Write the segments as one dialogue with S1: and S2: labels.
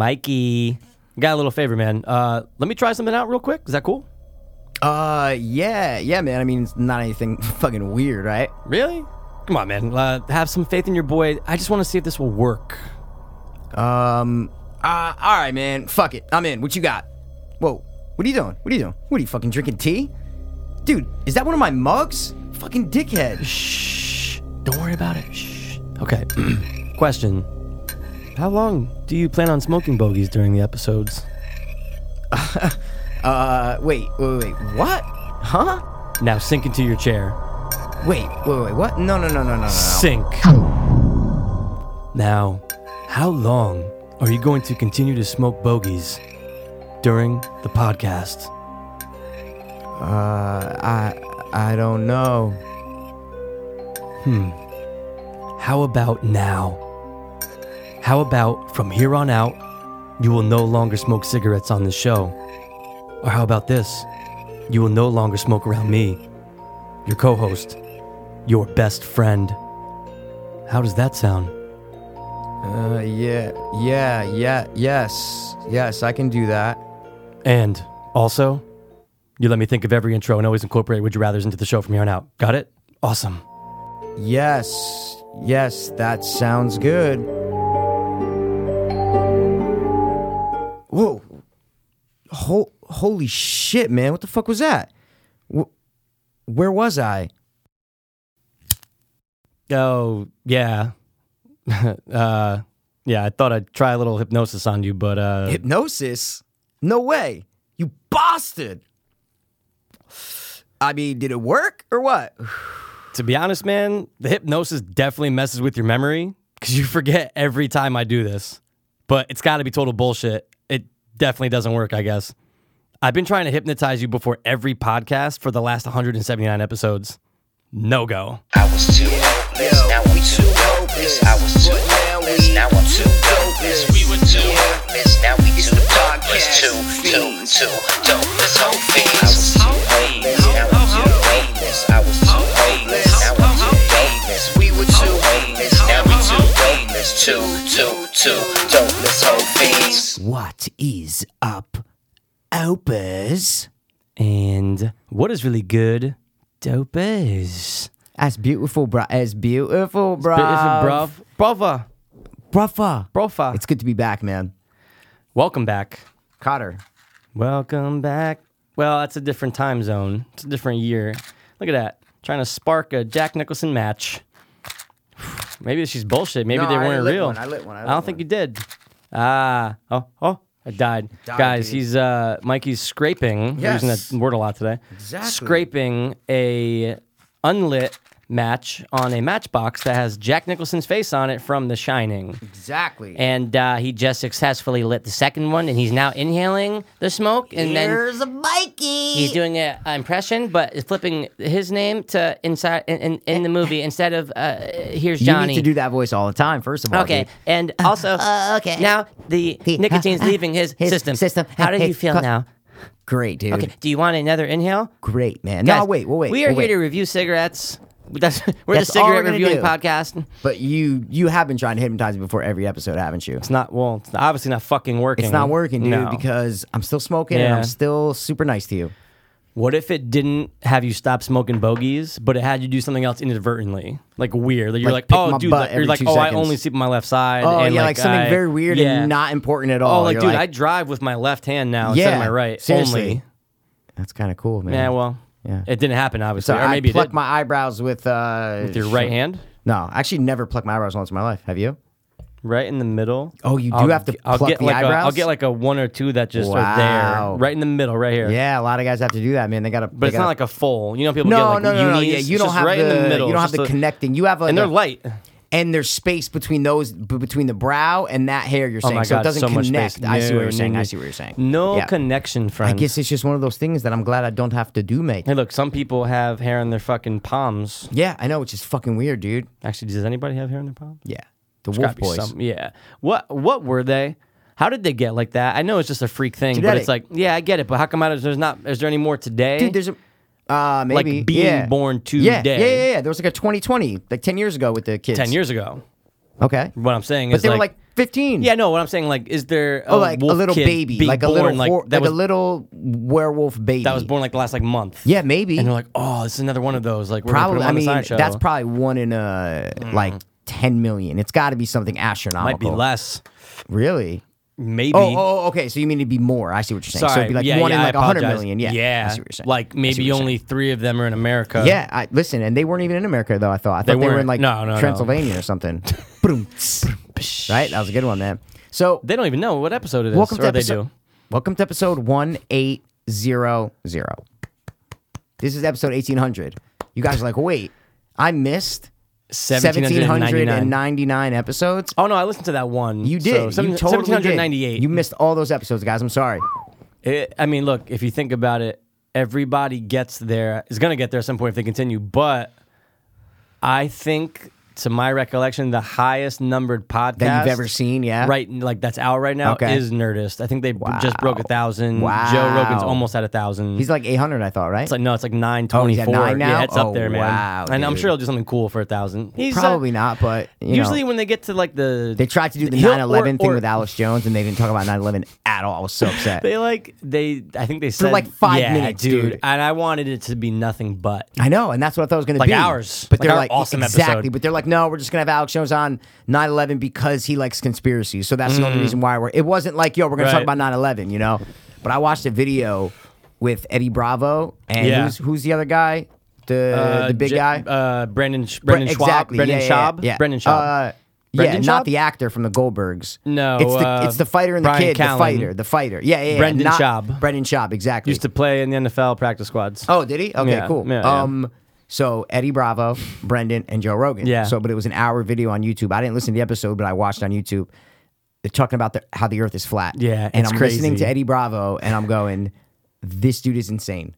S1: Mikey, got a little favor, man. Uh, let me try something out real quick. Is that cool?
S2: Uh, yeah, yeah, man. I mean, it's not anything fucking weird, right?
S1: Really? Come on, man. Uh, have some faith in your boy. I just want to see if this will work.
S2: Um, uh, all right, man. Fuck it. I'm in. What you got? Whoa. What are you doing? What are you doing? What are you fucking drinking tea? Dude, is that one of my mugs? Fucking dickhead.
S1: Shh. Don't worry about it. Shh. Okay. Question. How long do you plan on smoking bogeys during the episodes?
S2: Uh, wait, wait, wait. What? Huh?
S1: Now sink into your chair.
S2: Wait, wait, wait. What? No, no, no, no, no, no.
S1: Sink. Now, how long are you going to continue to smoke bogeys during the podcast?
S2: Uh, I, I don't know.
S1: How about now? How about from here on out, you will no longer smoke cigarettes on this show? Or how about this? You will no longer smoke around me, your co host, your best friend. How does that sound?
S2: Uh, yeah, yeah, yeah, yes, yes. I can do that.
S1: And also, you let me think of every intro and always incorporate Would You Rathers into the show from here on out. Got it? Awesome.
S2: Yes, yes. That sounds good. Whoa! Ho- holy shit, man! What the fuck was that? Wh- where was I?
S1: Oh, yeah. uh, yeah, I thought I'd try a little hypnosis on you, but uh,
S2: Hypnosis? No way. You bastard. I mean, did it work or what?
S1: to be honest, man, the hypnosis definitely messes with your memory because you forget every time I do this. But it's got to be total bullshit. It definitely doesn't work, I guess. I've been trying to hypnotize you before every podcast for the last 179 episodes. No go.
S3: I was too hopeless, now we too hopeless. I was too hopeless, now I'm too dopeless. We were too hopeless, now we too dopeless. Too, too, too dopeless. Whole fiends. I was too hopeless, now I'm too dopeless. We were too hopeless, now we too dopeless. Too, too, too dopeless. Whole fiends.
S2: What is up, Opus?
S1: And what is really good? Dope is.
S2: That's beautiful, bruh. That's beautiful, bruh.
S1: Brother. Brother.
S2: Bruffa.
S1: Brother.
S2: It's good to be back, man.
S1: Welcome back.
S2: Cotter.
S1: Welcome back. Well, that's a different time zone. It's a different year. Look at that. Trying to spark a Jack Nicholson match. Maybe she's bullshit. Maybe
S2: No,
S1: they
S2: I
S1: weren't
S2: lit
S1: real.
S2: one. I lit one. I lit
S1: don't think
S2: one.
S1: you did. Ah. Oh, oh. I died.
S2: died,
S1: Guys,
S2: dude.
S1: he's uh Mikey's scraping.
S2: Yes.
S1: We're using that word a lot today.
S2: Exactly.
S1: Scraping a unlit match on a matchbox that has Jack Nicholson's face on it from The Shining.
S2: Exactly.
S1: And uh, he just successfully lit the second one, and he's now inhaling the smoke, and then
S2: Here's a Mikey.
S1: He's doing an impression, but is flipping his name to inside in, in, in
S2: Eh,
S1: the movie instead of uh, here's
S2: you
S1: Johnny.
S2: need to do that voice all the time, first of all.
S1: okay,
S2: dude.
S1: and also okay. Now the,
S2: Uh, The-
S1: nicotine's
S2: uh, uh,
S1: leaving his,
S2: his
S1: system.
S2: system.
S1: How do
S2: Hey,
S1: you feel
S2: co-
S1: now?
S2: Great, dude.
S1: Okay. Do you want another inhale?
S2: Great, man. no,
S1: Guys,
S2: wait, well, wait.
S1: We are
S2: well, wait.
S1: here to review cigarettes. That's, we're
S2: That's
S1: the
S2: all we're
S1: cigarette
S2: gonna
S1: reviewing
S2: do.
S1: podcast.
S2: But you you have been trying to hypnotize me before every episode, haven't you?
S1: It's not well. It's obviously not fucking working.
S2: It's not working, dude,
S1: Mm-hmm. No.
S2: because I'm still smoking and
S1: Yeah.
S2: I'm still super nice to you.
S1: What if it didn't have you stop smoking bogeys, but it had you do something else inadvertently, like weird? Like you're
S2: Like
S1: like,
S2: pick my
S1: oh, dude,
S2: butt
S1: like- you're
S2: every
S1: like,
S2: two
S1: oh, I
S2: seconds.
S1: only sleep on my left side.
S2: Oh
S1: and
S2: yeah, like,
S1: like,
S2: something
S1: I-
S2: very weird
S1: yeah.
S2: and not important at all.
S1: Oh, like
S2: You're
S1: dude, I drive with my left hand now instead of my right.
S2: Seriously.
S1: Only.
S2: That's kind of cool, man.
S1: Yeah, well,
S2: Yeah.
S1: it didn't happen obviously,
S2: so
S1: or maybe
S2: I pluck
S1: it did.
S2: my eyebrows with uh
S1: with your right hand,
S2: No, I actually never plucked my eyebrows once in my life. Have you?
S1: right in the middle.
S2: Oh, you do
S1: I'll
S2: have to
S1: g- I'll
S2: pluck
S1: get
S2: the
S1: like A, I'll
S2: eyebrows?
S1: get like a one or two that just are
S2: Wow.
S1: there, right in the middle, right here.
S2: Yeah, a lot of guys have to do that, man. They got to.
S1: but it's not like a full. You know, people get
S2: no,
S1: like
S2: no, no, no,
S1: unis,
S2: Yeah, you
S1: it's
S2: don't
S1: just
S2: have
S1: right in the middle.
S2: You don't have
S1: just
S2: the
S1: a-
S2: connecting. You have like
S1: and they're
S2: a-
S1: light.
S2: and there's space between those b- between the brow and that hair you're saying,
S1: Oh my
S2: so
S1: God,
S2: it doesn't
S1: so much
S2: connect.
S1: space.
S2: I see what
S1: No,
S2: you're saying.
S1: no,
S2: I
S1: no.
S2: see what you're saying.
S1: No
S2: Yeah.
S1: connection,
S2: I
S1: friend.
S2: guess it's just one of those things that I'm glad I don't have to do, mate.
S1: Hey, look, some people have hair on their fucking palms.
S2: Yeah, I know, which is fucking weird, dude.
S1: Actually, does anybody have hair on their palms?
S2: Yeah, the
S1: Gotta
S2: Wolf
S1: be
S2: Boys.
S1: some- yeah. What What were they? How did they get like that? I know it's just a freak thing, but
S2: Genetic.
S1: it's like, yeah, I get it. But how come I, there's not? Is there any more today?
S2: Dude, there's a uh, maybe
S1: being
S2: yeah.
S1: born
S2: Yeah,
S1: today.
S2: yeah, yeah, yeah. There was like a 2020, like 10 years ago with the kids.
S1: ten years ago.
S2: Okay.
S1: What I'm saying
S2: But
S1: is
S2: they
S1: like,
S2: were like 15.
S1: yeah, no. What I'm saying like, is there a
S2: Oh, like a
S1: wolf
S2: little
S1: kid
S2: baby,
S1: being
S2: like a
S1: born,
S2: little,
S1: like
S2: hor-
S1: that
S2: like
S1: was
S2: a little werewolf baby.
S1: that was born like the last like month?
S2: Yeah, maybe.
S1: And they're like, oh, this is another one of those. Like, we're gonna put
S2: probably.
S1: them
S2: I
S1: on the
S2: mean,
S1: sideshow. Mm.
S2: that's probably one in uh like 10 million. It's got to be something
S1: might be
S2: astronomical.
S1: less.
S2: Really?
S1: Maybe.
S2: Oh, oh, okay. So you mean it'd be more? I see what you're saying.
S1: Sorry.
S2: So it'd be like
S1: yeah,
S2: one
S1: yeah,
S2: in
S1: I
S2: like a hundred
S1: apologize.
S2: million. Yeah,
S1: Yeah.
S2: I see what you're saying. I
S1: Like
S2: see what
S1: maybe
S2: you're
S1: only three of them are in America.
S2: saying. Yeah, I, listen, and they weren't even in America though. I thought I thought they, were in
S1: weren't.
S2: like
S1: No, no, no.
S2: Transylvania or something. Boom. right, that was a good one, man. So
S1: They don't even know what episode it is.
S2: welcome
S1: or
S2: to
S1: they
S2: episode.
S1: do.
S2: Welcome to episode one eight zero zero. This is episode eighteen hundred. You guys are like, wait, I missed seventeen hundred and
S1: 1799.
S2: ninety nine episodes.
S1: Oh, no. I listened to that one.
S2: You did.
S1: So,
S2: you totally did.
S1: 1798.
S2: You missed all those episodes, guys. I'm sorry.
S1: It, I mean, look, if you think about it, everybody gets there, is going to get there at some point if they continue. But I think, to my recollection, the highest numbered podcast
S2: That you've ever seen, yeah.
S1: right, like that's out right now,
S2: Okay.
S1: is Nerdist. I think they b- just broke a thousand.
S2: Wow.
S1: Joe Rogan's almost at a thousand.
S2: He's Oh, like 800, I thought, right?
S1: it's like no, it's like nine twenty four.
S2: nine now?
S1: Yeah, it's
S2: Oh,
S1: up there, man.
S2: wow,
S1: and I'm
S2: dude.
S1: sure he'll do something cool for a thousand. He's uh,
S2: Probably not, but you
S1: usually
S2: know,
S1: when they get to like the
S2: they tried to do the
S1: he'll-
S2: 9 11
S1: or-
S2: thing
S1: or
S2: with Alice Jones, and they didn't talk about 9 11 at all. I was so upset.
S1: They like they. I think they said
S2: like, five
S1: yeah,
S2: minutes, dude.
S1: And I wanted it to be nothing but.
S2: I know, and that's what I thought it was going to
S1: Like
S2: be.
S1: ours.
S2: But
S1: Like
S2: they're
S1: our
S2: like,
S1: awesome episode.
S2: exactly. But they're like, no, we're just going to have Alex Jones on 9 11 because he likes conspiracies. So that's the only reason why we're. It wasn't like, yo, we're going
S1: Mm. Right.
S2: to talk about 9 11, you know? But I watched a video with Eddie Bravo, and
S1: Yeah.
S2: who's, who's the other guy? The,
S1: Uh,
S2: the big
S1: J-
S2: guy?
S1: uh, Brendan Sch- Brendan Schwab,
S2: Exactly.
S1: Brendan
S2: yeah, yeah,
S1: Schaub,
S2: Yeah, yeah.
S1: Brendan Schaub.
S2: Uh, yeah,
S1: Brendan Schaub?
S2: not the actor from the Goldbergs.
S1: No,
S2: it's the
S1: uh,
S2: it's the fighter and the
S1: Brian
S2: kid,
S1: Callen.
S2: the fighter, the fighter. Yeah, yeah, yeah.
S1: Brendan
S2: not-
S1: Schaub.
S2: Brendan Schaub, exactly.
S1: used to play in the NFL practice squads.
S2: oh, did he? Okay,
S1: Yeah,
S2: cool.
S1: yeah, yeah.
S2: Um, so Eddie Bravo, Brendan, and Joe Rogan.
S1: Yeah.
S2: So, but it was an hour video on YouTube. I didn't listen to the episode, but I watched on YouTube. They're talking about the, how the Earth is flat.
S1: Yeah,
S2: and
S1: it's
S2: I'm listening
S1: crazy.
S2: to Eddie Bravo, and I'm going, "This dude is insane."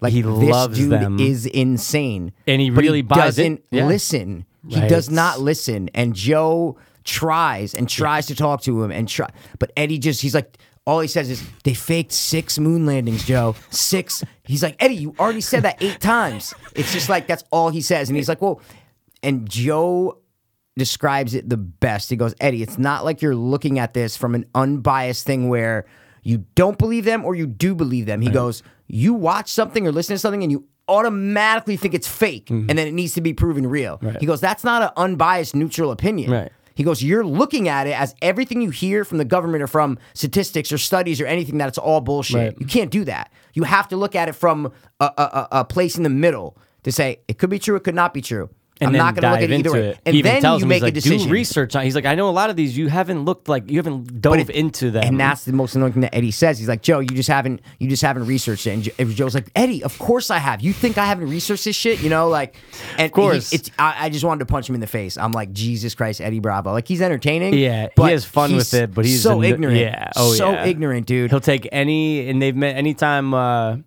S2: Like
S1: He
S2: this
S1: loves
S2: dude
S1: them.
S2: is insane,
S1: And he
S2: But
S1: really buys it.
S2: doesn't
S1: Yeah.
S2: listen. He
S1: Right.
S2: does not listen. And Joe tries and tries to talk to him and try, but Eddie just he's like. All he says is they faked six moon landings, Joe. Six. He's like Eddie. You already said that eight times. It's just like that's all he says, and he's like, well, and Joe describes it the best. He goes, Eddie, it's not like you're looking at this from an unbiased thing where you don't believe them or you do believe them. He goes, you watch something or listen to something and you automatically think it's fake
S1: Mm-hmm.
S2: and then it needs to be proven real. He goes, that's not an unbiased, neutral opinion.
S1: Right.
S2: He goes, you're looking at it as everything you hear from the government or from statistics or studies or anything that it's all bullshit.
S1: Right.
S2: You can't do that. You have to look at it from a, a, a, a place in the middle to say it could be true, it could not be true.
S1: And
S2: I'm
S1: then
S2: not going to look
S1: dive
S2: at it either
S1: into
S2: way.
S1: it.
S2: And
S1: He even
S2: then
S1: tells
S2: you
S1: him,
S2: make
S1: he's like,
S2: a decision.
S1: Do research on. He's like, I know a lot of these. You haven't looked like you haven't dove
S2: it-
S1: into them.
S2: And that's the most annoying thing that Eddie says. He's like, Joe, you just haven't you just haven't researched it. And Jo- and Joe's like, Eddie, of course I have. You think I haven't researched this shit? You know, like, and of
S1: course.
S2: it's I, I just wanted to punch him in the face. I'm like, Jesus Christ, Eddie Bravo. Like he's entertaining.
S1: Yeah, he
S2: but
S1: has fun with it, but he's
S2: so
S1: a n-
S2: ignorant.
S1: yeah, oh,
S2: so
S1: yeah.
S2: ignorant, dude.
S1: He'll take any, and they've met anytime. Uh,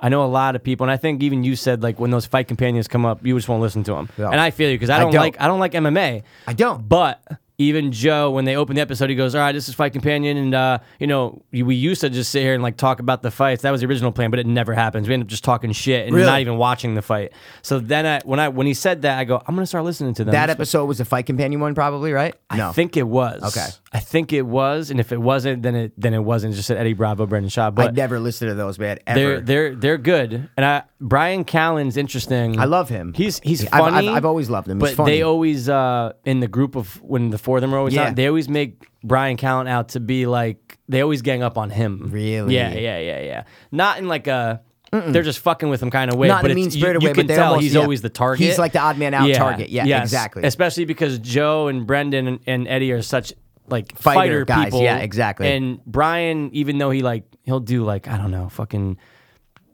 S1: I know a lot of people, and I think even you said like when those fight companions come up, you just won't listen to them.
S2: No.
S1: And I feel you because I,
S2: I
S1: don't
S2: don't.
S1: like I don't like MMA.
S2: I don't.
S1: But even Joe, when they open the episode, he goes, "All right, this is fight companion," and uh, you know we used to just sit here and like talk about the fights. That was the original plan, but it never happens. We end up just talking shit and
S2: Really?
S1: not even watching the fight. So then I, when I when he said that, I go, "I'm gonna start listening to them."
S2: that
S1: This-
S2: episode was the fight companion one, probably right? No,
S1: I think it was.
S2: Okay.
S1: I think it was, and if it wasn't, then it then it wasn't. It just said Eddie Bravo, Brendan Shaw.
S2: I
S1: But
S2: never listened to those, man.
S1: they're
S2: Ever.
S1: they're they're good. And I Brian Callen's interesting.
S2: I love him.
S1: He's he's
S2: I've- I've-
S1: funny.
S2: I've always loved him.
S1: But
S2: He's funny.
S1: they always uh in the group of when the four of them are always
S2: Yeah.
S1: out, they always make Brian Callen out to be like they always gang up on him.
S2: Really?
S1: Yeah, yeah, yeah, yeah. Not in like a they're just fucking with him kind of way.
S2: Not
S1: but
S2: in a
S1: it's-
S2: mean spirited
S1: you,
S2: way,
S1: you
S2: but
S1: can
S2: they
S1: tell
S2: almost-
S1: he's
S2: yeah.
S1: always the target.
S2: He's like the odd man out target. Yeah,
S1: yes.
S2: exactly.
S1: Especially because Joe and Brendan and, and Eddie are such like
S2: Fighter
S1: fighter,
S2: guys,
S1: people.
S2: yeah, exactly.
S1: And Brian, even though he like he'll do like I don't know, fucking.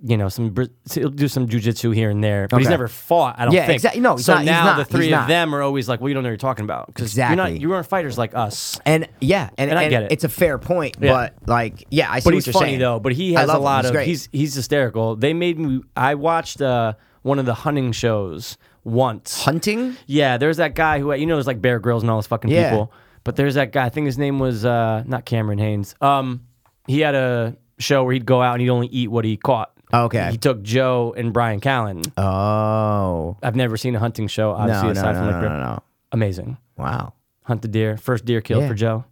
S1: You know, some br- he'll do some jujitsu here and there, but he's
S2: Okay.
S1: never fought. I don't
S2: Yeah,
S1: think.
S2: exact- no, he's
S1: so
S2: not- he's
S1: now
S2: not,
S1: the
S2: he's
S1: three
S2: not.
S1: of them are always like, "Well, you don't know what you're talking about because you're
S2: Exactly.
S1: not you aren't fighters like us."
S2: And yeah, and,
S1: And I
S2: and
S1: get it.
S2: It's a fair point,
S1: Yeah.
S2: but like, yeah, I see
S1: But
S2: what
S1: he's
S2: you're
S1: funny
S2: saying.
S1: though. But he
S2: I
S1: has a
S2: love him.
S1: lot
S2: He's
S1: of
S2: great.
S1: he's he's hysterical. They made me. I watched uh, one of the hunting shows once.
S2: hunting.
S1: Yeah, there's that guy who you know there's like Bear Grylls and all those fucking
S2: Yeah.
S1: people. But there's that guy. I think his name was uh, not Cameron Haynes. Um, he had a show where he'd go out and he'd only eat what he caught.
S2: Oh, Okay.
S1: He took Joe and Brian Callen.
S2: Oh
S1: I've never seen a hunting show.
S2: no,
S1: Obviously,
S2: Oh. no, no,
S1: aside from
S2: no,
S1: like
S2: no,
S1: Bear-
S2: no, no.
S1: amazing.
S2: Wow.
S1: hunt the deer. First deer kill
S2: Yeah.
S1: for Joe.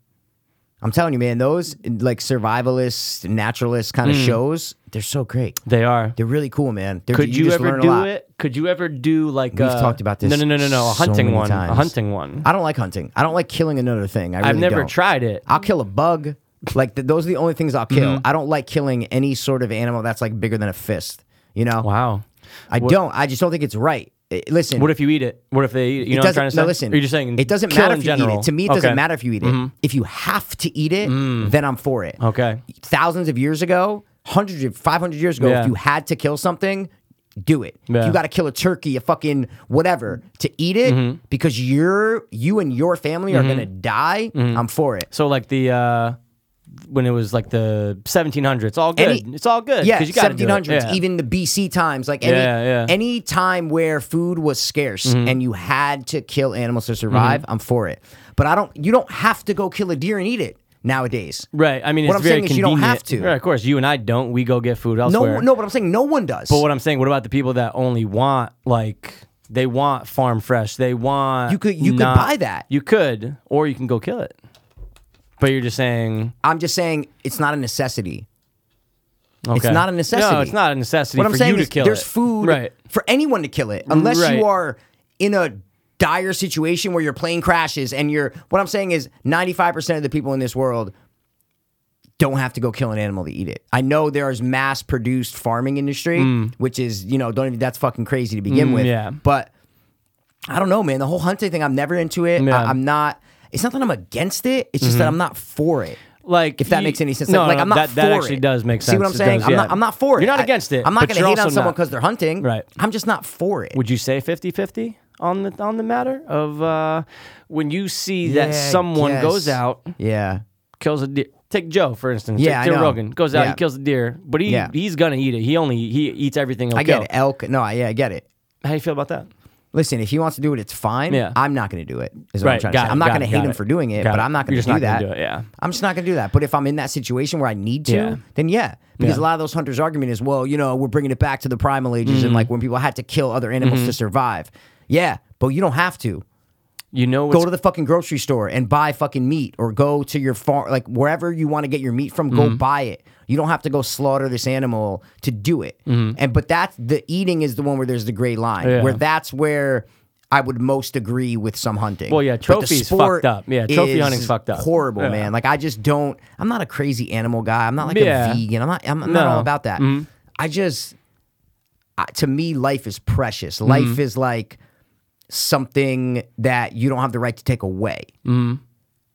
S2: I'm telling you, man, those like survivalist, naturalist
S1: Hmm.
S2: kind of shows, they're so great.
S1: They are.
S2: They're really cool, man. They're,
S1: Could you,
S2: just
S1: ever
S2: learn a
S1: do
S2: lot.
S1: it? Could you ever do like
S2: We've
S1: uh,
S2: talked about this
S1: No, no, no, no, no. A
S2: so
S1: hunting
S2: many
S1: one. A
S2: times.
S1: hunting one.
S2: I don't like hunting. I don't like killing another thing. I really
S1: I've never
S2: don't.
S1: tried it.
S2: I'll kill a bug. Like th- those are the only things I'll kill.
S1: Mm-hmm.
S2: I don't like killing any sort of animal that's like bigger than a fist. You know,
S1: Wow.
S2: I don't. I just don't think it's right. Eh, Listen,
S1: What if you eat it? What if they eat it? You know what I'm
S2: it doesn't.
S1: trying to say?
S2: no, listen.
S1: Or you're just saying
S2: it doesn't
S1: kill
S2: matter
S1: in
S2: if you eat
S1: general.
S2: it. To me, it doesn't
S1: Okay. Mm-hmm. Mm.
S2: matter if you eat it. If you have to eat it, then I'm for it.
S1: Okay.
S2: thousands of years ago, hundreds of 500 years ago,
S1: Yeah.
S2: if you had to kill something, do it.
S1: Yeah.
S2: You got to kill a turkey, a fucking whatever, to eat it
S1: Mm-hmm.
S2: because you're you and your family are gonna die.
S1: Mm-hmm.
S2: I'm for it.
S1: So like the uh when it was like the 1700s, all good.
S2: Any-
S1: it's all good.
S2: Yeah,
S1: 'cause you gotta do it.
S2: 1700s,
S1: Yeah.
S2: even the BC times, like any
S1: Yeah, yeah. Mm-hmm.
S2: any time where food was scarce and you had to kill animals to survive, I'm for it. But I don't. You don't have to go kill a deer and eat it nowadays.
S1: Right. I mean,
S2: What
S1: it's
S2: I'm
S1: very
S2: saying is you don't have
S1: convenient.
S2: to.
S1: Right, of course, you and I don't. We go get food
S2: No,
S1: elsewhere.
S2: no. But I'm saying no one does.
S1: But what I'm saying, what about the people that only want like they want farm fresh? They want
S2: You could- you could
S1: not-
S2: buy that.
S1: You could, or you can go kill it. But you're just saying
S2: I'm just saying it's not a necessity.
S1: okay.
S2: not a necessity.
S1: No, it's not a necessity
S2: What
S1: for
S2: I'm saying
S1: you to
S2: is
S1: kill
S2: there's
S1: it.
S2: food
S1: Right.
S2: for anyone to kill it, unless
S1: Right.
S2: you are in a dire situation where your plane crashes and you're. What I'm saying is 95% of the people in this world don't have to go kill an animal to eat it. I know there is mass produced farming industry, which is you know don't even that's fucking crazy to begin with.
S1: Mm. yeah.
S2: but I don't know, man. The whole hunting thing, I'm never into it.
S1: Yeah. Mm-hmm.
S2: I, am not. It's not that I'm against it. It's just that I'm not for it.
S1: Like
S2: If that
S1: you-
S2: makes any sense.
S1: No,
S2: like, like,
S1: no,
S2: I'm not
S1: that,
S2: for
S1: that actually
S2: it.
S1: does make sense.
S2: See what I'm
S1: It
S2: saying?
S1: does,
S2: I'm,
S1: yeah.
S2: not, I'm not for it.
S1: You're not
S2: I-
S1: against it.
S2: I'm not
S1: but
S2: going to
S1: you're
S2: hate on
S1: also
S2: someone
S1: not.
S2: because they're hunting.
S1: Right.
S2: I'm just not for it.
S1: Would you say 50-50 on the on the matter of uh, when you see that
S2: Yeah, I
S1: someone
S2: guess.
S1: goes out
S2: yeah.
S1: kills a deer? Take Joe for instance. Take
S2: Yeah, I
S1: Joe
S2: know.
S1: Rogan goes out,
S2: Yeah.
S1: he kills a deer, but he
S2: Yeah.
S1: he's gonna eat it. He only he eats everything. he'll
S2: I get
S1: kill.
S2: it. Elk. No, I, yeah, I get it.
S1: How do you feel about that?
S2: Listen, if he wants to do it, it's fine.
S1: Yeah.
S2: I'm not going to do it. Is what I'm
S1: Right,
S2: trying
S1: got
S2: to say.
S1: it,
S2: I'm not
S1: got
S2: going to
S1: it,
S2: hate
S1: got
S2: him
S1: it.
S2: for doing it,
S1: Got
S2: but
S1: it.
S2: I'm not
S1: You're
S2: going to
S1: just
S2: do
S1: not
S2: that.
S1: gonna do it, yeah.
S2: I'm just not going to do that. But if I'm in that situation where I need to,
S1: Yeah.
S2: then yeah. Because
S1: Yeah.
S2: a lot of those hunters' argument is, well, you know, we're bringing it back to the primal ages and
S1: Mm.
S2: like when people had to kill other animals
S1: Mm-hmm.
S2: to survive. Yeah, but you don't have to.
S1: You know,
S2: go
S1: what's-
S2: to the fucking grocery store and buy fucking meat or go to your farm like wherever you want to get your meat from
S1: Mm-hmm.
S2: go buy it you don't have to go slaughter this animal to do it and but that's the eating is the one where there's the gray line
S1: Mm-hmm. Yeah.
S2: where that's where I would most agree with some hunting.
S1: Well, yeah,
S2: But the
S1: trophy's
S2: sport
S1: fucked up. Yeah, trophy
S2: is
S1: hunting's fucked up.
S2: Horrible,
S1: Yeah.
S2: man. Like I just don't. I'm not a crazy animal guy. I'm not like
S1: Yeah.
S2: a vegan. I'm not. I'm
S1: No. Mm-hmm.
S2: not all about that. I just, I, to me, life is precious. Life
S1: Mm-hmm.
S2: is like something that you don't have the right to take away.
S1: Mm-hmm.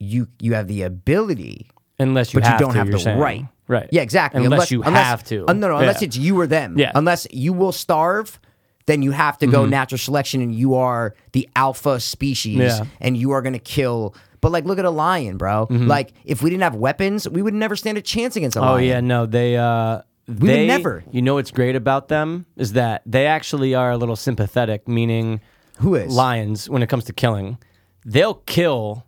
S2: You you have the ability,
S1: unless you
S2: but you,
S1: have
S2: don't
S1: to,
S2: have
S1: you're
S2: the
S1: saying.
S2: right.
S1: Right.
S2: Yeah, exactly.
S1: Unless, you have to.
S2: uh, no, no.
S1: Yeah.
S2: Unless it's you or them.
S1: Yeah. Mm-hmm.
S2: Unless you will starve, then you have to go natural selection, and you are the alpha species,
S1: Yeah.
S2: and you are going to kill. But like, look at a lion, bro. Like, if we didn't have weapons, we would never stand a chance against a
S1: Mm-hmm. Oh
S2: lion.
S1: yeah, no, they uh they
S2: never.
S1: You know what's great about them is that they actually are a little sympathetic, meaning
S2: Who is?
S1: lions when it comes to killing. They'll kill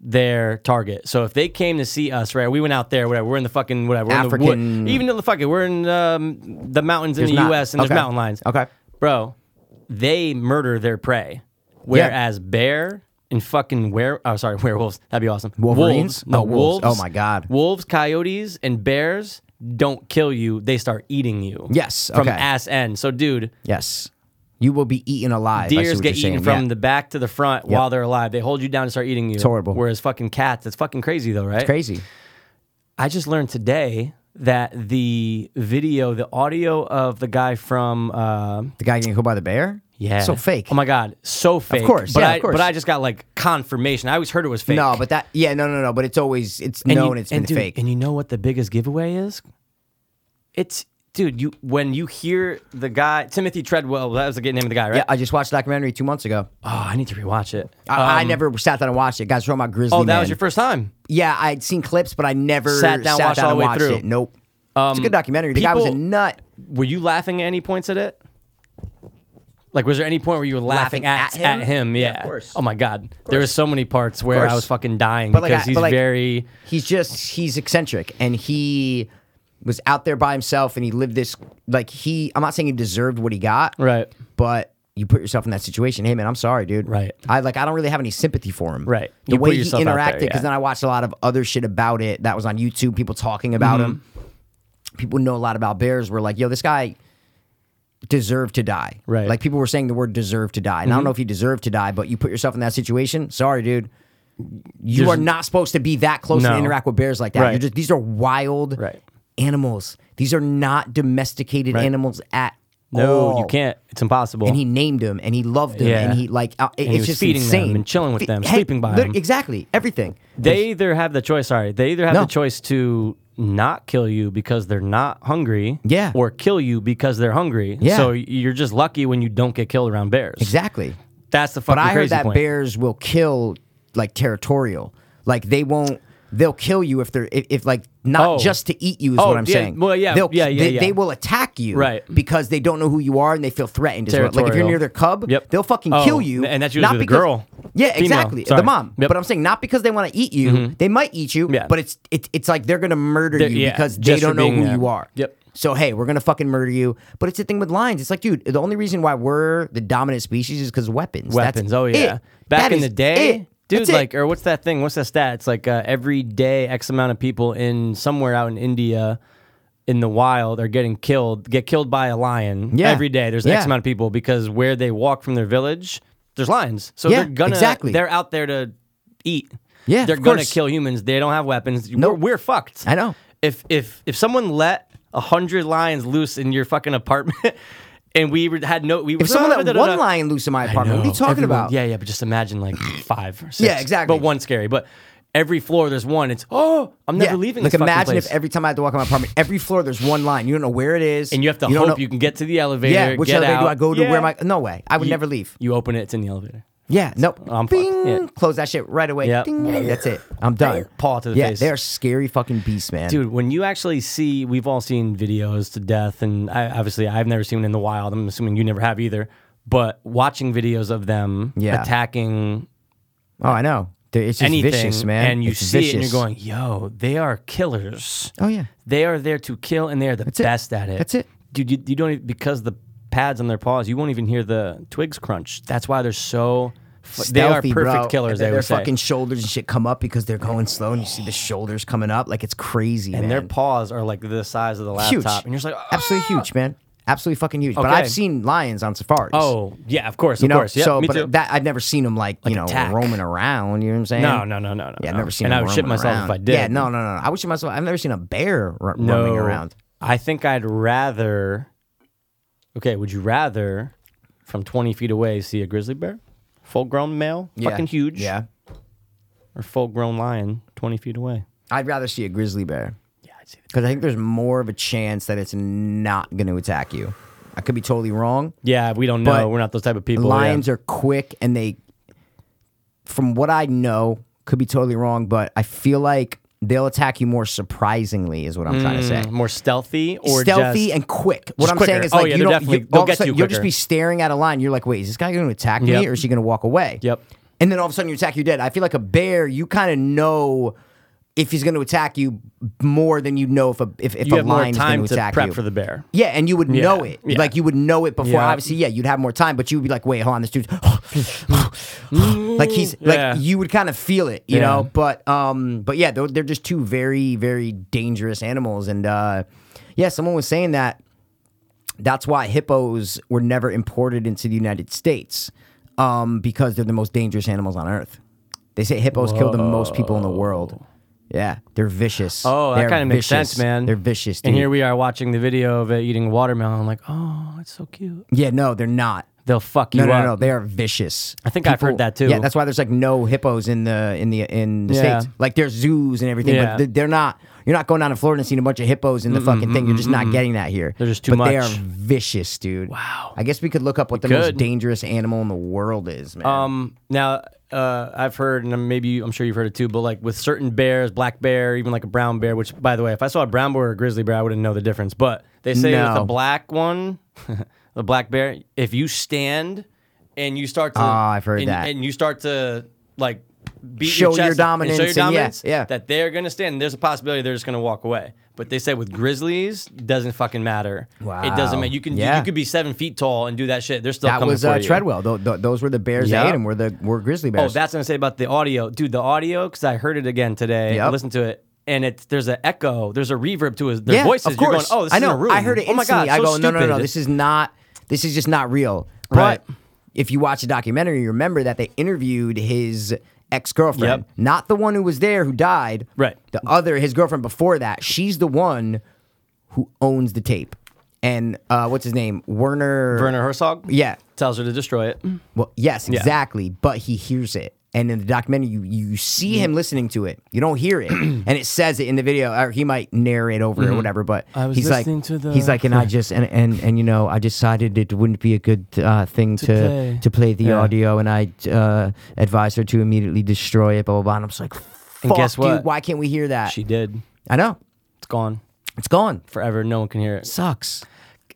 S1: their target. So if they came to see us, right, we went out there, whatever, we're in the fucking whatever, we're in the
S2: African-
S1: wood. Even in the fucking we're in um, the mountains in
S2: There's
S1: the
S2: not.
S1: US and
S2: Okay.
S1: there's mountain lions.
S2: Okay.
S1: Bro, they murder their prey. Whereas bear and fucking were oh sorry, werewolves, that'd be awesome.
S2: Wolverines?
S1: Wolves, no,
S2: Oh,
S1: wolves.
S2: wolves. Oh, my God.
S1: Wolves, coyotes, and bears don't kill you, they start eating you.
S2: Yes,
S1: From
S2: okay.
S1: ass end. So dude,
S2: Yes, you will be eaten alive. I see
S1: Deers
S2: what
S1: get
S2: you're
S1: eaten
S2: saying.
S1: from
S2: Yeah.
S1: the back to the front while they're alive. They hold you down and start eating you. It's
S2: horrible.
S1: Whereas fucking cats, it's fucking crazy though, right?
S2: crazy.
S1: I just learned today that the video, the audio of the guy from uh,
S2: The guy getting killed by the bear?
S1: yeah,
S2: So fake.
S1: Oh my god, so fake.
S2: course,
S1: but
S2: yeah,
S1: I,
S2: of course.
S1: But I just got like confirmation. I always heard it was fake.
S2: No, but that yeah, no, no, no. But it's always it's
S1: and
S2: known
S1: you,
S2: it's
S1: and
S2: been
S1: dude,
S2: fake.
S1: And you know what the biggest giveaway is? It's dude. You when you hear the guy Timothy Treadwell, that was the name of the guy, right?
S2: yeah, I just watched a documentary two months ago.
S1: Oh, I need to rewatch it.
S2: I, I never sat down and watched it. Guys, talking about Grizzly.
S1: Um, oh, that was
S2: Man.
S1: your first time.
S2: Yeah, I'd seen clips, but I never
S1: Sat down, watched all
S2: and
S1: the way
S2: watched
S1: through. Um,
S2: it. Nope. it's a good documentary. The guy was a
S1: people-
S2: nut.
S1: Were you laughing at any points at it? Like, was there any point where you were laughing,
S2: Laughing
S1: at,
S2: at him?
S1: Yeah.
S2: Yeah, of course.
S1: Oh my god, there were so many parts where I
S2: course.
S1: was fucking dying
S2: But like,
S1: because
S2: I-
S1: he's
S2: but like-
S1: very.
S2: He's just he's eccentric and he was out there by himself and he lived this like he I'm not saying he deserved what he got.
S1: Right.
S2: But you put yourself in that situation. Hey man, I'm sorry, dude.
S1: Right.
S2: I like I don't really have any sympathy for him.
S1: Right.
S2: The
S1: You put
S2: way he
S1: yourself out there,
S2: interacted, because
S1: yeah.
S2: then I watched a lot of other shit about it that was on YouTube. People talking about him.
S1: Mm-hmm.
S2: People who know a lot about bears. Were like, yo, this guy deserved to die.
S1: Right. Mm-hmm.
S2: Like people were saying the word deserve to die, and I don't know if he deserved to die, but you put yourself in that situation. Sorry, dude. You
S1: There's-
S2: are not supposed to be that close
S1: No.
S2: and interact with bears like that.
S1: Right.
S2: You're just these are wild
S1: Right.
S2: animals. These are not domesticated
S1: Right.
S2: animals at
S1: No,
S2: all
S1: Oh, you can't. It's impossible.
S2: and he named him and he loved him
S1: Yeah.
S2: and he like uh, it- it's
S1: he was
S2: just
S1: feeding them
S2: insane
S1: and chilling with
S2: Fe-
S1: them, sleeping by
S2: lit-
S1: them.
S2: exactly everything
S1: they either have the choice. Sorry, they either have
S2: No.
S1: the choice to not kill you because they're not hungry.
S2: Yeah.
S1: Or kill you because they're hungry.
S2: Yeah.
S1: So you're just lucky when you don't get killed around bears.
S2: exactly
S1: That's the fucking
S2: but I heard
S1: crazy
S2: that
S1: point.
S2: bears will kill like territorial like they won't they'll kill you if they're if, if like not
S1: Oh.
S2: just to eat you is
S1: Oh,
S2: what I'm
S1: yeah,
S2: saying
S1: well, yeah,
S2: they'll,
S1: yeah, yeah,
S2: they,
S1: yeah.
S2: they will attack you
S1: Right.
S2: because they don't know who you are and they feel threatened as well. like if you're
S1: Territorial.
S2: near their cub
S1: Yep.
S2: they'll fucking
S1: Oh,
S2: kill you
S1: and that's usually
S2: not
S1: the
S2: because,
S1: girl.
S2: yeah
S1: Female,
S2: exactly
S1: sorry.
S2: the mom
S1: Yep. Mm-hmm.
S2: but I'm saying not because they want to eat you they might eat you
S1: Yeah.
S2: but it's it, it's like they're gonna murder
S1: They're-
S2: you
S1: yeah,
S2: because they
S1: just for
S2: don't know
S1: being
S2: who
S1: there.
S2: you are
S1: Yep.
S2: so hey, we're gonna fucking murder you. But it's the thing with lions. It's like, dude, the only reason why we're the dominant species is because weapons. That's
S1: weapons. oh
S2: it.
S1: yeah, back
S2: That
S1: in
S2: is
S1: the day,
S2: it.
S1: dude.
S2: That's it.
S1: Like, or what's that thing? What's that stat? It's like uh, every day, X amount of people in somewhere out in India, in the wild, are getting killed. Get killed by a lion
S2: Yeah.
S1: every day. There's an X
S2: Yeah.
S1: amount of people because where they walk from their village, there's lions. So
S2: Yeah,
S1: they're gonna
S2: exactly.
S1: they're out there to eat.
S2: Yeah,
S1: they're
S2: of
S1: gonna
S2: course.
S1: kill humans. They don't have weapons. We're, we're fucked.
S2: I know.
S1: If if if someone let a hundred lions loose in your fucking apartment. And we were, had no. We were
S2: if someone let
S1: da-da-da-da.
S2: one lion loose in my apartment, what are
S1: No,
S2: you talking
S1: everyone-
S2: about?
S1: Yeah, yeah, but just imagine like five or six.
S2: Yeah, exactly.
S1: But one scary. But every floor there's one. It's oh, I'm never
S2: Yeah.
S1: leaving.
S2: Like
S1: this fucking
S2: imagine if
S1: place."
S2: every time I had to walk in my apartment, every floor there's one line. You don't know where it is,
S1: and you have to
S2: don't
S1: hope
S2: know-
S1: you can get to the elevator.
S2: Yeah, which
S1: get
S2: elevator
S1: out.
S2: do I go to?
S1: Yeah.
S2: Where am I? No way. I would
S1: You-
S2: never leave.
S1: You open it. It's in the elevator.
S2: Yeah, nope.
S1: I'm fucked.
S2: Bing.
S1: Yeah.
S2: Close that shit right away.
S1: Yep.
S2: Ding. That's it. I'm done.
S1: Paw to the
S2: yeah,
S1: face.
S2: they're scary fucking beasts, man.
S1: Dude, when you actually see, we've all seen videos to death, and I, obviously I've never seen one in the wild. I'm assuming you never have either. But watching videos of them
S2: Yeah.
S1: attacking
S2: Oh, I know. They're- It's just
S1: anything,
S2: vicious, man.
S1: and you
S2: It's
S1: see it, and you're
S2: vicious.
S1: going, "Yo, they are killers."
S2: Oh yeah.
S1: They are there to kill, and they are the
S2: it.
S1: best at it.
S2: That's it.
S1: dude. You, you don't even, because the pads on their paws, you won't even hear the twigs crunch. That's why they're so. f- they are
S2: stealthy,
S1: perfect
S2: bro.
S1: killers.
S2: And
S1: They
S2: their
S1: would say,
S2: fucking shoulders and shit come up because they're going slow, and you see the shoulders coming up like it's crazy,
S1: and
S2: man.
S1: their paws are like the size of the laptop,
S2: huge,
S1: and you're just like, "Ah!"
S2: absolutely huge, man, absolutely fucking huge. But
S1: Okay.
S2: I've seen lions on safaris.
S1: Oh yeah, of course,
S2: you
S1: of
S2: know,
S1: course. Yeah,
S2: so
S1: me
S2: but
S1: too.
S2: that I've never seen them like, you know
S1: attack.
S2: roaming around. You know what I'm saying?
S1: no, no, no, no, no.
S2: Yeah, I've
S1: no.
S2: never seen.
S1: And
S2: them
S1: I would shit
S2: roaming
S1: myself
S2: around.
S1: if I did.
S2: Yeah, no, no, no. I would shit myself. I've never seen a bear ro- roaming around.
S1: I think I'd rather. Okay, would you rather, from twenty feet away, see a grizzly bear, full grown male,
S2: Yeah.
S1: fucking huge,
S2: Yeah,
S1: or full grown lion, twenty feet away?
S2: I'd rather see a grizzly bear.
S1: Yeah, I'd see.
S2: Because I think there's more of a chance that it's not going to attack you. I could be totally wrong.
S1: Yeah, we don't know.
S2: But
S1: We're not those type of people.
S2: Lions are quick and they, from what I know, could be totally wrong, but I feel like they'll attack you more surprisingly, is what I'm trying to say.
S1: more stealthy Mm. or
S2: Stealthy
S1: just-
S2: and quick. What
S1: just
S2: I'm saying
S1: quicker.
S2: is
S1: Oh,
S2: like
S1: yeah,
S2: you
S1: they're
S2: don't.
S1: definitely-
S2: You,
S1: they'll
S2: all of a
S1: get to you
S2: sudden, you'll just
S1: quicker.
S2: be staring at a line. You're like, wait, is this guy going to attack me,
S1: Yep.
S2: or is she going to walk away?
S1: Yep.
S2: And then all of a sudden, you attack, you're dead. I feel like a bear. You kind of know if he's going to attack you more than you know if a if, if
S1: you
S2: a
S1: have more
S2: lion is going
S1: time
S2: to
S1: to
S2: attack
S1: prep
S2: you.
S1: for the bear.
S2: Yeah, and you would
S1: Yeah,
S2: know it.
S1: yeah.
S2: Like you would know it before.
S1: Yeah.
S2: Obviously, yeah, you'd have more time, but you would be like, wait, hold on, this dude's like he's
S1: Mm-hmm. Yeah.
S2: like you would kind of feel it, you
S1: Yeah.
S2: know. But um, but yeah, they're, they're just two very very dangerous animals, and uh, yeah, someone was saying that that's why hippos were never imported into the United States um, because they're the most dangerous animals on earth. They say hippos kill the most people in the world. Yeah, they're vicious.
S1: Oh, that
S2: They're
S1: kind of makes
S2: vicious.
S1: sense, man.
S2: They're vicious. Dude.
S1: And here we are watching the video of it eating watermelon. I'm like, oh, it's so cute.
S2: yeah, no, they're not.
S1: They'll fuck you
S2: No, no,
S1: up.
S2: no, they are vicious.
S1: I think I've heard that, too.
S2: Yeah, that's why there's like no hippos in the in the in the
S1: Yeah.
S2: states. Like there's zoos and everything,
S1: Yeah.
S2: but th- they're not. You're not going down to Florida and seeing a bunch of hippos in the fucking thing. You're just not getting that here.
S1: They're just too
S2: but They are
S1: much.
S2: vicious, dude.
S1: Wow.
S2: I guess we could look up what the most
S1: could.
S2: dangerous animal in the world is, man.
S1: Um, now uh, I've heard, and maybe you, I'm sure you've heard it too, but like with certain bears, black bear, even like a brown bear. Which, by the way, if I saw a brown bear or a grizzly bear, I wouldn't know the difference. But they say with
S2: No.
S1: the black one, the black bear, if you stand and you start to,
S2: Ah, I've heard
S1: and,
S2: that.
S1: and you start to like beat
S2: show
S1: your,
S2: your
S1: chest up and
S2: dominance
S1: show your
S2: and yeah,
S1: dominance,
S2: yeah.
S1: that they're gonna stand. And there's a possibility they're just gonna walk away. But they said with Grizzlies, doesn't fucking matter. It doesn't
S2: Wow.
S1: matter. You can you,
S2: Yeah.
S1: you could be seven feet tall and do that shit. They're still
S2: That
S1: coming
S2: was
S1: for
S2: uh,
S1: you.
S2: Treadwell. Tho- tho- those were the Bears
S1: Yeah.
S2: that ate him. Were the were Grizzly
S1: Oh,
S2: Bears.
S1: that's what I'm gonna say about the audio, dude. The audio because I heard it again today. I
S2: Yep.
S1: listened to it. And it's there's an echo, there's a reverb to his their
S2: yeah,
S1: voices.
S2: Of course.
S1: You're going, oh, this
S2: I
S1: is
S2: know.
S1: a room.
S2: I heard it.
S1: Oh my god,
S2: instantly. I
S1: so
S2: go, no, no, no, no.
S1: stupid.
S2: This is not. This is just not real. But
S1: Right.
S2: if you watch the documentary, you remember that they interviewed his ex girlfriend,
S1: Yep.
S2: not the one who was there who died.
S1: Right.
S2: The other, his girlfriend before that. She's the one who owns the tape. And uh, what's his name? Werner.
S1: Werner Herzog.
S2: Yeah.
S1: tells her to destroy it.
S2: Well, yes, exactly. But he hears it. And in the documentary, you, you see him listening to it. You don't hear it, and it says it in the video, or he might narrate over
S1: Mm-hmm.
S2: it or whatever. But
S1: I was
S2: he's like,
S1: listening to the-
S2: he's like, and I just and and and you know, I decided it wouldn't be a good uh, thing to to
S1: play.
S2: play, the
S1: Yeah.
S2: audio, and I uh, advised her to immediately destroy it. Blah blah blah. And I'm just like,
S1: And
S2: "Fuck,
S1: guess what?
S2: dude, why can't we hear that?
S1: She did.
S2: I know
S1: It's gone
S2: it's gone.
S1: forever. No one can hear it.
S2: Sucks.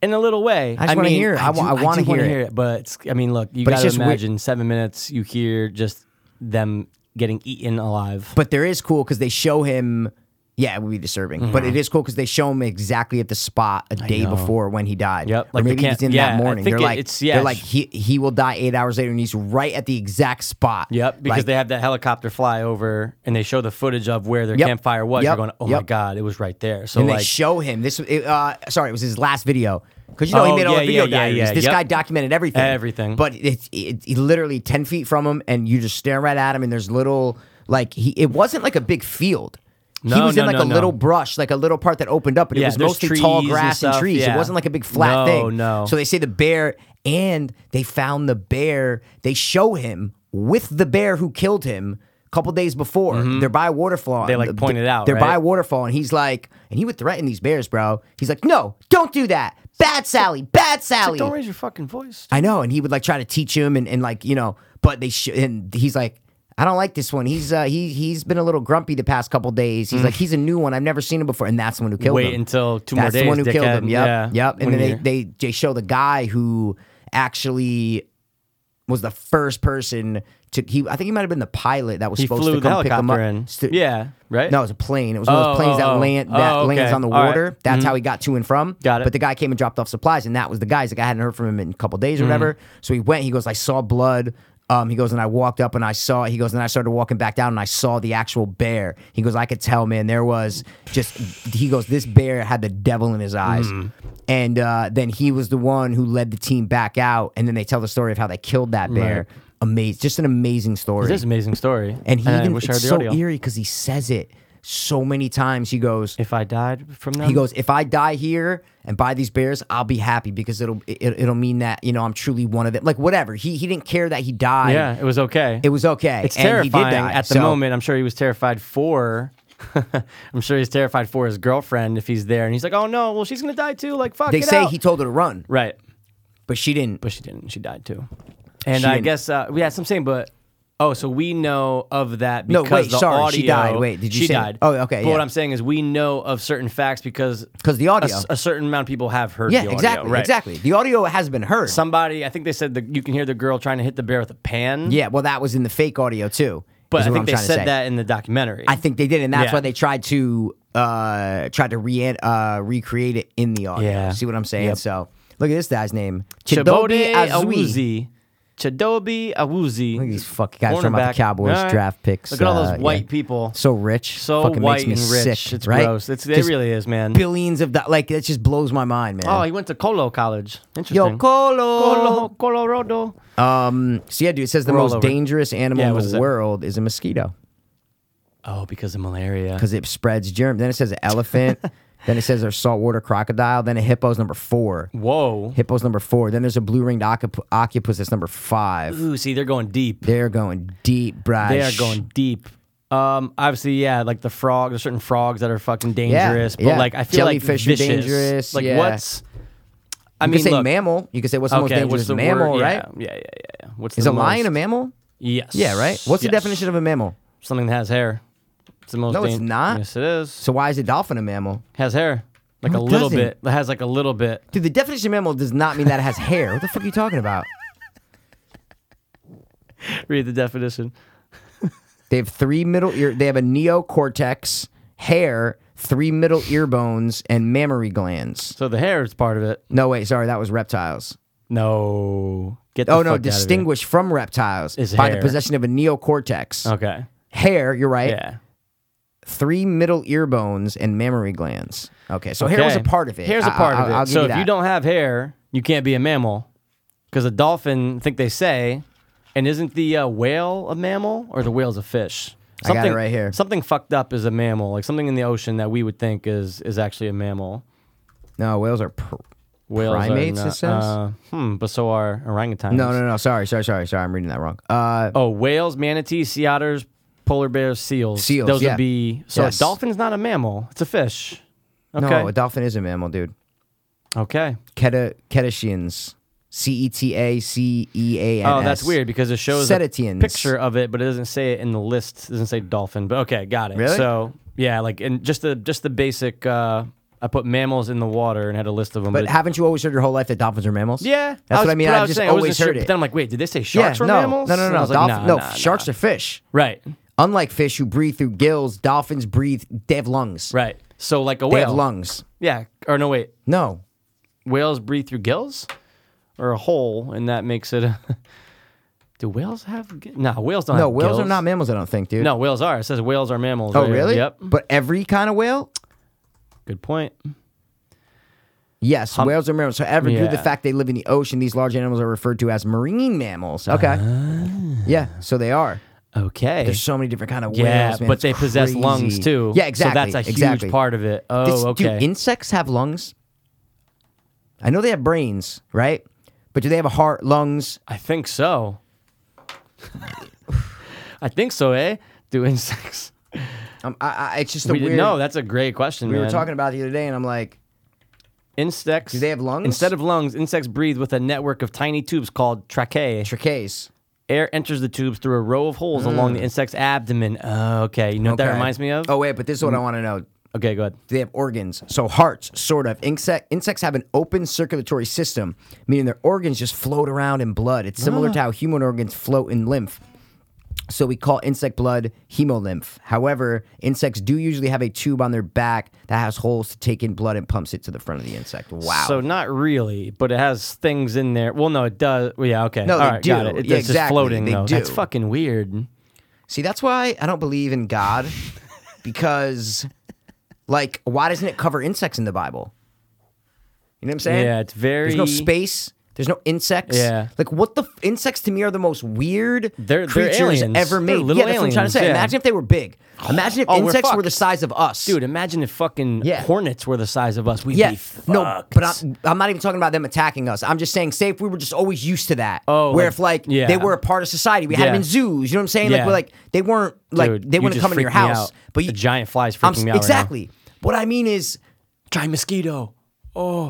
S1: in a little way.
S2: I just wanna
S1: mean,
S2: hear it. I wa-
S1: do-
S2: I wanna
S1: do wanna
S2: hear it.
S1: But it's, I mean, look, you
S2: But it's
S1: gotta
S2: just weird.
S1: imagine seven minutes. You hear just them getting eaten alive.
S2: But there is cool because they show him. Yeah, it would be disturbing, but it is cool because they show him exactly at the spot a day
S1: Mm-hmm. know.
S2: before when he died.
S1: Yep,
S2: Or
S1: like they
S2: maybe
S1: can't-
S2: he's in
S1: yeah, I
S2: that morning.
S1: think
S2: They're
S1: it-
S2: like,
S1: it's- yeah,
S2: they're like
S1: sh-
S2: he he will die eight hours later, and he's right at the exact spot.
S1: Yep, because
S2: Like,
S1: they have that helicopter fly over and they show the footage of where their
S2: Yep.
S1: campfire was. You're
S2: Yep.
S1: going, oh my
S2: Yep.
S1: god, it was right there. So
S2: and they
S1: like,
S2: show him this. It, uh, sorry, it was his last video because you know
S1: Oh,
S2: he made all
S1: yeah,
S2: the video
S1: yeah, yeah,
S2: diaries.
S1: yeah,
S2: This
S1: yep.
S2: guy documented everything,
S1: Everything.
S2: But it's it, it, literally ten feet from him, and you just stare right at him, and there's little like he. It wasn't like a big field. he
S1: No,
S2: was
S1: no,
S2: in like
S1: no,
S2: a
S1: no.
S2: little brush, like a little part that opened up, but
S1: Yeah,
S2: it was
S1: there's
S2: mostly
S1: trees
S2: tall
S1: and
S2: grass and,
S1: stuff,
S2: trees.
S1: yeah.
S2: It wasn't like a big
S1: No,
S2: flat thing.
S1: no.
S2: So they say the bear, and they found the bear. They show him with the bear who killed him a couple days before. They're by a waterfall.
S1: Mm-hmm. They, like,
S2: Th-
S1: pointed out,
S2: They're by
S1: right?
S2: a waterfall, and he's like, and he would threaten these bears, bro. He's like, no, don't do that. Bad Sally, bad Sally.
S1: don't raise your fucking voice.
S2: I know, and he would like try to teach him, and, and like you know, but they sh- and he's like, I don't like this one. He's uh, he he's been a little grumpy the past couple days. He's like, he's a new one. I've never seen him before, and that's the one who killed him.
S1: Mm. Wait until two more
S2: That's
S1: days,
S2: the one who killed
S1: dickhead.
S2: him. Yep,
S1: Yeah.
S2: yep. And
S1: One
S2: then they,
S1: year.
S2: they they show the guy who actually was the first person to he. I think he might have been the pilot that was
S1: He
S2: supposed
S1: flew
S2: to
S1: the
S2: come pick him up.
S1: helicopter in.
S2: Stu-
S1: Yeah, right.
S2: no, it was a plane. It was one of
S1: Oh,
S2: those planes
S1: oh,
S2: that
S1: oh.
S2: land that
S1: Oh, okay.
S2: lands on the
S1: All right. Mm-hmm.
S2: water. That's how he got to and from.
S1: Got it.
S2: But the guy came and dropped off supplies, and that was the guy. He's like, I hadn't heard from him in a couple days or
S1: Mm-hmm.
S2: whatever. So he went. He goes, I saw blood. Um, he goes, and I walked up and I saw. He goes, and I started walking back down and I saw the actual bear. He goes, I could tell, man. There was just. He goes, this bear had the devil in his eyes.
S1: Mm.
S2: And uh, then he was the one who led the team back out. And then they tell the story of how they killed that bear. Amazing, just an amazing story.
S1: This is an amazing story.
S2: And he
S1: I
S2: even
S1: wish I
S2: it's
S1: heard the
S2: so
S1: audio.
S2: eerie because he says it so many times. He goes,
S1: If I died from that,
S2: he goes, if I die here and by these bears, I'll be happy because it'll it, it'll mean that you know I'm truly one of them. Like whatever. He he didn't care that he died.
S1: Yeah, it was okay.
S2: it was okay.
S1: It's
S2: and he did
S1: terrifying
S2: die.
S1: at the
S2: So,
S1: moment. I'm sure he was terrified for. I'm sure he's terrified for his girlfriend if he's there, and he's like, "Oh no, well she's gonna die too." Like fuck.
S2: They
S1: get
S2: say
S1: out."
S2: he told her to run,
S1: right,
S2: but she didn't.
S1: but she didn't. She died too. And
S2: She
S1: I
S2: didn't.
S1: guess uh, we had some saying, but oh, so we know of that
S2: No,
S1: because
S2: wait,
S1: the
S2: sorry,
S1: audio.
S2: she died. Wait, did you
S1: she
S2: say-
S1: died?
S2: oh, okay,
S1: But what
S2: yeah.
S1: I'm saying is we know of certain facts because
S2: 'Cause the
S1: a
S2: audio.
S1: s- A, certain amount of people have heard.
S2: Yeah,
S1: the audio,
S2: exactly,
S1: right.
S2: exactly. The audio has been heard.
S1: Somebody, I think they said that you can hear the girl trying to hit the bear with a pan.
S2: yeah, well, that was in the fake audio too.
S1: but
S2: is
S1: I
S2: what
S1: think
S2: I'm
S1: they
S2: trying to
S1: said
S2: say.
S1: that in the documentary.
S2: I think they did, and that's
S1: Yeah.
S2: why they tried to uh tried to re uh recreate it in the audio.
S1: Yeah.
S2: See what I'm saying?
S1: Yep.
S2: So look at this guy's name.
S1: Chidobe
S2: Chidobe Azui.
S1: Awuzie. Chidobe Awuzie.
S2: Look at these fuck guys talking about
S1: Cornerback.
S2: the Cowboys
S1: All right.
S2: draft picks.
S1: Look at all
S2: uh,
S1: those white
S2: yeah.
S1: people.
S2: So rich.
S1: So
S2: Fucking
S1: white
S2: makes me
S1: and rich.
S2: sick,
S1: It's
S2: right?
S1: gross. It's, it
S2: Just
S1: really is, man.
S2: Billions of do- like it just blows my mind, man.
S1: Oh, he went to Colo College. Interesting.
S2: Yo, Colo.
S1: Colo, Colorado.
S2: Um, so yeah, dude, it says the
S1: Roll
S2: most
S1: over.
S2: dangerous animal
S1: Yeah, what
S2: in
S1: does
S2: the
S1: it-
S2: world is a mosquito
S1: Oh, because of malaria.
S2: because it spreads germ. Then it says an elephant. then it says a saltwater crocodile. Then a hippo's number four.
S1: Whoa.
S2: Hippo's number four. Then there's a blue ringed octop- octopus that's number five.
S1: Ooh, see, they're going deep.
S2: They're going deep, Bryce.
S1: They are going deep. Um, obviously, yeah, like the frog. There's certain frogs that are fucking dangerous, but
S2: yeah.
S1: like I feel
S2: Jellyfish are
S1: like vicious.
S2: dangerous,
S1: Like
S2: yeah.
S1: what's? I
S2: You
S1: mean,
S2: could say
S1: look,
S2: mammal. You could say what's the most
S1: okay,
S2: dangerous
S1: what's the
S2: mammal,
S1: word?
S2: right?
S1: Yeah, yeah, yeah, yeah. yeah. What's
S2: Is
S1: the
S2: a lion
S1: most-
S2: a mammal?
S1: Yes.
S2: Yeah, right. What's the
S1: Yes.
S2: definition of a mammal?
S1: Something that has hair. It's the most.
S2: No, it's
S1: dang-
S2: not.
S1: Yes, it is.
S2: So why is a dolphin a mammal?
S1: Has hair, like
S2: No,
S1: a
S2: it
S1: little
S2: doesn't.
S1: bit. It has like a little bit.
S2: Dude, the definition of mammal does not mean that it has hair. What the fuck are you talking about?
S1: Read the definition.
S2: They have three middle ear. They have a neocortex, hair, three middle ear bones, and mammary glands.
S1: So the hair is part of it.
S2: No, wait, sorry, that was reptiles.
S1: No. Get the
S2: Oh no,
S1: fuck outta here.
S2: distinguished from reptiles
S1: Is
S2: by
S1: hair.
S2: the possession of a neocortex,
S1: Okay.
S2: hair. You're right.
S1: Yeah.
S2: Three middle ear bones and mammary glands. Okay, so hair was a
S1: Okay.
S2: part of it.
S1: Hair's
S2: a
S1: a part
S2: I,
S1: of it.
S2: I'll give
S1: so
S2: you
S1: if you
S2: that.
S1: don't have hair, you can't be a mammal. Because a dolphin, I think they say, and isn't the uh, whale a mammal or the whale's a fish?
S2: I got it right here.
S1: Something fucked up is a mammal, like something in the ocean that we would think is is actually a mammal.
S2: no, whales are. Pr-
S1: Whales
S2: Primates,
S1: are
S2: it
S1: not,
S2: says?
S1: Uh, hmm, but so are orangutans.
S2: no, no, no. Sorry, sorry, sorry, sorry. I'm reading that wrong. Uh,
S1: Oh, whales, manatees, sea otters, polar bears, seals.
S2: Seals,
S1: Those
S2: yeah.
S1: would be. So
S2: Yes.
S1: a dolphin's not a mammal. It's a fish. Okay.
S2: no, a dolphin is a mammal, dude.
S1: okay.
S2: Ceta Cetaceans. C E T A C E A N.
S1: Oh, that's weird because it shows a
S2: Cetaceans.
S1: picture of it, but it doesn't say it in the list. It doesn't say dolphin, but okay, got it.
S2: Really?
S1: So yeah, like and just the just the basic. Uh, I put mammals in the water and had a list of them.
S2: But
S1: it-
S2: haven't you always heard your whole life that dolphins are mammals?
S1: yeah,
S2: that's what I
S1: was-
S2: mean.
S1: but
S2: I've
S1: was
S2: just
S1: saying, I wasn't
S2: always
S1: sure,
S2: heard
S1: But
S2: it.
S1: then I'm like, wait, did they say sharks
S2: yeah,
S1: were
S2: no,
S1: mammals?
S2: no, no,
S1: And I
S2: no,
S1: was
S2: no.
S1: like,
S2: Dolphin,
S1: nah,
S2: no,
S1: nah,
S2: sharks
S1: nah.
S2: are fish.
S1: right,
S2: Unlike fish who breathe through gills, dolphins breathe. They have lungs.
S1: right. So like a
S2: They
S1: whale,
S2: have lungs.
S1: yeah, or no, wait,
S2: No,
S1: whales breathe through gills or a hole, and that makes it. A, do whales have? gi- No, whales don't.
S2: no,
S1: have
S2: whales are
S1: gills.
S2: not mammals. I don't think, dude.
S1: No, whales are. It says whales are mammals.
S2: Oh,
S1: right here.
S2: really?
S1: Yep.
S2: But every kind of whale.
S1: Good point.
S2: Yes, whales are mammals. So, ever due to the
S1: Yeah.
S2: fact they live in the ocean, these large animals are referred to as marine mammals. Okay.
S1: Ah.
S2: yeah, so they are.
S1: Okay.
S2: There's so many different kind of
S1: yeah,
S2: whales, man.
S1: but
S2: It's
S1: they possess
S2: crazy.
S1: lungs too.
S2: Yeah, exactly.
S1: So that's a
S2: exactly.
S1: huge part of it. Oh,
S2: This-
S1: okay.
S2: Dude, insects have lungs. I know they have brains, right? But do they have a heart, lungs?
S1: I think so. I think so, eh? Do insects?
S2: Um, I, I, it's just a
S1: We
S2: weird.
S1: didn't know. That's a great question.
S2: we were
S1: man.
S2: talking about it the other day, and I'm like,
S1: insects. Do
S2: they have lungs?
S1: Instead of lungs, insects breathe with a network of tiny tubes called tracheae.
S2: trichase.
S1: Air enters the tubes through a row of holes along the insect's abdomen. Oh, okay. You know what that
S2: Mm. Okay.
S1: reminds me of?
S2: Oh wait, but this is what I want to know.
S1: okay. Go ahead.
S2: Do they have organs? So hearts, sort of. Insect insects have an open circulatory system, meaning their organs just float around in blood. It's similar
S1: Ah.
S2: to how human organs float in lymph. So we call insect blood hemolymph. However, insects do usually have a tube on their back that has holes to take in blood and pumps it to the front of the insect. Wow.
S1: So not really, but it has things in there. Well, no, it does. well, Yeah, okay.
S2: No, they
S1: All right, got
S2: do.
S1: it. It-
S2: Yeah,
S1: it's just
S2: exactly.
S1: floating
S2: They
S1: though.
S2: do.
S1: That's fucking weird.
S2: See, that's why I don't believe in God because like why doesn't it cover insects in the Bible? You know what I'm saying?
S1: Yeah, it's very.
S2: There's no space. There's no insects.
S1: Yeah.
S2: Like what the f- insects to me are the most weird
S1: They're- they're
S2: creatures
S1: aliens.
S2: ever made.
S1: They're little
S2: yeah, that's what I'm trying to
S1: aliens,
S2: say.
S1: yeah.
S2: Imagine if they were big. Imagine if
S1: Oh, we're
S2: insects were the
S1: fucked.
S2: size of us,
S1: Dude, imagine if fucking
S2: Yeah.
S1: hornets were the size of us. We'd
S2: Yeah.
S1: be fucked.
S2: No, but I'm, I'm not even talking about them attacking us. I'm just saying, say if we were just always used to that.
S1: Oh,
S2: where
S1: like-
S2: if like
S1: yeah.
S2: they were a part of society, we had
S1: Yeah.
S2: them in zoos. You know what I'm saying? Like
S1: Yeah.
S2: we're like they weren't like
S1: Dude,
S2: they
S1: you
S2: wouldn't
S1: just
S2: come into your
S1: freaked me
S2: house.
S1: out.
S2: But you,
S1: the giant flies freaking
S2: I'm
S1: me out. right now.
S2: exactly. what I mean is
S1: Giant mosquito.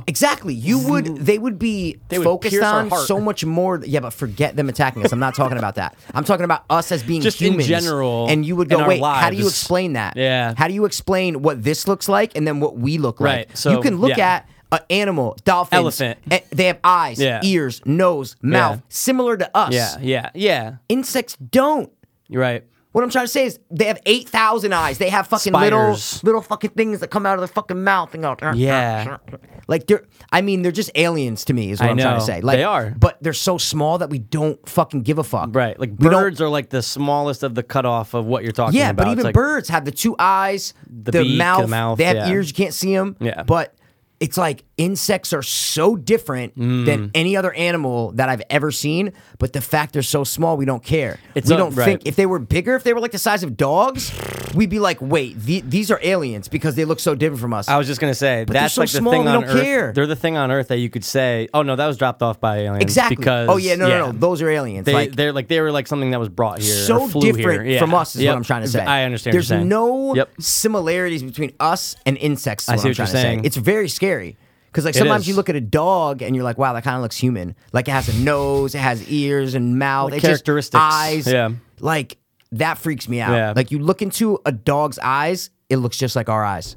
S2: Exactly. You would. They would be
S1: would
S2: focused
S1: pierce our
S2: on
S1: heart.
S2: so much more. Yeah, but forget them attacking us. I'm not talking about that. I'm talking about us as being
S1: Just in
S2: humans
S1: general,
S2: And you would
S1: in
S2: go,
S1: our
S2: wait, how do you
S1: lives."
S2: explain that?
S1: Yeah.
S2: How do you explain what this looks like and then what we look like?
S1: Right, so,
S2: you can look
S1: yeah.
S2: at an animal, dolphins,
S1: Elephant.
S2: and they have eyes,
S1: Yeah.
S2: ears, nose, mouth,
S1: Yeah.
S2: similar to us.
S1: Yeah, yeah, yeah.
S2: Insects don't.
S1: You're right.
S2: What I'm trying to say is they have eight thousand eyes. They have fucking
S1: Spiders.
S2: little little fucking things that come out of their fucking mouth and go. "Arr,
S1: Yeah.
S2: arr, arr." Like they're I mean, they're just aliens to me, is what
S1: I
S2: I am trying to
S1: know.
S2: say. Like
S1: They are.
S2: But they're so small that we don't fucking give a fuck.
S1: Right. Like
S2: We don't-
S1: birds are like the smallest of the cutoff of what you're talking
S2: Yeah,
S1: about.
S2: but
S1: It's
S2: even
S1: like-
S2: birds have the two eyes, the,
S1: beak, the
S2: mouth,
S1: mouth,
S2: They have
S1: yeah.
S2: ears, you can't see them.
S1: Yeah.
S2: But it's like insects are so different
S1: Mm.
S2: than any other animal that I've ever seen. But the fact they're so small, we don't care.
S1: It's
S2: we
S1: a-
S2: don't
S1: right.
S2: think if they were bigger, if they were like the size of dogs, we'd be like, wait, the, these are aliens because they look so different from us.
S1: I was just gonna say
S2: they're
S1: that's
S2: so
S1: like the
S2: small,
S1: thing
S2: we
S1: on
S2: don't
S1: Earth.
S2: care.
S1: They're the thing on Earth that you could say, "Oh no, that was dropped off by aliens."
S2: exactly.
S1: Because
S2: oh yeah, no, no, no. Those are aliens.
S1: They,
S2: like
S1: they're like they were like something that was brought here,
S2: so
S1: or flew
S2: different
S1: here. Yeah.
S2: from us is
S1: Yep.
S2: what I'm trying to say.
S1: I understand. what
S2: There's
S1: you're saying.
S2: no
S1: Yep.
S2: similarities between us and insects. Is
S1: I
S2: what
S1: see
S2: I'm
S1: what you're
S2: trying to
S1: saying.
S2: Say. It's very scary because like sometimes
S1: is.
S2: you look at a dog and you're like, wow, that kind of looks human. Like it has a nose, it has ears and mouth,
S1: Like
S2: It just-
S1: characteristics.
S2: eyes.
S1: Yeah.
S2: like that freaks me out.
S1: Yeah.
S2: Like you look into a dog's eyes, it looks just like our eyes,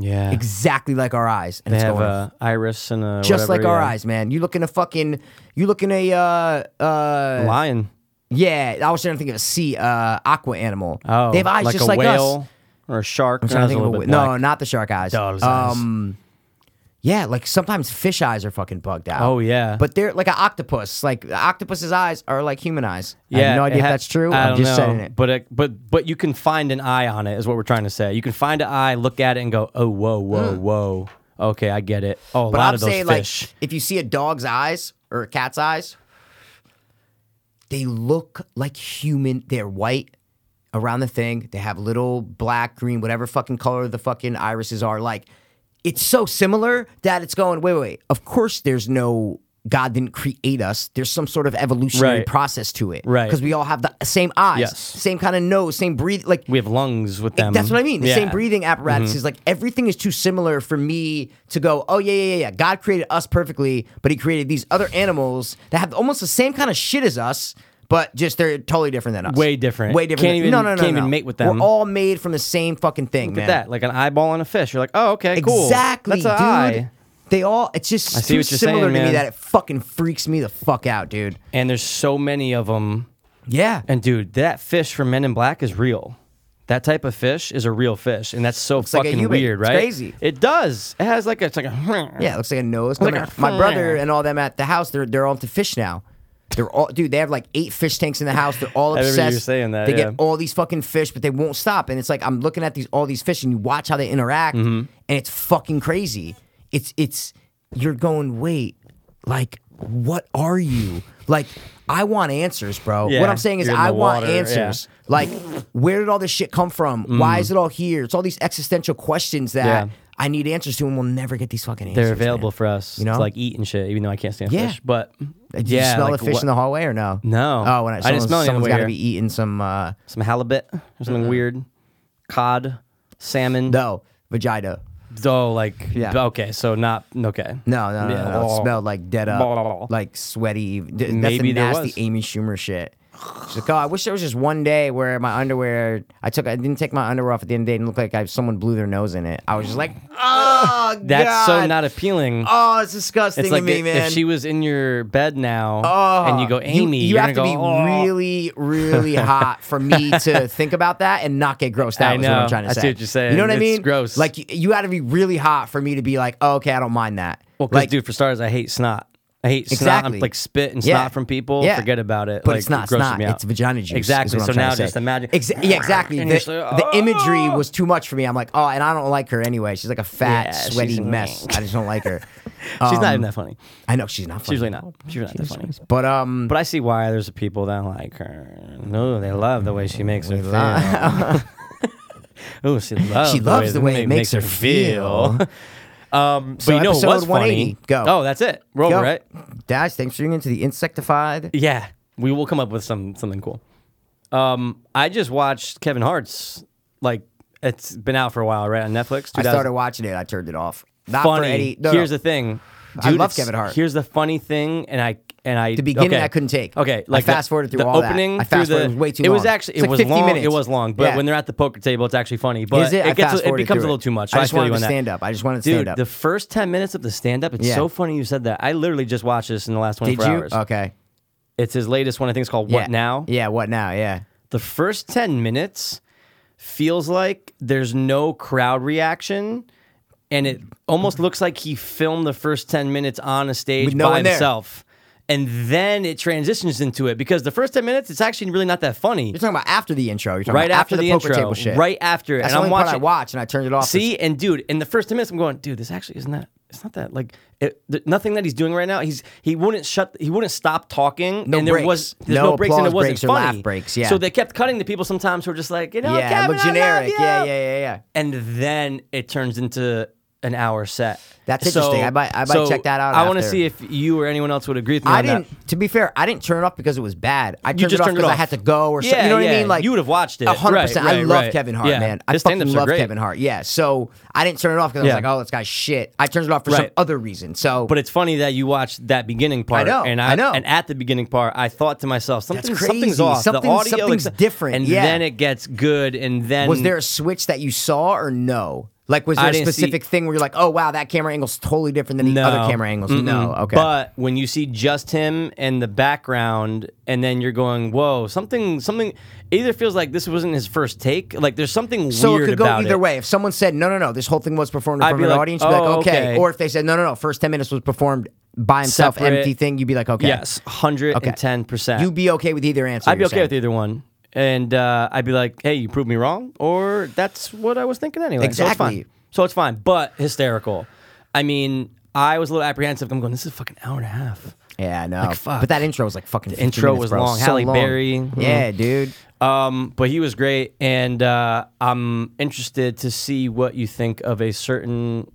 S1: Yeah.
S2: exactly like our eyes, and
S1: They
S2: it's
S1: have
S2: going
S1: a iris and a
S2: just
S1: whatever,
S2: like our
S1: yeah.
S2: eyes, man. You look in a fucking, you look in a uh uh
S1: Lion.
S2: Yeah, I was trying to think of a sea uh, aqua animal.
S1: Oh,
S2: they have eyes
S1: like
S2: just
S1: a
S2: like
S1: whale
S2: us.
S1: or a shark.
S2: I'm trying to
S1: That's
S2: think
S1: a
S2: of a
S1: little
S2: wh-
S1: bit
S2: no,
S1: black.
S2: not the shark eyes.
S1: Doll's eyes.
S2: um, yeah, like sometimes fish eyes are fucking bugged out.
S1: Oh, yeah.
S2: but they're like an octopus. Like the octopus's eyes are like human eyes. I
S1: Yeah,
S2: have no
S1: it
S2: idea
S1: ha-
S2: if that's true.
S1: I
S2: I'm
S1: don't
S2: just
S1: know,
S2: saying it.
S1: But it, but but you can find an eye on it is what we're trying to say. You can find an eye, look at it, and go, oh whoa whoa whoa. Okay, I get it. Oh, a
S2: Hmm. But
S1: lot
S2: I'm
S1: of those
S2: saying
S1: fish.
S2: like if you see a dog's eyes or a cat's eyes, they look like human. They're white around the thing. They have little black, green, whatever fucking color the fucking irises are. Like it's so similar that it's going. Wait, wait. wait. Of course, there's no. God didn't create us. There's some sort of evolutionary
S1: Right.
S2: process to it,
S1: Right.
S2: Because we all have the same eyes,
S1: Yes.
S2: same kind of nose, same breathe. Like
S1: we have lungs with them.
S2: that's what I mean. The same
S1: Mm-hmm. Yeah. Mm-hmm.
S2: breathing apparatus is like everything is too similar for me to go, oh, yeah, yeah, yeah, yeah. God created us perfectly, but he created these other animals that have almost the same kind of shit as us, but just they're totally different than us.
S1: Way different.
S2: Way different.
S1: Can't
S2: than-
S1: even-
S2: no, no, no.
S1: can't
S2: no.
S1: even mate with them.
S2: We're all made from the same fucking thing,
S1: Look
S2: man.
S1: at that, like an eyeball on a fish. You're like, oh okay, cool.
S2: Exactly,
S1: That's an
S2: dude.
S1: eye.
S2: They all, it's just
S1: see
S2: too
S1: what you're
S2: similar
S1: saying,
S2: to me
S1: man.
S2: that it fucking freaks me the fuck out, dude.
S1: And there's so many of them.
S2: Yeah.
S1: And dude, that fish from Men in Black is real. That type of fish is a real fish, and that's so
S2: like a
S1: fucking
S2: human.
S1: weird,
S2: It's
S1: right?
S2: crazy.
S1: It does. It has like a, it's like a
S2: Yeah, it looks like a nose.
S1: Like
S2: coming
S1: a
S2: out. my
S1: fin.
S2: brother and all them at the house, they're they're all into fish now. They're all dude. They have like eight fish tanks in the house. They're all
S1: I remember you
S2: obsessed.
S1: were saying that,
S2: they
S1: yeah.
S2: get all these fucking fish, but they won't stop. And it's like I'm looking at these all these fish, and you watch how they interact,
S1: Mm-hmm.
S2: and it's fucking crazy. It's it's you're going wait, like what are you like? I want answers, bro.
S1: Yeah,
S2: what I'm saying is
S1: you're in
S2: I
S1: the
S2: want
S1: water, yeah.
S2: answers. Like, where did all this shit come from? Why is it all here? It's all these existential questions that
S1: Mm. Yeah.
S2: I need answers to, and we'll never get these fucking answers.
S1: They're
S2: man.
S1: available for us. You know,
S2: know?
S1: to like eat and shit. Even though I can't stand
S2: Yeah.
S1: fish, but
S2: Did
S1: yeah,
S2: you smell
S1: like
S2: the fish
S1: what-
S2: in the hallway or no?
S1: No.
S2: Oh, when
S1: I
S2: it,
S1: didn't
S2: someone,
S1: smell it on the
S2: someone's
S1: way
S2: got to
S1: here.
S2: be eating some uh,
S1: some halibut, or something
S2: Uh-huh.
S1: weird, cod, salmon.
S2: no vagina.
S1: Oh, like
S2: Yeah.
S1: okay, so not okay.
S2: No, no, no,
S1: Yeah.
S2: no, no. It smelled like dead up,
S1: Blah, blah, Oh. blah.
S2: like sweaty. d- That's
S1: Maybe
S2: Maybe
S1: there
S2: the nasty
S1: was.
S2: Amy Schumer shit. She's like, oh, I wish there was just one day where my underwear, I took, I didn't take my underwear off at the end of the day and looked like I, someone blew their nose in it. I was just like, oh,
S1: That's so
S2: God.
S1: not appealing.
S2: Oh, it's disgusting
S1: it's like
S2: to me,
S1: if,
S2: man.
S1: if she was in your bed now
S2: Oh,
S1: and you go, Amy,
S2: you,
S1: are
S2: have to
S1: gonna
S2: be
S1: go, "Oh."
S2: really, really hot for me to think about that and not get grossed out.
S1: I
S2: is what
S1: know.
S2: I'm trying to
S1: I
S2: say.
S1: see what you're saying.
S2: You know what
S1: It's
S2: I mean?
S1: gross.
S2: Like you, you got to be really hot for me to be like, oh, okay, I don't mind that.
S1: Well, 'cause,
S2: like,
S1: dude, for starters, I hate snot. I hate snot. I'm
S2: Exactly.
S1: like spit and
S2: Yeah.
S1: snot from people.
S2: Yeah.
S1: Forget about it.
S2: But
S1: Like,
S2: it's not
S1: it grosses
S2: snot.
S1: me out.
S2: It's vagina juice. is
S1: Exactly.
S2: what I'm
S1: So
S2: trying
S1: now
S2: to say.
S1: just imagine.
S2: Exa- yeah, exactly.
S1: And
S2: The,
S1: you're just like,
S2: the imagery
S1: "Oh."
S2: was too much for me. I'm like, oh, and I don't like her anyway. She's like a fat,
S1: Yeah, she's
S2: sweaty
S1: annoying.
S2: mess. I just don't like her.
S1: She's not
S2: Um,
S1: even that funny.
S2: I know she's not. Funny.
S1: She's really not. She's really not that funny.
S2: But um,
S1: But I see why there's people that like her. No, they love the way she makes her feel.
S2: love-
S1: oh, she loves.
S2: She loves the way it
S1: ma-
S2: makes her
S1: um, but
S2: So
S1: you know
S2: episode
S1: what's funny?
S2: 180, go.
S1: Oh, that's it. We're over,
S2: Yo,
S1: right?
S2: Dash, thanks for tuning into the insectified.
S1: Yeah, we will come up with some something cool. Um, I just watched Kevin Hart's. Like, it's been out for a while, right? On Netflix. 2000
S2: I started watching it. I turned it off. Not for
S1: funny.
S2: any. No,
S1: here's
S2: no.
S1: the thing.
S2: I love
S1: it's-
S2: Kevin Hart.
S1: Here's the funny thing, and I and I
S2: The beginning
S1: okay.
S2: I couldn't take.
S1: Okay,
S2: I
S1: like the-
S2: fast-forwarded through
S1: the
S2: all that.
S1: opening.
S2: I
S1: through the-
S2: fast-forwarded way too
S1: It was
S2: long.
S1: actually
S2: It's
S1: it
S2: like
S1: was
S2: 50
S1: long. It
S2: minutes.
S1: was long, but
S2: Yeah.
S1: when they're at the poker table, it's actually funny. But
S2: Is it? I
S1: gets it
S2: fast-forwarded
S1: becomes a
S2: through
S1: little
S2: it.
S1: too much.
S2: I
S1: so
S2: just
S1: feel
S2: wanted
S1: you
S2: to
S1: on that.
S2: stand up. I just wanted to
S1: Dude,
S2: stand up.
S1: the first ten minutes of the stand up, it's
S2: Yeah.
S1: so funny you said that. I literally just watched this in the last twenty
S2: Did
S1: four
S2: you?
S1: hours.
S2: Okay.
S1: It's his latest one. I think it's called
S2: Yeah.
S1: What Now.
S2: Yeah. What now? Yeah.
S1: The first ten minutes feels like there's no crowd reaction. And it almost looks like he filmed the first 10 minutes on a stage
S2: With no
S1: by
S2: one there.
S1: himself. And then it transitions into it because the first 10 minutes, it's actually really not that funny.
S2: You're talking about after the intro. You're talking
S1: Right
S2: about
S1: after
S2: after,
S1: the
S2: the, poker
S1: intro,
S2: table shit.
S1: right after it.
S2: That's
S1: And
S2: the
S1: I'm
S2: only part I
S1: watching-
S2: watched, and I turned it off.
S1: See, and dude, in the first 10 minutes, I'm going, dude, this actually isn't that. It's not that like it, th- nothing that he's doing right now. He's he wouldn't shut. He wouldn't stop talking.
S2: No
S1: and there
S2: breaks.
S1: was there's no,
S2: No
S1: breaks and it
S2: applause
S1: wasn't
S2: breaks or
S1: funny.
S2: laugh breaks, yeah.
S1: So they kept cutting to people sometimes who were just like, you know,
S2: yeah, it
S1: Kevin,
S2: looked
S1: I love
S2: generic. Yeah, yeah,
S1: you."
S2: yeah, yeah.
S1: and then it turns into an hour set.
S2: That's interesting. I might- I might check that out
S1: I want to
S2: after.
S1: see if you or anyone else would agree with me.
S2: I
S1: on
S2: didn't.
S1: That.
S2: To be fair, I didn't turn it off because it was bad. I turned
S1: just
S2: it off
S1: turned it
S2: because I
S1: off.
S2: had to go or something.
S1: Yeah,
S2: You know what
S1: yeah.
S2: I mean? Like
S1: You would've watched it.
S2: A hundred
S1: Right,
S2: percent. I
S1: right,
S2: love
S1: right.
S2: Kevin Hart,
S1: Yeah.
S2: man. I
S1: His
S2: fucking
S1: stand-ups are
S2: love
S1: great.
S2: Kevin Hart. Yeah. So I didn't turn it off because
S1: Yeah.
S2: I was like, oh, this guy's shit. I turned it off for some
S1: Right.
S2: other reason. So,
S1: But it's funny that you watched that beginning part.
S2: know,
S1: And
S2: I know.
S1: And at the beginning part, I thought to myself, something, something's
S2: crazy.
S1: off. the
S2: Something-
S1: audio, like,
S2: something's different,
S1: And
S2: yeah.
S1: then it gets good. And then
S2: was there a switch that you saw or no? Like, was
S1: I
S2: there a
S1: didn't see-
S2: specific thing where you're like, oh wow, that camera angle's totally different than the other camera angles?
S1: Mm-mm.
S2: No, okay.
S1: But when you see just him and the background, and then you're going, "Whoa, something, something." it Either feels like this wasn't his first take. Like there's something
S2: so
S1: weird
S2: it could go
S1: about
S2: either
S1: it.
S2: way. If someone said, no, no, no, this whole thing was performed in
S1: I'd
S2: front
S1: be
S2: of an
S1: like,
S2: audience, you'd be
S1: "Oh,
S2: like, okay.
S1: okay.
S2: Or if they said, no, no, no, first 10 minutes was performed by himself,
S1: Separate.
S2: empty thing, you'd be like, okay.
S1: Yes, hundred and ten percent.
S2: You'd be okay with either answer.
S1: I'd be
S2: you're
S1: okay
S2: saying.
S1: with either one, and uh, I'd be like, "Hey, you proved me wrong," or "That's what I was thinking anyway." So it's
S2: Exactly.
S1: fine. So it's fine, but hysterical. I mean, I was a little apprehensive. I'm going, "This is a fucking hour and a half."
S2: Yeah, no.
S1: fuck.
S2: But that intro was like fucking. 50
S1: intro
S2: minutes,
S1: was
S2: bro.
S1: long.
S2: So
S1: Halle
S2: long.
S1: Berry. Mm-hmm.
S2: Yeah, dude.
S1: Um, but he was great, and uh, I'm interested to see what you think of a certain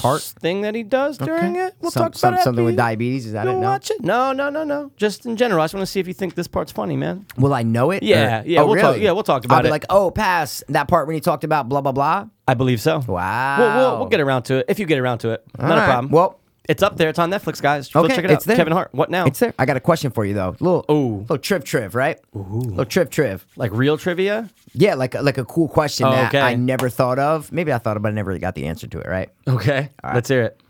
S1: part thing that he does during it. We'll
S2: Some-
S1: talk about it
S2: some-
S1: after
S2: something with
S1: you-
S2: diabetes, is that
S1: you
S2: it? No?
S1: Watch it? No, no, no, no. Just in general, I just want to see if you think this part's funny, man.
S2: Will I know it?
S1: Yeah, yeah,
S2: Oh,
S1: we'll
S2: really?
S1: talk- yeah, we'll talk about
S2: I'll be
S1: it.
S2: like, oh, pass that part when he talked about blah blah blah.
S1: I believe so.
S2: Wow.
S1: We'll, we'll, we'll get around to it if you get around to it. Not
S2: right.
S1: a problem.
S2: Well-
S1: it's up there. It's on Netflix, guys. Go
S2: Okay,
S1: check it out.
S2: it's there.
S1: Kevin Hart. What now?
S2: It's there. I got a question for you though. Little
S1: Oh. Ooh.
S2: little triv triv, right? Little triv triv.
S1: like real trivia.
S2: Yeah, like like a cool question that
S1: Okay.
S2: I never thought of. Maybe I thought of, but I never really got the answer to it. Right?
S1: Okay. Let's hear it.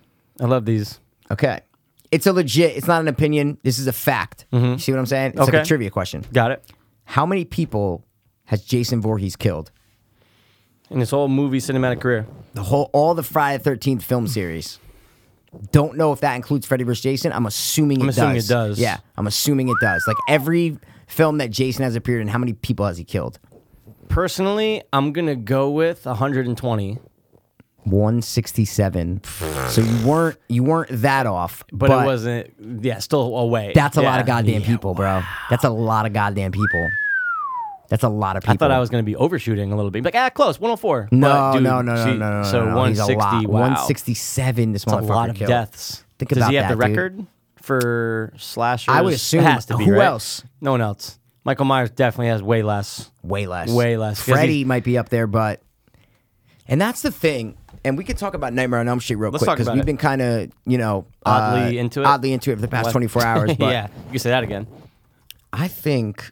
S1: I love these.
S2: Okay. It's a legit. It's not an opinion. This is a fact. You see what I'm saying? It's like
S1: Mm-hmm. Okay.
S2: a trivia question.
S1: Got it.
S2: How many people has Jason Voorhees killed?
S1: In his whole movie cinematic career.
S2: the whole all the Friday Thirteenth film series. Don't know if that includes Freddy vs. Jason. I'm assuming it
S1: I'm
S2: does.
S1: assuming it does.
S2: Yeah, I'm assuming it does. Like every film that Jason has appeared in, how many people has he killed?
S1: Personally, I'm gonna go with 120,
S2: 167. so you weren't you weren't that off,
S1: but, it wasn't. Yeah, still away.
S2: That's a lot of
S1: Yeah.
S2: goddamn
S1: Yeah.
S2: people, bro. That's a lot of goddamn people. That's a lot of people.
S1: I thought I was gonna be overshooting a little bit. Like ah, close 104.
S2: No,
S1: But, dude,
S2: no, no, no,
S1: see,
S2: no, no, no.
S1: So
S2: no, no. He's a
S1: 160.
S2: lot.
S1: Wow.
S2: 167. This
S1: That's
S2: motherfucker
S1: a lot of
S2: killed.
S1: deaths.
S2: Think
S1: Does
S2: about
S1: he have the
S2: that, dude.
S1: record for slashers?
S2: I would assume-
S1: it has to be.
S2: who
S1: right?
S2: else?
S1: No one else. Michael Myers definitely has way less.
S2: Way less.
S1: Way less, 'cause
S2: Freddy
S1: he's-
S2: might be up there, but and that's the thing. And we could talk about Nightmare on Elm Street real
S1: Let's
S2: quick
S1: talk
S2: because
S1: about
S2: we've
S1: it.
S2: been kind of you know
S1: Oddly
S2: uh,
S1: into it?
S2: oddly into it for the past
S1: What?
S2: twenty four hours. But
S1: yeah, you can say that again.
S2: I think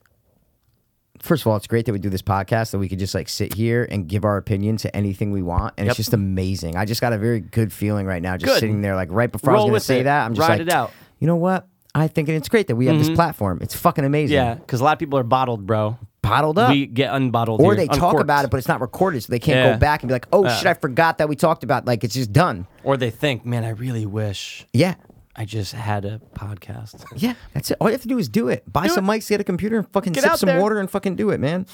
S2: first of all, it's great that we do this podcast that we could just like sit here and give our opinion to anything we want, and
S1: Yep.
S2: it's just amazing. I just got a very good feeling right now, just
S1: Good.
S2: sitting there like right before
S1: Roll
S2: I was going
S1: with
S2: to say
S1: it.
S2: that. I'm just
S1: Ride
S2: like,
S1: it out. Mm-hmm.
S2: you know what? I think and it's great that we have this platform. It's fucking amazing.
S1: Yeah, because a lot of people are bottled, bro.
S2: bottled up.
S1: We get unbottled,
S2: or
S1: here,
S2: they talk
S1: uncorked.
S2: about it, but it's not recorded, so they can't
S1: Yeah.
S2: go back and be like, "Oh
S1: Yeah.
S2: shit, I forgot that we talked about." Like it's just done.
S1: or they think, man, I really wish
S2: Yeah,
S1: I just had a podcast.
S2: yeah, that's it. All you have to do is do it. Buy
S1: Do
S2: some
S1: it.
S2: mics, get a computer, and fucking
S1: Get
S2: sip
S1: out
S2: some
S1: there.
S2: water and fucking do it, man.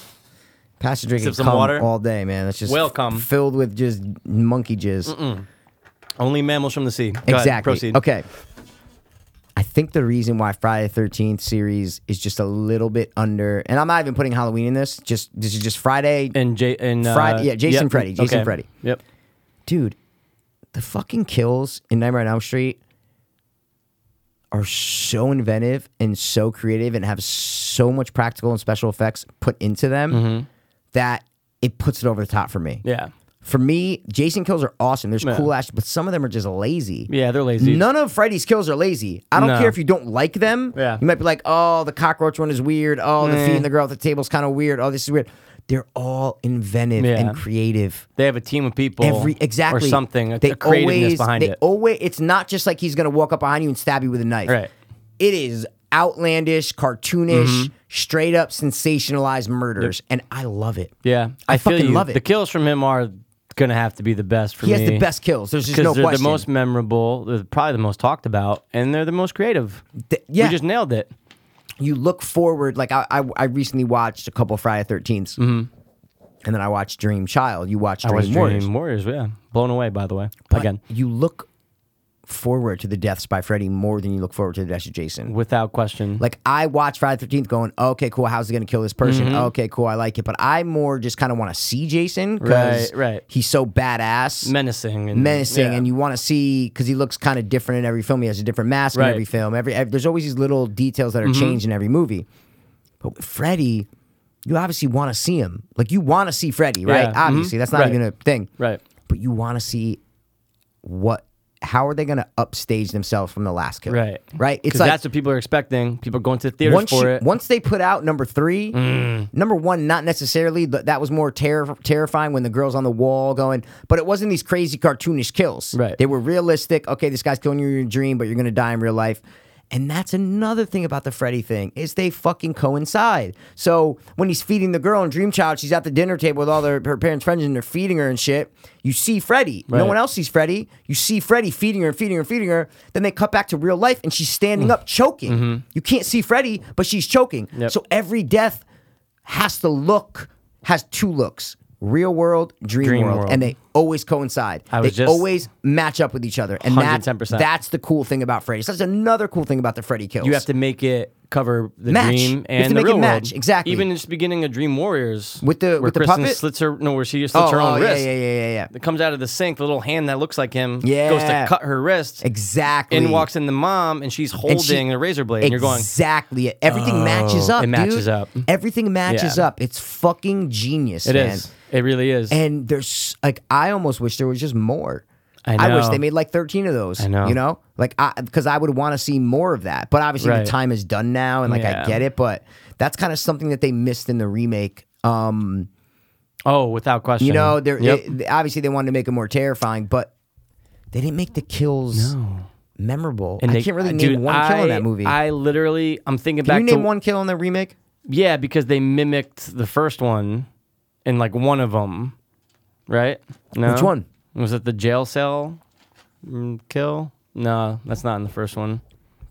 S2: Pastor drinking
S1: Sip some
S2: cum
S1: water.
S2: all day, man. That's just
S1: Well cum.
S2: filled with just monkey jizz.
S1: Only mammals from the sea. Go ahead,
S2: Exactly.
S1: proceed.
S2: Okay. I think the reason why Friday Thirteenth series is just a little bit under, and I'm not even putting Halloween in this. Just this is just Friday
S1: And Jay and uh,
S2: Friday- yeah, Jason Freddy, Jason
S1: okay.
S2: Freddy.
S1: Yep.
S2: dude, the fucking kills in Nightmare on Elm Street are so inventive and so creative and have so much practical and special effects put into them that it puts it over the top for me.
S1: Mm-hmm. Yeah.
S2: For me, Jason kills are awesome. There's
S1: Yeah.
S2: cool ass, but some of them are just lazy.
S1: Yeah, they're lazy.
S2: None of Freddy's kills are lazy. I don't
S1: No.
S2: care if you don't like them.
S1: Yeah. Mm.
S2: You might be like, oh, the cockroach one is weird. Oh, the feet and the girl at the table is kind of weird. Oh, this is weird. They're all inventive
S1: Yeah.
S2: and creative.
S1: They have a team of people.
S2: Every exactly
S1: or something. A, a creativeness
S2: always,
S1: behind
S2: they
S1: it.
S2: Always, it's not just like he's gonna walk up behind you and stab you with a knife.
S1: Right.
S2: It is outlandish, cartoonish,
S1: Mm-hmm.
S2: straight up sensationalized murders, and I love it.
S1: yeah,
S2: I,
S1: feel
S2: fucking
S1: you.
S2: love it.
S1: The kills from him are gonna have to be the best for
S2: he
S1: me.
S2: has the best kills. There's just
S1: because
S2: no
S1: they're
S2: question.
S1: the most memorable. They're probably the most talked about, and they're the most creative.
S2: Th- yeah.
S1: we just nailed it.
S2: you look forward. Like I, I, I recently watched a couple Friday Thirteenths, and then I watched Dream Child. You watched Dream
S1: Mm-hmm. I was
S2: Warriors.
S1: Dream Warriors. Yeah, blown away. By the way,
S2: But
S1: again,
S2: you look forward to the deaths by Freddy more than you look forward to the deaths of Jason.
S1: without question.
S2: Like I watch Friday Thirteenth, going, okay, cool. How's he gonna kill this person?
S1: Mm-hmm.
S2: Okay, cool. I like it, but I more just kind of want to see Jason because
S1: Right, right.
S2: he's so badass,
S1: menacing and yeah.
S2: menacing, and you want to see because he looks kind of different in every film. He has a different mask
S1: Right. Mm-hmm.
S2: in every film. Every, ev there's always these little details that are changed in every movie. But with Freddy, you obviously want to see him. Like you want to see Freddy, right?
S1: Yeah, mhm,
S2: Obviously, that's not
S1: right.
S2: even a thing,
S1: Right.
S2: But you want to see what how are they going to upstage themselves from the last killer?
S1: Right.
S2: Right. It's
S1: Because
S2: like
S1: that's what people are expecting. People are going to the theaters
S2: once
S1: for
S2: you-
S1: it. Mm.
S2: once they put out number three, number one, not necessarily, but that was more terror, terrifying when the girl's on the wall going. But it wasn't these crazy cartoonish kills.
S1: Right.
S2: They were realistic. Okay, this guy's killing you in your dream, but you're gonna die in real life. And that's another thing about the Freddy thing is they fucking coincide. So when he's feeding the girl in Dream Child, she's at the dinner table with all their, her parents' friends, and they're feeding her and shit. You see Freddy. No
S1: Right.
S2: one else sees Freddy. You see Freddy feeding her and feeding her and feeding her. Then they cut back to real life, and she's standing up choking. You can't see Freddy, but she's choking.
S1: Mm. Mm-hmm. Yep.
S2: So every death has to look has two looks: real world, dream,
S1: Dream
S2: world,
S1: world.
S2: and they always coincide.
S1: I
S2: they
S1: was just-
S2: always match up with each other, and that's
S1: 110%.
S2: that's the cool thing about Freddy. So that's another cool thing about the Freddy kills.
S1: you have to make it cover the
S2: Match. You
S1: dream
S2: have
S1: and
S2: to
S1: the
S2: make it
S1: real
S2: match,
S1: world.
S2: exactly.
S1: Even in just beginning of Dream Warriors
S2: With the-
S1: where
S2: with the
S1: Kristen
S2: puppet?
S1: slits her no where she slits
S2: oh,
S1: her own
S2: oh,
S1: wrist.
S2: yeah, yeah, yeah, yeah, yeah.
S1: It comes out of the sink. The little hand that looks like him goes
S2: Yeah.
S1: to cut her wrist.
S2: Exactly.
S1: In walks in the mom, and she's holding
S2: And she-
S1: a razor blade, and you're going, "Oh,
S2: exactly. it. Everything matches up.
S1: it matches
S2: dude.
S1: up.
S2: Everything matches
S1: Yeah.
S2: up. It's fucking genius.
S1: It is.
S2: man.
S1: It really is.
S2: And there's like I almost wish there was just more.
S1: I
S2: wish
S1: know.
S2: they made like 13 of those. I
S1: know.
S2: You know? Like I because I would want to see more of that. But obviously
S1: Right.
S2: the time is done now and like I
S1: Yeah.
S2: get it, but that's kind of something that they missed in the remake. Um,
S1: oh, without question.
S2: you know, they're
S1: Yep.
S2: it- obviously they wanted to make it more terrifying, but they didn't make the kills memorable.
S1: And
S2: I
S1: they- uh,
S2: can't really
S1: dude,
S2: name one kill in
S1: I-
S2: that movie.
S1: I literally, I'm thinking
S2: Can
S1: back
S2: you name
S1: to
S2: one kill in the remake?
S1: yeah, because they mimicked the first one, in like one of them, right? No?
S2: Which one?
S1: Was it the jail cell mm, kill? No, that's not in the first one.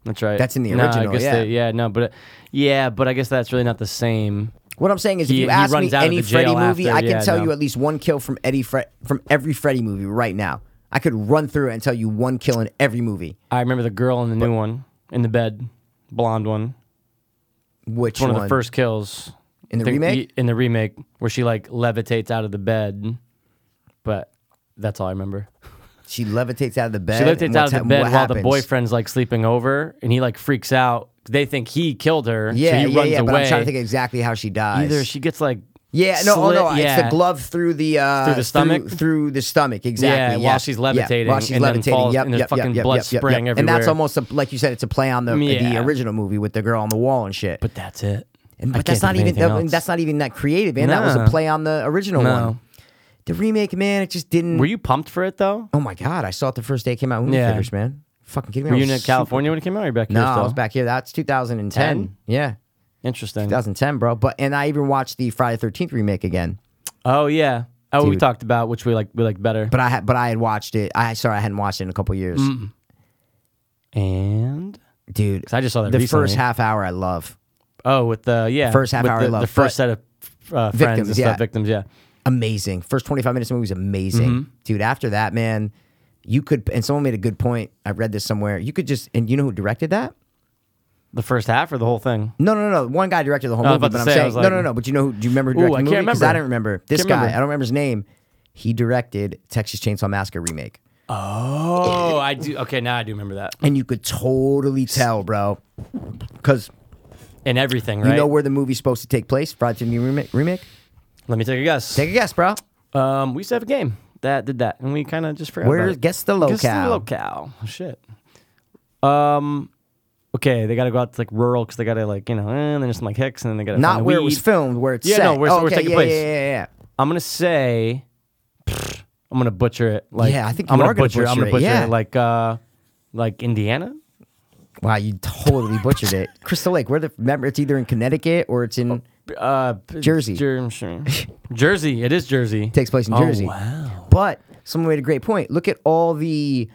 S1: That's right.
S2: That's in the
S1: No, I
S2: original,
S1: guess
S2: yeah.
S1: they- yeah, no, but yeah, but I guess that's really not the same.
S2: What I'm saying is, if
S1: He-
S2: you
S1: he
S2: ask me
S1: runs out of
S2: any
S1: the jail
S2: Freddy movie,
S1: after,
S2: I can
S1: yeah,
S2: tell
S1: no.
S2: you at least one kill from Eddie Fre- from every Freddy movie right now. I could run through it and tell you one kill in every movie.
S1: I remember the girl in the new one in the bed, blonde one.
S2: Which
S1: It's one,
S2: one?
S1: of the first kills
S2: In the
S1: I think-
S2: remake?
S1: In the remake, where she like levitates out of the bed, but that's all I remember.
S2: She levitates out of the bed.
S1: She levitates
S2: and
S1: out of
S2: what's
S1: the
S2: hap-
S1: bed
S2: what
S1: while the
S2: happens?
S1: boyfriend's like sleeping over, and he like freaks out. They think he killed her,
S2: Yeah,
S1: so he
S2: yeah,
S1: runs
S2: yeah.
S1: away.
S2: But I'm trying to think exactly how she dies.
S1: Either she gets like
S2: yeah, no, oh,
S1: slit-
S2: no. It's
S1: yeah.
S2: the glove through the uh,
S1: Through the stomach?
S2: through, through the stomach. Exactly.
S1: Yeah, while she's levitating
S2: while she's
S1: and then
S2: levitating.
S1: falls
S2: yep,
S1: and there's
S2: yep, yep,
S1: fucking
S2: yep,
S1: blood
S2: yep, yep,
S1: spraying
S2: yep. And that's
S1: everywhere.
S2: almost a, like you said, it's a play on the the
S1: Yeah.
S2: original movie with the girl on the wall and shit.
S1: But that's it.
S2: And,
S1: I
S2: but that's
S1: can't
S2: not
S1: think of
S2: even
S1: anything
S2: that,
S1: else.
S2: that's not even that creative, man. That was
S1: No.
S2: a play on the original
S1: No.
S2: one. The remake, man, it just didn't.
S1: Were you pumped for it though?
S2: oh my god, I saw it the first day it came out. in Movie
S1: Yeah.
S2: theaters, man. Fucking kidding me.
S1: Were
S2: I
S1: you
S2: was
S1: in
S2: super-
S1: California when it came out? Or you back
S2: No,
S1: here still?
S2: I was back here. That's 2010.
S1: Ten?
S2: Yeah,
S1: Interesting.
S2: 2010, bro. But and I even watched the Friday 13th remake again.
S1: Oh yeah. Oh, we
S2: Dude.
S1: talked about which we like we like better.
S2: But I had but I had watched it. I sorry, I hadn't watched it in a couple years,
S1: and
S2: dude.
S1: 'Cause Mm. I just saw that
S2: the
S1: recently.
S2: first half hour. I love.
S1: Oh, with the yeah
S2: First half
S1: with
S2: hour
S1: the,
S2: I love,
S1: the
S2: but-
S1: first set of uh, friends
S2: Victims,
S1: and
S2: yeah.
S1: stuff, victims, yeah.
S2: amazing. First 25 minutes of the movie was amazing.
S1: Mm-hmm.
S2: Dude, after that, man, you could, and someone made a good point. I read this somewhere. You could just, and you know who directed that?
S1: The first half or the whole thing?
S2: No, no, no. One guy directed the whole
S1: I was
S2: movie,
S1: about to
S2: but I'm
S1: say, I
S2: saying,
S1: was
S2: no,
S1: like-
S2: no, no. But you know who, do you remember who
S1: Ooh,
S2: directed
S1: I
S2: the
S1: can't
S2: movie? 'Cause I
S1: remember.
S2: don't remember. This
S1: Can't
S2: guy,
S1: remember.
S2: I don't remember his name. He directed Texas Chainsaw Massacre remake.
S1: Oh, I do. Okay, now I do remember that.
S2: And you could totally tell, bro. Because
S1: And everything,
S2: you
S1: right?
S2: know where the movie's supposed to take place, Friday 13th remake, remake?
S1: Let me take a guess.
S2: Take a guess, bro.
S1: um, we used to have a game that did that, and we kind of just forgot.
S2: Where
S1: about it.
S2: guess the
S1: Guess the
S2: locale?
S1: locale. Oh, Shit. Um. Okay, they got to go out to like rural because they got to like you know, eh, and then just like Hicks, and then they got to
S2: Not where it was
S1: weed.
S2: filmed, where it's
S1: Yeah,
S2: set.
S1: no, where it's-
S2: oh,
S1: where it's
S2: okay,
S1: taking
S2: yeah,
S1: place.
S2: Yeah, yeah, yeah.
S1: I'm gonna say, I'm gonna butcher it. Like
S2: Yeah, I think
S1: I'm
S2: you
S1: gonna
S2: are gonna
S1: butcher. it. I'm
S2: butcher
S1: gonna
S2: it,
S1: butcher
S2: yeah.
S1: it. Like uh, like Indiana.
S2: Wow, you totally butchered it. Crystal Lake, where the remember it's either in Connecticut or it's in
S1: Uh,
S2: Jersey.
S1: Jer- sure. Jersey. It is Jersey.
S2: takes place in
S1: Oh,
S2: Jersey.
S1: wow.
S2: But someone made a great point. Look at all the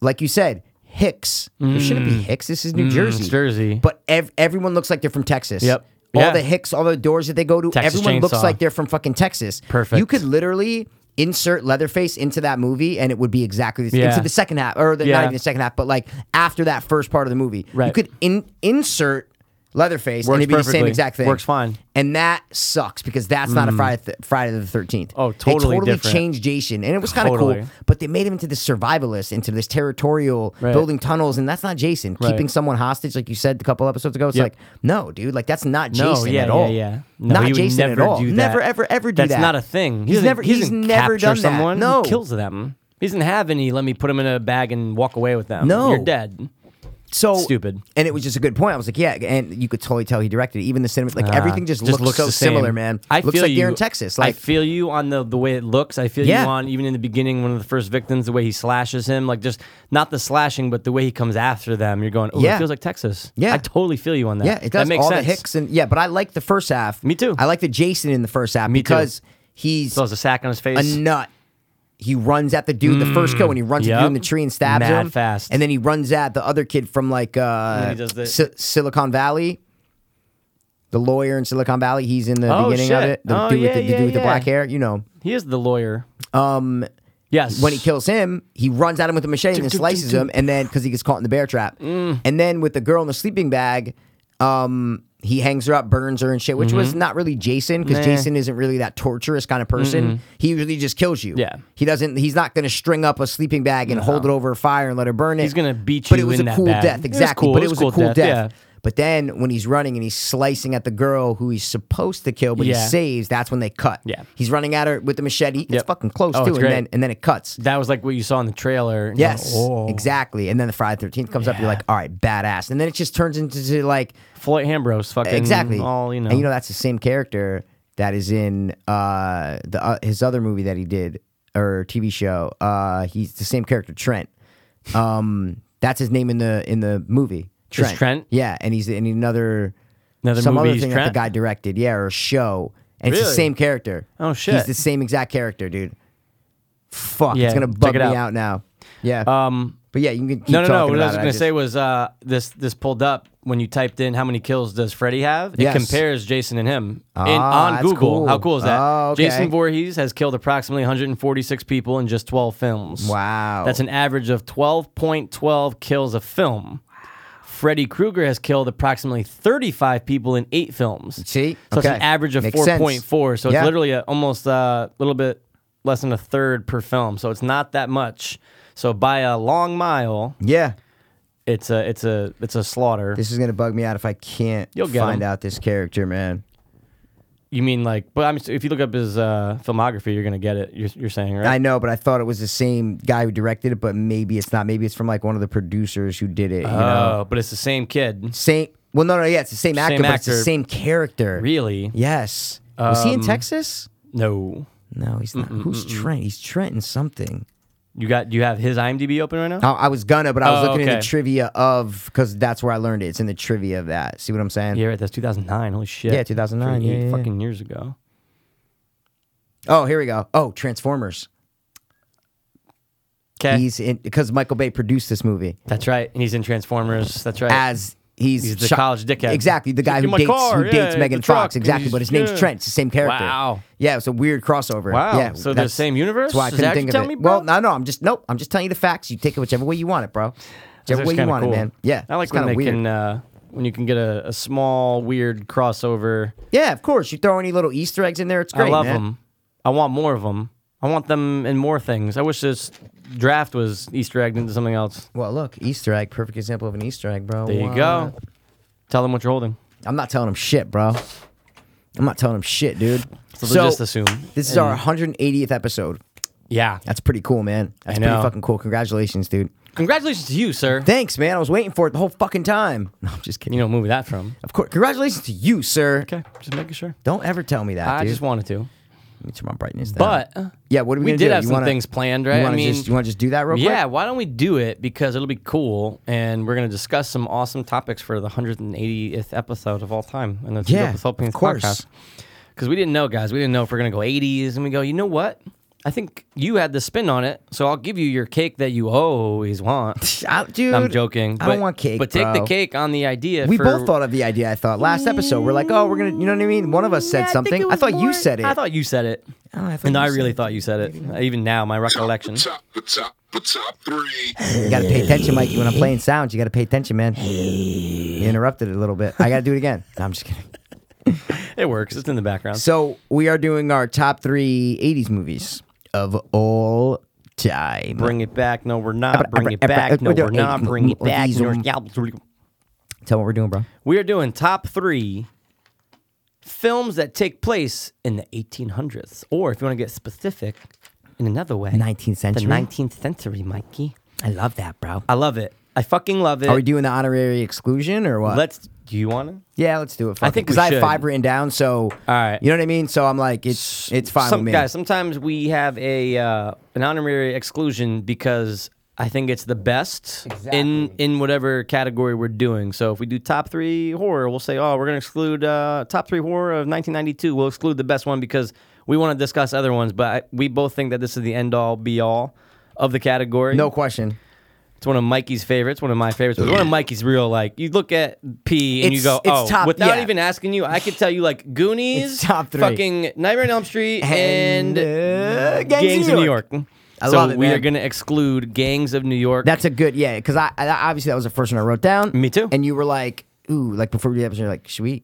S2: like you said, Hicks. There shouldn't be Hicks. This is New Jersey.
S1: Mm. it's Jersey.
S2: But ev- everyone looks like they're from Texas.
S1: Yep.
S2: All
S1: Yeah.
S2: the Hicks, all the doors that they go to,
S1: Texas
S2: everyone looks
S1: Chainsaw.
S2: like they're from fucking Texas.
S1: Perfect.
S2: You could literally insert Leatherface into that movie and it would be exactly the same.
S1: Yeah.
S2: Into the second half, or the,
S1: Yeah.
S2: not even the second half, but like after that first part of the movie. You
S1: Right.
S2: could in- insert Leatherface
S1: Works
S2: and it'd be the same
S1: perfectly.
S2: exact thing.
S1: Works fine. Mm.
S2: And that sucks because that's not a Friday th- Friday the 13th.
S1: Oh,
S2: They
S1: totally
S2: totally
S1: different.
S2: changed Jason and it was kind of
S1: Totally.
S2: cool, but they made him into this survivalist, into this territorial
S1: Right.
S2: building tunnels and that's not Jason.
S1: Right.
S2: Keeping someone hostage like you said a couple episodes ago, it's
S1: Yep.
S2: like, no, dude, like that's not
S1: No,
S2: Jason
S1: yeah,
S2: at all.
S1: yeah, yeah. No,
S2: not
S1: he would
S2: Jason
S1: never
S2: at all.
S1: do that.
S2: Never ever ever do
S1: That's
S2: that.
S1: not a thing. He
S2: he's
S1: doesn't-
S2: never
S1: he
S2: he's
S1: doesn't
S2: never
S1: capture
S2: done
S1: someone.
S2: that. No.
S1: he kills them. He doesn't have any. Let me put him in a bag and walk away with them.
S2: No.
S1: you're dead.
S2: So
S1: Stupid.
S2: And it was just a good point. I was like, yeah, and you could totally tell he directed it. Even the cinema, like
S1: Ah,
S2: everything just, looks, so
S1: the same.
S2: similar, man.
S1: I
S2: looks
S1: feel
S2: like
S1: you.
S2: they're in Texas. Like
S1: I feel you on the the way it looks. I feel
S2: Yeah.
S1: you on even in the beginning, one of the first victims, the way he slashes him, like just not the slashing, but the way he comes after them. You're going, oh,
S2: Yeah.
S1: it feels like Texas.
S2: Yeah.
S1: I totally feel you on that.
S2: Yeah, it does.
S1: That makes
S2: all
S1: sense.
S2: the Hicks and yeah, but I like the first half.
S1: Me too.
S2: I like the Jason in the first half because he's
S1: Throws a sack on his face.
S2: a nut. He runs at the dude the first go and he runs at the
S1: Yep.
S2: dude in the tree and stabs
S1: Mad
S2: him
S1: fast.
S2: And then he runs at the other kid from like
S1: then
S2: uh,
S1: he does the-
S2: Si- Silicon Valley. The lawyer in Silicon Valley, he's in the
S1: Oh,
S2: beginning of
S1: shit.
S2: it. The
S1: Oh,
S2: dude with
S1: yeah,
S2: the, the
S1: yeah,
S2: dude with the
S1: yeah.
S2: black hair, you know.
S1: he is the lawyer. Um. Yes.
S2: when he kills him, he runs at him with a machete and then
S1: Doo, doo,
S2: slices
S1: doo, doo.
S2: him, and then because he gets caught in the bear trap,
S1: Mm.
S2: and then with the girl in the sleeping bag, um, he hangs her up, burns her, and shit, which was not really Jason because
S1: Mm-hmm. Nah.
S2: Jason isn't really that torturous kind of person. He really just kills you.
S1: Yeah.
S2: he doesn't. He's not going to string up a sleeping bag and hold it over a fire and let her burn it.
S1: He's gonna beat
S2: But
S1: you
S2: it was
S1: in
S2: a
S1: that
S2: cool
S1: bag. It
S2: death,
S1: was
S2: exactly.
S1: cool.
S2: But it was, a cool death.
S1: yeah.
S2: But then when he's running and he's slicing at the girl who he's supposed to kill, but
S1: Yeah.
S2: he saves, that's when they cut.
S1: Yeah.
S2: He's running at her with the machete. It's
S1: Yep.
S2: fucking close
S1: Oh,
S2: too.
S1: it's
S2: And
S1: great.
S2: then and then it cuts.
S1: that was like what you saw in the trailer. and you're
S2: Yes,
S1: like, oh.
S2: exactly. And then the Friday Thirteenth comes up. You're
S1: Yeah.
S2: like, all right, badass. And then it just turns into to, like
S1: Floyd Hambros, fucking
S2: exactly.
S1: all you know.
S2: And you know that's the same character that is in uh, the uh, his other movie that he did or TV show. Uh, he's the same character, Trent. Um, that's his name in the in the movie. Trent.
S1: Trent?
S2: Yeah, and he's in another
S1: Another
S2: some
S1: movie
S2: other
S1: is
S2: thing that
S1: Trent?
S2: the guy directed. Yeah, or a show. And it's the
S1: Really?
S2: same character.
S1: Oh, shit.
S2: He's the same exact character, dude. Fuck,
S1: Yeah,
S2: it's gonna
S1: check
S2: bug
S1: it
S2: me
S1: out.
S2: out. now. Yeah.
S1: um.
S2: But yeah, you can keep
S1: No, no, no.
S2: talking
S1: What
S2: about
S1: I was
S2: it.
S1: going to say was uh, this this pulled up when you typed in how many kills does Freddy have. It
S2: Yes.
S1: compares Jason and him in,
S2: Ah,
S1: on
S2: that's
S1: Google.
S2: cool.
S1: How cool is that?
S2: Oh, okay.
S1: Jason Voorhees has killed approximately 146 people in just 12 films.
S2: Wow.
S1: That's an average of 12.12 kills a film. Freddy Krueger has killed approximately 35 people in eight films.
S2: See?
S1: So it's
S2: Okay.
S1: an average of
S2: Makes sense.
S1: 4.4. So it's
S2: Yeah.
S1: literally a, almost uh, a little bit less than a third per film. So it's not that much. So by a long mile,
S2: yeah.
S1: it's a it's a it's a slaughter.
S2: This is gonna bug me out if I can't
S1: You'll get
S2: find
S1: him.
S2: out this character, man.
S1: you mean like? But I'm if you look up his uh, filmography, you're gonna get it. You're, you're saying right?
S2: I know, but I thought it was the same guy who directed it, but maybe it's not. Maybe it's from like one of the producers who did it. You know,
S1: Oh, but it's the same kid.
S2: same. Well, no, no, yeah, it's the same actor, but it's the
S1: actor.
S2: same character.
S1: Really?
S2: Yes. was he in
S1: Um,
S2: Texas?
S1: No.
S2: No, he's not. Who's Trent? He's Trent and something.
S1: You got you have his IMDb open right now.
S2: I, I was gonna, but I was
S1: Oh,
S2: looking in the
S1: okay.
S2: trivia of because that's where I learned it. It's in the trivia of that. See what I'm saying?
S1: Yeah, right. That's 2009. Holy shit.
S2: Yeah, 2009,
S1: Freaking
S2: yeah,
S1: eight
S2: yeah, yeah.
S1: fucking years ago.
S2: Oh, here we go. Oh, Transformers.
S1: Okay.
S2: He's in because Michael Bay produced this movie.
S1: That's right. And he's in Transformers. That's right.
S2: as he's,
S1: He's the
S2: shot-
S1: college dickhead.
S2: Exactly, the guy
S1: Took
S2: who
S1: my
S2: dates
S1: car,
S2: who
S1: yeah,
S2: dates
S1: the
S2: Megan
S1: truck,
S2: Fox.
S1: and
S2: Exactly,
S1: he's-
S2: but his name's
S1: yeah.
S2: Trent. It's the same character.
S1: Wow.
S2: Yeah, it's a weird crossover.
S1: Wow.
S2: Yeah.
S1: So they're the
S2: that's-
S1: same universe?
S2: That's why I
S1: Is
S2: couldn't
S1: that what
S2: think
S1: you're
S2: of
S1: telling
S2: it.
S1: me, bro?
S2: well, no, no. I'm just nope. I'm just telling you the facts. You take it whichever way you want it, bro. Whichever
S1: That's
S2: way you
S1: kinda
S2: want
S1: cool.
S2: it, man. Yeah.
S1: I like
S2: it's
S1: when
S2: kinda
S1: they
S2: weird.
S1: can uh, when you can get a, a small weird crossover.
S2: Yeah, of course. You throw any little Easter eggs in there, it's great.
S1: I love
S2: man.
S1: them. I want more of them. I want them in more things. I wish this draft was Easter egged into something else.
S2: Well, look, Easter egg, perfect example of an Easter egg, bro.
S1: There you go. Tell them what you're holding.
S2: I'm not telling him shit, bro. I'm not telling him shit, dude.
S1: So, they'll just Mm-hmm. assume.
S2: This is
S1: And-
S2: our 180th episode.
S1: yeah.
S2: That's pretty cool, man. That's
S1: I
S2: pretty
S1: know.
S2: fucking cool. Congratulations, dude.
S1: Congratulations to you, sir.
S2: Thanks, man. I was waiting for it the whole fucking time. No, I'm just kidding.
S1: you know, what movie that from?
S2: of course, congratulations to you, sir.
S1: Okay, just making sure.
S2: Don't ever tell me that,
S1: I
S2: dude.
S1: just wanted to,
S2: Let me turn my brightness down.
S1: but
S2: yeah, what are we,
S1: we
S2: gonna
S1: did
S2: do?
S1: have
S2: you
S1: some
S2: wanna,
S1: things planned, right?
S2: You
S1: I
S2: wanna
S1: mean,
S2: just, you want to just do that real
S1: yeah.
S2: quick?
S1: Why don't we do it because it'll be cool, and we're gonna discuss some awesome topics for the 180th episode of all time, and that's
S2: Yeah,
S1: the Philippines
S2: of course.
S1: podcast. Because we didn't know, guys, we didn't know if we're gonna go 80s, and we go, you know what? I think you had the spin on it, so I'll give you your cake that you always want.
S2: I, dude,
S1: I'm joking.
S2: I don't
S1: but-
S2: want cake.
S1: But take the
S2: bro.
S1: cake on the idea.
S2: We
S1: for-
S2: both thought of the idea. I thought last episode we're like, oh, we're gonna, you know what I mean? One of us said
S1: Yeah, I think
S2: something.
S1: it
S2: I,
S1: was
S2: thought you
S1: more-
S2: said it.
S1: I thought you said it.
S2: Oh, I thought
S1: and
S2: you
S1: I
S2: said
S1: really
S2: it.
S1: thought you said it. Even now, my recollection.
S4: Top, the top, the top three.
S2: You gotta pay attention, Mikey. When I'm playing sounds, you gotta pay attention, man. You interrupted it a little bit. I gotta do it again. No, I'm just kidding.
S1: It works. It's in the background.
S2: So we are doing our top three '80s movies of all time.
S1: Bring it back. No, we're not. Bring it
S2: abra-
S1: back. No,
S2: abra-
S1: we're not. Bring it back. No, we're not.
S2: Tell what we're doing, bro.
S1: We are doing top three films that take place in the 1800s, or if you want to get specific, in another way.
S2: 19th century?
S1: The 19th century, Mikey.
S2: I love that, bro.
S1: I love it. I fucking love it.
S2: Are we doing the honorary exclusion or what?
S1: Let's. Do you want to?
S2: yeah, let's do it. fuck it,
S1: think we
S2: I have
S1: should.
S2: five written down, so
S1: right.
S2: you know what I mean. So I'm like, it's it's fine
S1: Some
S2: with me.
S1: guys. Sometimes we have a uh, an honorary exclusion because I think it's the best in in whatever category we're doing. So if we do top three horror, we'll say, oh, we're gonna exclude uh, top three horror of 1992. We'll exclude the best one because we want to discuss other ones. But I, we both think that this is the end all be all of the category.
S2: no question.
S1: It's one of Mikey's favorites, one of my favorites, but one of Mikey's real like you look at P and you
S2: It's-
S1: go,
S2: it's
S1: Oh,
S2: top-
S1: without
S2: yeah.
S1: even asking you, I could tell you like Goonies,
S2: It's top three.
S1: fucking Nightmare on Elm Street and,
S2: uh, Gangs
S1: Gangs
S2: of
S1: of New York.
S2: I
S1: so
S2: love it,
S1: we
S2: man.
S1: are gonna exclude Gangs of New York.
S2: That's a good yeah, because I, I obviously that was the first one I wrote down.
S1: Me too.
S2: And you were like, ooh, like before we did the episode, you're like, should we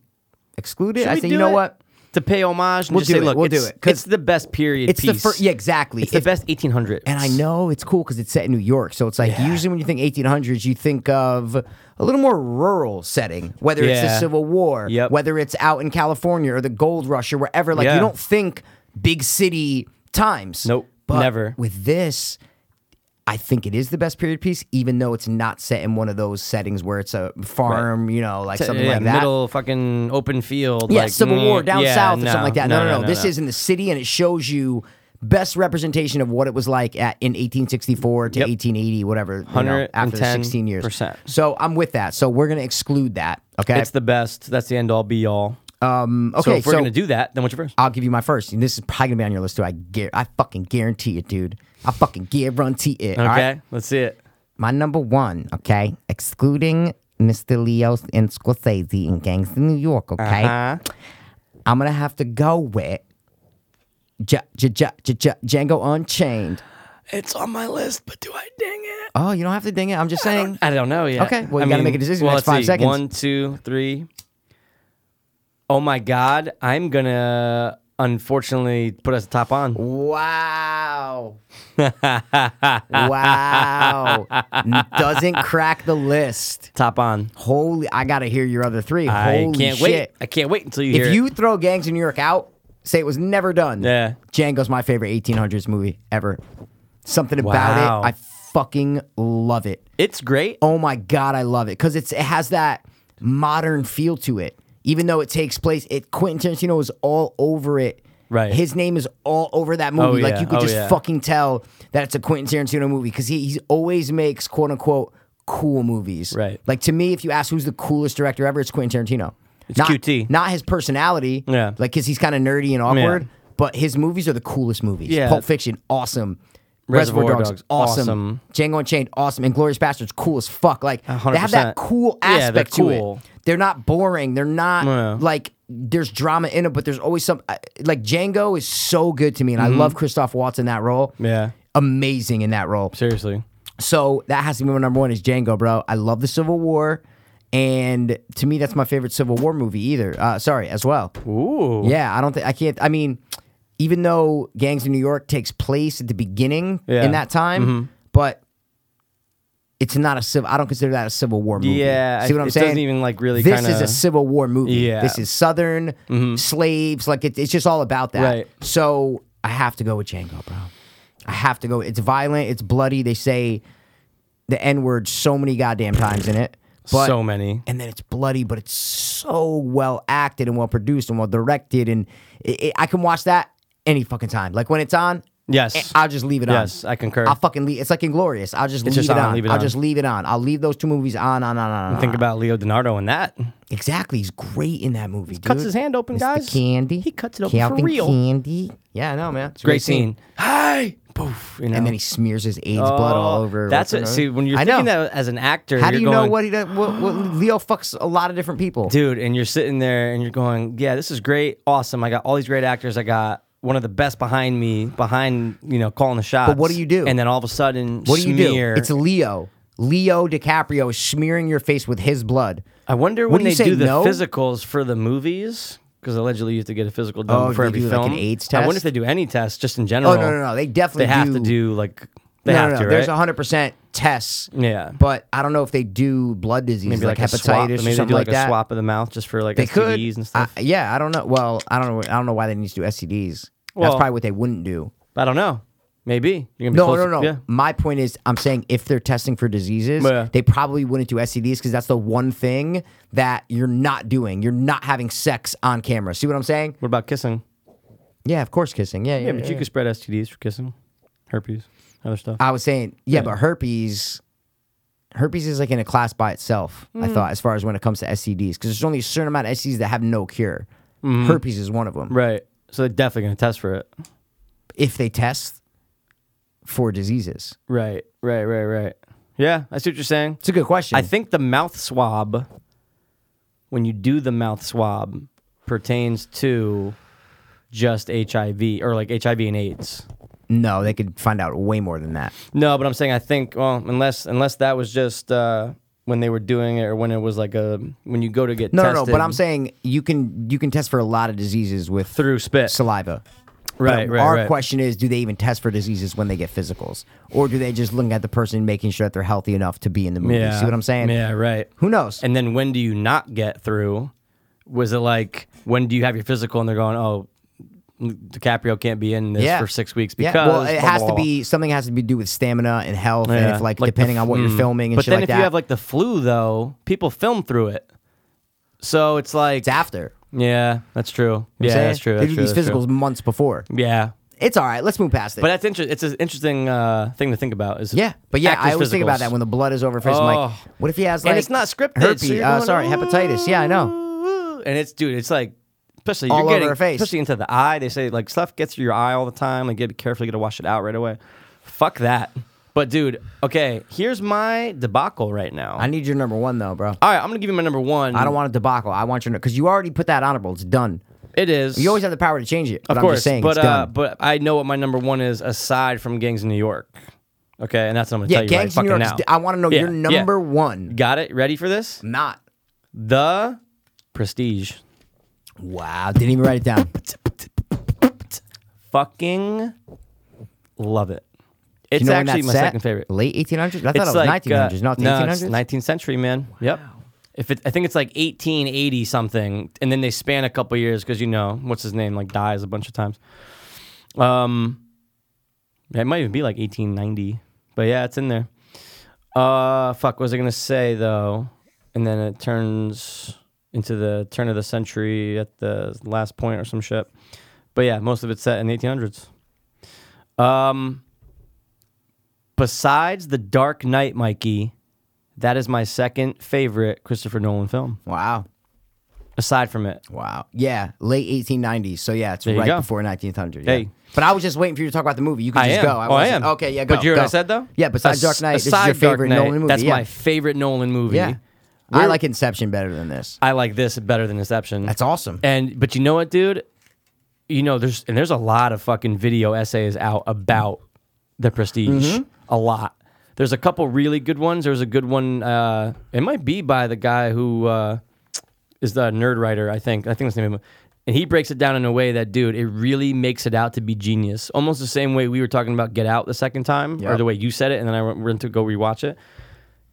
S2: exclude it?
S1: Should
S2: I
S1: we
S2: said,
S1: do
S2: you know
S1: it?
S2: what?
S1: To pay homage and
S2: We'll
S1: just
S2: do
S1: say,
S2: it,
S1: look,
S2: we'll do
S1: it's,
S2: it, 'cause
S1: it's the best period
S2: It's
S1: piece.
S2: the first. Yeah, exactly.
S1: It's the
S2: If-
S1: best 1800s.
S2: And I know it's cool because it's set in New York, so it's like usually when you think 1800s, you think of a little more rural setting, whether it's the
S1: Yeah.
S2: Civil War,
S1: Yep.
S2: whether it's out in California or the Gold Rush or wherever. Like
S1: Yeah.
S2: you don't think big city times.
S1: Nope,
S2: But
S1: never.
S2: With this, I think it is the best period piece, even though it's not set in one of those settings where it's a farm, you know, like something
S1: yeah,
S2: like that.
S1: Middle fucking open field.
S2: Yeah,
S1: like,
S2: Civil
S1: mm,
S2: War down
S1: yeah,
S2: south or
S1: no,
S2: something like that. No, no, no. this
S1: no.
S2: is in the city, and it shows you best representation of what it was like at, in 1864 to
S1: Yep.
S2: 1880, whatever. You know, after the 16 years.
S1: 110%.
S2: So I'm with that. So we're gonna exclude that. Okay.
S1: it's the best. That's the end all be all.
S2: Mm, okay.
S1: so if we're gonna do that, then what's your first?
S2: I'll give you my first. And this is probably gonna be on your list too. I guar- I fucking guarantee it, dude. I fucking guarantee it. all
S1: Okay,
S2: right?
S1: let's see it.
S2: My number one, okay, excluding Mr. Leo and Scorsese and Gangs in New York, okay.
S1: Uh-huh.
S2: I'm gonna have to go with J- J- J- J- J- Django Unchained.
S1: It's on my list, but do I ding it?
S2: Oh, you don't have to ding it. I'm just saying.
S1: I don't know yet.
S2: Okay, well,
S1: I
S2: you gotta make a decision in
S1: Well,
S2: the next
S1: let's
S2: five
S1: see.
S2: seconds.
S1: One, two, three. Oh my God! I'm gonna unfortunately put us top on.
S2: Wow. wow. Doesn't crack the list.
S1: Top on.
S2: Holy, I gotta hear your other three. Holy
S1: I can't
S2: shit.
S1: wait. I can't wait until you hear.
S2: If
S1: it.
S2: you throw Gangs in New York out, say it was never done.
S1: Yeah.
S2: Django's my favorite 1800s movie ever. Something about
S1: Wow.
S2: it, I fucking love it.
S1: it's great.
S2: oh my god, I love it because it's it has that modern feel to it. Even though it takes place, it Quentin Tarantino is all over it.
S1: Right.
S2: his name is all over that movie.
S1: yeah,
S2: Like you could
S1: oh
S2: just
S1: yeah.
S2: fucking tell that it's a Quentin Tarantino movie because he he always makes quote unquote cool movies.
S1: Right.
S2: Like to me, if you ask who's the coolest director ever, it's Quentin Tarantino. It's not,
S1: QT.
S2: Not his personality.
S1: Yeah.
S2: Like because he's kind of nerdy and awkward.
S1: Yeah.
S2: But his movies are the coolest movies.
S1: Yeah.
S2: Pulp Fiction, awesome.
S1: Reservoir
S2: Reservoir,
S1: Dogs,
S2: Dogs, awesome.
S1: awesome.
S2: Django Unchained, awesome. And Glorious Bastards, cool as fuck. Like they have
S1: 100%.
S2: that cool
S1: Yeah, they're
S2: aspect
S1: cool.
S2: to it. They're not boring. They're not
S1: Yeah.
S2: like there's drama in it, but there's always some I- like Django is so good to me, and I love Christoph Waltz in that role.
S1: Mm-hmm. Yeah.
S2: amazing in that role.
S1: Seriously.
S2: So that has to be my number one is Django, bro. I love the Civil War, and to me, that's my favorite Civil War movie either. Uh, sorry, as well.
S1: Ooh.
S2: Yeah, I don't think I can't. I mean, even though Gangs of New York takes place at the beginning
S1: Yeah. Mm-hmm.
S2: in that time, but it's not a civil. I don't consider that a Civil War movie.
S1: Yeah,
S2: see what I'm
S1: it
S2: saying?
S1: doesn't even, like, really
S2: This is
S1: kinda-
S2: a Civil War movie.
S1: Yeah. Mm-hmm.
S2: this is Southern slaves. Like it, it's just all about that.
S1: Right.
S2: So I have to go with Django, bro. I have to go. It's violent. It's bloody. They say the N word so many goddamn times in it. But
S1: so many.
S2: and then it's bloody, but it's so well acted and well produced and well directed, and it, it, I can watch that any fucking time. Like when it's on,
S1: Yes.
S2: eh, I'll just leave it on.
S1: Yes, I concur.
S2: I'll fucking leave. It's like Inglorious. I'll just leave
S1: just
S2: it
S1: on,
S2: on.
S1: leave it
S2: I'll
S1: on.
S2: just leave it on. I'll leave those two movies on, on, on, on. on
S1: Think
S2: on.
S1: about Leo DiNardo in that.
S2: exactly. He's great in that movie.
S1: Cuts
S2: dude.
S1: his hand open,
S2: Mr.
S1: guys.
S2: Candy.
S1: He cuts it open
S2: Calvin
S1: for real.
S2: Candy. Yeah, I know, man. It's a
S1: Great scene. Hi. Poof. You know.
S2: And then he smears his AIDS blood all
S1: Oh,
S2: over.
S1: That's
S2: what's
S1: it.
S2: her
S1: See,
S2: name?
S1: when you're
S2: I
S1: thinking
S2: know.
S1: that as an actor,
S2: How do
S1: you're
S2: you know
S1: going,
S2: what he does? What, what Leo fucks a lot of different people.
S1: dude and you're sitting there and you're going yeah this is great awesome i got all these great actors i got one of the best behind me behind you know calling the shots
S2: But what do you do?
S1: and then all of a sudden
S2: What do you
S1: smear.
S2: do? It's Leo. Leo DiCaprio is smearing your face with his blood.
S1: i wonder
S2: What
S1: when
S2: do
S1: they
S2: you say,
S1: do the
S2: no?
S1: physicals for the movies because allegedly you have to get a physical done
S2: Oh,
S1: for
S2: they
S1: every
S2: do, like,
S1: film
S2: an AIDS
S1: i wonder if
S2: test?
S1: they do any tests just in general
S2: Oh, no, no, no. They definitely
S1: they have to
S2: do-
S1: do like they
S2: no,
S1: have
S2: no, no.
S1: to
S2: There's
S1: right?
S2: 100% tests.
S1: Yeah.
S2: But I don't know if they do blood disease,
S1: maybe
S2: like,
S1: a
S2: hepatitis
S1: swap.
S2: or
S1: maybe they
S2: something
S1: do like,
S2: like, that.
S1: a swap of the mouth just for like
S2: They could.
S1: STDs and stuff
S2: I- yeah, I don't know. Well, I don't know. I don't know why they need to do STDs.
S1: Well-
S2: That's probably what they wouldn't do.
S1: i don't know Maybe you're gonna be
S2: No,
S1: closer-
S2: no, no.
S1: Yeah.
S2: My point is, I'm saying if they're testing for diseases,
S1: Yeah.
S2: they probably wouldn't do STDs because that's the one thing that you're not doing. You're not having sex on camera. See what I'm saying?
S1: What about kissing?
S2: Yeah, of course, kissing. Yeah, yeah.
S1: Yeah, but
S2: yeah,
S1: you could spread STDs for kissing, herpes, other stuff.
S2: I was saying, yeah, but herpes, herpes is like in a class by itself. I
S1: Mm.
S2: thought, as far as when it comes to STDs, because there's only a certain amount of STDs that have no cure. Herpes is one of them.
S1: Mm-hmm. right. So they're definitely gonna test for it.
S2: If they test for diseases,
S1: Right. Right. Right. Right. Yeah, I see what you're saying.
S2: it's a good question.
S1: I think the mouth swab, when you do the mouth swab, pertains to just HIV or like HIV and AIDS.
S2: no, they could find out way more than that.
S1: No, but I'm saying I think well, unless unless that was just uh, when they were doing it or when it was like a when you go to get
S2: No, no,
S1: tested
S2: no, but I'm saying you can you can test for a lot of diseases with
S1: through spit.
S2: saliva.
S1: right.
S2: But
S1: Right.
S2: Our
S1: right.
S2: question is, do they even test for diseases when they get physicals, or do they just look at the person, making sure that they're healthy enough to be in the movie?
S1: Yeah.
S2: See what I'm saying?
S1: Yeah. Right.
S2: Who knows?
S1: And then when do you not get through? Was it like when do you have your physical and they're going, oh, DiCaprio can't be in this
S2: Yeah.
S1: for six weeks
S2: Yeah,
S1: because
S2: well, it
S1: blah,
S2: has
S1: blah,
S2: to
S1: blah.
S2: be something has to be do with stamina and health, and
S1: Yeah.
S2: if like,
S1: Like the
S2: depending
S1: f-
S2: on what you're filming and
S1: But
S2: shit
S1: then
S2: like
S1: if
S2: that.
S1: you have like the flu though, people film through it. So it's like
S2: it's after.
S1: Yeah, that's true.
S2: You know what I'm
S1: yeah,
S2: saying?
S1: that's true.
S2: They
S1: That's
S2: do
S1: true,
S2: these
S1: that's true.
S2: physicals months before.
S1: Yeah.
S2: It's all right. Let's move past it.
S1: But that's interesting. It's an interesting uh, thing to think about. Is
S2: yeah, but yeah,
S1: actors'
S2: I always think about
S1: physicals.
S2: that when the blood is over first. I'm
S1: Oh.
S2: like, what if he has like
S1: and it's not scripted.
S2: herpes?
S1: so you're
S2: uh,
S1: going,
S2: sorry, hepatitis. Yeah, I know.
S1: "Ooh," And it's dude, it's like especially
S2: All
S1: you're
S2: over
S1: getting,
S2: her face.
S1: especially into the eye. They say like stuff gets through your eye all the time. Like get be careful, you gotta wash it out right away. Fuck that. But dude, okay, here's my debacle right now.
S2: I need your number one though, bro.
S1: all right, I'm gonna give you my number one.
S2: I don't want a debacle. I want your because you already put that honorable. It's done.
S1: It is.
S2: You always have the power to change it. But
S1: of
S2: I'm
S1: course,
S2: just saying
S1: but
S2: it's done.
S1: uh, but I know what my number one is aside from Gangs in New York. Okay, and that's what I'm gonna
S2: yeah,
S1: tell you
S2: gangs
S1: right
S2: in New
S1: fucking now.
S2: York. is- I want to know
S1: Yeah,
S2: your
S1: yeah.
S2: number one.
S1: Got it? Ready for this?
S2: Not.
S1: The Prestige.
S2: Wow. Didn't even write it down.
S1: Fucking love it. It's
S2: You know when
S1: actually
S2: that's
S1: my
S2: set?
S1: second favorite.
S2: Late 1800s? I thought
S1: it's
S2: it was
S1: like
S2: 1900s,
S1: uh,
S2: not
S1: no,
S2: 1800s.
S1: it's 19th century, man. Yep. If it, I think it's like 1880 something, and then they span a couple years because you know what's his name like dies a bunch of times. Um, it might even be like 1890, but yeah, it's in there. Uh, fuck, what was I gonna say though? And then it turns into the turn of the century at the last point or some shit. But yeah, most of it's set in the 1800s. Um, besides The Dark Knight, Mikey, that is my second favorite Christopher Nolan film.
S2: Wow.
S1: Aside from it,
S2: Wow. Yeah, late 1890s. So yeah, it's
S1: you
S2: right
S1: go.
S2: before 1900.
S1: Hey.
S2: Yeah. But I was just waiting for you to talk about the movie. You can
S1: I
S2: just
S1: am.
S2: go.
S1: oh, I
S2: wasn't-
S1: am.
S2: Okay, yeah, go.
S1: But you hear
S2: go.
S1: what I said though?
S2: Yeah, besides
S1: As-
S2: Dark Knight, this is
S1: aside
S2: your
S1: Dark
S2: favorite
S1: Knight,
S2: Nolan movie.
S1: That's
S2: yeah.
S1: my favorite Nolan movie.
S2: Yeah. I
S1: We're-
S2: like Inception better than this.
S1: I like this better than Inception.
S2: That's awesome.
S1: And but you know what, dude? You know there's and there's a lot of fucking video essays out about the Prestige. A lot. There's a couple really good ones. There's a good one. Uh, it might be by the guy who uh, is the nerd writer. I think. I think that's the name of him. And he breaks it down in a way that, dude, it really makes it out to be genius. Almost the same way we were talking about Get Out the second time, or
S2: Yep.
S1: the way you said it, and then I went, went to go rewatch it.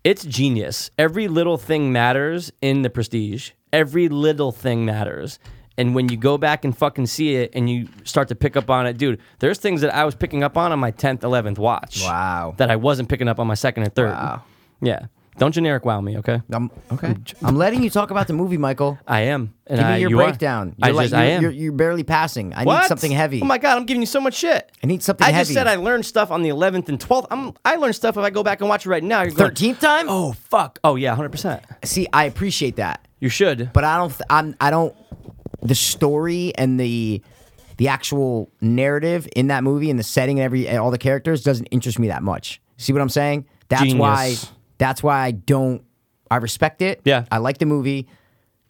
S1: It's genius. Every little thing matters in the prestige. Every little thing matters. And when you go back and fucking see it and you start to pick up on it, dude, there's things that I was picking up on on my 10th, 11th watch.
S2: Wow.
S1: That I wasn't picking up on my second and third.
S2: Wow.
S1: Yeah. Don't generic wow me, okay?
S2: I'm, okay. I'm letting you talk about the movie, Michael.
S1: I am. And
S2: Give
S1: I,
S2: me your
S1: you are.
S2: breakdown.
S1: I
S2: You're like-
S1: just, I
S2: you're-
S1: am.
S2: You're, you're barely passing. I
S1: What?
S2: need something heavy.
S1: Oh my God, I'm giving you so much shit.
S2: I need something
S1: I just
S2: heavy.
S1: said I learned stuff on the 11th and 12th. I'm, I learned stuff if I go back and watch it right now. You're going,
S2: 13th time?
S1: Oh, fuck. Oh, yeah, 100%.
S2: See, I appreciate that.
S1: You should.
S2: but I don't. Th- I'm. I don't. The story and the the actual narrative in that movie and the setting and every and all the characters doesn't interest me that much. See what I'm saying? That's why.
S1: Genius.
S2: That's why I don't. I respect it.
S1: Yeah.
S2: I like the movie,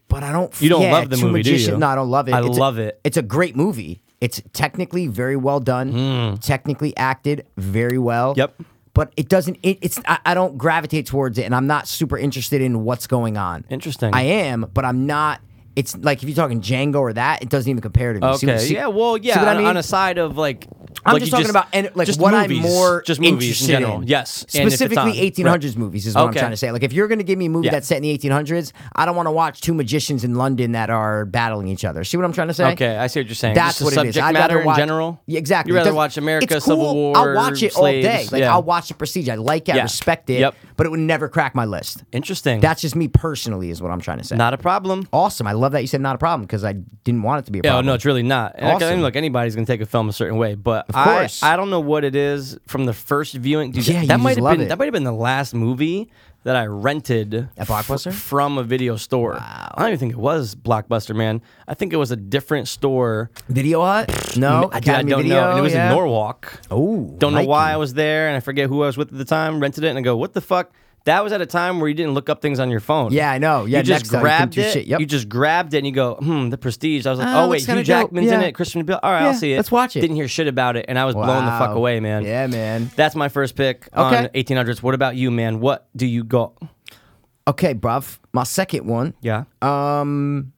S2: but I don't.
S1: You don't
S2: yeah,
S1: love the
S2: Two
S1: movie, do
S2: Magicians-
S1: you?
S2: No, I don't love it.
S1: I
S2: It's a-
S1: love it.
S2: It's a great movie. It's technically very well done. Technically acted very well.
S1: Hmm. Yep.
S2: But it doesn't. It, it's. I, I don't gravitate towards it, and I'm not super interested in what's going on.
S1: Interesting.
S2: I am, but I'm not. It's like if you're talking Django or that, it doesn't even compare to me. See
S1: Okay.
S2: what- see-
S1: yeah. Well,
S2: see
S1: yeah.
S2: what I
S1: on,
S2: mean?
S1: on a side of like
S2: I'm
S1: Like,
S2: just
S1: you
S2: talking about and, like
S1: just
S2: what
S1: movies,
S2: I'm more
S1: just movies in
S2: interested
S1: general. Yes, and if it's on.
S2: specifically 1800s movies is what
S1: Okay.
S2: I'm trying to say. Like if you're going to give me a movie
S1: Yeah.
S2: that's set in the 1800s, I don't want to watch two magicians in London that are battling each other. See what I'm trying to say?
S1: Okay, I see what you're saying. Just
S2: That's
S1: the
S2: what
S1: subject
S2: it is. I'd
S1: matter
S2: rather
S1: in
S2: watch-
S1: general?
S2: Yeah, exactly.
S1: You'd rather
S2: It doesn't-
S1: watch America,
S2: it's
S1: Civil
S2: cool.
S1: War,
S2: I'll watch it all day.
S1: slaves,
S2: Like
S1: yeah.
S2: I'll watch the procedure. I like it.
S1: Yeah.
S2: I respect it.
S1: Yep.
S2: But it would never crack my list.
S1: Interesting.
S2: That's just me personally, is what I'm trying to say.
S1: not a problem.
S2: awesome. I love that you said not a problem because I didn't want it to be a
S1: Yeah,
S2: problem.
S1: no, it's really not. And I can-
S2: Awesome.
S1: look, anybody's gonna take a film a certain way, but I-
S2: course.
S1: I, don't know what it is from the first viewing. Dude,
S2: Yeah, you
S1: that
S2: just
S1: might have
S2: love
S1: been
S2: it.
S1: that might have been the last movie that I rented at
S2: Blockbuster?
S1: from a video store. Wow. I don't even think it was Blockbuster, man. I think it was a different store.
S2: Video Hut? No.
S1: Dude, I
S2: Oh, Academy
S1: don't
S2: Video,
S1: know, and it was
S2: yeah.
S1: in Norwalk.
S2: Oh,
S1: don't know
S2: Nike.
S1: why I was there, and I forget who I was with at the time. Rented it, and I go, "What the fuck." That was at a time where you didn't look up things on your phone.
S2: Yeah, I know. Yeah,
S1: you just
S2: next time you couldn't
S1: grabbed
S2: do
S1: it.
S2: shit. Yep.
S1: You just grabbed it, and you go, "Hmm, the Prestige." I was like,
S2: Ah,
S1: "Oh wait,
S2: looks kinda
S1: Hugh
S2: dope.
S1: Jackman's in
S2: Yeah.
S1: it. Christian Bale. All right, I'll
S2: Yeah,
S1: see it.
S2: let's watch it."
S1: Didn't hear shit about it, and I was blown the fuck
S2: Wow.
S1: away, man.
S2: Yeah, man.
S1: That's my first pick on
S2: Okay.
S1: 1800s. What about you, man? What do you got?
S2: Okay, bruv. My second one.
S1: Yeah.
S2: Um,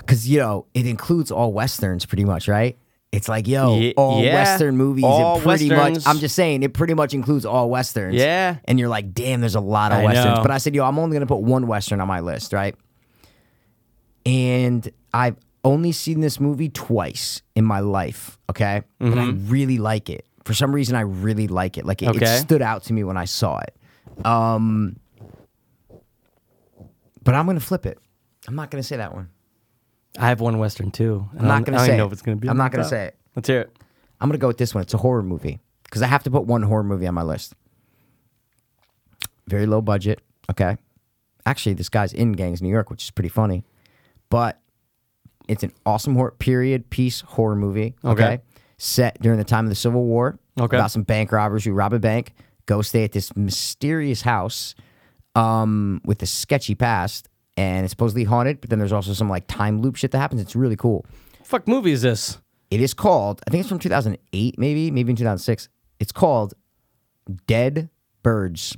S2: because you know it includes all westerns pretty much, right? It's like yo,
S1: Ye-
S2: all
S1: yeah.
S2: western movies.
S1: All
S2: it pretty
S1: westerns.
S2: much. I'm just saying it pretty much includes all westerns.
S1: Yeah.
S2: and you're like, damn, there's a lot of
S1: I
S2: westerns.
S1: know.
S2: But I said, yo, I'm only gonna put one western on my list, right? And I've only seen this movie twice in my life. Okay, but I really like it. For some reason, I really like it. Like it,
S1: Mm-hmm. Okay.
S2: it stood out to me when I saw it. Um, But I'm gonna flip it. I'm not gonna say that one.
S1: I have one western too. and
S2: I'm
S1: I
S2: not
S1: don't-
S2: gonna
S1: I don't
S2: say
S1: even know
S2: it.
S1: if it's gonna be.
S2: I'm
S1: on
S2: not
S1: the
S2: gonna
S1: top.
S2: say it.
S1: Let's hear it.
S2: I'm gonna go with this one. It's a horror movie because I have to put one horror movie on my list. Very low budget. Okay, actually, this guy's in Gangs New York, which is pretty funny, but it's an awesome horror period piece horror movie. Okay,
S1: Okay.
S2: set during the time of the Civil War.
S1: Okay.
S2: about some bank robbers who rob a bank, go stay at this mysterious house, um, with a sketchy past, and it's supposedly haunted. But then there's also some like time loop shit that happens. It's really cool.
S1: Fuck movie is this?
S2: It is called, I think it's from 2008, maybe, maybe in 2006. It's called Dead Birds.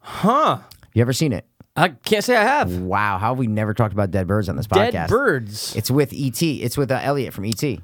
S1: Huh?
S2: You ever seen it?
S1: I can't say I have.
S2: Wow, how have we never talked about Dead Birds on this podcast?
S1: Dead Birds.
S2: It's with E.T. It's with uh, Elliot from E.T.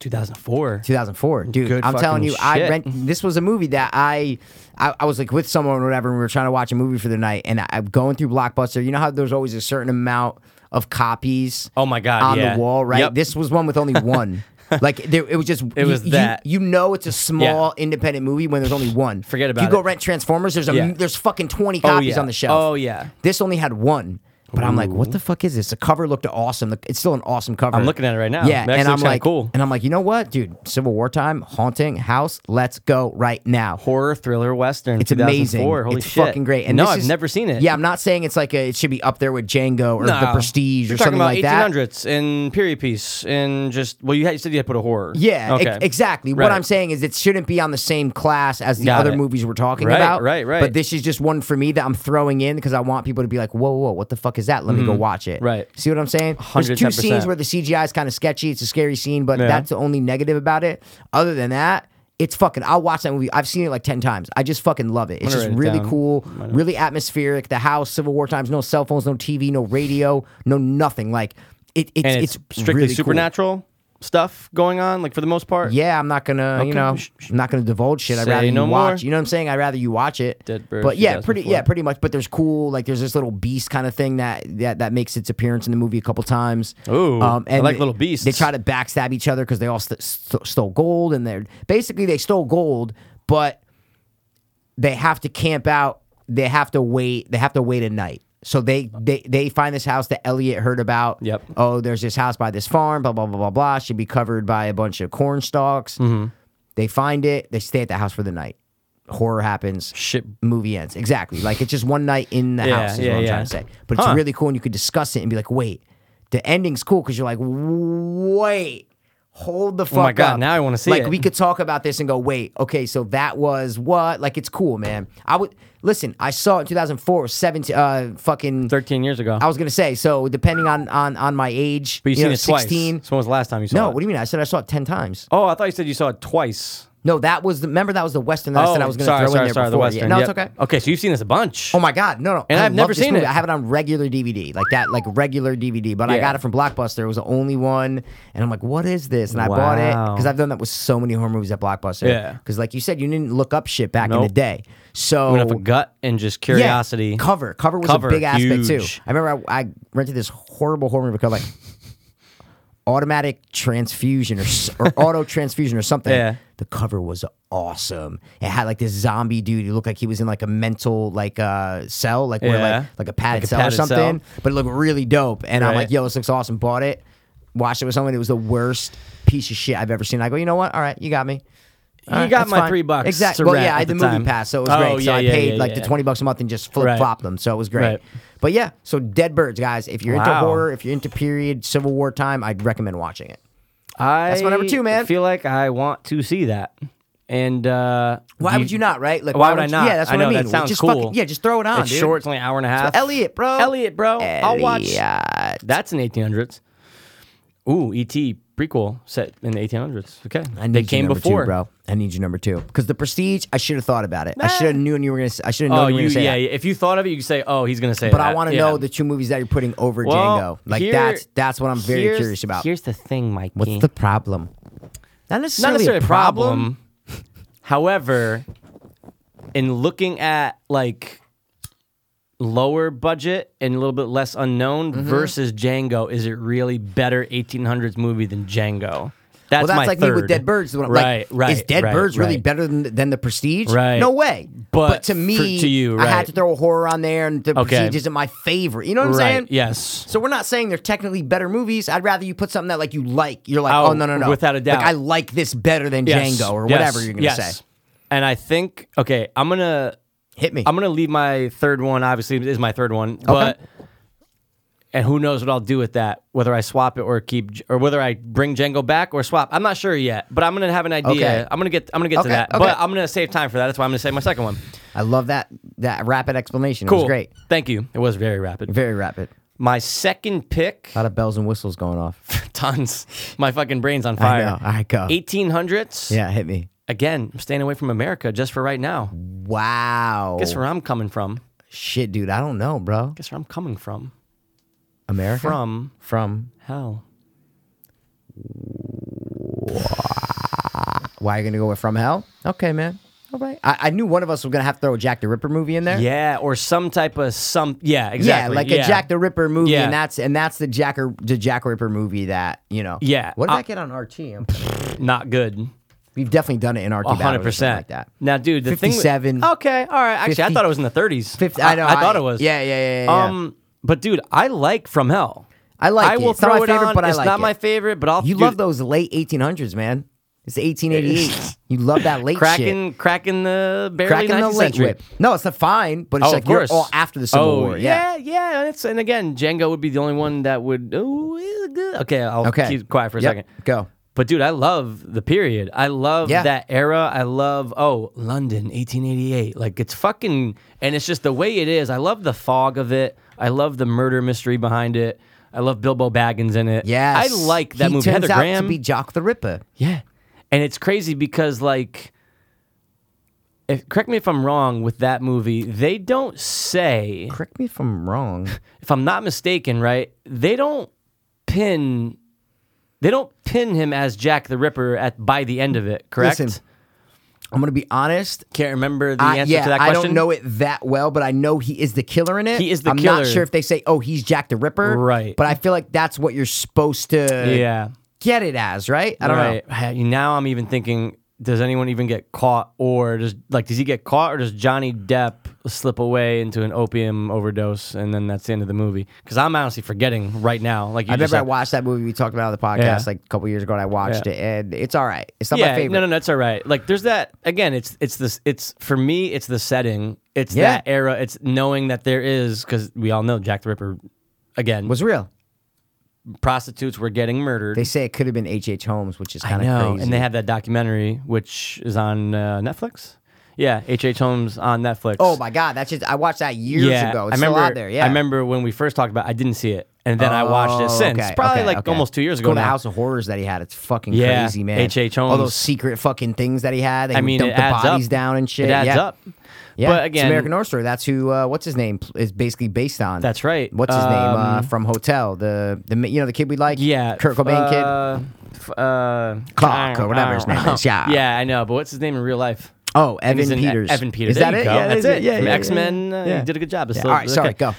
S1: 2004.
S2: 2004. Dude,
S1: Good
S2: I'm telling
S1: fucking
S2: you, I
S1: shit.
S2: rent. This was a movie that I, I, I was like with someone or whatever, and we were trying to watch a movie for the night, and I, I'm going through Blockbuster. You know how there's always a certain amount of copies.
S1: Oh my God,
S2: on
S1: yeah.
S2: the wall, right?
S1: Yep.
S2: This was one with only one. like there, it was just
S1: It
S2: you-
S1: was
S2: you,
S1: that.
S2: You, know, it's a small independent movie when there's only one.
S1: Forget
S2: If
S1: about
S2: you go
S1: it.
S2: rent Transformers. There's a
S1: Yeah.
S2: there's fucking 20
S1: Oh,
S2: copies
S1: yeah.
S2: on the shelf.
S1: Oh, yeah.
S2: This only had one. But I'm like, what the fuck is this? The cover looked awesome. The- It's still an awesome cover.
S1: I'm looking at it right now. It
S2: Yeah,
S1: actually
S2: and I'm
S1: looks kinda
S2: like,
S1: cool.
S2: and I'm like, you know what, dude? Civil War time, haunting house. Let's go right now.
S1: Horror thriller western.
S2: It's amazing.
S1: 2004. Holy
S2: it's
S1: shit!
S2: fucking great. And
S1: no,
S2: this
S1: I've
S2: is-
S1: never seen it.
S2: Yeah, I'm not saying it's like a, it should be up there with Django or The
S1: No.
S2: Prestige
S1: You're
S2: or something like
S1: talking
S2: that.
S1: about 1800s and period piece and just well, you, had, you said you had put a horror.
S2: Yeah, e-
S1: Okay.
S2: exactly.
S1: Right.
S2: What I'm saying is it shouldn't be on the same class as the
S1: Got
S2: other
S1: it.
S2: movies we're talking
S1: Right,
S2: about.
S1: right, right.
S2: But this is just one for me that I'm throwing in because I want people to be like, whoa, whoa, what the fuck is that? Let me go watch it.
S1: Mm. Right.
S2: See what I'm saying? There's two
S1: 110%.
S2: scenes where the CGI is kind of sketchy. It's a scary scene, but
S1: Yeah.
S2: that's the only negative about it. Other than that, it's fucking. I'll watch that movie. I've seen it like ten times. I just fucking love it. It's
S1: gonna
S2: just
S1: write it
S2: really
S1: down.
S2: cool, really atmospheric. The house, Civil War times, no cell phones, no TV, no radio, no nothing. Like it, it's,
S1: and it's, strictly
S2: really cool.
S1: supernatural stuff going on, like for the most part.
S2: Yeah, I'm not gonna,
S1: Okay.
S2: you know,
S1: Sh- sh-
S2: I'm not gonna divulge shit. I'd
S1: Say
S2: rather you
S1: no more.
S2: watch. You know what I'm saying? I'd rather you watch it.
S1: Dead Bird
S2: But yeah, pretty,
S1: 2004.
S2: yeah, pretty much. But there's cool, like there's this little beast kind of thing that that, that makes its appearance in the movie a couple times. Um,
S1: Ooh, I like little
S2: they- They
S1: beasts.
S2: try to backstab each other because they all st- st- stole gold, and they're basically they stole gold, but they have to camp out. They have to wait. They have to wait a night. So they they they find this house that Elliot heard about.
S1: Yep.
S2: Oh, there's this house by this farm. Blah blah blah blah blah. Should be covered by a bunch of corn stalks. They find it. They stay at the house for the night. Horror happens.
S1: Shit.
S2: Movie ends. Exactly. Like it's just one night in the
S1: Yeah,
S2: house. Is
S1: yeah,
S2: what I'm
S1: yeah.
S2: trying to say. But it's
S1: Huh.
S2: really cool, and you could discuss it and be like, wait, the ending's cool because you're like, wait. Hold the fuck
S1: Oh my God,
S2: up.
S1: now I wanna see
S2: Like
S1: it.
S2: we could talk about this and go, wait, okay, so that was what? Like it's cool, man. I would listen. I saw it in 2004, 17, uh, fucking.
S1: 13 years ago.
S2: I was gonna say so, depending on on on my age.
S1: but you've
S2: you
S1: seen
S2: know,
S1: it twice.
S2: 16.
S1: So when was the last time you saw
S2: No,
S1: it?
S2: what do you mean? I said I saw it ten times.
S1: oh, I thought you said you saw it twice.
S2: No, that was the. Remember that was the Western that I said I was going to
S1: Oh, sorry,
S2: throw
S1: sorry,
S2: in there
S1: sorry.
S2: before.
S1: The Western.
S2: yeah, no, it's
S1: yep.
S2: okay.
S1: Okay, so you've seen this a bunch.
S2: Oh my god, no, no!
S1: And
S2: I
S1: I've
S2: love
S1: never
S2: this
S1: seen
S2: movie.
S1: it.
S2: I have it on regular DVD, like that, like regular DVD. But I
S1: Yeah.
S2: got it from Blockbuster. It was the only one, and I'm like, "What is this?" And I bought it
S1: Wow.
S2: because I've done that with so many horror movies at Blockbuster.
S1: Yeah.
S2: because like you said, you didn't look up shit back in
S1: Nope.
S2: the day. So
S1: Went off a gut and just curiosity.
S2: yeah, cover. Cover was
S1: Cover,
S2: a big aspect
S1: huge.
S2: too. I remember I, I rented this horrible horror movie called like automatic transfusion or s- or auto transfusion or something.
S1: Yeah.
S2: The cover was awesome. It had like this zombie dude who looked like he was in like a mental like uh cell, like where
S1: Yeah.
S2: like like a padded
S1: Like a
S2: cell
S1: padded
S2: or something. But it looked really dope. And I'm
S1: Right.
S2: like, yo, this looks awesome. Bought it, watched it with someone. It was the worst piece of shit I've ever seen. I go, you know what? All right, you got me. All
S1: You
S2: right,
S1: got
S2: that's
S1: my
S2: fine.
S1: three bucks
S2: Exactly.
S1: to
S2: Well,
S1: rent
S2: yeah, I
S1: at
S2: had the,
S1: the time.
S2: movie pass, so it was
S1: Oh,
S2: great. so
S1: yeah,
S2: I
S1: yeah,
S2: paid
S1: yeah,
S2: like
S1: yeah.
S2: the twenty bucks a month and just flip flopped them. So it was great.
S1: Right.
S2: But yeah, so Dead Birds, guys. If you're into
S1: Wow.
S2: horror, if you're into period Civil War time, I'd recommend watching it.
S1: I
S2: That's my number two, man.
S1: feel like I want to see that. And uh,
S2: Why
S1: you-
S2: would you not? Right? Like,
S1: Why, would I
S2: don't you-
S1: not?
S2: Yeah, that's what
S1: know,
S2: I mean.
S1: That sounds
S2: just
S1: cool.
S2: Fucking, yeah, just throw it on,
S1: It's
S2: dude.
S1: short. It's only an hour and a half.
S2: Elliot, bro.
S1: Elliot, bro. I'll watch.
S2: Elliot.
S1: That's an 1800s. Ooh, ET prequel set in the 1800s. Okay,
S2: I need
S1: they
S2: you
S1: came
S2: number
S1: before,
S2: two, bro. I need you number two because the Prestige. I should have thought about it. I should have known you were gonna. s- I should have known
S1: Oh,
S2: you were
S1: you,
S2: gonna say
S1: yeah,
S2: that.
S1: yeah. If you thought of it, you could say, "Oh, he's gonna say."
S2: But
S1: that.
S2: I want to
S1: Yeah.
S2: know the two movies that you're putting over
S1: Well,
S2: Django. Like
S1: here-
S2: that's that's what I'm very
S1: here's-
S2: curious about.
S1: Here's the thing, Mikey.
S2: What's the problem? Not
S1: not
S2: necessarily,
S1: necessarily
S2: a problem.
S1: However, in looking at like lower budget and a little bit less unknown
S2: Mm-hmm.
S1: versus Django, is it really better 1800s movie than Django? That's
S2: Well, that's
S1: my
S2: like me
S1: third.
S2: with Dead Birds. When I'm
S1: right,
S2: like,
S1: right.
S2: Is Dead
S1: right,
S2: Birds really
S1: right.
S2: better than, than the Prestige?
S1: Right.
S2: No way.
S1: But
S2: to
S1: for-
S2: me,
S1: to you,
S2: I
S1: right.
S2: had to throw a horror on there, and the
S1: Okay.
S2: Prestige isn't my favorite. You know what I'm
S1: Right.
S2: saying?
S1: Yes.
S2: So we're not saying they're technically better movies. I'd rather you put something that like you like. You're like,
S1: Oh,
S2: oh, no, no, no,
S1: without a doubt.
S2: Like I like this better than
S1: Yes,
S2: Django or
S1: yes,
S2: whatever you're gonna
S1: yes.
S2: say.
S1: And I think okay, I'm gonna
S2: Hit me.
S1: I'm gonna leave my third one. Obviously, it is my third one, but and who knows what I'll do with that? Whether I swap it or keep, J- or whether I bring Django back or swap. I'm not sure yet, but I'm gonna have an idea.
S2: Okay.
S1: I'm gonna get. I'm gonna get
S2: Okay,
S1: to that,
S2: okay.
S1: but I'm gonna save time for that. That's why I'm gonna save my second one.
S2: I love that that rapid explanation. It
S1: Cool,
S2: was great.
S1: Thank you. It was very rapid.
S2: Very rapid.
S1: My second pick,
S2: A lot of bells and whistles going off.
S1: tons. My fucking brain's on
S2: I
S1: fire.
S2: know. All right, go.
S1: 1800s.
S2: Yeah, hit me.
S1: Again, I'm staying away from America just for right now.
S2: Wow.
S1: Guess where I'm coming from.
S2: Shit, dude, I don't know, bro.
S1: Guess where I'm coming from.
S2: America
S1: From
S2: from
S1: hell.
S2: why are you gonna go with from hell? Okay, man. All right. I, I knew one of us was gonna have to throw a Jack the Ripper movie in there.
S1: Yeah, or some type of some. Yeah, exactly.
S2: Yeah, like a Jack the Ripper movie,
S1: Yeah.
S2: and that's and that's the Jacker the Jack Ripper movie that you know.
S1: Yeah, Uh,
S2: What did
S1: I-
S2: I get on RT? I'm-
S1: Not good.
S2: We've definitely done it in RT.
S1: A
S2: Battle or
S1: hundred
S2: something
S1: percent
S2: like that.
S1: Now, dude, the thing.
S2: 57.
S1: with- Okay, all right. Actually, I
S2: 50.
S1: thought it was in the thirties.
S2: 50, I know.
S1: I, thought it was.
S2: Yeah, yeah, yeah. yeah, yeah.
S1: Um, but dude, I like From Hell.
S2: I like
S1: I
S2: it.
S1: will
S2: It's not
S1: throw
S2: my favorite,
S1: it on.
S2: but I
S1: it's
S2: like
S1: not
S2: it.
S1: my favorite, but I'll.
S2: you
S1: dude,
S2: love those late 1800s, man. It's 1888. you love that late shit.
S1: cracking, cracking the barely
S2: cracking the
S1: 19th
S2: late
S1: century.
S2: whip. No, it's not fine, but it's
S1: Oh,
S2: like
S1: of
S2: you're
S1: course.
S2: all after the Civil
S1: oh,
S2: War.
S1: yeah, yeah. And, it's, and again, Django would be the only one that would. Oh, it's good. Okay, I'll
S2: Okay.
S1: keep quiet for a
S2: Yep.
S1: second.
S2: Go.
S1: But dude, I love the period. I love
S2: Yeah.
S1: that era. I love oh London, 1888. Like it's fucking, and it's just the way it is. I love the fog of it. I love the murder mystery behind it. I love Bilbo Baggins in it.
S2: Yes.
S1: I like that
S2: he
S1: movie.
S2: Turns
S1: Heather
S2: out
S1: Graham.
S2: to be Jock the Ripper.
S1: yeah, and it's crazy because like, if, correct me if I'm wrong with that movie. They don't say
S2: Correct me if I'm wrong.
S1: if I'm not mistaken, right? They don't pin they don't pin him as Jack the Ripper at by the end of it, correct?
S2: Listen, I'm gonna be honest.
S1: Can't remember the
S2: I,
S1: answer
S2: yeah,
S1: to that
S2: I
S1: question.
S2: don't know it that well, but I know he is the killer in it.
S1: He is the
S2: I'm
S1: killer.
S2: not sure if they say, "Oh, he's Jack the Ripper,"
S1: Right.
S2: But I feel like that's what you're supposed to
S1: Yeah.
S2: get it as, right? I don't
S1: right. Ha- Now I'm even thinking, does anyone even get caught or does like does he get caught or does Johnny Depp slip away into an opium overdose and then that's the end of the movie? Because I'm honestly forgetting right now. Like you
S2: know. I
S1: just
S2: remember I
S1: said.
S2: watched that movie we talked about on the podcast
S1: Yeah.
S2: like a couple years ago, and I watched
S1: Yeah.
S2: it, and it's all right. It's not
S1: yeah,
S2: my favorite.
S1: no, no, no, it's all right. Like, there's that again. It's it's this. It's for me. It's the setting. It's
S2: Yeah.
S1: that era. It's knowing that there is because we all know Jack the Ripper. Again,
S2: was real.
S1: prostitutes were getting murdered.
S2: They say it could have been H.H. H. Holmes, which is
S1: I
S2: kind of
S1: know,
S2: crazy.
S1: and they had that documentary which is on uh, Netflix. Yeah, H.H. H. Holmes on Netflix.
S2: oh my God, that's just I watched that Oh, years
S1: yeah,
S2: ago.
S1: I
S2: It's
S1: remember.
S2: still out there. Yeah,
S1: I remember when we first talked about. I didn't see it. and then I watched it
S2: Oh,
S1: since.
S2: okay,
S1: Probably
S2: okay,
S1: like
S2: okay.
S1: almost two years
S2: Go
S1: ago
S2: to
S1: now.
S2: House of Horrors that he had. It's fucking
S1: Yeah,
S2: crazy, man.
S1: H.H.
S2: All
S1: Holmes.
S2: those secret fucking things that he had. They
S1: I mean,
S2: dumped
S1: it
S2: the
S1: adds
S2: bodies
S1: up.
S2: down and shit.
S1: It adds
S2: yeah.
S1: up.
S2: Yeah,
S1: but
S2: it's
S1: again,
S2: American Horror Story. That's who. Uh, what's his name pl- is basically based on.
S1: That's right.
S2: What's his name uh,
S1: Um,
S2: from Hotel? The the you know the kid we like.
S1: yeah,
S2: Kurt Cobain kid.
S1: uh, f- uh,
S2: Clark or whatever his name is, yeah.
S1: yeah, I know. But what's his name in real life?
S2: Oh, Evan
S1: He's in E-
S2: Peters.
S1: Evan Peters.
S2: Is
S1: There
S2: that
S1: you
S2: it?
S1: go.
S2: Yeah,
S1: that's it.
S2: Yeah,
S1: From
S2: yeah, yeah,
S1: X Men. Uh,
S2: yeah.
S1: You did a good job. It's
S2: Yeah,
S1: still-
S2: All right,
S1: okay.
S2: sorry. Go.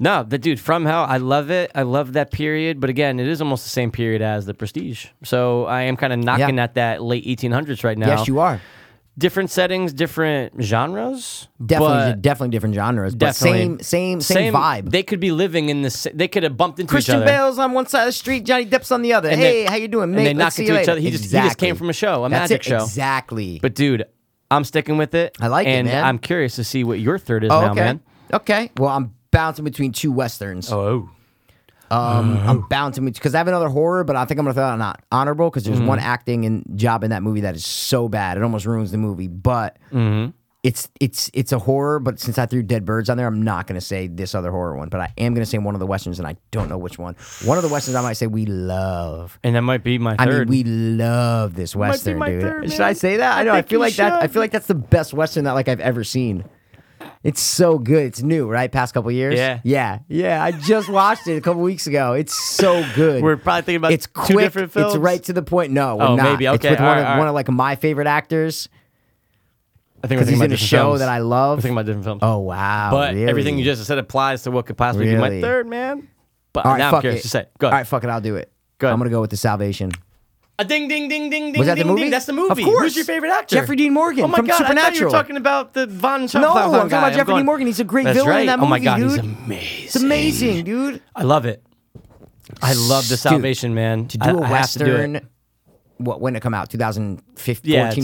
S1: No, the dude from Hell. I love it. I love that period. But again, it is almost the same period as the Prestige. So I am kind of knocking
S2: Yeah.
S1: at that late 1800s right now.
S2: Yes, you are.
S1: Different settings, different genres.
S2: Definitely,
S1: but
S2: definitely different genres, but
S1: Definitely.
S2: same, same, same, vibe.
S1: They could be living in this. They could have bumped into each
S2: Christian
S1: other.
S2: Bale's on one side of the street, Johnny Depp's on the other.
S1: And they-
S2: hey, how you doing,
S1: and
S2: mate?
S1: they
S2: Let's
S1: knock
S2: see
S1: into
S2: you
S1: each
S2: later.
S1: other. He just- he just came from a show, a
S2: That's
S1: magic
S2: it.
S1: show.
S2: Exactly.
S1: But dude, I'm sticking with it.
S2: I like it,
S1: and
S2: man.
S1: I'm curious to see what your third is
S2: oh,
S1: now,
S2: okay,
S1: man.
S2: okay. Well, I'm bouncing between two westerns.
S1: Oh,
S2: Um, I'm bouncing because I have another horror, but I think I'm gonna throw out not honorable because
S1: Mm.
S2: there's one acting and job in that movie that is so bad it almost ruins the movie. But
S1: Mm-hmm.
S2: it's it's it's a horror. But since I threw Dead Birds on there, I'm not gonna say this other horror one. But I am gonna say one of the westerns, and I don't know which one. One of the westerns I might say we love.
S1: and that might be my
S2: I
S1: third.
S2: mean, we love this western,
S1: my
S2: dude.
S1: third,
S2: should
S1: man.
S2: I say that? I,
S1: I
S2: know. I
S1: think
S2: feel
S1: you
S2: like that. I
S1: should.
S2: feel like that's the best western that like I've ever seen. It's so good. It's new, right? Past couple years.
S1: Yeah.
S2: yeah, yeah. I just watched it a couple weeks ago. It's so good.
S1: We're probably thinking about
S2: it's
S1: two
S2: quick.
S1: different films.
S2: It's right to the point. No, we're
S1: Oh,
S2: not.
S1: maybe.
S2: It's
S1: Okay,
S2: with one,
S1: alright,
S2: of,
S1: alright.
S2: one of like my favorite actors.
S1: I think
S2: 'Cause
S1: we're
S2: he's
S1: thinking
S2: in a
S1: about different
S2: show
S1: films.
S2: that I love.
S1: We're thinking about different films.
S2: Oh wow!
S1: but
S2: really?
S1: everything you just said applies to what could possibly be my
S2: Really?
S1: third, man. But
S2: All right,
S1: now I'm
S2: fuck
S1: curious
S2: it.
S1: to say. Go
S2: All right,
S1: ahead.
S2: fuck it. I'll do it.
S1: Go ahead.
S2: I'm gonna go with the Salvation.
S1: A ding, ding, ding, ding, ding.
S2: Was that the
S1: ding,
S2: movie?
S1: Ding. That's the
S2: Of
S1: movie.
S2: course.
S1: Who's your favorite actor?
S2: Jeffrey Dean Morgan
S1: Oh my
S2: from
S1: God, I thought you
S2: Supernatural.
S1: were talking about the Von Schaffhausen
S2: No, I'm talking
S1: guy.
S2: about Jeffrey
S1: going-
S2: Dean Morgan. He's a great
S1: That's
S2: villain in
S1: right.
S2: that
S1: Oh my
S2: movie,
S1: God, he's
S2: dude.
S1: amazing.
S2: It's amazing, dude.
S1: I love it. I love the
S2: Dude,
S1: Salvation, man.
S2: To
S1: I-
S2: do a
S1: I have to do it.
S2: western, what when it come out? 2015,
S1: Yeah,
S2: 2014,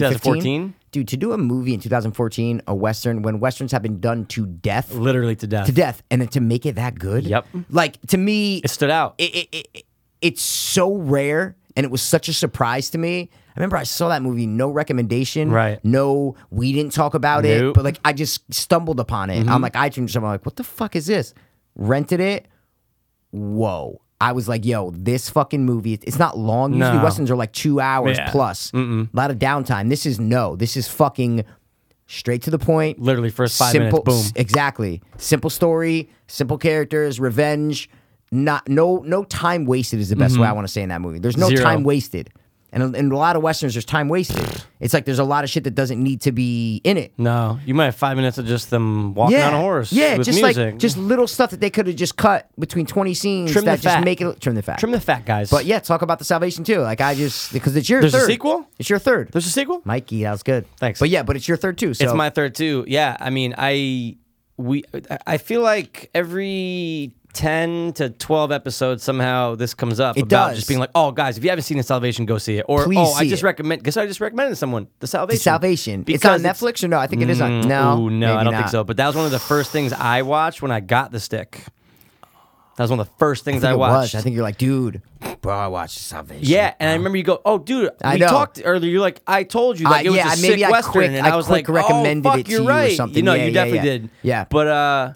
S1: 2014.
S2: Dude, to do a movie in 2014, a western when westerns have been done to death,
S1: literally to death.
S2: to death, and then to make it that good.
S1: Yep.
S2: Like to me,
S1: It stood out.
S2: it, it, it, it- it's so rare and it was such a surprise to me. I remember I saw that movie, no recommendation.
S1: Right.
S2: No, we didn't talk about it.
S1: Nope. Mm-hmm.
S2: But like I just stumbled upon it. I'm like iTunes, so I'm like, what the fuck is this? Rented it. Whoa. I was like, yo, this fucking movie, it's not long. Usually
S1: No.
S2: Westerns are like two hours
S1: Yeah.
S2: plus. A lot of downtime. This is no. This is fucking straight to the point
S1: Literally first five
S2: simple,
S1: minutes, boom.
S2: s- Exactly. Simple story, simple characters, revenge. Not no no time wasted is the best way I want to say in that movie. There's no
S1: Mm-hmm. Zero.
S2: time wasted, and in a lot of westerns, there's time wasted. it's like there's a lot of shit that doesn't need to be in it.
S1: No, you might have five minutes of just them walking on a horse.
S2: yeah,
S1: with
S2: just
S1: music.
S2: like just little stuff that they could have just cut between twenty scenes
S1: Trim the
S2: that just
S1: fat.
S2: make it trim the fat.
S1: trim the fat guys.
S2: But yeah, talk about the salvation too. Like I just because it's your
S1: There's a
S2: third.
S1: sequel?
S2: It's your third.
S1: there's a sequel.
S2: Mikey, that was good.
S1: Thanks.
S2: But yeah, but it's your third too. So
S1: It's my third too. Yeah, I mean, I we I feel like every ten to twelve episodes somehow this comes up
S2: It
S1: about
S2: does.
S1: just being like, oh guys, if you haven't seen the Salvation, go see it. Or
S2: Please
S1: oh, I
S2: see
S1: just
S2: it."
S1: recommend because I just recommended to someone the Salvation.
S2: salvation. it's on
S1: Because Mm,
S2: Netflix or no? I think it is on. No,
S1: Ooh, no,
S2: maybe
S1: I don't
S2: not.
S1: think so. But that was one of the first things I watched when I got the stick. That was one of the first things I,
S2: think it was.
S1: watched.
S2: I think you're like, dude, bro, I watched Salvation.
S1: yeah, and I remember you go, "Oh, dude,
S2: I
S1: we
S2: know.
S1: talked earlier. You're like, I told you,
S2: Uh,
S1: like it was
S2: yeah,
S1: a
S2: maybe
S1: sick
S2: I
S1: western,
S2: quick-
S1: and
S2: I
S1: I was
S2: quick
S1: like,
S2: recommended
S1: oh, fuck,
S2: it to
S1: you're
S2: you or
S1: right.
S2: something.
S1: You know,
S2: Yeah,
S1: you
S2: yeah,
S1: definitely
S2: yeah.
S1: did.
S2: Yeah.
S1: but uh,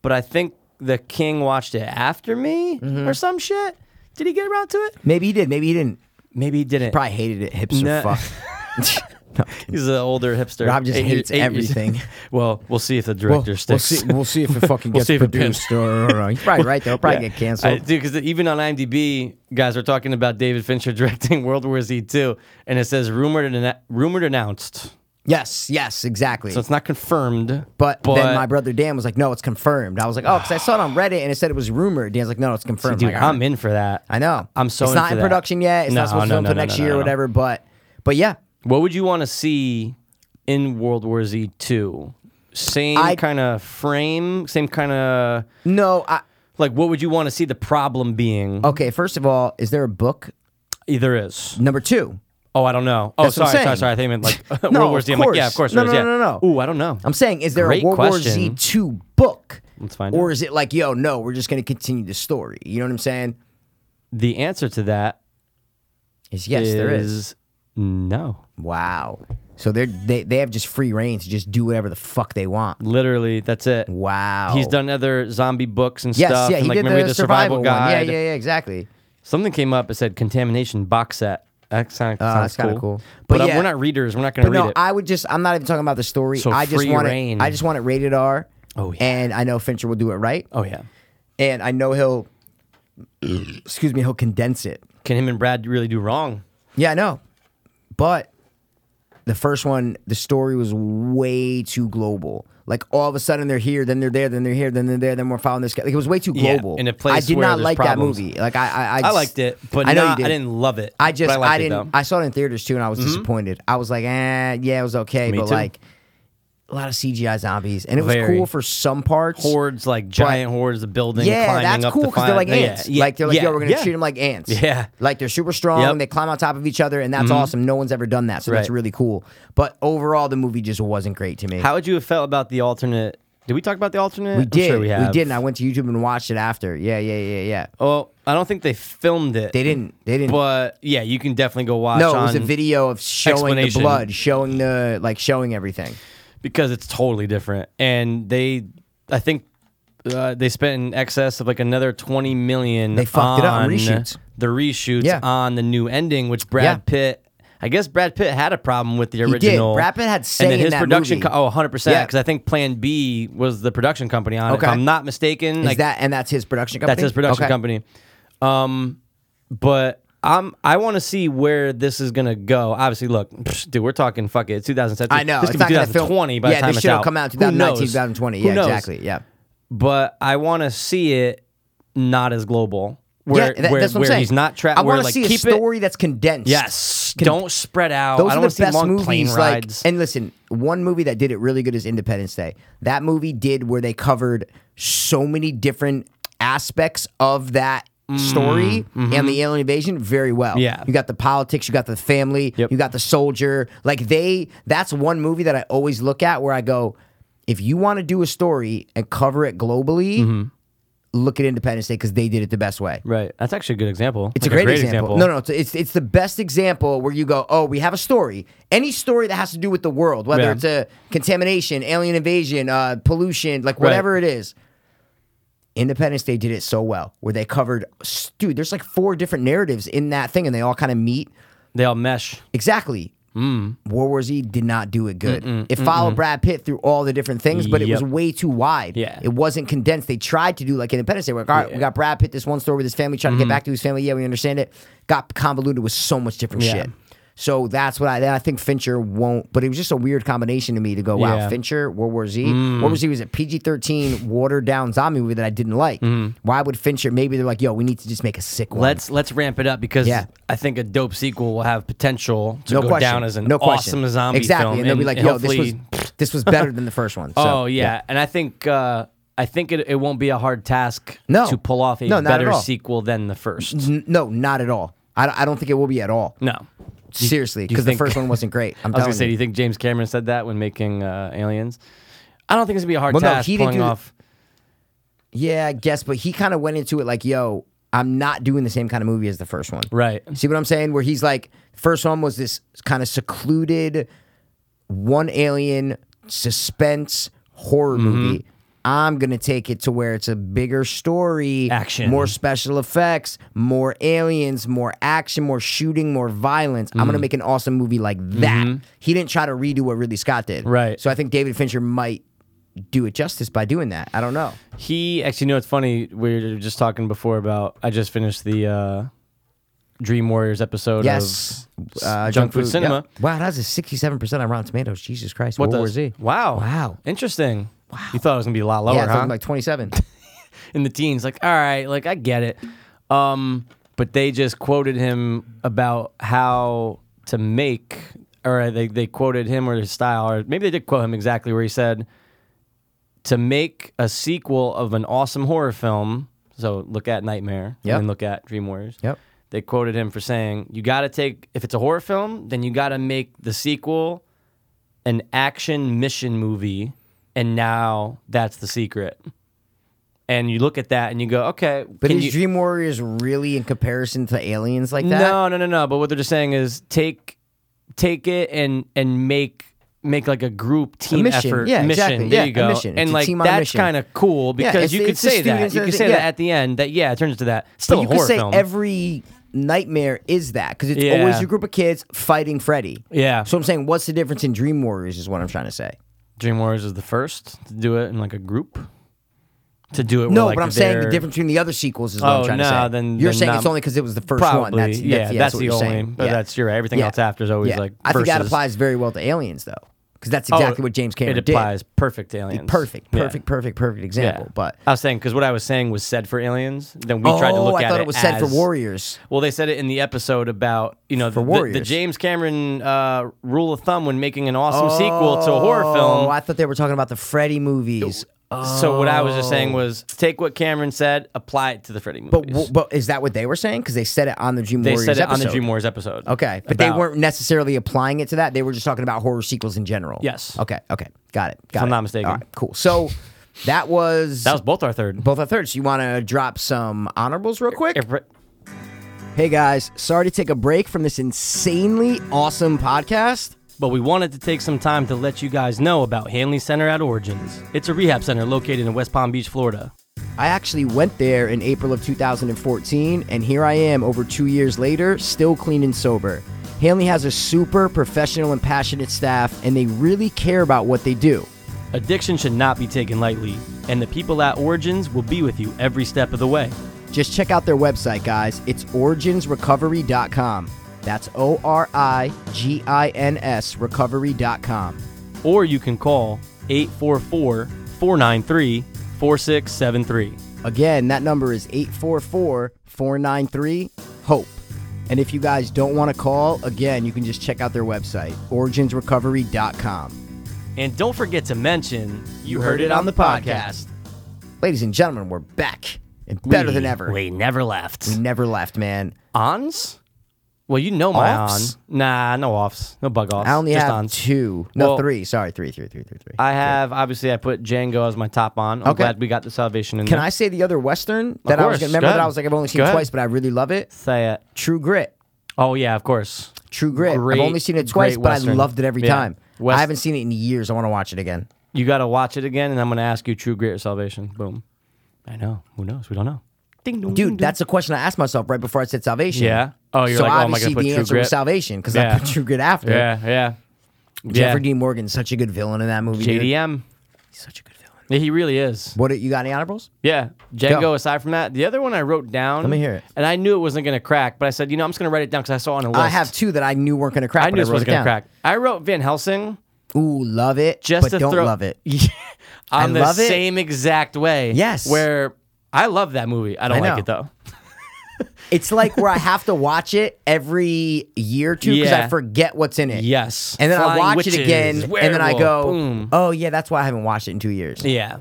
S1: but I think the king watched it after me
S2: Mm-hmm.
S1: or some shit. Did he get around to it?
S2: Maybe he did. Maybe he didn't.
S1: Maybe he didn't.
S2: Probably hated it. Hipster
S1: No.
S2: fuck. No, I'm kidding.
S1: He's an older hipster.
S2: Rob just
S1: Eight year-
S2: hates
S1: eight years-
S2: everything.
S1: well, we'll see if the director sticks.
S2: see if it fucking
S1: We'll see if it pans-
S2: or, or- or- he's probably right. They'll probably
S1: Yeah.
S2: get canceled.
S1: I, dude, because even on IMDb, guys are talking about David Fincher directing World War Z two, and it says rumored and anna- rumored announced,
S2: yes, yes, exactly.
S1: so it's not confirmed.
S2: but, then
S1: but-
S2: my brother Dan was like, "No, it's confirmed." I was like, "Oh, because I saw it on Reddit and it said it was rumored." Dan's like, "No, it's confirmed."
S1: dude,
S2: like,
S1: I'm in for that.
S2: Oh I know.
S1: I'm so
S2: It's not
S1: into
S2: in
S1: that.
S2: production yet. It's
S1: No,
S2: not supposed
S1: no,
S2: to film
S1: no,
S2: till
S1: no,
S2: next
S1: no,
S2: year
S1: no,
S2: or
S1: no.
S2: whatever. But, but yeah,
S1: What would you want to see in World War Z two? Same
S2: I-
S1: kind of frame, same kind of
S2: no. I,
S1: like. What would you want to see the problem being?
S2: okay, first of all, is there a book?
S1: Either is.
S2: Number two,
S1: Oh, I don't know. Oh,
S2: That's
S1: sorry,
S2: what I'm
S1: sorry,
S2: saying.
S1: sorry. I think I meant like
S2: No,
S1: World War
S2: of
S1: Z. I'm like, yeah,
S2: course.
S1: of course.
S2: No,
S1: there
S2: no,
S1: is,
S2: no, no,
S1: yeah.
S2: no.
S1: Ooh, I don't know.
S2: I'm saying, is there
S1: Great
S2: a World War Z
S1: question.
S2: two book?
S1: Let's find
S2: Or
S1: out.
S2: is it like, yo, no, we're just going to continue the story? You know what I'm saying?
S1: the answer to that
S2: Is yes, there is.
S1: no.
S2: Wow. So they're they, they have just free reign to just do whatever the fuck they want.
S1: Literally, that's it.
S2: Wow.
S1: He's done other zombie books and
S2: Yes,
S1: stuff.
S2: yeah,
S1: and
S2: he
S1: like
S2: did
S1: remember
S2: the, survival,
S1: survival,
S2: one. Yeah,
S1: guide.
S2: yeah, yeah, exactly.
S1: Something came up. It said contamination box set. That sounds,
S2: Oh, that's
S1: sounds
S2: kinda
S1: cool.
S2: cool.
S1: But,
S2: But
S1: um,
S2: yeah.
S1: we're not readers. We're not going to
S2: But
S1: read
S2: no,
S1: it.
S2: I would just I'm not even talking about the story.
S1: So
S2: I just
S1: free
S2: want
S1: reign.
S2: it I just want it rated R.
S1: Oh, yeah.
S2: And I know Fincher will do it right.
S1: oh yeah.
S2: And I know he'll excuse me, he'll condense it.
S1: Can him and Brad really do wrong?
S2: Yeah, I know. But the first one, the story was way too global. Like all of a sudden they're here, then they're there, then they're here, then they're there, then we're following this guy. Like it was way too
S1: Yeah,
S2: global.
S1: in a place
S2: I did
S1: where
S2: not
S1: there's
S2: like
S1: problems.
S2: that movie. Like I, I, I,
S1: I
S2: just-
S1: liked it, but
S2: I know
S1: not-
S2: you
S1: I
S2: did.
S1: didn't love it.
S2: I just
S1: but I liked it,
S2: didn't.
S1: though. Mm-hmm.
S2: I saw it in theaters too, and I was disappointed. I was like, eh, yeah, it was okay,
S1: Me
S2: but
S1: too.
S2: like a lot of CGI zombies, and it was
S1: Very.
S2: cool for some parts.
S1: hordes, like giant hordes, the building,
S2: yeah,
S1: climbing
S2: that's
S1: up
S2: cool
S1: the
S2: because they're
S1: final-
S2: like
S1: yeah,
S2: ants.
S1: yeah,
S2: like they're like,
S1: yeah,
S2: yo, we're gonna
S1: yeah.
S2: treat them like ants.
S1: Yeah.
S2: like they're super strong.
S1: Yep. Mm-hmm.
S2: They climb on top of each other, and that's awesome. No one's ever done that, so that's
S1: Right.
S2: really cool. But overall, the movie just wasn't great to me.
S1: How would you have felt about the alternate? Did we talk about the alternate?
S2: we did,
S1: I'm sure we, have.
S2: did, and I went to YouTube and watched it after. Yeah, yeah, yeah, yeah.
S1: Oh, I don't think they filmed it.
S2: They didn't. They didn't.
S1: Oh, But yeah, you can definitely go watch.
S2: no, it was a
S1: on-
S2: video of showing the
S1: explanation.
S2: blood, showing the like, showing everything.
S1: because it's totally different. And they, I think, uh, they spent in excess of like another twenty million.
S2: They fucked it up
S1: on
S2: on reshoots.
S1: The reshoots
S2: Yeah.
S1: on the new ending, which Brad
S2: Yeah.
S1: Pitt. I guess Brad Pitt had a problem with the
S2: did.
S1: original.
S2: Brad Pitt had say
S1: and then
S2: in
S1: his
S2: that
S1: production.
S2: movie.
S1: Co- oh, 100 percent.
S2: Yeah.
S1: Because I think Plan B was the production company on it.
S2: Okay.
S1: If I'm not mistaken,
S2: Is
S1: like
S2: that and that's his production company?
S1: That's his production
S2: Okay.
S1: company. Um, but I'm I want to see where this is gonna go. Obviously, look, psh, dude, we're talking fuck it, 2017.
S2: I know.
S1: this
S2: it's
S1: could
S2: not
S1: be
S2: gonna film-
S1: 2020 by
S2: yeah,
S1: the time
S2: this
S1: it's
S2: shit'll
S1: out.
S2: come out
S1: Who
S2: 2019,
S1: knows?
S2: 2020.
S1: Who
S2: Yeah,
S1: knows?
S2: exactly. Yeah.
S1: But I want to see it not as global, where
S2: yeah, that-
S1: where,
S2: that's what I'm
S1: where
S2: saying.
S1: he's not trapped.
S2: I
S1: where
S2: want to
S1: like
S2: see a
S1: keep
S2: story
S1: It,
S2: that's condensed.
S1: yes,
S2: Con-
S1: don't spread out.
S2: Those
S1: I don't
S2: are the
S1: want to see
S2: best
S1: long plane
S2: movies. Like,
S1: rides.
S2: and listen, one movie that did it really good is Independence Day. That movie did where they covered so many different aspects of that story and the alien invasion very well.
S1: Mm, mm-hmm. Yeah.
S2: you got the politics, you got the family,
S1: Yep.
S2: you got the soldier. Like they, that's one movie that I always look at where I go, if you want to do a story and cover it globally,
S1: Mm-hmm.
S2: look at Independence Day because they did it the best way.
S1: right, that's actually a good example.
S2: It's a great, example. No, no, it's, it's it's the best example where you go, oh, we have a story. Any story that has to do with the world, whether
S1: Yeah.
S2: it's a contamination, alien invasion, uh, pollution, like whatever it is. Independence Day did it so well, where they covered, s- dude. There's like four different narratives in that thing, and they all kind of meet.
S1: They all mesh.
S2: Exactly.
S1: Hmm.
S2: World War Z did not do it good. it followed Brad Pitt through all the different things, but it was
S1: Yep.
S2: way too wide.
S1: Yeah.
S2: It wasn't condensed. They tried to do like Independence Day. We're like, all right, we got Brad Pitt, this one story with his family, trying
S1: Mm-hmm.
S2: to get back to his family. Yeah, we understand it. Got convoluted with so much different
S1: Yeah.
S2: shit. So that's what I, then I think Fincher won't, but it was just a weird combination to me to go, wow,
S1: Yeah. Mm.
S2: Fincher, World War Z. World War Z was a PG 13 watered down zombie movie that I didn't like.
S1: Mm-hmm.
S2: Why would Fincher, maybe they're like, yo, we need to just make a sick one.
S1: Let's let's ramp it up because
S2: Yeah.
S1: I think a dope sequel will have potential to
S2: no
S1: go
S2: question.
S1: down as an
S2: no
S1: awesome
S2: question.
S1: zombie
S2: exactly.
S1: film.
S2: and they'll be like,
S1: and
S2: "Yo, this was
S1: hopefully-
S2: this was better than the first one." So,
S1: oh yeah. and I think uh, I think it, it won't be a hard task
S2: No.
S1: to pull off a
S2: No, not at
S1: better
S2: all.
S1: sequel than the first.
S2: N- no, not at all. I, don't- I don't think it will be at all.
S1: No,
S2: Seriously,
S1: Mm, you
S2: because the
S1: think-
S2: first one wasn't great.
S1: I
S2: I'm
S1: was
S2: telling
S1: gonna say, do
S2: you.
S1: you think James Cameron said that when making uh, Aliens? I don't think it's gonna be a hard
S2: Well, no,
S1: task
S2: he didn't
S1: pulling
S2: do the-
S1: off.
S2: Yeah, I guess, but he kind of went into it like, "Yo, I'm not doing the same kind of movie as the first one."
S1: Right.
S2: See what I'm saying? Where he's like, first one was this kind of secluded, one alien suspense horror
S1: Mm-hmm.
S2: movie. I'm gonna take it to where it's a bigger story,
S1: Action.
S2: more special effects, more aliens, more action, more shooting, more violence. I'm
S1: Mm-hmm.
S2: gonna make an awesome movie like that. He didn't try to redo what Ridley Scott did,
S1: Right.
S2: So I think David Fincher might do it justice by doing that. I don't know.
S1: He actually, you know, it's funny. We were just talking before about. I just finished the uh, Dream Warriors episode.
S2: Yes,
S1: Of, s-
S2: Uh,
S1: junk food cinema.
S2: yeah. Wow, that's a 67% on Rotten Tomatoes. Jesus Christ,
S1: What
S2: World War
S1: does-
S2: Z.
S1: Wow.
S2: Wow.
S1: Interesting. Wow. You thought it was gonna be a lot lower,
S2: Yeah, it's
S1: huh?
S2: looking like 27.
S1: In the teens, like, all right, like I get it. Um, but they just quoted him about how to make, or they they quoted him or his style, or maybe they did quote him exactly where he said to make a sequel of an awesome horror film. So look at Nightmare
S2: Yep.
S1: and then look at Dream Warriors.
S2: Yep.
S1: They quoted him for saying, "You got to take if it's a horror film, then you got to make the sequel an action mission movie, and now that's the secret." And you look at that and you go, "Okay,
S2: But
S1: can
S2: is
S1: you-
S2: Dream Warriors really in comparison to aliens like that?
S1: no, no, no, no. But what they're just saying is take take it and and make make like a group team
S2: mission.
S1: effort
S2: Yeah,
S1: mission.
S2: exactly.
S1: There
S2: Yeah,
S1: you
S2: a
S1: go.
S2: mission. It's
S1: And
S2: a
S1: like
S2: team on a
S1: that's
S2: mission.
S1: kind of cool because
S2: it's-
S1: you could
S2: it's the
S1: say that.
S2: students
S1: You
S2: and
S1: could
S2: the-
S1: say that
S2: yeah.
S1: at the end that yeah, it turns into that. Still
S2: But
S1: a
S2: you
S1: horror
S2: could say
S1: film.
S2: every nightmare is that because it's
S1: Yeah.
S2: always a group of kids fighting Freddy.
S1: Yeah.
S2: So I'm saying, what's the difference in Dream Warriors? Is what I'm trying to say.
S1: Dream Warriors is the first to do it in like a group. To do it. where,
S2: No,
S1: like,
S2: but I'm saying the
S1: they're-
S2: difference between the other sequels is what I'm
S1: Oh,
S2: trying to
S1: no,
S2: say.
S1: then-
S2: you're
S1: then
S2: saying
S1: not-
S2: it's only because it was the first
S1: Probably,
S2: one. That's,
S1: yeah,
S2: that's, yeah,
S1: that's
S2: what
S1: the
S2: you're
S1: only-
S2: saying.
S1: but
S2: Yeah.
S1: that's- you're right, everything else after is always, like,
S2: I think that
S1: versus.
S2: applies very well to Aliens though, because that's
S1: Oh,
S2: exactly what James Cameron
S1: It
S2: did.
S1: applies perfect to aliens.
S2: Perfect,
S1: Yeah.
S2: perfect, perfect, perfect example. But
S1: I was saying because what I was saying was said for aliens. Then we tried to
S2: Oh,
S1: look
S2: I
S1: at
S2: thought
S1: it.
S2: it was said for
S1: as-
S2: warriors.
S1: Well, they said it in the episode about you know the, the- the,
S2: warriors.
S1: James Cameron uh, rule of thumb when making an awesome sequel to a horror film.
S2: Oh, I thought they were talking about the Freddy movies. Oh,
S1: So what I was just saying was take what Cameron said, apply it to the Freddy movies.
S2: But w- but is that what they were saying? Because they said it on the Dream
S1: they
S2: Warriors.
S1: said it on the
S2: episode.
S1: Dream Wars episode.
S2: Okay, but they
S1: about-
S2: weren't necessarily applying it to that. They were just talking about horror sequels in general.
S1: Yes.
S2: Okay. Okay. Got it. Got
S1: I'm
S2: it.
S1: not mistaken.
S2: All right. Cool. So that was
S1: That was both our third.
S2: both our thirds. You want to drop some honorables real quick?
S1: If-
S2: Hey guys, sorry to take a break from this insanely awesome podcast.
S1: But we wanted to take some time to let you guys know about Hanley Center at Origins. It's a rehab center located in West Palm Beach, Florida.
S2: I actually went there in April of 2014, and here I am over two years later, still clean and sober. Hanley has a super professional and passionate staff, and they really care about what they do.
S1: Addiction should not be taken lightly, and the people at Origins will be with you every step of the way.
S2: Just check out their website, guys. It's originsrecovery.com. That's O R I G I N S recovery.com.
S1: Or you can call 844 493 4673.
S2: Again, that number is 844 493 HOPE. E. And if you guys don't want to call, again, you can just check out their website, originsrecovery.com.
S1: And don't forget to mention you heard it on the podcast.
S2: Ladies and gentlemen, we're back and better than ever.
S1: We never left.
S2: We never left, man.
S1: Ons? Well, you know my
S2: Offs?
S1: on. Nah, no offs. No bug offs.
S2: I only
S1: Just
S2: have
S1: ons.
S2: two. No,
S1: Well-
S2: three. Sorry, three, three, three, three, three.
S1: I have, obviously, I put Django as my top on. I'm
S2: Okay.
S1: glad we got the Salvation in
S2: Can
S1: there.
S2: I say the other Western that I was
S1: course,
S2: going to remember
S1: go
S2: that I
S1: ahead.
S2: was like, I've only seen
S1: Go ahead.
S2: twice, but I really love it?
S1: say it?
S2: True Grit.
S1: Oh yeah, of course.
S2: True Grit.
S1: Great-
S2: I've only seen it twice,
S1: great
S2: but I
S1: Western.
S2: loved it every
S1: Yeah.
S2: time.
S1: West-
S2: I haven't seen it in years. I want to watch it again.
S1: You got to watch it again, and I'm going to ask you True Grit or Salvation. Boom. I know. Who knows? We don't know. Ding, dong, ding,
S2: Dude,
S1: dong.
S2: that's a question I asked myself right before I said salvation.
S1: Yeah? Oh, you're
S2: so
S1: like, oh, am I gonna
S2: obviously
S1: put
S2: the
S1: True
S2: answer was
S1: Grit?
S2: salvation because I
S1: Yeah.
S2: put True Grit after.
S1: yeah, yeah.
S2: Jeffrey
S1: yeah.
S2: Dean Morgan's such a good villain in that movie. dude.
S1: JDM.
S2: He's such a good villain.
S1: Yeah, he really is.
S2: What you got any honorables?
S1: Yeah. Django.
S2: Go.
S1: Aside from that, the other one I wrote down.
S2: Let me hear it.
S1: And I knew it wasn't going to crack, but I said, you know, I'm just going to write it down because I saw it on a list.
S2: I have two that I knew weren't gonna crack.
S1: I
S2: but
S1: knew this
S2: wrote
S1: wasn't
S2: it
S1: going to
S2: down.
S1: crack. I wrote Van Helsing.
S2: Ooh, love it.
S1: Just
S2: but
S1: to
S2: don't
S1: throw,
S2: love it.
S1: Yeah, I'm the
S2: love it.
S1: same exact way.
S2: Yes.
S1: Where I love that movie. I don't
S2: I know.
S1: like it though.
S2: It's like where I have to watch it every year or two because I
S1: Yeah.
S2: forget what's in it.
S1: Yes.
S2: And then I
S1: Flying
S2: watch
S1: witches,
S2: it again, and then I
S1: werewolf,
S2: go,
S1: boom.
S2: "Oh yeah, that's why I haven't watched it in two years."
S1: Yeah.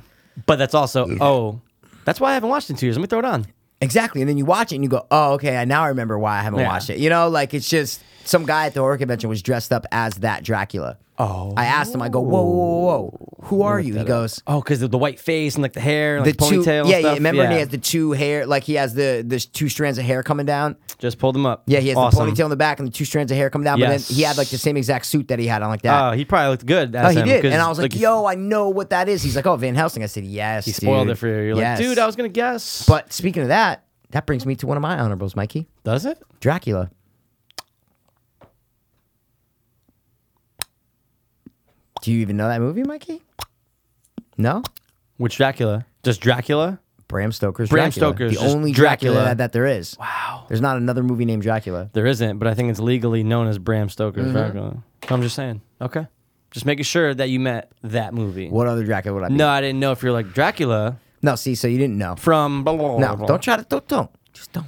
S1: But that's also oh, that's why I haven't watched it in two years. Let me throw it on.
S2: Exactly. And then you watch it and you go, oh, okay, I now remember why I haven't
S1: Yeah.
S2: watched it. You know, like it's just some guy at the horror convention was dressed up as that Dracula.
S1: Oh.
S2: I asked him, I go, whoa, whoa, whoa, whoa. Who are you? He goes,
S1: Oh, because the, the white face and like the hair and
S2: the
S1: like the
S2: two,
S1: ponytail. and
S2: yeah, yeah.
S1: stuff?
S2: Remember, when he has the two hair, like he has the the two strands of hair coming down.
S1: just pulled them up.
S2: Yeah, he has
S1: awesome.
S2: the ponytail in the back and the two strands of hair coming down.
S1: Yes.
S2: But then he had like the same exact suit that he had on, like that.
S1: Oh, he probably looked good.
S2: oh,
S1: As
S2: he
S1: him,
S2: did.
S1: 'cause,
S2: And I was like,
S1: he
S2: yo, I know what that is. He's like, oh, Van Helsing. I said, yes. He
S1: spoiled it for you. You're
S2: yes.
S1: like, dude, I was gonna guess.
S2: But speaking of that, that brings me to one of my honorables, Mikey.
S1: does it?
S2: Dracula. Do you even know that movie, Mikey? No?
S1: Which Dracula? Just Dracula?
S2: Bram Stoker's
S1: Bram
S2: Dracula.
S1: Stoker's
S2: the
S1: just
S2: only Dracula,
S1: Dracula.
S2: that, that there is. Wow. There's not another movie named Dracula.
S1: There isn't, but I think it's legally known as Bram Stoker's
S2: Mm-hmm.
S1: Dracula. I'm just saying. Okay. Just making sure that you met that movie.
S2: What other Dracula would I be?
S1: No, I didn't know if you're like Dracula
S2: No, see, so you didn't know.
S1: from. Blah, blah, blah,
S2: No,
S1: blah.
S2: don't try to don't don't. Just don't.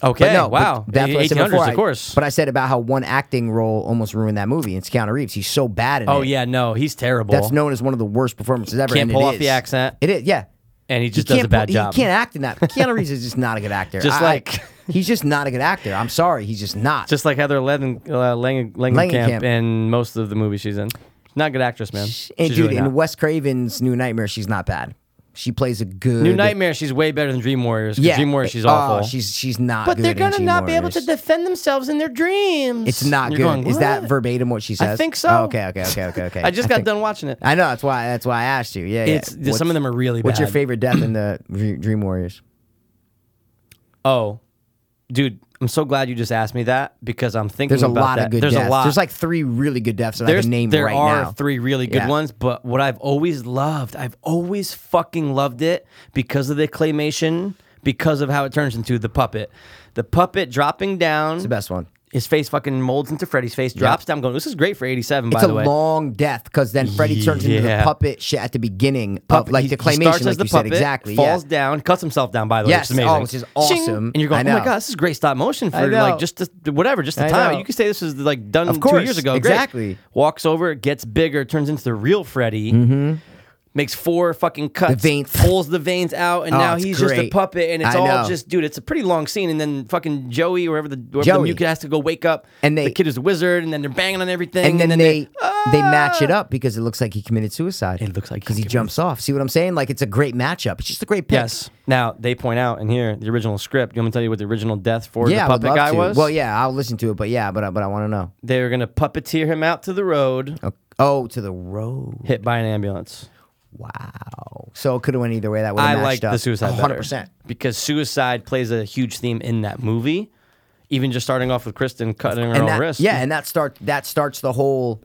S1: Okay.
S2: But no, but
S1: wow.
S2: that's what I said
S1: 1800s,
S2: before. I-
S1: of course.
S2: But I said about how one acting role almost ruined that movie. It's Keanu Reeves. He's so bad in it.
S1: oh yeah, no, he's terrible.
S2: That's known as one of the worst performances ever.
S1: Can't
S2: and it
S1: pull off
S2: is.
S1: the accent.
S2: It is, yeah.
S1: and he
S2: He
S1: just does a
S2: can't
S1: bad
S2: pu-
S1: job.
S2: He can't act in that. Keanu Reeves is just not a good actor.
S1: Just
S2: I-
S1: like-
S2: he's just not a good actor. I'm sorry, he's just not.
S1: Just like Heather Lang- uh, Lang- Langenkamp
S2: Langenkamp.
S1: in most of the movies she's in. She's not a good actress, man.
S2: and
S1: She's
S2: dude,
S1: really
S2: in
S1: not.
S2: Wes Craven's New Nightmare, she's not bad. She plays a good
S1: New Nightmare, she's way better than Dream Warriors. 'cause
S2: Yeah,
S1: Dream Warriors, she's
S2: Oh,
S1: awful.
S2: she's she's not.
S1: but they're
S2: good in
S1: gonna
S2: Dream
S1: not be able
S2: Warriors.
S1: to defend themselves in their dreams.
S2: It's not
S1: You're
S2: good.
S1: going,
S2: Is that
S1: "What?"
S2: verbatim what she
S1: I
S2: says?
S1: think so.
S2: Oh, okay, okay, okay, okay, okay.
S1: I just got
S2: think-
S1: done watching it.
S2: I know that's why that's why I asked you. Yeah, yeah.
S1: It's some of them are really
S2: What's your
S1: bad.
S2: favorite death in the Re- Dream Warriors?
S1: Oh, dude, I'm so glad you just asked me that because I'm thinking
S2: There's a
S1: about
S2: lot
S1: that.
S2: of good
S1: There's
S2: deaths.
S1: a lot.
S2: There's like three really good deaths that I
S1: There's-
S2: can name
S1: there
S2: right
S1: are
S2: now.
S1: three really good
S2: Yeah.
S1: ones, but what I've always loved, I've always fucking loved it because of the claymation, because of how it turns into the puppet. The puppet dropping down.
S2: The best one.
S1: His face fucking molds into Freddy's face, drops down, going, This is great for 87, by
S2: It's a
S1: the way.
S2: long death because then Freddy turns into the
S1: Yeah.
S2: puppet shit at the beginning
S1: Puppet-
S2: of like
S1: he-
S2: the
S1: he
S2: claymation,
S1: starts
S2: like
S1: as the
S2: you
S1: puppet,
S2: said exactly.
S1: Falls
S2: yeah.
S1: down, cuts himself down. By the
S2: Yes.
S1: way, which is
S2: Oh,
S1: amazing.
S2: which is
S1: Shing.
S2: awesome.
S1: And you're going,
S2: I
S1: oh my
S2: know.
S1: god, this is great stop motion
S2: I
S1: for like
S2: know.
S1: just the, whatever, just the
S2: I
S1: time.
S2: know.
S1: You could say this was like done
S2: Of
S1: two
S2: course,
S1: years ago. Great.
S2: exactly.
S1: Walks over, gets bigger, turns into the real Freddy. Mm-hmm. Makes four fucking cuts,
S2: vein-
S1: pulls the veins out, and
S2: Oh,
S1: now
S2: it's
S1: he's just a
S2: great.
S1: puppet. And it's
S2: I
S1: all
S2: know.
S1: just, dude, it's a pretty long scene. And then fucking Joey, wherever the wherever the
S2: Joey.
S1: mucus has to go wake up,
S2: And
S1: the
S2: they-
S1: kid is a wizard, and then they're banging on everything,
S2: And then, they they,
S1: Ah!
S2: match it up because it looks like he committed suicide. It
S1: looks like he
S2: because he
S1: committed-
S2: jumps off. See what I'm saying? Like it's a great matchup. It's just a great pick.
S1: Yes. Now they point out in here the original script. You want me to tell you what the original death for
S2: Yeah,
S1: the
S2: I would
S1: puppet
S2: love
S1: guy
S2: to.
S1: was?
S2: Well, yeah, I'll listen to it, but yeah, but I- but I want to know.
S1: They were gonna puppeteer him out to the road,
S2: Oh, oh, to the road.
S1: hit by an ambulance.
S2: Wow. So it could have went either way. That would have
S1: I
S2: matched
S1: like
S2: up.
S1: the suicide better.
S2: 100%.
S1: because suicide plays a huge theme in that movie. Even just starting off with Kristen cutting her own
S2: that,
S1: wrist.
S2: Yeah, and that start that starts the whole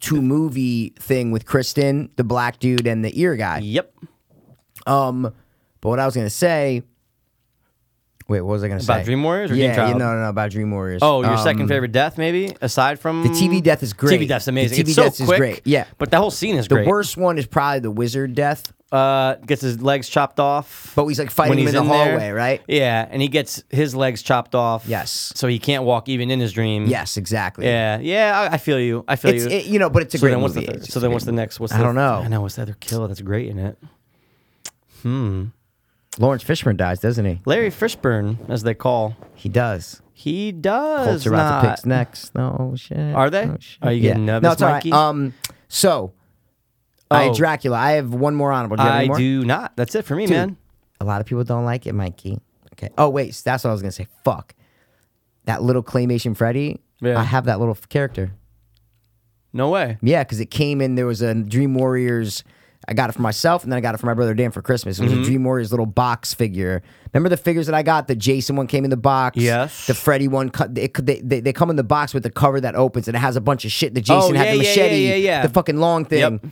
S2: two movie thing with Kristen, the black dude, and the ear guy.
S1: Yep.
S2: Um, but what I was gonna say. Wait, what was I gonna say?
S1: Dream Warriors or Dream
S2: yeah, yeah,
S1: Child?
S2: no, no, no, about Dream Warriors.
S1: Oh, your
S2: Um,
S1: second favorite death, maybe aside from
S2: The TV death is great.
S1: TV death's
S2: The
S1: amazing.
S2: TV
S1: it's so
S2: death is
S1: quick.
S2: great. Yeah.
S1: But that whole scene is
S2: The
S1: great.
S2: worst one is probably the wizard death.
S1: uh, gets his legs chopped off.
S2: But he's, like, fighting
S1: when
S2: him
S1: he's
S2: in the
S1: there.
S2: hallway, right?
S1: Yeah, and he gets his legs chopped off.
S2: Yes.
S1: So he can't walk even in his dream.
S2: Yes, exactly.
S1: Mm-hmm. Yeah, yeah, I, I feel you. I feel
S2: It's
S1: you.
S2: it, you know, but it's a
S1: so
S2: great
S1: then what's
S2: movie.
S1: the
S2: It's
S1: th-
S2: just
S1: so
S2: a
S1: then
S2: great
S1: what's the next? What's
S2: I
S1: the,
S2: don't know.
S1: I know what's the other killer that's great in it.
S2: movie. Lawrence Fishburne dies, doesn't he?
S1: Larry Fishburne, as they call,
S2: He does.
S1: he does
S2: Colts are out
S1: not.
S2: to picks next. No shit.
S1: Are they?
S2: Oh, shit.
S1: Are you getting
S2: yeah.
S1: nervous,
S2: No, it's all right.
S1: Mikey?
S2: Um, so I
S1: Oh.
S2: Dracula. I have one more honorable. Do you have any
S1: I
S2: more?
S1: do not. That's it for me,
S2: Dude,
S1: man.
S2: A lot of people don't like it, Mikey. Okay. Oh wait, that's what I was gonna say. Fuck that little claymation Freddy.
S1: Yeah.
S2: I have that little f- character.
S1: No way.
S2: Yeah, because it came in. There was a Dream Warriors. I got it for myself, and then I got it for my brother Dan for Christmas. It
S1: Mm-hmm.
S2: was a Dream Warriors little box figure. Remember the figures that I got? The Jason one came in the box.
S1: Yes.
S2: The Freddy one. cut- It, could- they, they, they come in the box with the cover that opens, and it has a bunch of shit. The
S1: Oh,
S2: Jason
S1: yeah,
S2: had
S1: yeah,
S2: the
S1: yeah,
S2: machete,
S1: yeah, yeah.
S2: the fucking long thing.
S1: Yep.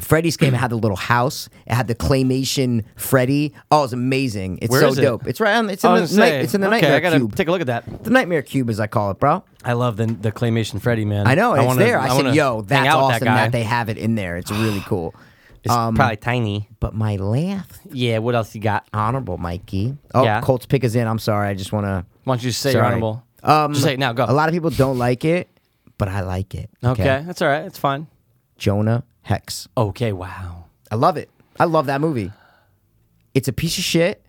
S2: Freddy's game had the little house. It had the claymation Freddy. Oh, it's amazing. It's
S1: Where
S2: so
S1: is it?
S2: dope. It's right on. It's in
S1: I
S2: the
S1: was
S2: night,
S1: gonna say,
S2: It's in the
S1: okay,
S2: nightmare
S1: I gotta
S2: cube.
S1: take a look at that.
S2: the nightmare cube, as I call it, bro.
S1: I love the the claymation Freddy man.
S2: I know, and it's
S1: wanna-
S2: there. I,
S1: wanna
S2: said, "Yo,
S1: hang
S2: that's
S1: out with
S2: awesome
S1: guy.
S2: that, they um, have it in there. It's really cool."
S1: It's probably tiny.
S2: But my last
S1: Yeah. What else you got?
S2: honorable, Mikey. Oh,
S1: Yeah.
S2: Colts pick is in. I'm sorry. I just want to.
S1: Why don't you just say your
S2: Sorry.
S1: honorable?
S2: Um,
S1: just say it now. Go.
S2: A lot of people don't like it, but I like it.
S1: Okay. that's all right. That's fine.
S2: Jonah Hex.
S1: Okay. Wow.
S2: I love it. I love that movie. It's a piece of shit,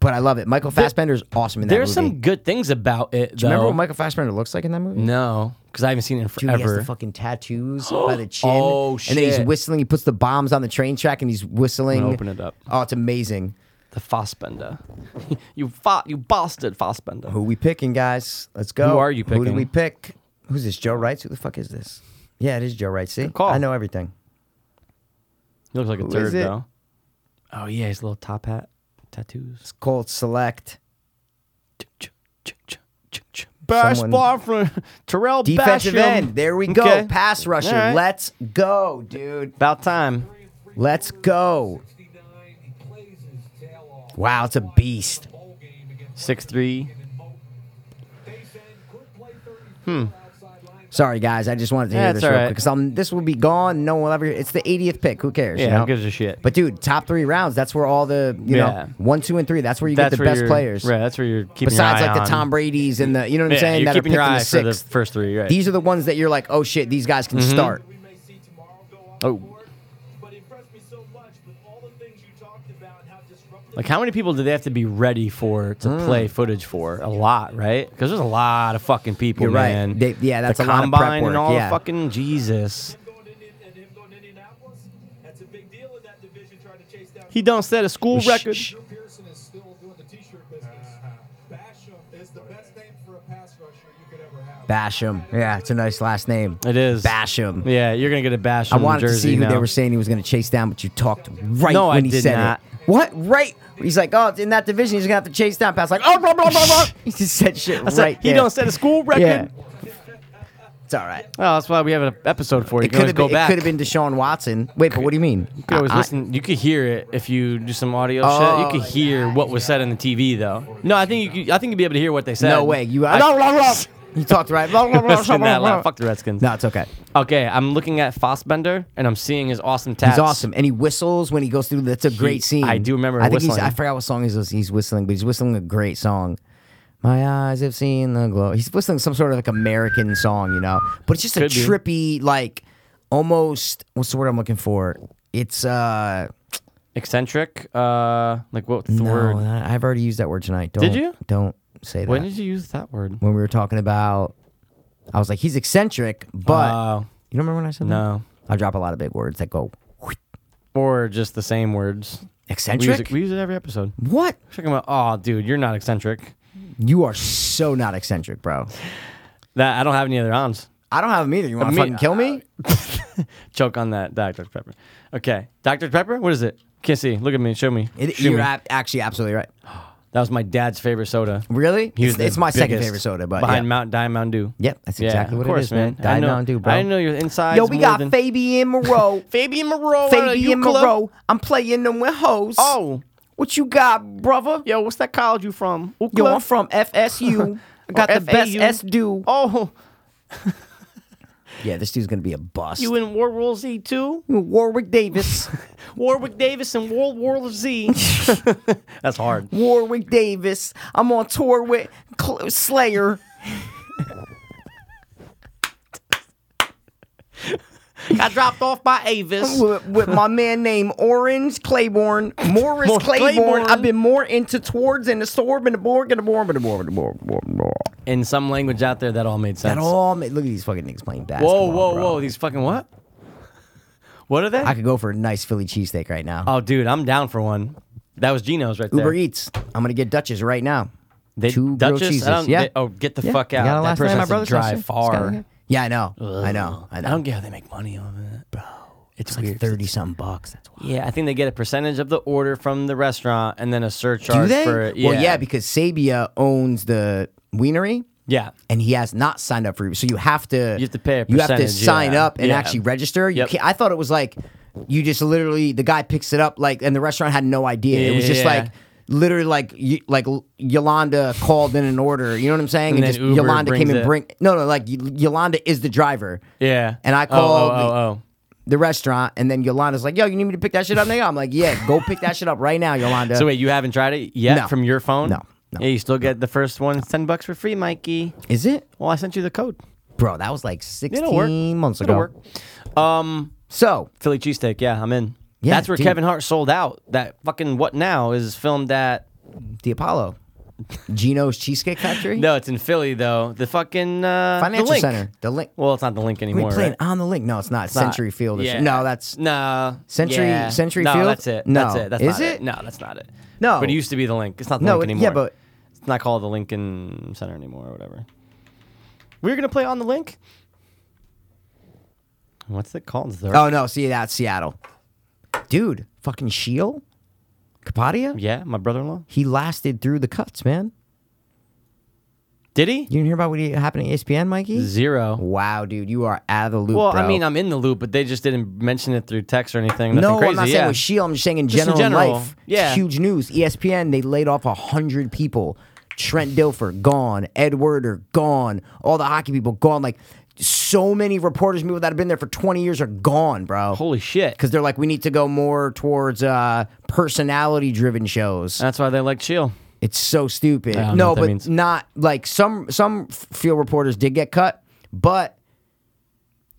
S2: but I love it. Michael Fassbender is awesome in that
S1: There's
S2: movie.
S1: some good things about it.
S2: Do you remember
S1: though.
S2: what Michael Fassbender looks like in that movie?
S1: No, because I haven't seen it in
S2: Dude, he has
S1: forever.
S2: the fucking tattoos by the chin.
S1: Oh,
S2: And then he's
S1: shit.
S2: whistling. He puts the bombs on the train track and he's whistling.
S1: gonna open it up.
S2: Oh, it's amazing.
S1: The Fossbender. you fought, you bastard Fossbender.
S2: Who we picking, guys? Let's go.
S1: Who are you
S2: Who
S1: picking?
S2: do we pick? Who's this? Joe Wrights? Who the fuck is this? Yeah, it is Joe Wright. See,
S1: call.
S2: I know everything.
S1: He looks like a
S2: Who
S1: turd
S2: is it?
S1: though. Oh yeah, his little top hat, tattoos.
S2: Colt Select.
S1: Bash
S2: Someone-
S1: bar from Terrell
S2: Defensive
S1: Basham.
S2: end. There we go.
S1: Okay.
S2: Pass rusher.
S1: All right.
S2: Let's go, dude.
S1: About time.
S2: Let's go. Wow, it's a beast.
S1: Six three.
S2: Sorry, guys. I just wanted to hear
S1: That's
S2: this
S1: all
S2: real
S1: right.
S2: quick because this will be gone. No one will ever. It's the 80th pick. Who cares? you
S1: Yeah, who
S2: know?
S1: gives a shit?
S2: But dude, top three rounds. That's where all the you
S1: Yeah.
S2: know one, two, and three. That's where you
S1: That's
S2: get the
S1: where
S2: best
S1: you're-
S2: players.
S1: Right, that's where you're keeping
S2: Besides,
S1: your eye
S2: like the
S1: on.
S2: Tom Brady's and the you know what I'm
S1: Yeah,
S2: saying
S1: you're
S2: that are
S1: keeping your
S2: picked in
S1: eye
S2: the
S1: for the Mm-hmm.
S2: sixth.
S1: first three. Right.
S2: These are the ones that you're like, oh shit, these guys can start.
S1: oh,
S5: But impressed me so much with all the things you talked about and how disruptive
S1: like how many people do they have to be ready for to
S2: Hmm.
S1: play footage for? A lot, right? Because there's a lot of fucking people,
S2: You're right.
S1: man.
S2: They- yeah, that's
S1: the
S2: a lot of
S1: combine
S2: prep
S1: and
S2: work,
S1: all
S2: yeah.
S1: the fucking Jesus.
S5: him going to Indi- and him going to Indianapolis. That's a big deal in that division. tried to chase down.
S1: He done set a school
S2: Shh,
S1: record.
S2: shh.
S5: Drew Pearson is still doing the t-shirt business. Basham is Uh-huh. the best name for a pass rusher you could ever have.
S2: Basham. Yeah, it's a nice last name.
S1: It is
S2: Basham.
S1: Yeah, you're gonna get a Basham
S2: I wanted to
S1: jersey
S2: see who
S1: now.
S2: they were saying he was going to chase down, but you talked right
S1: No, I
S2: when he
S1: did
S2: said
S1: not.
S2: it. What? Right? He's like, oh, it's in that division, he's going to have to chase down. Pass like, oh, blah, blah, blah, blah. he just said shit
S1: I
S2: right
S1: said, he
S2: there.
S1: don't set a school record.
S2: Yeah. It's all right.
S1: Oh, that's why we have an episode for you. You can
S2: It could
S1: always
S2: have
S1: go
S2: been, it
S1: back.
S2: could have been Deshaun Watson. Wait, but what do you mean?
S1: You could always
S2: I- I-
S1: listen. You could hear it if you do some audio
S2: Oh,
S1: shit. You could hear what was said on the TV, though. No, I think you. Could, I think you'd be able to hear what they said.
S2: No way. You
S1: I,
S2: blah, blah, blah. You talked right. Blah, blah, blah,
S1: Let's do
S2: blah,
S1: that
S2: blah,
S1: loud.
S2: blah.
S1: Fuck the Redskins.
S2: No, it's okay.
S1: Okay, I'm looking at Fossbender and I'm seeing his awesome tats.
S2: He's awesome, and he whistles when he goes through. That's a great scene.
S1: I do remember
S2: I think he's.
S1: whistling.
S2: I forgot what song he's he's whistling, but he's whistling a great song. My eyes have seen the glow. He's whistling some sort of like American song, you know. But it's just
S1: Could
S2: a
S1: be.
S2: trippy, like almost. What's the word I'm looking for? It's uh
S1: Eccentric. Uh, like what the
S2: no,
S1: word?
S2: I- I've already used that word tonight. Don't,
S1: Did you?
S2: Don't say that.
S1: When did you use that word?
S2: when we were talking about, I was like, he's eccentric, but
S1: Oh.
S2: you don't remember when I said that?
S1: No.
S2: I drop a lot of big words that go whoosh,
S1: Or just the same words. We use,
S2: eccentric.
S1: it, we use it every episode.
S2: what?
S1: Talking about, oh, dude, you're not eccentric.
S2: You are so not eccentric, bro.
S1: That I don't have any other ons.
S2: I don't have them either. You want
S1: Me- uh,
S2: to fucking kill me?
S1: Choke on that Dr. Pepper. Okay. Dr. Pepper? What is it? Can't see. Look at me. Show me.
S2: It,
S1: Show
S2: you're
S1: me.
S2: ab- actually absolutely right.
S1: That was my dad's favorite soda.
S2: Really?
S1: He was
S2: it's,
S1: the
S2: it's my second
S1: biggest
S2: favorite soda, but
S1: behind
S2: yeah.
S1: Mount Diamond Mountain Dew.
S2: Yep, that's exactly
S1: of
S2: what
S1: course,
S2: it is, man.
S1: I
S2: Died
S1: know,
S2: Mountain Dew, bro.
S1: I know your inside.
S2: Yo, we got Fabian Moreau.
S1: Fabian Moreau.
S2: Fabian Moreau. I'm playing them with hoes.
S1: Oh,
S2: What you got, brother?
S1: yo, what's that college you from? Ookla?
S2: Yo, I'm from FSU. I got
S1: Or
S2: the best
S1: FAU.
S2: S do.
S1: Oh,
S2: Yeah, this dude's gonna be a bust.
S1: you in World War Z too?
S2: Warwick Davis.
S1: Warwick Davis in World War Z. That's hard.
S2: Warwick Davis. I'm on tour with Cl- Slayer.
S1: I dropped off by Avis.
S2: with, with my man named Orange Claiborne, Morris
S1: Morris
S2: Claiborne.
S1: Claiborne.
S2: I've been more into towards and the sword and the borg and the borg and the borg and the borg. and the borg.
S1: In some language out there, that all made sense.
S2: That all ma- look at these fucking niggas playing
S1: whoa,
S2: basketball.
S1: whoa,
S2: bro.
S1: whoa! These fucking what? What are they?
S2: I could go for a nice Philly cheesesteak right now.
S1: oh, dude, I'm down for one. That was Gino's right there.
S2: Uber Eats. I'm gonna get Dutch's right now.
S1: They,
S2: Two grilled
S1: Duchess, I
S2: cheeses.
S1: don't-
S2: yeah.
S1: they- oh, get the
S2: Yeah.
S1: fuck
S2: You
S1: out.
S2: got a
S1: That
S2: last name
S1: person
S2: at
S1: has to
S2: Brother's House, yeah?
S1: drive
S2: It's gotta
S1: far.
S2: be- Yeah, I know. I know. I
S1: I
S2: know.
S1: don't get how they make money off of it, bro. It's,
S2: like
S1: weird.
S2: thirty something bucks. That's why.
S1: Yeah, I think they get a percentage of the order from the restaurant and then a surcharge
S2: Do they?
S1: for it.
S2: Well, yeah, because Sabia owns the wienery.
S1: yeah.
S2: and he has not signed up for you. So you have to
S1: You have to pay a
S2: you have to
S1: percentage,
S2: sign
S1: yeah,
S2: up and
S1: yeah.
S2: actually register. You
S1: Yep.
S2: can't, I thought it was like you just literally the guy picks it up like and the restaurant had no idea. it was just
S1: Yeah.
S2: like literally like y- like L- Yolanda called in an order. You know what I'm saying?
S1: And then
S2: just
S1: Uber
S2: Yolanda
S1: brings
S2: came and
S1: it.
S2: bring no no like Y- Yolanda is the driver.
S1: Yeah.
S2: And
S1: Oh,
S2: I
S1: oh,
S2: called
S1: oh,
S2: the restaurant and then Yolanda's like, "Yo, you need me to pick that shit up, nigga?" I'm like, "Yeah, go pick that shit up right now, Yolanda."
S1: oh. So wait, you haven't tried it yet
S2: No.
S1: from your phone?
S2: No, no,
S1: Yeah, you still get the first one. It's 10 bucks for free, Mikey.
S2: is it?
S1: Well, I sent you the code.
S2: Bro, that was like
S1: It'll work.
S2: 16 months
S1: It'll
S2: ago.
S1: work.
S2: So,
S1: Philly cheesesteak. Yeah, I'm in.
S2: Yeah,
S1: That's where
S2: dude.
S1: Kevin Hart sold out. That fucking What Now is filmed at.
S2: the Apollo Gino's Cheesecake Factory?
S1: No, it's in Philly, though. The fucking. Uh, the
S2: Financial
S1: Link.
S2: Center. The link.
S1: Well, it's not the link anymore.
S2: We're playing
S1: right?
S2: on the link. No, it's not.
S1: It's not.
S2: Century Field. Or
S1: Yeah.
S2: something. No, that's
S1: no
S2: Century-
S1: yeah.
S2: Century
S1: no,
S2: Field?
S1: That's it.
S2: No.
S1: That's it. That's
S2: Is
S1: not
S2: it?
S1: No, that's not it.
S2: No.
S1: but it used to be the link. It's not the
S2: No,
S1: link
S2: it-
S1: anymore.
S2: yeah, but-
S1: it's not called the Lincoln Center anymore or whatever. We're gonna play on the link. What's it called? The-
S2: Oh no, see that's Seattle, dude. Fucking Shield, Capadia.
S1: yeah, my brother-in-law.
S2: He lasted through the cuts, man.
S1: Did he?
S2: You didn't hear about what happened at E ESPN, Mikey?
S1: Zero.
S2: Wow, dude, you are out of the loop.
S1: Well, I
S2: bro.
S1: mean, I'm in the loop, but they just didn't mention it through text or anything. Nothing
S2: no,
S1: crazy.
S2: I'm not saying
S1: yeah.
S2: with Shield. I'm just saying in
S1: Just in
S2: general,
S1: general,
S2: life.
S1: yeah.
S2: It's huge news. E ESPN they laid off hundred people. Trent Dilfer gone. Ed Werder gone. All the hockey people gone. Like so many reporters, people that have been there for 20 years are gone, bro.
S1: Holy shit!
S2: because they're like we need to go more towards uh personality driven shows
S1: That's why they like chill.
S2: it's so stupid
S1: I don't know
S2: no
S1: what that
S2: but
S1: means.
S2: not like some some f- field reporters did get cut but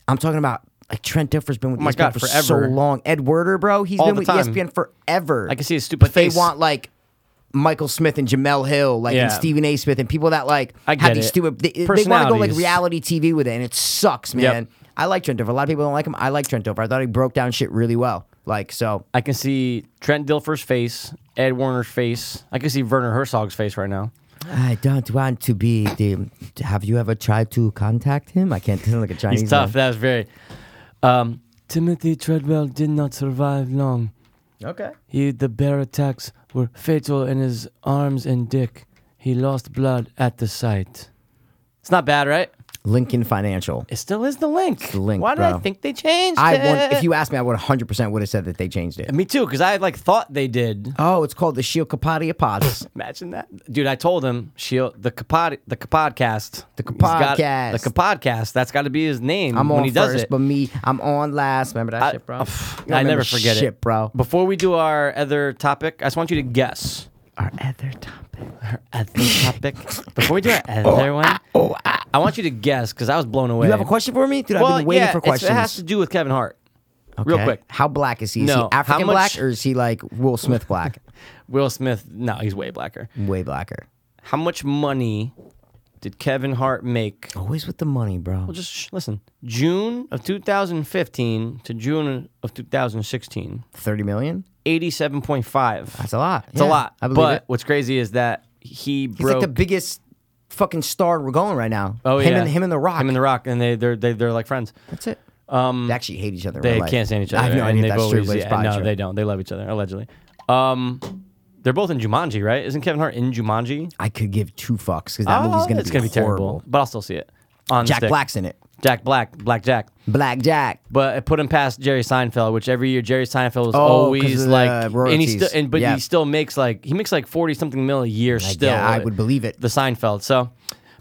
S2: i'm talking about like Trent Differ's been with
S1: Oh
S2: E
S1: my
S2: ESPN
S1: God,
S2: for
S1: forever.
S2: so long. Ed Werder, bro, he's
S1: All
S2: been
S1: the
S2: with E
S1: time.
S2: ESPN forever.
S1: I can see his stupid
S2: But
S1: face.
S2: they want like Michael Smith and Jamel Hill, like
S1: Yeah.
S2: and Stephen A. Smith, and people that like
S1: I get
S2: have these
S1: it.
S2: stupid. They, they want to go like
S1: Personalities.
S2: reality TV with it, and it sucks, man.
S1: Yep.
S2: I like Trent Dilfer. A lot of people don't like him. I like Trent Dilfer. I thought he broke down shit really well. Like so,
S1: I can see Trent Dilfer's face, Ed Warner's face. I can see Werner Herzog's face right now.
S2: I don't want to be the. Have you ever tried to contact him? I can't tell like a Chinese.
S1: He's tough.
S2: man.
S1: That was very. Um, Timothy Treadwell did not survive long.
S2: Okay.
S1: He, the bear attacks were fatal in his arms and dick. He lost blood at the site. It's not bad, right?
S2: Lincoln Financial.
S1: It still is the link.
S2: the link,
S1: Why did I
S2: bro.
S1: think they changed
S2: I
S1: it?
S2: want. If you asked me, I would 100 percent would have said that they changed it.
S1: Me too, because I like thought they did.
S2: Oh, it's called the Shield Capadia Pods.
S1: Imagine that, dude. I told him she the kapod the kapodcast the
S2: Kapodcast.
S1: the kapodcast. That's got to be his name
S2: I'm
S1: when
S2: on
S1: he does
S2: first,
S1: it.
S2: but me, I'm on last. Remember that
S1: I,
S2: shit, bro?
S1: oh,
S2: You
S1: pff,
S2: don't
S1: I
S2: remember
S1: never forget
S2: shit,
S1: it,
S2: bro.
S1: Before we do our other topic, I just want you to guess
S2: Our other topic.
S1: our other topic. Before we do our other one,
S2: Oh, I,
S1: I want you to guess because I was blown away.
S2: you have a question for me, dude?
S1: Well,
S2: I've been waiting
S1: yeah,
S2: for
S1: it's-
S2: questions.
S1: It has to do with Kevin Hart. Real
S2: Okay.
S1: quick,
S2: How black is he? Is
S1: No,
S2: he
S1: how
S2: African
S1: much-
S2: black or is he like Will Smith black?
S1: Will Smith. No, he's way blacker.
S2: Way blacker.
S1: How much money did Kevin Hart make?
S2: Always with the money, bro.
S1: Well, just sh- listen. June of 2015 to June of 2016,
S2: 30 million?
S1: 87.5.
S2: That's a lot.
S1: It's a lot.
S2: I believe
S1: but
S2: it.
S1: what's crazy is that he
S2: He's
S1: broke.
S2: like the biggest fucking star we're going right now.
S1: oh
S2: him
S1: yeah,
S2: And, him and The Rock.
S1: Him and the Rock, and they they're they, they're like friends.
S2: That's it. Um, they actually hate each other. in
S1: They
S2: real life.
S1: can't stand each other.
S2: I have no
S1: and
S2: idea if
S1: they've
S2: that's true,
S1: always-
S2: but it's
S1: yeah,
S2: probably
S1: no,
S2: true.
S1: they don't. They love each other allegedly. Um, they're both in Jumanji, right? Isn't Kevin Hart in Jumanji?
S2: I could give two fucks because that
S1: Oh,
S2: movie's gonna
S1: it's
S2: be
S1: gonna be
S2: horrible.
S1: terrible, but I'll still see it. On the
S2: Jack
S1: stick.
S2: Black's in it.
S1: Jack Black, Black Jack.
S2: Black Jack.
S1: But it put him past Jerry Seinfeld, which every year Jerry Seinfeld was
S2: Oh, 'cause
S1: always
S2: of the
S1: like, and he
S2: royalties.
S1: still, and, but
S2: Yeah.
S1: he still makes like he makes like forty something mil a year still.
S2: yeah, I would believe it.
S1: The Seinfeld, so,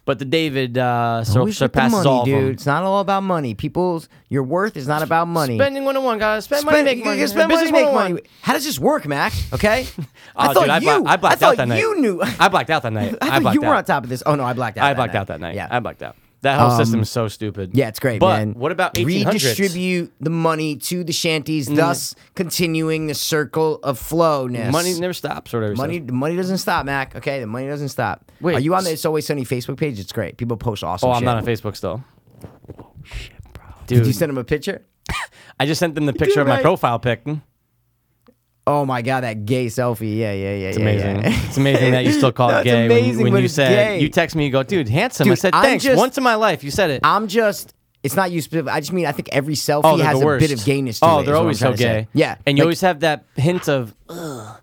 S1: but the David uh, sur-
S2: Always with the
S1: surpasses
S2: money,
S1: all
S2: dude.
S1: of them.
S2: It's not all about money. People's your worth is not about money.
S1: Spending one on one, guys. Spend, money,
S2: Spend-
S1: make
S2: you
S1: money.
S2: can spend money,
S1: Business
S2: make
S1: 101.
S2: money. How does this work, Mac? Okay.
S1: Oh,
S2: I thought
S1: dude, I,
S2: you.
S1: bla- I blacked
S2: I
S1: out
S2: thought
S1: that night.
S2: you knew.
S1: I blacked out that night.
S2: I thought
S1: blacked
S2: you were
S1: out.
S2: on top of this. Oh no, I blacked out.
S1: I
S2: that
S1: blacked
S2: night.
S1: out that night.
S2: Yeah, Um,
S1: I blacked out. That whole system is so stupid.
S2: Yeah, it's great,
S1: but
S2: man.
S1: What about Mm. 1800s?
S2: redistribute the money to the shanties, thus continuing the circle of flowness?
S1: Money never stops or whatever. it
S2: money,
S1: says.
S2: the money doesn't stop, Mac. Okay, the money doesn't stop.
S1: Wait,
S2: Are you on the
S1: s-
S2: It's Always Sunny Facebook page? It's great. People post awesome.
S1: Oh, I'm
S2: shit.
S1: not on Facebook still. Dude,
S2: Did you send him a picture?
S1: I just sent them the picture of my
S2: right.
S1: profile pic. It's
S2: Oh my god, that gay selfie. Yeah, yeah, yeah. It's
S1: amazing. It's amazing that you still call it
S2: No, it's
S1: gay when,
S2: amazing
S1: when
S2: when
S1: you
S2: it's
S1: said
S2: gay.
S1: you text me. You go, dude, handsome. I
S2: Dude,
S1: said
S2: I'm
S1: thanks.
S2: just-
S1: Once in my life, you said it.
S2: I'm just. It's not you specific. I just mean I think every selfie
S1: oh, they're
S2: has
S1: the
S2: a
S1: worst.
S2: bit of gayness. To
S1: oh,
S2: it,
S1: they're
S2: is what
S1: always so
S2: I'm trying to say.
S1: gay.
S2: Yeah,
S1: and you
S2: like,
S1: always have that hint of, ugh.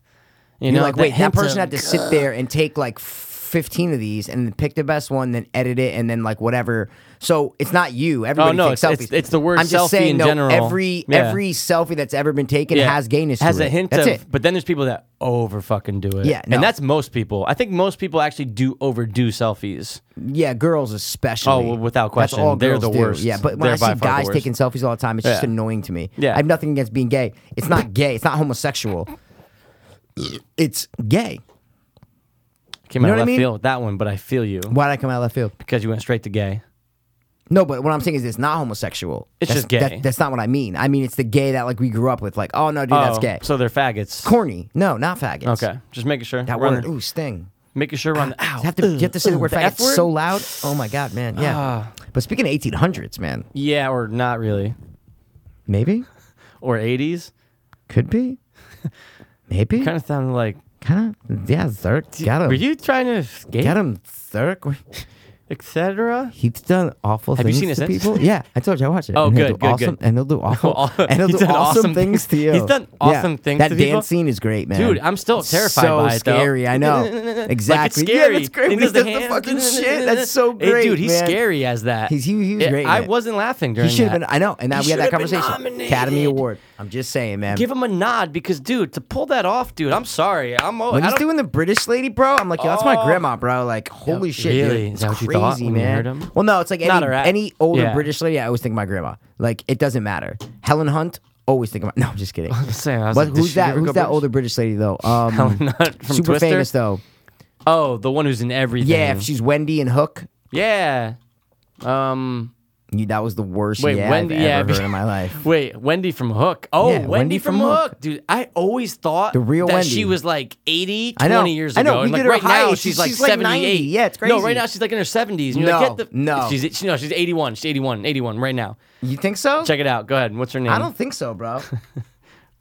S1: You know,
S2: You're like, wait, that
S1: hint
S2: person
S1: of,
S2: had to sit there and take like 15 of these and pick the best one, then edit it, and then like whatever. So it's not you. Everybody
S1: Oh, no,
S2: takes
S1: it's-
S2: selfies.
S1: it's- it's the word
S2: I'm just
S1: selfie
S2: saying,
S1: in
S2: though,
S1: general.
S2: Every
S1: Yeah.
S2: every selfie that's ever been taken
S1: Yeah.
S2: has gayness.
S1: Has
S2: to
S1: a
S2: it.
S1: hint
S2: That's
S1: of,
S2: it.
S1: but then there's people that over fucking do it.
S2: Yeah, no.
S1: and that's most people. I think most people actually do overdo selfies.
S2: Yeah, girls especially.
S1: Oh, well, without question.
S2: That's all
S1: They're
S2: girls
S1: the
S2: do.
S1: worst.
S2: Yeah, but when
S1: They're by
S2: I see
S1: far the
S2: guys
S1: worst.
S2: taking selfies all the time, it's just
S1: Yeah.
S2: annoying to me.
S1: Yeah.
S2: I have nothing against being gay. It's not gay. It's not homosexual. It's gay.
S1: Came out of
S2: know what I
S1: left
S2: mean?
S1: field with that one, but I feel you
S2: Why did I come out of left field?
S1: because you went straight to gay.
S2: No, but what I'm saying is it's not homosexual.
S1: It's
S2: That's-
S1: just gay.
S2: that- that's not what I mean. I mean it's the gay that like we grew up with. Like, oh no, dude, that's
S1: Oh,
S2: gay.
S1: So they're faggots.
S2: Corny. No, not faggots.
S1: Okay, just making sure.
S2: That
S1: Running-
S2: word. Ooh, sting.
S1: Making sure we're on the
S2: You have to, you have to say the word faggot
S1: F word? Ah.
S2: so loud. Oh my god, man. Yeah. but speaking of 1800s, man,
S1: Yeah, or not really.
S2: maybe,
S1: Or 80s.
S2: could be, maybe.
S1: Kind of sounded like.
S2: Kind of, yeah, Zerk. Got him.
S1: Were you trying to
S2: Got
S1: escape,
S2: him, Zerk.
S1: etc.?
S2: He's done awful
S1: Have you
S2: things
S1: seen it
S2: to
S1: since?
S2: people. Yeah, I told you I watched it.
S1: Oh,
S2: and he'll
S1: good,
S2: do
S1: good,
S2: awesome,
S1: good.
S2: And they'll do awful.
S1: Aw-
S2: and they'll
S1: He's
S2: do
S1: done awesome
S2: awesome things to you.
S1: He's done
S2: Yeah.
S1: awesome things
S2: That
S1: to
S2: dance
S1: people.
S2: scene is great, man.
S1: Dude, I'm still terrified
S2: so
S1: by it, though.
S2: scary. I know exactly.
S1: Like it's scary.
S2: Yeah, that's great.
S1: And
S2: when
S1: he does
S2: he
S1: the
S2: does the
S1: hands.
S2: fucking shit. That's so
S1: Hey,
S2: great,
S1: dude, he's
S2: man.
S1: scary as that.
S2: He's- he- he was
S1: Yeah,
S2: great in
S1: I
S2: it.
S1: wasn't laughing during
S2: He should
S1: that.
S2: have been. I know, and that
S1: He
S2: we had that
S1: should have been
S2: conversation. Academy
S1: nominated.
S2: Award. I'm just saying, man.
S1: Give him a nod because, dude, to pull that off, dude, I'm sorry. I'm all,
S2: when
S1: I
S2: he's
S1: don't- Oh.
S2: doing the British lady, bro, I'm like, yo, that's my grandma, bro. Like, holy shit, dude.
S1: really? Is
S2: It's
S1: that what you
S2: crazy,
S1: thought when you
S2: man.
S1: heard him?
S2: Well, no, it's like
S1: Not
S2: any,
S1: her act-
S2: any older
S1: Yeah.
S2: British lady, I always think of my grandma. Like, it doesn't matter. Helen Hunt, always think about. No, I'm just kidding.
S1: saying, I was
S2: But
S1: like, does
S2: who's
S1: she
S2: that?
S1: ever
S2: Who's
S1: go
S2: that
S1: British?
S2: older British lady though? Um,
S1: Helen Hunt from
S2: super
S1: Twister?
S2: famous though.
S1: Oh, the one who's in everything.
S2: Yeah, if she's Wendy and Hook.
S1: Yeah. Um.
S2: you- that was the worst
S1: Wait,
S2: yeah
S1: Wendy-
S2: I've
S1: yeah,
S2: ever
S1: be-
S2: heard in my life.
S1: Wait, Wendy from Hook. Oh,
S2: Yeah,
S1: Wendy,
S2: Wendy
S1: from,
S2: from
S1: Hook.
S2: Hook.
S1: Dude, I always thought
S2: The real
S1: that
S2: Wendy.
S1: she was like 80, 20
S2: I know.
S1: years ago.
S2: I know, we
S1: and like
S2: did her
S1: right now
S2: height.
S1: she's,
S2: She's
S1: like
S2: like
S1: 78.
S2: 90. Yeah, it's
S1: No, right
S2: crazy.
S1: now she's like in her 70s. And you're
S2: No,
S1: like, get the
S2: no.
S1: She's she- no, she's 81. She's 81, 81 right now.
S2: You think so?
S1: Check it out. Go ahead. What's her name?
S2: I don't think so, bro.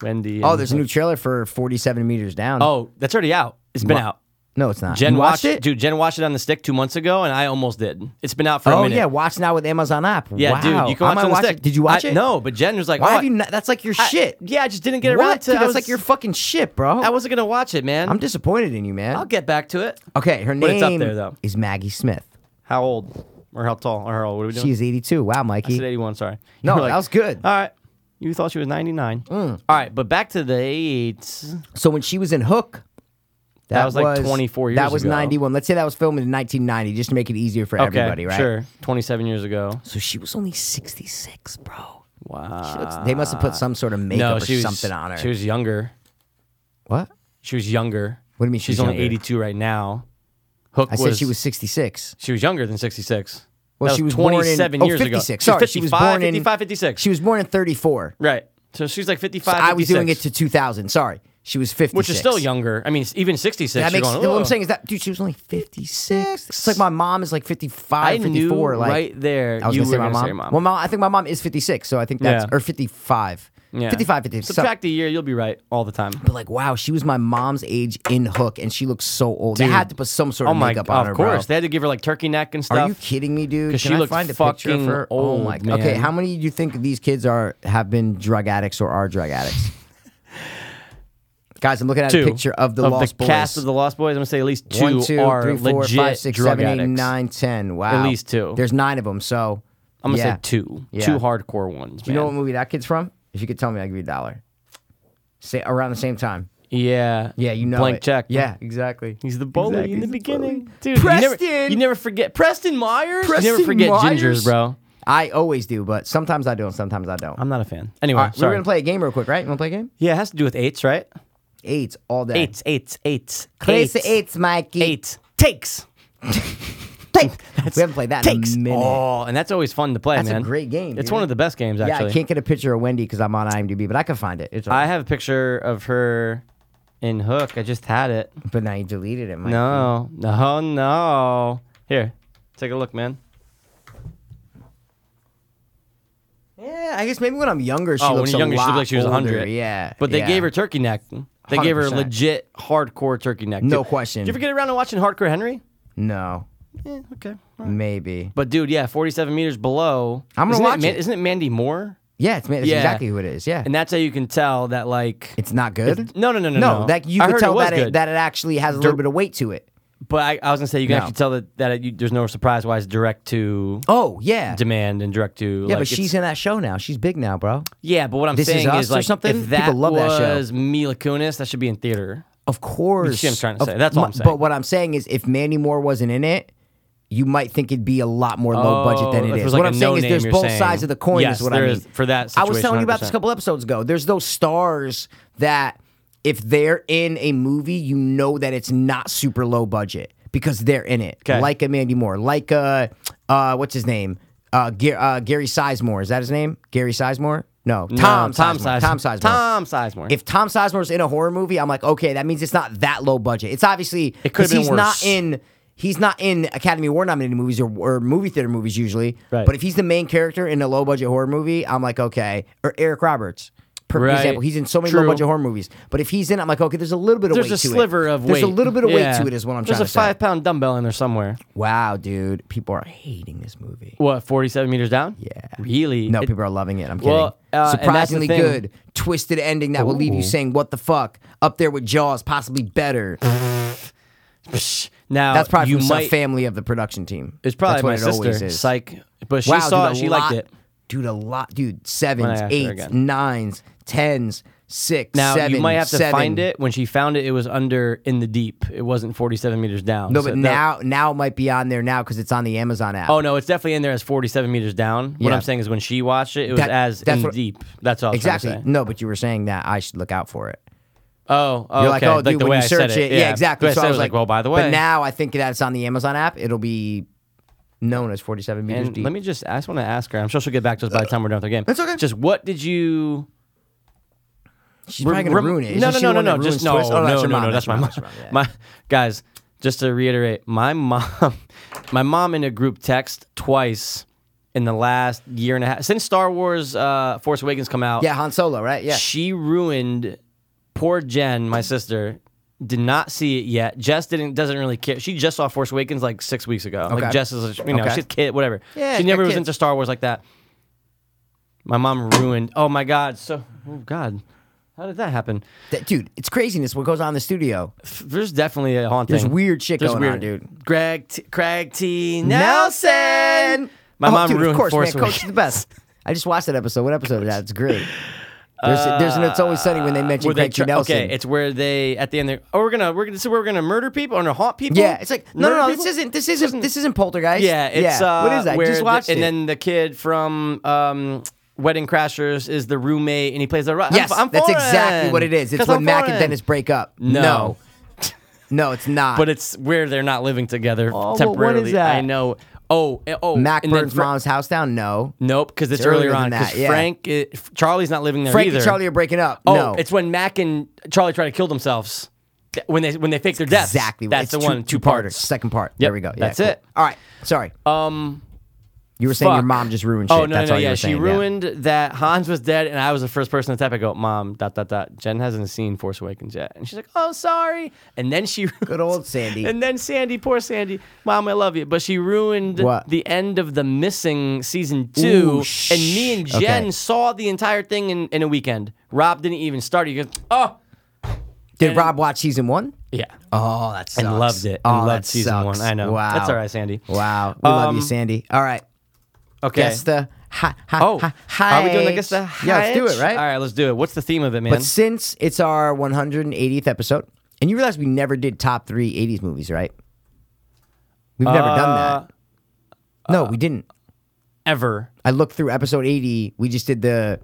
S1: Wendy.
S2: Oh,
S1: and-
S2: there's a new trailer for 47 meters down.
S1: Oh, that's already out. It's been
S2: Wha-
S1: out.
S2: no, it's not.
S1: Jen
S2: You
S1: watched
S2: watched
S1: it, dude. Jen watched it on the stick two months ago, and I almost did. It's been out for a
S2: oh
S1: minute.
S2: yeah, watch now with Amazon app.
S1: Yeah,
S2: wow.
S1: dude. You can
S2: I
S1: watch
S2: might
S1: it on the
S2: watch
S1: stick.
S2: Did you watch
S1: I-
S2: it?
S1: No, but Jen was like,
S2: Why
S1: oh,
S2: have you? Not, that's like your
S1: I-
S2: shit.
S1: Yeah, I just didn't get around
S2: What?
S1: to.
S2: Dude,
S1: I
S2: that's
S1: was
S2: like your fucking shit, bro.
S1: I wasn't gonna watch it, man.
S2: I'm disappointed in you, man.
S1: I'll get back to it.
S2: Okay, her
S1: But
S2: name
S1: it's up there, though.
S2: is Maggie Smith.
S1: How old or how tall or how old? What are we doing?
S2: She is 82. Wow,
S1: I said
S2: Mikey.
S1: 81, sorry.
S2: No,
S1: You were
S2: that was Mm. good.
S1: All right. You thought she was 99. All right, but back to the eights.
S2: So when she was in Hook, that,
S1: That was, like, 24
S2: That
S1: years
S2: was
S1: ago.
S2: 91. Let's say that was filmed in 1990, just to make it easier for
S1: Okay,
S2: everybody, right?
S1: sure. 27 years ago.
S2: So she was only 66, bro.
S1: Wow.
S2: She looks, they must have put some sort of makeup
S1: no,
S2: or
S1: she was,
S2: something on her.
S1: She was younger.
S2: what?
S1: She was younger.
S2: What do you mean
S1: She's,
S2: she's
S1: only
S2: younger?
S1: 82 right now. Hook
S2: I
S1: was,
S2: said she was 66.
S1: she was younger than 66.
S2: Well,
S1: That
S2: she was born in-
S1: 27
S2: oh,
S1: years ago.
S2: 56.
S1: She was
S2: Sorry, she was
S1: 55,
S2: born in-
S1: 55, 56.
S2: She was born in 34.
S1: right. So she's like 55.
S2: I was doing it
S1: 56,
S2: to 2000. Sorry. She was 56.
S1: which is still younger. I mean, even 66.
S2: That
S1: you're
S2: makes,
S1: going,
S2: what
S1: "Whoa."
S2: I'm saying is that, dude, she was only 56. It's like my mom is like 55,
S1: I knew
S2: 54. Like,
S1: right there
S2: I was
S1: you
S2: gonna say
S1: were
S2: my
S1: gonna
S2: mom.
S1: say your mom.
S2: Well, my, I think my mom is 56, so I think that's,
S1: Yeah.
S2: or 55.
S1: Yeah.
S2: 55, 56. So-
S1: Subtract a year, you'll be right all the time.
S2: but like, wow, she was my mom's age in Hook, and she looks so old. They
S1: Dude.
S2: had to put some sort of makeup
S1: god!
S2: on her.
S1: Oh Of course, they
S2: bro.
S1: had to give her like turkey neck and stuff.
S2: Are you kidding me, dude?
S1: 'Cause
S2: Can
S1: she
S2: I
S1: looked
S2: find a picture of
S1: fucking
S2: her? oh
S1: old,
S2: my god. Okay,
S1: man.
S2: how many do you think these kids are have been drug addicts or are drug addicts? Guys, I'm looking at
S1: Two
S2: a picture of the Lost Boys.
S1: cast of the Lost Boys. I'm gonna say at least two,
S2: One, two,
S1: are
S2: three, four,
S1: legit
S2: five, six,
S1: drug
S2: seven, eight,
S1: addicts.
S2: nine, ten. Wow,
S1: At least two.
S2: There's nine of them. So
S1: I'm gonna
S2: yeah.
S1: say two,
S2: Yeah.
S1: two hardcore ones.
S2: You know what
S1: man.
S2: movie that kid's from? If you could tell me, I'd give you a dollar. Say around the same time.
S1: yeah,
S2: Yeah, you know.
S1: Blank
S2: it.
S1: check.
S2: Yeah, exactly.
S1: He's the bully
S2: Exactly,
S1: in the
S2: he's the
S1: beginning,
S2: bully.
S1: dude. you never- you never,
S2: Preston!
S1: forget Preston Myers. you never
S2: Preston
S1: forget
S2: Myers?
S1: gingers, bro.
S2: I always do, but sometimes I don't. Sometimes I don't.
S1: I'm not a fan. Anyway,
S2: All right, we're
S1: sorry.
S2: gonna play a game real quick, right? You wanna play a game?
S1: yeah, it has to do with eights, right?
S2: Eights all day.
S1: Eights, eights, eights,
S2: Place the eights, Mikey.
S1: eights, takes,
S2: Take. we haven't played that
S1: takes.
S2: in a minute.
S1: Oh, and that's always fun to play,
S2: That's a
S1: man.
S2: great game,
S1: It's
S2: dude.
S1: one of the best games,
S2: yeah,
S1: actually.
S2: I can't get a picture of Wendy because I'm on IMDb, but I can find it. It's all
S1: I
S2: right.
S1: have a picture of her in Hook. I just had it.
S2: But now you deleted it, Mikey.
S1: No, no, no. Here, take a look, man.
S2: Yeah, I guess maybe when I'm younger, she
S1: oh, when
S2: looks
S1: you're
S2: a
S1: younger, she
S2: lot
S1: looked like she was
S2: older.
S1: 100.
S2: Yeah,
S1: But they
S2: yeah.
S1: gave her turkey neck. They gave her
S2: 100%.
S1: legit hardcore turkey neck.
S2: No
S1: Dude,
S2: question.
S1: Did you ever get around to watching Hardcore Henry?
S2: no,
S1: Yeah, okay.
S2: maybe.
S1: But dude, yeah, 47 meters below.
S2: I'm gonna
S1: isn't
S2: watch
S1: Man-
S2: it.
S1: Isn't it Mandy Moore?
S2: Yeah, it's, it's
S1: Yeah.
S2: exactly who it is. Yeah,
S1: And that's how you can tell that, like,
S2: it's not good.
S1: no, no, no, no,
S2: no,
S1: no.
S2: that you
S1: I
S2: could
S1: heard
S2: tell
S1: it was
S2: that it,
S1: good.
S2: that it actually has a little bit of weight to it.
S1: but I, I was gonna say you can
S2: No.
S1: actually tell that that it, you, there's no surprise why it's direct to
S2: Oh yeah,
S1: demand and direct to
S2: yeah,
S1: like,
S2: but
S1: it's-
S2: she's in that show now. She's big now, bro.
S1: Yeah, but what I'm
S2: This Is
S1: saying
S2: Us
S1: is,
S2: or
S1: like
S2: something?
S1: if that
S2: People love that show.
S1: was Mila Kunis, that should be in theater.
S2: Of course.
S1: You see what I'm trying to
S2: Of-
S1: say. That's all
S2: my-
S1: I'm saying.
S2: But what I'm saying is, if Mandy Moore wasn't in it, you might think it'd be a lot more low budget
S1: Oh,
S2: than it
S1: if it
S2: is.
S1: was like
S2: what
S1: a
S2: I'm saying is,
S1: no-name,
S2: there's
S1: you're
S2: both
S1: saying.
S2: sides of the coin.
S1: Yes,
S2: is what
S1: there
S2: I mean.
S1: is- for that
S2: I was
S1: situation,
S2: telling you about this
S1: 100%.
S2: a couple episodes ago. There's those stars that if they're in a movie, you know that it's not super low budget because they're in it.
S1: 'Kay.
S2: Like a Mandy Moore, like a uh, what's his name? Uh, Ga- uh, Gary Sizemore. Is that his name? Gary Sizemore? No, Tom.
S1: No, Tom Sizemore.
S2: Sizemore. Tom Sizemore
S1: Tom Sizemore.
S2: if Tom Sizemore's in a horror movie, I'm like, okay, that means it's not that low budget. It's obviously
S1: It could've
S2: 'cause
S1: been
S2: he's
S1: worse.
S2: not in he's not in Academy Award nominated movies or, or movie theater movies usually.
S1: Right.
S2: But if he's the main character in a low budget horror movie, I'm like, okay. Or Eric Roberts. For
S1: Right.
S2: example, he's in so many
S1: True.
S2: low budget horror movies. But if he's in, I'm like, okay, there's a little bit of
S1: there's
S2: weight
S1: a
S2: to it.
S1: sliver of weight.
S2: There's a little bit of
S1: Yeah.
S2: weight to it, is what I'm
S1: there's
S2: trying
S1: a
S2: to
S1: five
S2: say.
S1: pound dumbbell in there somewhere.
S2: Wow, dude, people are hating this movie.
S1: What? Forty seven meters down?
S2: Yeah.
S1: Really?
S2: No,
S1: It-
S2: people are loving it. I'm kidding.
S1: Well, uh, and that's the
S2: Surprisingly
S1: thing.
S2: good, twisted ending that will leave you saying, "What the fuck?" Up there with Jaws, possibly better.
S1: now
S2: That's probably
S1: Uh, you
S2: from
S1: might.
S2: some family of the production team.
S1: It's probably
S2: That's what
S1: my
S2: it always
S1: sister.
S2: is.
S1: Psych. But she
S2: wow,
S1: saw
S2: dude,
S1: it.
S2: a
S1: She
S2: lot,
S1: liked it.
S2: Dude, a lot. Dude,
S1: Went
S2: sevens,
S1: after her
S2: eights,
S1: again.
S2: nines, tens, six,
S1: Now you
S2: seven,
S1: might have to
S2: seven.
S1: find it. When she found it, it was under in the deep. It wasn't forty seven meters down.
S2: No,
S1: So
S2: but
S1: that-
S2: now now it might be on there now because it's on the Amazon app.
S1: Oh no, it's definitely in there as 47 meters down. What
S2: Yeah.
S1: I'm saying is when she watched it, it was
S2: That-
S1: as
S2: that's
S1: in
S2: what-
S1: deep. That's all. I was trying to
S2: exactly.
S1: say.
S2: No, but you were saying that I should look out for it.
S1: Oh, oh,
S2: You're
S1: okay.
S2: like, oh, dude,
S1: the
S2: when
S1: way
S2: you
S1: I
S2: search
S1: said
S2: it, yeah, exactly.
S1: The way
S2: so
S1: I, said it was like, well, by the way,
S2: but now I think that it's on the Amazon app. It'll be known as 47 meters
S1: and
S2: deep. Uh,
S1: let me just, I just want to ask her. I'm sure she'll get back to us by the time we're done with the game.
S2: That's okay.
S1: Just what did you?
S2: She's probably gonna
S1: rem-
S2: ruin it.
S1: No, no,
S2: Isn't she
S1: no,
S2: the
S1: no,
S2: one
S1: no.
S2: that
S1: Just
S2: ruins
S1: no,
S2: Twist? Oh,
S1: no,
S2: that's
S1: no,
S2: your
S1: no,
S2: mom,
S1: That's my mom.
S2: that's your mom, that's your mom,
S1: My guys, just to reiterate, my mom, my mom in a group text twice in the last year and a half since Star Wars uh, Force Awakens come out.
S2: Yeah, Han Solo, right? Yeah.
S1: She ruined poor Jen, my sister. Did not see it yet. Jess didn't doesn't really care. She just saw Force Awakens like six weeks ago.
S2: Okay.
S1: Like Jess is a, you know
S2: Okay.
S1: she's a kid whatever.
S2: Yeah,
S1: she
S2: she's
S1: never
S2: got
S1: was
S2: kids.
S1: into Star Wars like that. My mom ruined. Oh my god. So oh god, how did that happen?
S2: That- dude, it's craziness what goes on in the studio.
S1: There's definitely a haunting.
S2: There's weird shit going on, dude.
S1: Greg T, Craig T.
S2: Nelson!
S1: Nelson. My
S2: Oh,
S1: mom
S2: dude,
S1: ruined
S2: Of course,
S1: Force
S2: man. Coach is
S1: Awakens.
S2: the best. I just watched that episode. What episode is that? It's great. There's, there's an It's Always Sunny when they mention
S1: Where Uh, they
S2: Craig T.
S1: tr-
S2: Nelson.
S1: okay, it's where they at the end. They oh, we're gonna we're gonna this is where we're gonna murder people or murder haunt people.
S2: yeah, it's like no,
S1: Murder
S2: no, no.
S1: people?
S2: This isn't. This isn't. This isn't Poltergeist.
S1: Yeah, it's Uh,
S2: what is that?
S1: Where
S2: Just
S1: the-
S2: watched
S1: and
S2: it.
S1: then the kid from um, Wedding Crashers is the roommate, and he plays the rock.
S2: yes,
S1: I'm, I'm
S2: that's
S1: foreign,
S2: exactly what it is. It's
S1: 'cause
S2: when
S1: I'm
S2: Mac and
S1: foreign."
S2: Dennis break up.
S1: No.
S2: no, No, it's not.
S1: but it's where they're not living together
S2: Oh, what- what is
S1: temporarily.
S2: that?
S1: I know. Oh, eh, oh,
S2: Mac
S1: and then
S2: burns
S1: Fra-
S2: mom's house down. No,
S1: Nope, because it's,
S2: It's earlier
S1: earlier
S2: than
S1: on.
S2: that,
S1: Because
S2: yeah.
S1: Frank, eh, F- Charlie's not living there
S2: Frank
S1: either.
S2: and Charlie are breaking up.
S1: Oh,
S2: no,
S1: it's when Mac and Charlie try to kill themselves Th- when they when they fake their deaths.
S2: exactly
S1: That's
S2: it's
S1: the one. Two, parts.
S2: Second part.
S1: Yep,
S2: There we go. Yeah,
S1: that's
S2: cool.
S1: it.
S2: All right. Sorry.
S1: Um.
S2: You were saying your
S1: fuck.
S2: mom just ruined shit.
S1: Oh no,
S2: That's
S1: no,
S2: all you
S1: yeah.
S2: were
S1: She
S2: saying, yeah.
S1: ruined that Hans was dead, and I was the first person to tap. I go, Mom, dot dot dot. Jen hasn't seen Force Awakens yet, and she's like, Oh, sorry. And then she
S2: Good old Sandy.
S1: And then Sandy, poor Sandy, Mom, I love you, but she ruined
S2: What?
S1: the end of the missing season
S2: Ooh,
S1: two,
S2: sh-
S1: and me and Jen
S2: okay.
S1: saw the entire thing in, in a weekend. Rob didn't even start. it. He goes, Oh,
S2: Did
S1: and-
S2: Rob watch season one?
S1: yeah.
S2: Oh, that sucks.
S1: And loved it.
S2: Oh,
S1: and loved
S2: that
S1: season
S2: sucks.
S1: one. I know.
S2: Wow.
S1: That's all right, Sandy.
S2: Wow. We love you,
S1: Um,
S2: Sandy. All right.
S1: Okay.
S2: Guess the hi, hi,
S1: Oh,
S2: hi,
S1: are we doing the
S2: hi-
S1: guess the
S2: Yeah, let's do
S1: hi-
S2: it, right?
S1: All right, let's do it. What's the theme of it, man?
S2: But since it's our 180th episode, and you realize we never did top three 80s movies, right? We've never
S1: Uh,
S2: done that. No, we didn't.
S1: Ever.
S2: I looked through episode 80. We just did the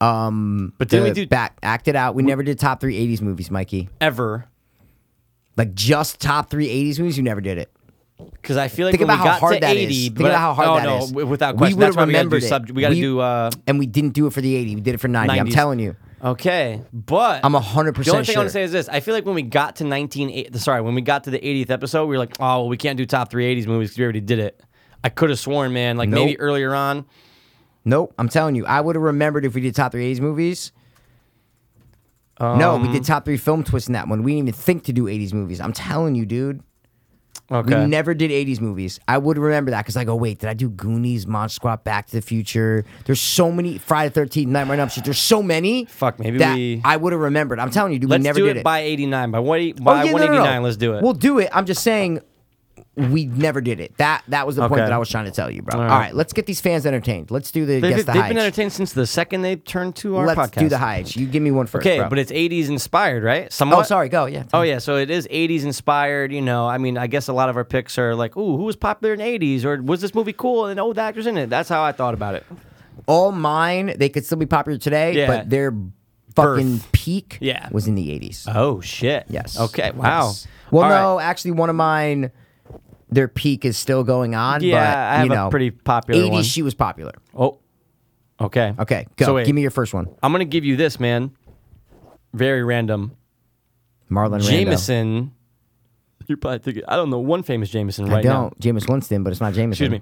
S2: um
S1: But didn't
S2: the
S1: we do-
S2: back acted out. We, never did top 3 80s movies, Mikey.
S1: Ever.
S2: Like just top 3 80s movies, you never did it.
S1: Because I feel like
S2: Think
S1: when
S2: about
S1: we
S2: how
S1: got
S2: hard
S1: to
S2: that is.
S1: 80,
S2: Think
S1: but-
S2: about how hard
S1: oh,
S2: that
S1: no,
S2: is.
S1: w- without
S2: We
S1: question.
S2: would've
S1: That's why we got to do
S2: remembered it.
S1: sub. We got to
S2: We-
S1: do. Uh,
S2: And we didn't do it for the 80. We did it for 90. I'm
S1: 90s.
S2: telling you.
S1: okay, but
S2: I'm 100%
S1: The only thing I want
S2: sure.
S1: to say is this: I feel like when we got to 19, eight- sorry, when we got to the 80th episode, we were like, oh, well, we can't do top three 80s movies because we already did it. I could have sworn, man, like
S2: Nope.
S1: maybe earlier on.
S2: Nope, I'm telling you. I would have remembered if we did top 3 80s movies. no, we
S1: Um,
S2: did top 3 film twists in that one. We didn't even think to do 80s movies. I'm telling you, dude.
S1: Okay,
S2: We never did 80s movies. I would remember that because I go, wait, did I do Goonies, Monster Squad, Back to the Future? There's so many, Friday 13th, Nightmare on Elm Street. There's so many.
S1: Fuck, maybe
S2: that
S1: we-
S2: I would have remembered. I'm telling you, dude,
S1: let's
S2: we never
S1: do
S2: did
S1: it, by 89, by, one,
S2: Oh,
S1: by
S2: yeah, no, no, no.
S1: 189. Let's do it.
S2: We'll do it. I'm just saying we never did it. That that was the point
S1: Okay.
S2: that I was trying to tell you, bro. All
S1: right.
S2: right, let's get these fans entertained. Let's do the
S1: they've,
S2: guess the
S1: they've
S2: high.
S1: been
S2: H.
S1: entertained since the second they turned to our
S2: Let's
S1: podcast.
S2: do the high. H. You give me one first.
S1: Okay,
S2: bro.
S1: but it's 80s inspired, right? Somewhat.
S2: oh, sorry, go yeah.
S1: Oh yeah, so it is 80s inspired, you know. I mean, I guess a lot of our picks are like, "Ooh, who was popular in 80s?" or "Was this movie cool?" and "Oh, the actors in it." That's how I thought about it.
S2: All mine, they could still be popular today,
S1: Yeah.
S2: but their fucking peak
S1: Yeah.
S2: was in the 80s.
S1: Oh shit.
S2: Yes.
S1: Okay. Wow.
S2: Yes. Well,
S1: All right.
S2: no, actually, one of mine, their peak is still going on.
S1: Yeah,
S2: but,
S1: I have
S2: you
S1: a
S2: know,
S1: pretty popular
S2: 80s,
S1: one.
S2: she was popular.
S1: Oh. Okay.
S2: Okay, go.
S1: So wait.
S2: give me your first one.
S1: I'm gonna give you this, man. Very random.
S2: Marlon Rando.
S1: Jameson. You're probably thinking. I don't know one famous Jameson
S2: I
S1: right
S2: don't.
S1: now.
S2: Jameis Winston, but it's not Jameson.
S1: Excuse me.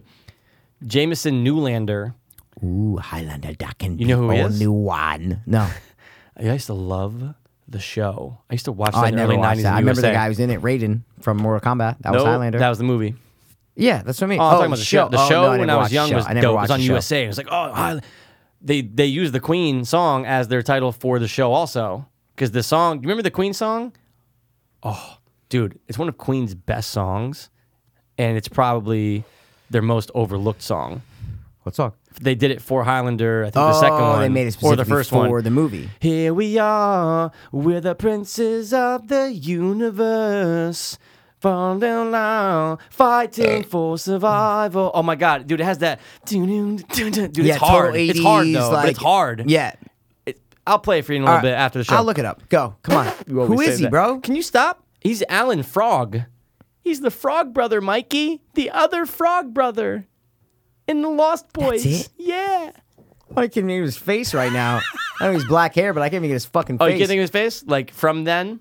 S1: Jameson Newlander.
S2: Ooh, Highlander Duckin.
S1: You know who he is?
S2: New one. No.
S1: I used to love the show. I used to watch.
S2: Oh,
S1: that
S2: I
S1: in the
S2: never
S1: early
S2: watched
S1: 90s
S2: that.
S1: in
S2: I remember the
S1: USA.
S2: guy who was in it, Raiden from Mortal Kombat. That was
S1: Nope,
S2: Highlander.
S1: That was the movie.
S2: yeah, that's what I mean.
S1: Oh, I'm talking about the show. The
S2: Oh,
S1: show
S2: no, I
S1: when
S2: never
S1: I
S2: watched
S1: was
S2: the
S1: young
S2: show.
S1: was
S2: I never
S1: dope. It
S2: watched
S1: was on
S2: the show.
S1: USA. It was like, oh, I- they they used the Queen song as their title for the show also because the song. Do you remember the Queen song? Oh, dude, it's one of Queen's best songs, and it's probably their most overlooked song.
S2: Let's talk.
S1: They did it for Highlander. I think the
S2: oh,
S1: second one
S2: they made it
S1: or
S2: specifically
S1: the first
S2: for
S1: one.
S2: the movie.
S1: Here we are, we're the princes of the universe. Falling now, fighting for survival. Oh my god, dude, it has that. Dude, it's
S2: yeah, total
S1: hard. It's hard
S2: 80s,
S1: though. but
S2: like-
S1: it's hard.
S2: Yeah.
S1: It- I'll play it for you in a little
S2: All
S1: bit
S2: right,
S1: after the show.
S2: I'll look it up. Go. Come on.
S1: You always
S2: Who
S1: say
S2: is he,
S1: that.
S2: bro?
S1: Can you stop? He's Alan Frog. He's the Frog brother, Mikey. The other Frog brother in the Lost Boys.
S2: it?
S1: Yeah.
S2: I can't even his face right now. I know he's black hair, but I Oh, can't even get his fucking face.
S1: Oh, you can't think of his face? Like from then?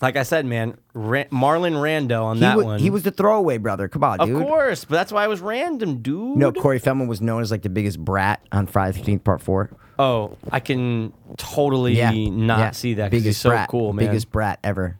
S1: Like I said, man, Ra- Marlon Rando on
S2: He,
S1: that
S2: wa-
S1: one.
S2: he was the throwaway brother. Come on,
S1: of
S2: dude.
S1: course, but that's why I was random, dude.
S2: No, Corey Feldman was known as like the biggest brat on Friday the Thirteenth Part Four.
S1: Oh, I can totally
S2: Yeah,
S1: not
S2: yeah.
S1: see that because he's so
S2: brat,
S1: cool, man.
S2: Biggest brat ever.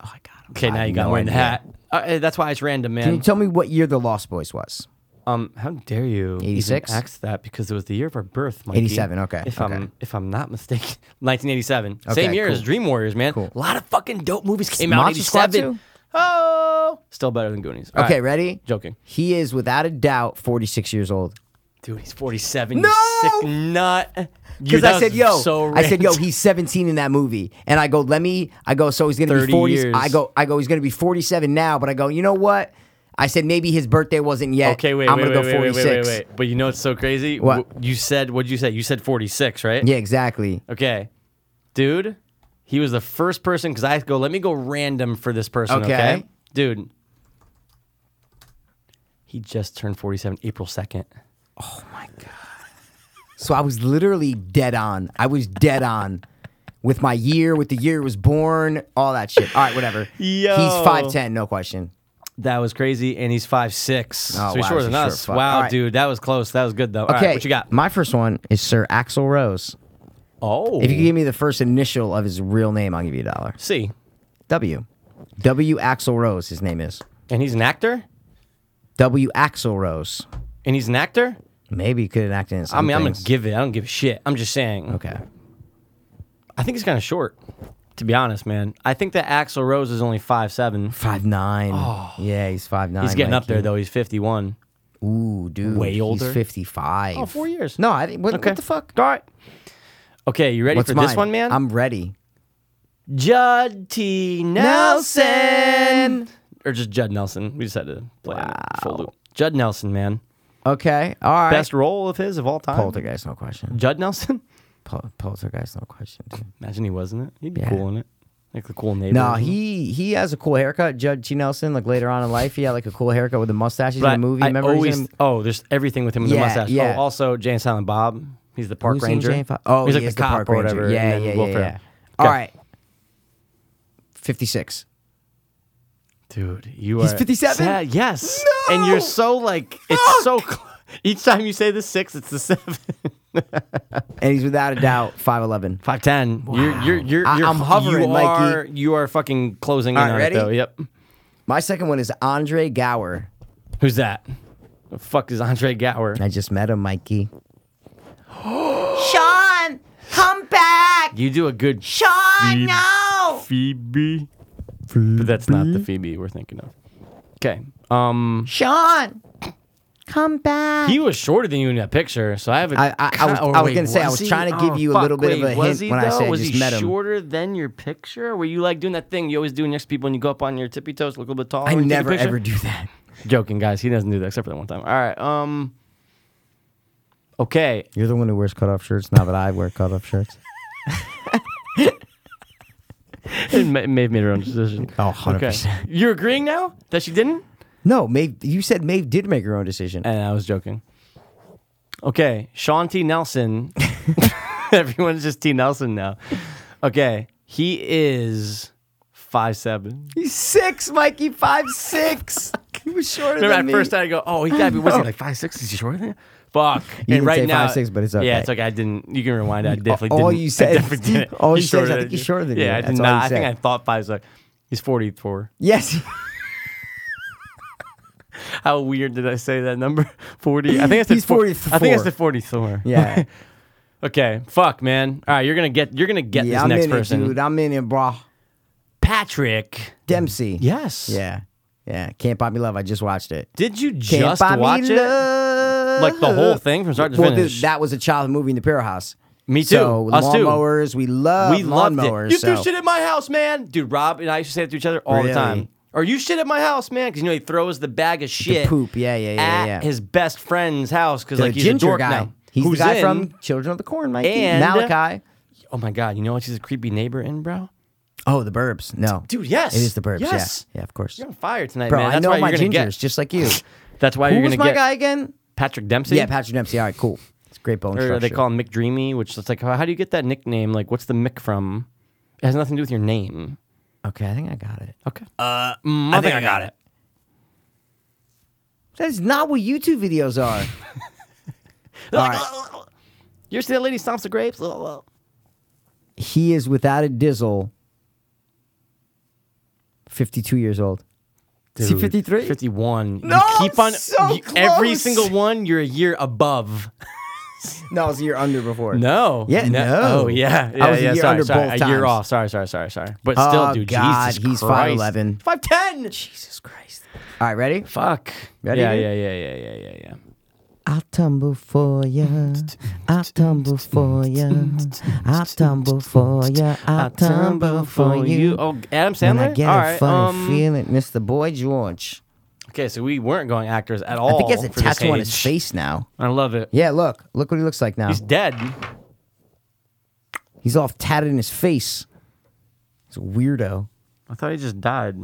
S2: Oh, I got him.
S1: okay,
S2: I
S1: now you
S2: have
S1: got
S2: no
S1: me in the
S2: idea.
S1: hat. Uh, hey, that's why it's random,
S2: Can you
S1: man.
S2: tell me what year the Lost Boys was?
S1: um, how dare you? even
S2: 86?
S1: Ask that because it was the year of our birth, Mikey.
S2: 87, okay,
S1: If
S2: okay.
S1: I'm if I'm not mistaken, 1987.
S2: Okay,
S1: Same year as
S2: cool.
S1: Dream Warriors, man.
S2: Cool.
S1: A lot of fucking dope movies came out. in
S2: Monster Squad
S1: 87.
S2: too?
S1: Oh, still better than Goonies. All
S2: Okay,
S1: right.
S2: ready?
S1: Joking.
S2: He is without a doubt 46 years old.
S1: Dude, he's 47.
S2: No!
S1: You sick nut.
S2: Because I said, yo,
S1: so
S2: I said, yo,
S1: random.
S2: he's 17 in that movie. And I go, let me, I go, so he's going to
S1: 30
S2: be 40.
S1: years.
S2: I go, I go, he's going to be 47 now. But I go, you know what? I said, maybe his birthday wasn't yet.
S1: Okay, wait,
S2: I'm
S1: wait,
S2: gonna
S1: wait,
S2: go
S1: wait, wait,
S2: 46.
S1: wait, wait, wait. But you know what's so crazy?
S2: What?
S1: W- You said, what'd you say? You said 46, right?
S2: Yeah, exactly.
S1: Okay. Dude, he was the first person because I go, let me go random for this person, okay?
S2: Okay.
S1: Dude, he just turned 47 April 2nd.
S2: So I was literally dead on. I was dead on with my year, with the year he was born, all that shit. All right, whatever.
S1: Yo.
S2: He's 5'10, no question.
S1: That was crazy. And he's 5'6.
S2: Oh,
S1: so he's
S2: wow,
S1: shorter than
S2: he's a short
S1: us.
S2: fuck.
S1: wow,
S2: All right.
S1: dude. That was close. That was good, though. All
S2: Okay.
S1: right, what you got?
S2: My first one is Sir Axel Rose.
S1: Oh.
S2: If you give me the first initial of his real name, I'll give you a dollar.
S1: See.
S2: W. W. Axel Rose, his name is.
S1: And he's an actor?
S2: W. Axel Rose.
S1: And he's an actor?
S2: Maybe he could have acted in
S1: I
S2: some
S1: mean, I'm going
S2: things.
S1: to give it. I don't give a shit. I'm just saying.
S2: Okay.
S1: I think he's kind of short, to be honest, man. I think that Axl Rose is only five seven.
S2: Five nine. Yeah, he's five nine.
S1: Oh. He's getting up there though. He's fifty one.
S2: Ooh, dude.
S1: Way older.
S2: He's fifty five.
S1: Oh, four years.
S2: No, I didn't. What,
S1: Okay.
S2: what the fuck?
S1: All right. Okay, you ready
S2: What's
S1: for
S2: mine?
S1: this one, man?
S2: I'm ready.
S1: Judd T. Nelson, or just Judd Nelson. We just had to play on it full loop. Judd Nelson, man,
S2: Okay. All right.
S1: best role of his of all time.
S2: Poltergeist, no question.
S1: Judd Nelson.
S2: Pol- Poltergeist, no question. dude.
S1: Imagine he wasn't it. He'd be
S2: Yeah.
S1: cool in it, like the cool neighbor.
S2: No, he he has a cool haircut. Judge T. Nelson, like later on in life, he had like a cool haircut with a mustache. He's
S1: But
S2: in a movie.
S1: I
S2: Remember,
S1: always-
S2: he's in a-
S1: oh, there's everything with him with the
S2: Yeah,
S1: mustache.
S2: yeah.
S1: Oh, also Jane Silent Bob. He's the park
S2: Who's in
S1: ranger.
S2: Jane Fo- oh,
S1: he's
S2: he
S1: like
S2: is
S1: the cop or
S2: park ranger.
S1: whatever.
S2: Yeah,
S1: and
S2: yeah,
S1: then
S2: yeah,
S1: Will Ferrell.
S2: yeah.
S1: Okay.
S2: All right, fifty-six.
S1: dude, you are
S2: He's 57?
S1: sad. Yes, and
S2: No!
S1: you're so like it's so. Cl- each time you say the six, it's the seven.
S2: and he's without a doubt 5'11.
S1: Five ten. You're you're you're.
S2: I-
S1: you're
S2: I'm hovering,
S1: you
S2: Mikey.
S1: are, You are fucking closing
S2: All
S1: in
S2: right,
S1: on
S2: ready?
S1: it though. Yep.
S2: My second one is Andre Gower.
S1: Who's that? The fuck is Andre Gower?
S2: I just met him, Mikey.
S1: You do a good. Sean, no. Phoebe. But that's not the Phoebe we're thinking of. Okay. Um.
S2: Sean, come back.
S1: He was shorter than you in that picture, so I have a.
S2: I- I- I was-
S1: Oh,
S2: I was
S1: wait,
S2: gonna say, I was
S1: he?
S2: trying to give
S1: Oh,
S2: you a
S1: fuck,
S2: little bit of
S1: wait,
S2: a
S1: was
S2: hint
S1: he,
S2: when I
S1: though?
S2: said I
S1: was
S2: just
S1: he
S2: met him.
S1: shorter than your picture? Were you like doing that thing you always do next to people when you go up on your tippy toes, look a little bit taller?
S2: I
S1: when you take a
S2: never
S1: picture?
S2: ever do that.
S1: Joking, guys. He doesn't do that except for that one time. All right. Um. Okay.
S2: You're the one who wears cutoff shirts, not that I wear cutoff shirts.
S1: Maeve made her own decision.
S2: Oh, 100%.
S1: Okay. You're agreeing now that she didn't?
S2: No, Maeve, you said Maeve did make her own decision.
S1: And I was joking. Okay, Sean T. Nelson. Everyone's just T. Nelson now. Okay, he is five seven.
S2: He's six, Mikey, five six. he was shorter
S1: Remember
S2: than
S1: at
S2: me.
S1: first I go, oh, he gotta be was he like five six? Is he shorter than? you? Fuck.
S2: You
S1: and
S2: didn't
S1: right
S2: say
S1: now,
S2: 5'6",, but it's
S1: Yeah,
S2: okay.
S1: it's okay. I didn't. You can rewind. I definitely
S2: all
S1: didn't.
S2: you
S1: I
S2: said-
S1: definitely didn't.
S2: all you
S1: He's
S2: said
S1: shorter
S2: is, I
S1: than
S2: think
S1: you.
S2: he's shorter than
S1: yeah,
S2: you.
S1: I did
S2: That's all
S1: not.
S2: you
S1: I think I
S2: said.
S1: thought five six. He's forty four.
S2: Yes.
S1: How weird did I say that number? Forty. I think I said
S2: He's
S1: four-
S2: 44.
S1: I think I said forty four.
S2: Yeah.
S1: Okay, fuck, man. All right, you're gonna get you're gonna get
S2: yeah,
S1: this
S2: I'm
S1: next
S2: in
S1: person,
S2: it, dude. I'm in it, bro.
S1: Patrick.
S2: Dempsey.
S1: Yes.
S2: Yeah. Yeah. Can't buy me love. I just watched it.
S1: Did you
S2: Can't
S1: just
S2: buy
S1: watch
S2: me
S1: it?
S2: love.
S1: Like the whole thing from start to
S2: well, dude,
S1: finish.
S2: that was a childhood movie in the Pure House.
S1: Me too.
S2: So,
S1: Us too.
S2: lawnmowers. We love
S1: we loved
S2: lawnmowers.
S1: it. You
S2: so-
S1: threw shit at my house, man. Dude, Rob and I used to say it to each other all
S2: Really?
S1: the time. Or you shit at my house, man, because you know he throws the bag of shit,
S2: poop. Yeah, yeah, yeah,
S1: at
S2: yeah.
S1: his best friend's house because
S2: the
S1: like he's
S2: ginger
S1: a dork
S2: guy.
S1: now.
S2: He's
S1: Who's
S2: the guy
S1: in-
S2: from Children of the Corn, Mikey.
S1: And-
S2: Malachi.
S1: Oh my god, you know what? He's a creepy neighbor in, bro.
S2: Oh, the Burbs. No,
S1: Dude, yes.
S2: it is the Burbs.
S1: Yes.
S2: Yeah, yeah, of course.
S1: You're on fire tonight,
S2: Bro,
S1: man. That's
S2: I know
S1: why
S2: my
S1: you're gonna
S2: gingers,
S1: get.
S2: just like you.
S1: That's why
S2: Who
S1: you're
S2: was
S1: gonna
S2: my
S1: get
S2: guy again?
S1: Patrick Dempsey.
S2: Yeah, Patrick Dempsey. All right, cool. It's a great bone
S1: or
S2: structure.
S1: they call him McDreamy, which is like, how, how do you get that nickname? Like, what's the Mick from? It has nothing to do with your name.
S2: Okay, I think I got it.
S1: Okay. Uh, mm, I, think, I got it.
S2: That's not what YouTube videos are. All right.
S1: You ever see that lady stomps the grapes? Ugh, ugh.
S2: He is without a dizzle. Fifty-two years old. Is he
S1: Dude,
S2: 53?
S1: 51.
S2: No,
S1: you keep on
S2: so
S1: you- every
S2: close.
S1: single one you're a year above.
S2: No, I was a year under before.
S1: No.
S2: Yeah, no.
S1: Oh, yeah. yeah
S2: I was a
S1: yeah,
S2: year
S1: sorry,
S2: under
S1: sorry.
S2: both
S1: a
S2: times.
S1: year off. Sorry, sorry, sorry, sorry. But still,
S2: Oh,
S1: dude,
S2: God,
S1: Jesus
S2: he's
S1: Christ.
S2: 5'11".
S1: 5'10". Jesus Christ.
S2: All right, ready?
S1: Fuck.
S2: Ready,
S1: Yeah,
S2: dude?
S1: yeah, yeah, yeah, yeah, yeah, yeah.
S2: I'll tumble for ya. I'll tumble for ya. I'll tumble for ya. I'll tumble for you.
S1: Oh, Adam
S2: When
S1: Sandler?
S2: I get
S1: All
S2: a
S1: right.
S2: funny
S1: um,
S2: feeling, Mr. Boy George.
S1: Okay, so we weren't going actors at
S2: I
S1: all.
S2: think he has a
S1: for this
S2: tattoo on his
S1: age.
S2: face now.
S1: I love it.
S2: Yeah, look. Look what he looks like now.
S1: He's dead.
S2: He's all tatted in his face. He's a weirdo.
S1: I thought he just died.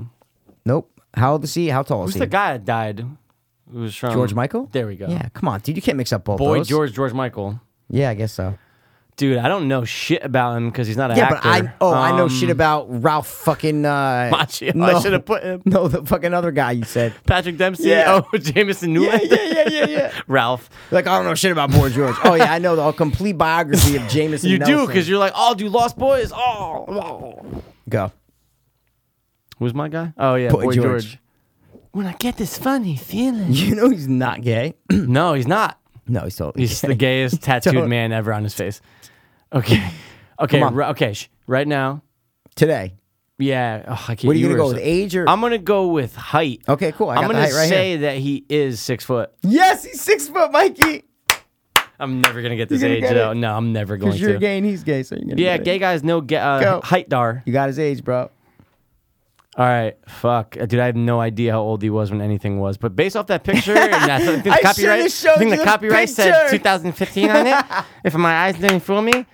S2: Nope. How old is he? How tall is
S1: Who's
S2: he?
S1: the guy that died? Who was from
S2: George Michael?
S1: There we go.
S2: Yeah, come on, dude. You can't mix up both
S1: Boy
S2: those.
S1: George George Michael.
S2: Yeah, I guess so.
S1: Dude, I don't know shit about him because he's not an
S2: Yeah,
S1: actor.
S2: but I oh I know shit
S1: Um,
S2: about Ralph fucking uh
S1: Macchio. I
S2: no.
S1: should have put him.
S2: No, the fucking other guy you said.
S1: Patrick Dempsey.
S2: Yeah.
S1: Oh, Jameson Newland.
S2: yeah, yeah, yeah.
S1: Ralph.
S2: Like I don't know shit about Boy George. Oh yeah, I know the whole complete biography of Jameson.
S1: You do
S2: Nelson.
S1: because you're like, oh, do Lost Boys. Oh, oh.
S2: go.
S1: who's my guy? Oh yeah,
S2: Boy
S1: Boy,
S2: George.
S1: George. When I get this funny feeling.
S2: You know he's not gay.
S1: no, he's not.
S2: no, he's totally.
S1: He's
S2: gay.
S1: the gayest tattooed
S2: Don't-
S1: man ever on his face. Okay, okay,
S2: Come on.
S1: ri- okay. Sh- right now,
S2: Today.
S1: yeah. Oh, I can't,
S2: What are you,
S1: were
S2: gonna go
S1: so-
S2: with? Age or
S1: I'm gonna go with height.
S2: Okay, cool. I got
S1: am
S2: the
S1: gonna
S2: height right
S1: say that he is six foot.
S2: yes, he's six foot, Mikey.
S1: I'm never gonna get this
S2: gonna
S1: age
S2: get it.
S1: though. No, I'm never going
S2: Because you're
S1: to.
S2: gay and he's gay, so you're gonna.
S1: Yeah,
S2: get it.
S1: gay guys no ga- uh,
S2: Go.
S1: height dar.
S2: You got his age, bro.
S1: All right, fuck, Uh, dude. I have no idea how old he was when anything was, but based off that picture, and that, I think the
S2: I should've
S1: copyright,
S2: showed
S1: I think
S2: you
S1: the
S2: the
S1: copyright said
S2: picture.
S1: 2015 on it. if my eyes didn't fool me,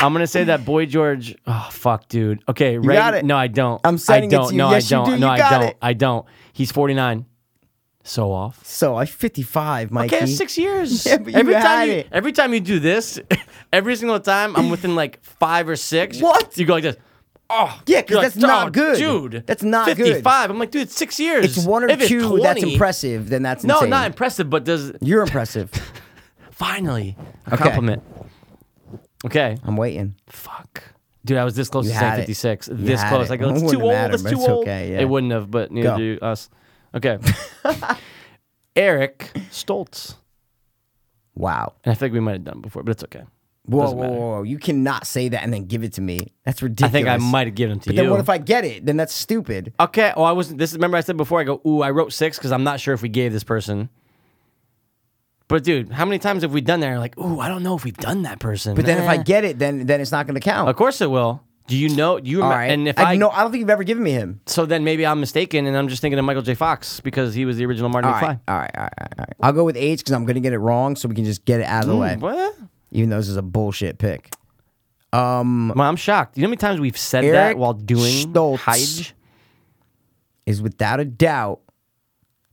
S1: I'm gonna say that boy George. Oh fuck, dude. Okay, right?
S2: got it.
S1: No, I don't.
S2: I'm
S1: I
S2: sending it
S1: don't.
S2: to you.
S1: No,
S2: Yes,
S1: I
S2: you
S1: don't.
S2: do.
S1: No,
S2: You
S1: I
S2: got
S1: don't.
S2: it.
S1: I don't. He's 49. So off.
S2: So I'm 55, Mikey.
S1: Okay, six years.
S2: Yeah, but you
S1: every
S2: had
S1: time you,
S2: it.
S1: every time you do this, every single time I'm within like five or six.
S2: What?
S1: You go like this. Oh,
S2: Yeah, 'cause
S1: You're like,
S2: that's not
S1: "Oh,
S2: good.
S1: dude.
S2: That's not good.
S1: 55. I'm like, dude, it's six years.
S2: It's one or
S1: If it's
S2: two that's
S1: 20
S2: impressive. Then that's
S1: No,
S2: insane.
S1: not impressive, but does
S2: You're impressive.
S1: finally a
S2: Okay.
S1: compliment. Okay,
S2: I'm waiting.
S1: fuck, dude, I was this close
S2: You
S1: to saying
S2: had it.
S1: 56.
S2: You
S1: This
S2: had
S1: close,
S2: it.
S1: I go, it's
S2: It
S1: too
S2: wouldn't
S1: old.
S2: have mattered,
S1: It's
S2: but
S1: too
S2: it's
S1: old.
S2: okay, yeah.
S1: It wouldn't have, but neither
S2: Go.
S1: do us. Okay, Eric Stoltz.
S2: Wow.
S1: And I think we might have done it before, but it's okay.
S2: Whoa,
S1: Doesn't
S2: whoa,
S1: matter.
S2: whoa, whoa! You cannot say that and then give it to me. That's
S1: I
S2: ridiculous.
S1: think I might have given them to
S2: But
S1: you.
S2: then what if I get it? Then that's stupid.
S1: Okay. Oh, I wasn't. This is remember I said before. I go. Ooh, I wrote six because I'm not sure if we gave this person. But dude, how many times have we done that? You're like, ooh, I don't know if we've done that person.
S2: But then if I
S1: Nah.
S2: get it, then then it's not going to count.
S1: of course it will. Do you know? Do you
S2: All
S1: remember?
S2: right.
S1: And if
S2: I,
S1: I,
S2: no, I don't think you've ever given me him.
S1: so then maybe I'm mistaken, and I'm just thinking of Michael J. Fox because he was the original Marty
S2: All
S1: McFly.
S2: right, all right, all right, all right. I'll go with age because I'm going to get it wrong, so we can just get it out of the way.
S1: Mm, What?
S2: Even though this is a bullshit pick.
S1: Mom, I'm shocked. You know how many times we've said
S2: Eric
S1: that while doing
S2: Stoltz.
S1: Hyde?
S2: is without a doubt.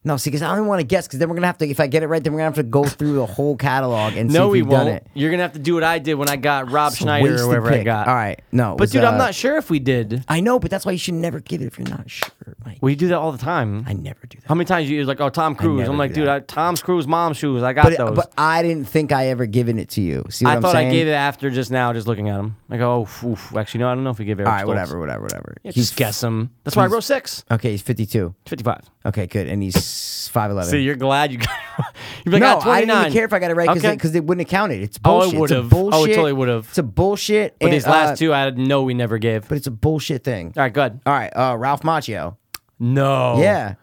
S2: No, see, because I don't want to guess. Because then we're gonna have to. If I get it right, then we're gonna have to go through the whole catalog and see
S1: No,
S2: if
S1: we
S2: we've done
S1: won't.
S2: it.
S1: You're gonna have to do what I did when I got Rob
S2: It's a
S1: Schneider
S2: wasted
S1: or whatever I
S2: pick.
S1: got.
S2: All right, no, it
S1: but
S2: was,
S1: dude,
S2: uh,
S1: I'm not sure if we did.
S2: I know, but that's why you should never give it if you're not sure. Mike.
S1: We do that all the time.
S2: I never do that.
S1: How many times you you're like, oh, Tom Cruise?
S2: never
S1: I'm like,
S2: do
S1: dude, I,
S2: that.
S1: Tom Cruise mom shoes. I got
S2: But, it,
S1: those.
S2: but I didn't think I ever given it to you. See what
S1: I
S2: am
S1: thought
S2: saying?
S1: I gave it after just now, just looking at him. I go, oh, oof. actually, no, I don't know if we gave Eric.
S2: All right,
S1: Stoltz.
S2: whatever, whatever, whatever.
S1: Yeah,
S2: he's
S1: just guess him. That's why I
S2: he's-
S1: wrote six.
S2: Okay, he's 52.
S1: 55.
S2: Okay, good, and he's 5'11.
S1: See, you're glad you got You're like,
S2: no,
S1: ah,
S2: I didn't
S1: 29.
S2: even care if I got it right because
S1: Okay.
S2: it, wouldn't have counted. It's
S1: Oh, it
S2: bullshit. It's a
S1: would've. Oh, it
S2: bullshit-
S1: totally would've.
S2: It's a bullshit.
S1: But these last two, I know we never gave.
S2: uh, But it's a bullshit thing.
S1: all right, go ahead.
S2: All right, uh, Ralph Macchio.
S1: No.
S2: Yeah.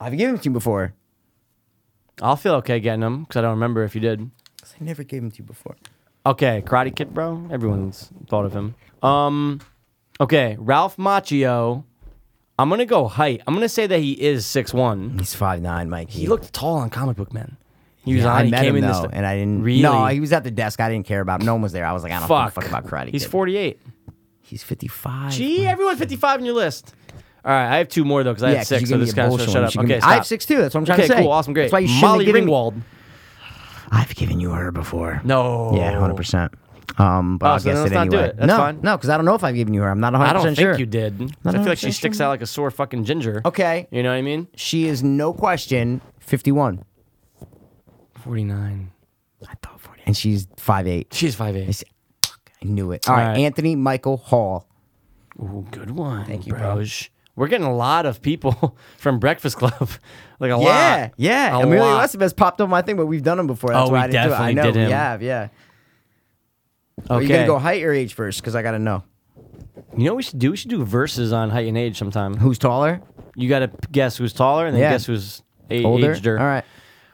S2: I've given it to you before.
S1: I'll feel okay getting them because I don't remember if you did.
S2: I never gave him to you before.
S1: Okay, Karate Kid, bro. Everyone's thought of him. Um, okay, Ralph Macchio. I'm gonna go height. I'm gonna say that he is six one.
S2: He's five nine, Mike.
S1: He looked tall on Comic Book Man. He was
S2: Yeah,
S1: on.
S2: I
S1: he
S2: met
S1: came
S2: him
S1: in
S2: though,
S1: this
S2: and I didn't.
S1: Really?
S2: No, he was at the desk. I didn't care about. him. No one was there. I was like, I don't
S1: fuck
S2: fuck, fuck about karate.
S1: He's
S2: Kid.
S1: 48.
S2: He's fifty five.
S1: Gee, everyone's 55 in your list. All right, I have two more though because I
S2: Yeah,
S1: had
S2: 'cause you
S1: six. So
S2: give me
S1: this
S2: a
S1: kind of
S2: bullshit
S1: shut
S2: one.
S1: up.
S2: You give me-
S1: Okay,
S2: I
S1: stop.
S2: have six too. That's what I'm trying
S1: Okay,
S2: to say.
S1: cool, awesome, great.
S2: That's why you shouldn't
S1: Molly
S2: have given me-
S1: Ringwald.
S2: I've given you her before.
S1: No.
S2: Yeah, hundred percent. Um, but
S1: Oh,
S2: I'll
S1: so
S2: guess
S1: then
S2: it
S1: let's not
S2: anyway.
S1: do it. That's
S2: no,
S1: fine.
S2: no, because I don't know if I've given you her. I'm not 100
S1: I don't
S2: percent
S1: think
S2: sure.
S1: you did. I
S2: Not
S1: feel like she
S2: 100%
S1: sticks
S2: sure.
S1: out like a sore fucking ginger.
S2: Okay,
S1: You know what I mean?
S2: she is no question 51,
S1: 49.
S2: I thought 40, and she's 5'8".
S1: She's 5'8.
S2: I knew it. All right,
S1: right.
S2: Anthony Michael Hall.
S1: Ooh, good one. Thank you, bros. We're getting a lot of people from Breakfast Club. like a
S2: Yeah,
S1: lot.
S2: yeah.
S1: A
S2: Emilio
S1: lot.
S2: Estevez popped up my thing, but we've done him before. That's
S6: Oh, we
S2: why I didn't do it. I
S6: definitely
S2: know.
S6: did him.
S2: We have, yeah. Are you
S1: Okay.
S2: gonna go height or age first? Because I gotta know
S1: You know what we should do? We should do verses on height and age sometime.
S2: who's taller,
S1: You got to guess who's taller and then
S2: Yeah.
S1: guess who's a-
S2: older.
S1: aged Oh, or.
S2: All right.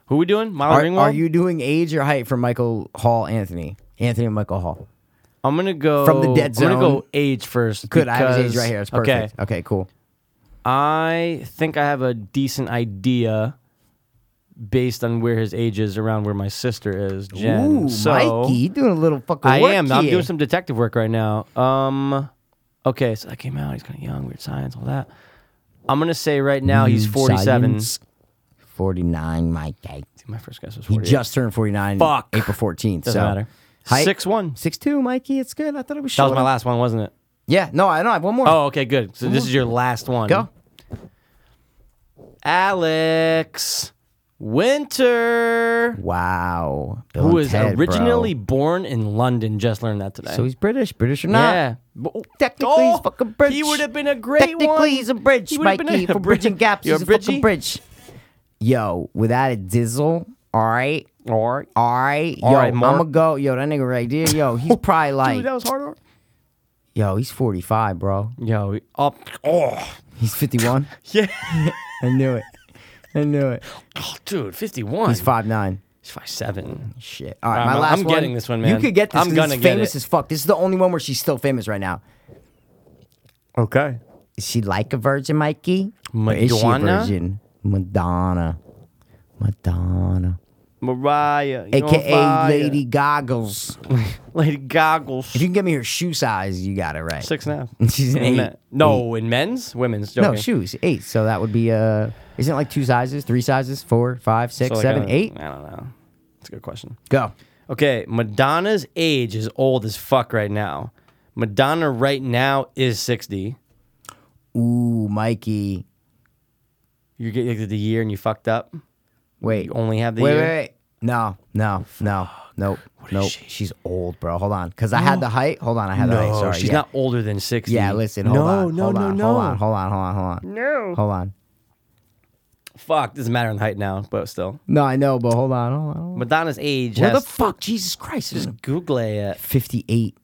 S1: Who we doing? Molly
S2: Are,
S1: Ringwald?
S2: are you doing age or height for Michael Hall Anthony? Anthony Michael Hall.
S1: I'm going to go.
S2: From the dead
S1: I'm going to
S2: zone.
S1: go age first.
S2: Good. I have his age
S1: because-
S2: right here. It's
S1: Okay.
S2: perfect. Okay. cool.
S1: I think I have a decent idea based on where his age is around where my sister is, Jen.
S2: Ooh,
S1: so
S2: Mikey, you doing a little fucking
S1: I
S2: work
S1: am. I'm
S2: here.
S1: doing some detective work right now. Um, okay, so that came out. He's kind of young, weird science, all that. I'm gonna say right now he's 47.
S2: Mm, Science. 49, Mikey.
S1: My first guess was
S2: He
S1: 48.
S2: just turned 49
S1: Fuck.
S2: April 14th.
S1: doesn't
S2: so.
S1: matter.
S2: Height?
S1: Six one.
S2: 6'2, Mikey. It's good. I thought it was
S1: That was
S2: short.
S1: my last one, wasn't it?
S2: Yeah. No, I know. I have one more.
S1: Oh, okay, good. So this is your last one.
S2: Mm-hmm. Go.
S1: Alex Winter.
S2: Wow. Bill
S1: who
S2: and
S1: was
S2: Ted, bro.
S1: originally born in London. Just learned that today.
S2: So he's British. British or not.
S1: yeah. But-
S2: Technically,
S1: Oh,
S2: he's fucking British.
S1: He would have been a great
S2: Technically,
S1: one.
S2: he's a bridge,
S1: He would've been
S2: Mikey.
S1: a-
S2: for bridging gaps,
S1: You're
S2: he's a
S1: bridgie?
S2: fucking bridge. Yo, without a dizzle, all right,
S1: All right.
S2: all right,
S1: All
S2: yo,
S1: right,
S2: I'm
S1: Mark.
S2: gonna go. Yo, that nigga right there, yo, he's probably like,
S1: Dude, that was hard.
S2: yo, he's 45, bro.
S1: Yo, up. Oh,
S2: He's 51.
S1: yeah.
S2: I knew it. I knew it.
S1: Oh, dude, 51.
S2: He's five nine.
S1: He's 5'7.
S2: Shit. All
S1: Um,
S2: right,
S1: I'm-
S2: my last
S1: I'm
S2: one.
S1: getting this one, man.
S2: You could get this.
S1: I'm
S2: 'cause
S1: gonna
S2: it's
S1: get
S2: famous
S1: it.
S2: as fuck. This is the only one where she's still famous right now.
S1: Okay.
S2: Is she like a virgin, Mikey? Or is she a
S1: Madonna?
S2: virgin? Madonna. Madonna.
S1: Mariah. you on
S2: AKA
S1: fire.
S2: Lady Goggles.
S1: Lady Goggles.
S2: If you can get me her shoe size, you got it right.
S1: Six and a half.
S2: She's an
S1: In
S2: eight.
S1: men- No, in men's? Women's. Joking.
S2: No, shoes. Eight. So that would be uh isn't it like two sizes, three sizes, four, five,
S1: So
S2: six,
S1: like
S2: seven,
S1: a-
S2: eight?
S1: I don't know. That's a good question.
S2: Go.
S1: Okay, Madonna's age is old as fuck right now. Madonna right now is 60.
S2: Ooh, Mikey.
S1: You get like, the year and you fucked up.
S2: Wait.
S1: You only have the
S2: wait,
S1: year?
S2: Wait, wait. No, no, no, nope. Nope.
S1: she?
S2: She's old, bro. Hold on. Because I had the height. Hold on, I had the height. Sorry.
S1: she's
S2: yeah.
S1: not older than 60.
S2: Yeah, listen, hold
S1: no,
S2: on.
S1: No,
S2: hold
S1: no,
S2: on,
S1: no,
S2: Hold on, hold on, hold on, hold on.
S1: No.
S2: Hold on.
S1: Fuck, doesn't matter in height now, but still.
S2: No, I know, but hold on, hold on. Hold on.
S1: Madonna's age
S2: Where the
S1: has
S2: fuck? Jesus Christ. Just
S1: Google it.
S2: 58.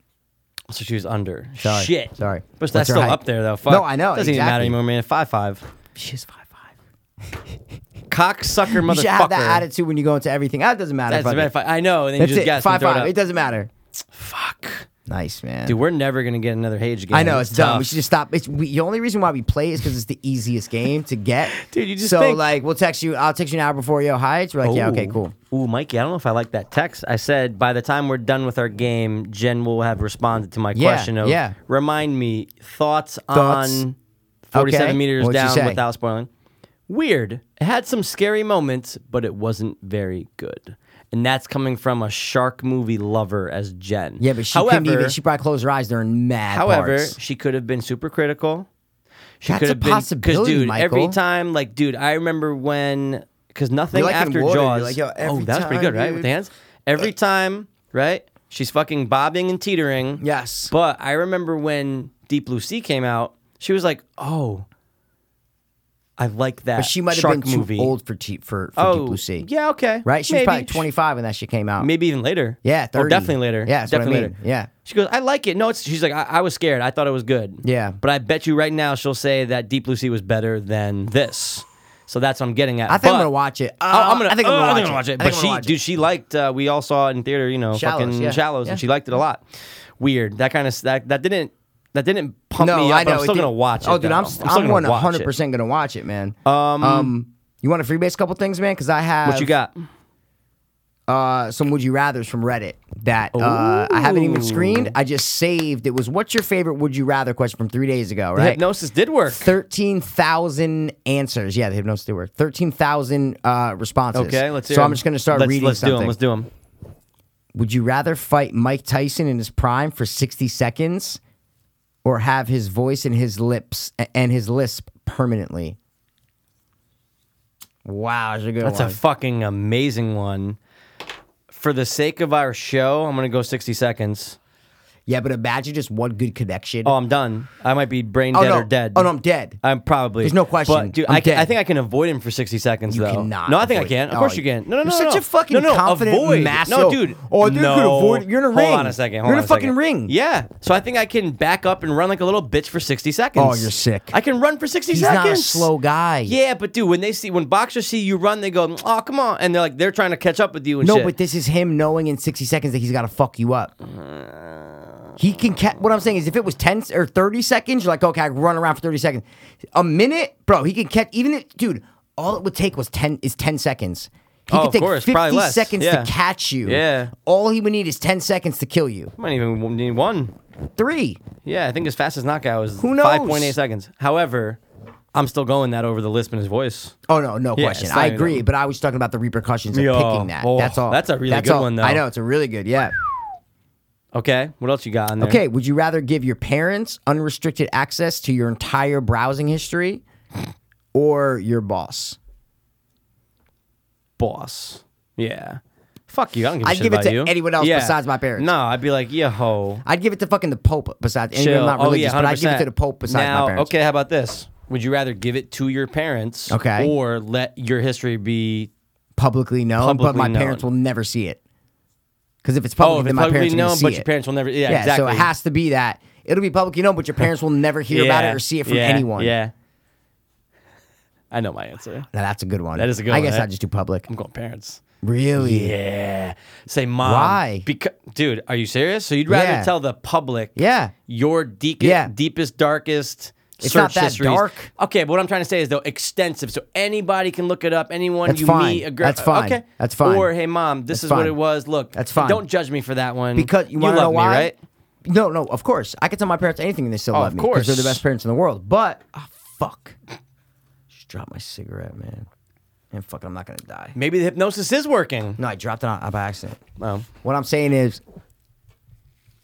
S1: So she was under.
S2: Sorry,
S1: Shit.
S2: sorry.
S1: But
S2: What's
S1: that's
S2: her
S1: still
S2: height?
S1: up there though. Fuck.
S2: No, I know,
S1: Doesn't even matter
S2: exactly.
S1: anymore, man. Five five.
S2: She's five five.
S1: Cocksucker motherfucker.
S2: You should have that attitude when you go into everything. That doesn't matter.
S1: That's
S2: fuck
S1: a
S2: it.
S1: bad fight. I know, and then
S2: That's
S1: you just
S2: it.
S1: guess and
S2: five
S1: throw it
S2: five.
S1: out.
S2: It doesn't matter.
S1: Fuck.
S2: Nice man.
S1: Dude, we're never gonna get another Hage game.
S2: I know it's
S1: tough.
S2: dumb. We should just stop. It's we, the only reason why we play is because it's the easiest game to get.
S1: Dude, you just
S2: so
S1: think- Oh.
S2: like we'll text you. I'll text you an hour before yo heights. We're like, yeah, okay,
S1: Ooh.
S2: cool.
S1: Ooh, Mikey, I don't know if I like that text. I said by the time we're done with our game, Jen will have responded to my
S2: Yeah,
S1: question of
S2: yeah.
S1: remind me thoughts,
S2: Thoughts?
S1: on 47
S2: Okay,
S1: meters
S2: what'd you
S1: down
S2: say?
S1: without spoiling. Weird. It had some scary moments, but it wasn't very good. And that's coming from a shark movie lover as Jen.
S2: Yeah, but she
S1: however,
S2: couldn't even. She probably closed her eyes during mad.
S1: However,
S2: parts.
S1: she could have been super critical. She
S2: That's
S1: could
S2: a
S1: have been 'cause,
S2: possibility,
S1: dude. Every
S2: Michael.
S1: time, like, dude, I remember when because nothing
S2: like in
S1: after
S2: water, you're
S1: Jaws.
S2: like, yo,
S1: oh,
S2: every
S1: that was pretty
S2: time, Uh,
S1: good, right? With the hands. Every time, right? She's fucking bobbing and teetering.
S2: Yes.
S1: But I remember when Deep Blue Sea came out, she was like, oh. I like that.
S2: but she might have
S1: shark
S2: been too
S1: movie.
S2: old for te- for, for
S1: Oh,
S2: Deep Blue Sea.
S1: Yeah, okay.
S2: right. She
S1: maybe.
S2: was probably twenty five when that shit came out.
S1: Maybe even later.
S2: Yeah,
S1: Or
S2: 30.
S1: definitely later.
S2: Yeah, that's what I
S1: definitely
S2: mean.
S1: later.
S2: Yeah.
S1: She goes, I like it. No, it's she's like, I, I was scared. I thought it was good.
S2: Yeah.
S1: But I bet you right now she'll say that Deep Blue Sea was better than this. So that's what I'm getting at.
S2: I think
S1: But-
S2: I'm gonna watch it. Uh,
S1: Oh, I'm gonna.
S2: I think I'm
S1: oh,
S2: gonna watch, it.
S1: But she, dude, she liked. Uh, we all saw it in theater. You know,
S2: Shallows,
S1: fucking
S2: yeah.
S1: shallows,
S2: Yeah.
S1: and she liked it a lot. Weird. That kind of that that didn't that didn't pump me up. but I'm still
S2: did-
S1: gonna watch it.
S2: Oh, dude,
S1: though.
S2: I'm
S1: still
S2: I'm,
S1: gonna
S2: one
S1: watch it.
S2: hundred percent gonna watch it, man. Um, you want to freebase a couple things, man? Because I have
S1: What you got?
S2: uh, some would you rather's from Reddit that uh, I haven't even screened. I just saved. It was what's your favorite would you rather question from three days ago,
S1: The
S2: right?
S1: Hypnosis did work.
S2: Thirteen thousand answers. Yeah, the hypnosis did work. Thirteen thousand uh, responses.
S1: Okay, let's hear.
S2: So I'm
S1: them.
S2: just gonna start
S1: let's,
S2: reading
S1: Let's do
S2: something.
S1: them. Let's do them.
S2: Would you rather fight Mike Tyson in his prime for 60 seconds or have his voice and his lips and his lisp permanently? Wow, that's a good
S1: That's
S2: one.
S1: a fucking amazing one. For the sake of our show, I'm gonna go 60 seconds.
S2: yeah, but imagine just one good connection.
S1: Oh, I'm done. I might be brain
S2: Oh,
S1: dead
S2: no.
S1: or dead.
S2: Oh, no, I'm dead.
S1: I'm probably.
S2: There's no question.
S1: But, dude,
S2: I'm
S1: I, can, I
S2: dead.
S1: think I can avoid him for 60 seconds,
S2: You
S1: though.
S2: cannot
S1: No, I think I
S2: avoid
S1: can.
S2: him.
S1: Of
S2: No,
S1: course you
S2: you-
S1: can. No, no,
S2: you're
S1: no.
S2: such
S1: no.
S2: a fucking
S1: no, no,
S2: confident
S1: avoid.
S2: mass-
S1: No, dude.
S2: Oh, dude,
S1: no.
S2: could avoid- you're in a
S1: Hold
S2: ring.
S1: on a second. Hold
S2: You're in
S1: on
S2: a fucking
S1: second.
S2: ring.
S1: Yeah. So I think I can back up and run like a little bitch for 60 seconds.
S2: Oh, you're sick.
S1: I can run for 60
S2: He's
S1: seconds.
S2: not a slow guy.
S1: Yeah, but dude, when they see when boxers see you run, they go, "Oh, come on!" And they're like, they're trying to catch up with you and
S2: No,
S1: shit.
S2: but this is him knowing in 60 seconds that he's got to fuck you up. He can catch. What I'm saying is, if it was 10 or 30 seconds, you're like, okay, I can run around for 30 seconds. A minute, bro, he can catch. Even if, dude, all it would take was 10 is 10 seconds. He
S1: Oh,
S2: could
S1: of
S2: take
S1: course,
S2: 50
S1: probably less,
S2: seconds
S1: yeah.
S2: to catch you.
S1: Yeah.
S2: All he would need is 10 seconds to kill you.
S1: might even need one.
S2: Three.
S1: Yeah, I think his fastest knockout is
S2: Who knows?
S1: 5.8 seconds. However, I'm still going that over the lisp in his voice.
S2: Oh no, no
S1: Yeah,
S2: question.
S1: it's not
S2: I
S1: even
S2: agree,
S1: that-
S2: but I was talking about the repercussions of
S1: Yo,
S2: picking that.
S1: oh,
S2: that's all.
S1: that's a really good
S2: all.
S1: one, though.
S2: I know it's a really good. Yeah.
S1: Okay, what else you got on there?
S2: Okay, would you rather give your parents unrestricted access to your entire browsing history or your boss?
S1: boss. Yeah, fuck you. I don't give a
S2: I'd
S1: shit
S2: give it
S1: about
S2: to
S1: you.
S2: anyone else besides my parents.
S1: No, I'd be like, yo,
S2: I'd give it to fucking the Pope besides and
S1: chill.
S2: I'm not
S1: oh
S2: religious,
S1: yeah, 100%.
S2: but I'd give it to the Pope besides
S1: now,
S2: my parents.
S1: Okay, how about this? Would you rather give it to your parents,
S2: Okay.
S1: or let your history be
S2: Publicly known, but
S1: Publicly
S2: my
S1: known.
S2: parents will never see it. Because if it's public,
S1: oh, if
S2: then
S1: it's
S2: my
S1: publicly
S2: parents will
S1: known,
S2: see
S1: but
S2: it.
S1: your parents will never. Yeah,
S2: yeah,
S1: exactly.
S2: so it has to be that. It'll be publicly known, but your parents will never hear about it or see it from
S1: yeah,
S2: anyone.
S1: Yeah. I know my answer.
S2: Now that's a good one.
S1: That is a good
S2: I
S1: one,
S2: guess
S1: eh?
S2: I'd just do public.
S1: I'm going parents.
S2: Really?
S1: Yeah. Say mom.
S2: Why?
S1: Because, dude, are you serious? So you'd rather
S2: Yeah.
S1: tell the public
S2: Yeah.
S1: your deek-
S2: Yeah.
S1: deepest, darkest
S2: It's
S1: search
S2: not that
S1: histories.
S2: dark.
S1: Okay, but what I'm trying to say is though extensive, so anybody can look it up. Anyone
S2: That's
S1: you
S2: fine.
S1: meet, a girl,
S2: That's fine.
S1: Okay,
S2: That's fine.
S1: Or hey, mom, this
S2: That's
S1: is what
S2: fine.
S1: it was. Look,
S2: That's fine.
S1: Don't judge me for that one
S2: Because you,
S1: you
S2: want
S1: love
S2: to know
S1: me,
S2: why?
S1: right?
S2: No, no, of course. I could tell my parents anything and they still
S1: Oh,
S2: love
S1: of
S2: me because they're the
S1: course.
S2: best parents in the world. But ah, fuck, just dropped my cigarette, man. And fuck, it, I'm not gonna die.
S1: Maybe the hypnosis is working.
S2: No, I dropped it on, by accident.
S1: Oh.
S2: What I'm saying is,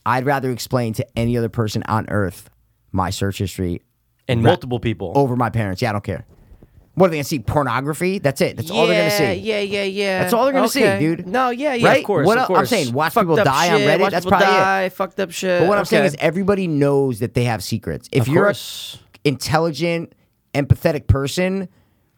S2: I'd rather explain to any other person on earth my search history
S1: And
S2: ra-
S1: multiple people.
S2: over my parents. Yeah, I don't care. What are they gonna see? Pornography? That's it. That's all they're gonna see.
S1: Yeah, yeah, yeah.
S2: That's all they're gonna see,
S1: Okay.
S2: dude.
S1: No, yeah, yeah,
S2: Right?
S1: of course.
S2: What
S1: of
S2: el- I'm
S1: course.
S2: saying, watch
S1: Fucked
S2: people
S1: up
S2: die on
S1: shit,
S2: Reddit,
S1: watch
S2: that's
S1: people
S2: probably it.
S1: die, Fucked up shit.
S2: But what I'm saying
S1: Okay.
S2: is, everybody knows that they have secrets. If
S1: Of
S2: you're
S1: course.
S2: a intelligent, empathetic person,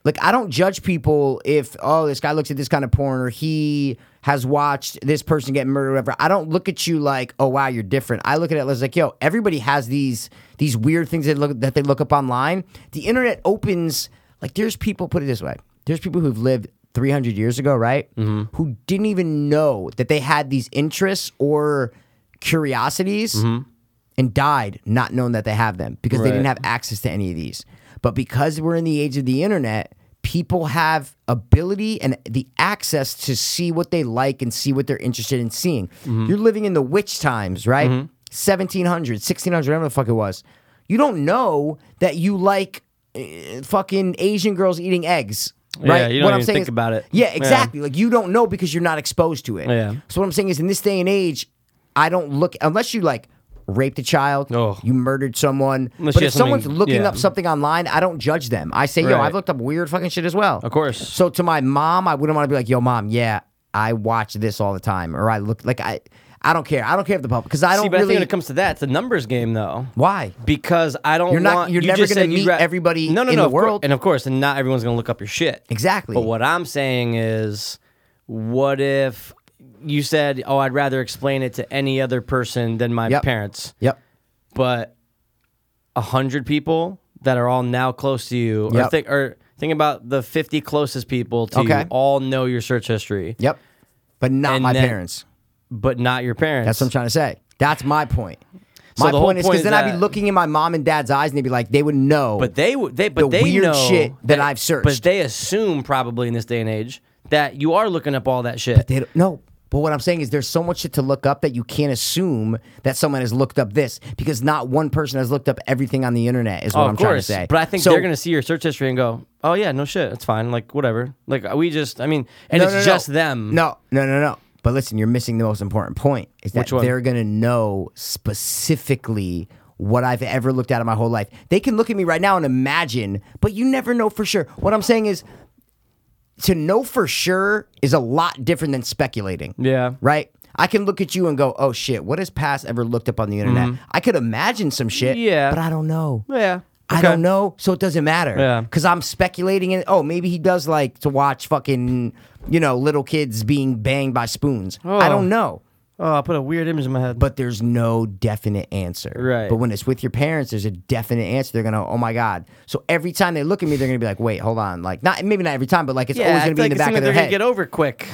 S2: like I don't judge people if oh this guy looks at this kind of porn or he has watched this person get murdered, or whatever. I don't look at you like oh wow you're different. I look at it as like yo everybody has these these weird things that look that they look up online. The internet opens like there's people put it this way. There's people who've lived 300 years ago, right? Who didn't even know that they had these interests or curiosities and died not knowing that they have them because they didn't
S1: Right.
S2: have access to any of these. But because we're in the age of the internet, people have ability and the access to see what they like and see what they're interested in seeing.
S1: Mm-hmm.
S2: You're living in the witch times, right? 1700, 1600, whatever the fuck it was. You don't know that you like eh, fucking Asian girls eating eggs. Right.
S1: Yeah, you don't
S2: what I'm
S1: even
S2: saying
S1: think
S2: is-
S1: about it.
S2: Yeah,
S1: Yeah.
S2: exactly. Like you don't know because you're not exposed to it.
S1: Yeah.
S2: So what I'm saying is, in this day and age, I don't look unless you like raped a child,
S1: Oh.
S2: you murdered someone.
S1: Unless
S2: but
S1: you
S2: if
S1: have something-
S2: someone's looking
S1: yeah.
S2: up something online, I don't judge them. I say, yo,
S1: Right.
S2: I've looked up weird fucking shit as well. Of
S1: course.
S2: So to my mom, I wouldn't want to be like, yo, mom, yeah, I watch this all the time, or I look like I, I don't care. I don't care if the public because I don't
S1: See, but I
S2: really.
S1: think when it comes to that, it's a numbers game, though.
S2: why?
S1: Because I don't.
S2: You're not-
S1: Want,
S2: you're
S1: you
S2: never
S1: just
S2: gonna
S1: said you'd
S2: meet everybody
S1: No, no,
S2: in
S1: no.
S2: the
S1: of cour-
S2: world.
S1: and of course, and not everyone's gonna look up your shit.
S2: Exactly.
S1: But what I'm saying is, what if you said, "Oh, I'd rather explain it to any other person than my
S2: Yep.
S1: parents,"
S2: Yep.
S1: but a hundred people that are all now close to you, or
S2: Yep.
S1: think, or think about the 50 closest people to
S2: Okay.
S1: you, all know your search history,
S2: Yep. But not
S1: And
S2: my
S1: then-
S2: parents.
S1: but not your parents.
S2: That's what I'm trying to say. That's my point.
S1: So
S2: My
S1: the whole
S2: point is
S1: point
S2: because
S1: is
S2: then I'd be
S1: that-
S2: looking in my mom and dad's eyes and they'd be like, they would know.
S1: But they would they but
S2: the
S1: they
S2: weird
S1: know
S2: shit that I've searched.
S1: But they assume probably in this day and age that you are looking up all that shit.
S2: They don't, no. But what I'm saying is there's so much shit to look up that you can't assume that someone has looked up this because not one person has looked up everything on the internet is what
S1: Oh, of
S2: I'm trying to
S1: course.
S2: say.
S1: But I think
S2: So-
S1: they're gonna see your search history and go, Oh yeah, no shit, it's fine. Like whatever. Like we just I mean and it's just them.
S2: No, no, no, no. But listen, you're missing the most important point is that
S1: Which one?
S2: they're going to know specifically what I've ever looked at in my whole life. They can look at me right now and imagine, but you never know for sure. What I'm saying is to know for sure is a lot different than speculating.
S1: Yeah.
S2: Right? I can look at you and go, oh shit, what has past ever looked up on the internet? I could imagine some shit,
S1: Mm-hmm. Yeah.
S2: but I don't know.
S1: Yeah.
S2: I
S1: Okay.
S2: don't know, so it doesn't matter.
S1: Yeah.
S2: Because I'm speculating in, oh, maybe he does like to watch fucking, you know, little kids being banged by spoons. I don't know.
S1: Oh, I put a weird image in my head.
S2: But there's no definite answer.
S1: Right.
S2: But when it's with your parents, there's a definite answer. They're gonna, oh my god. So every time they look at me, they're gonna be like, wait, hold on. Like, not maybe not every time, but like it's always
S1: I
S2: gonna
S1: feel
S2: be in the
S1: like it's
S2: back
S1: something
S2: of their
S1: they're gonna
S2: head.
S1: Get over quick.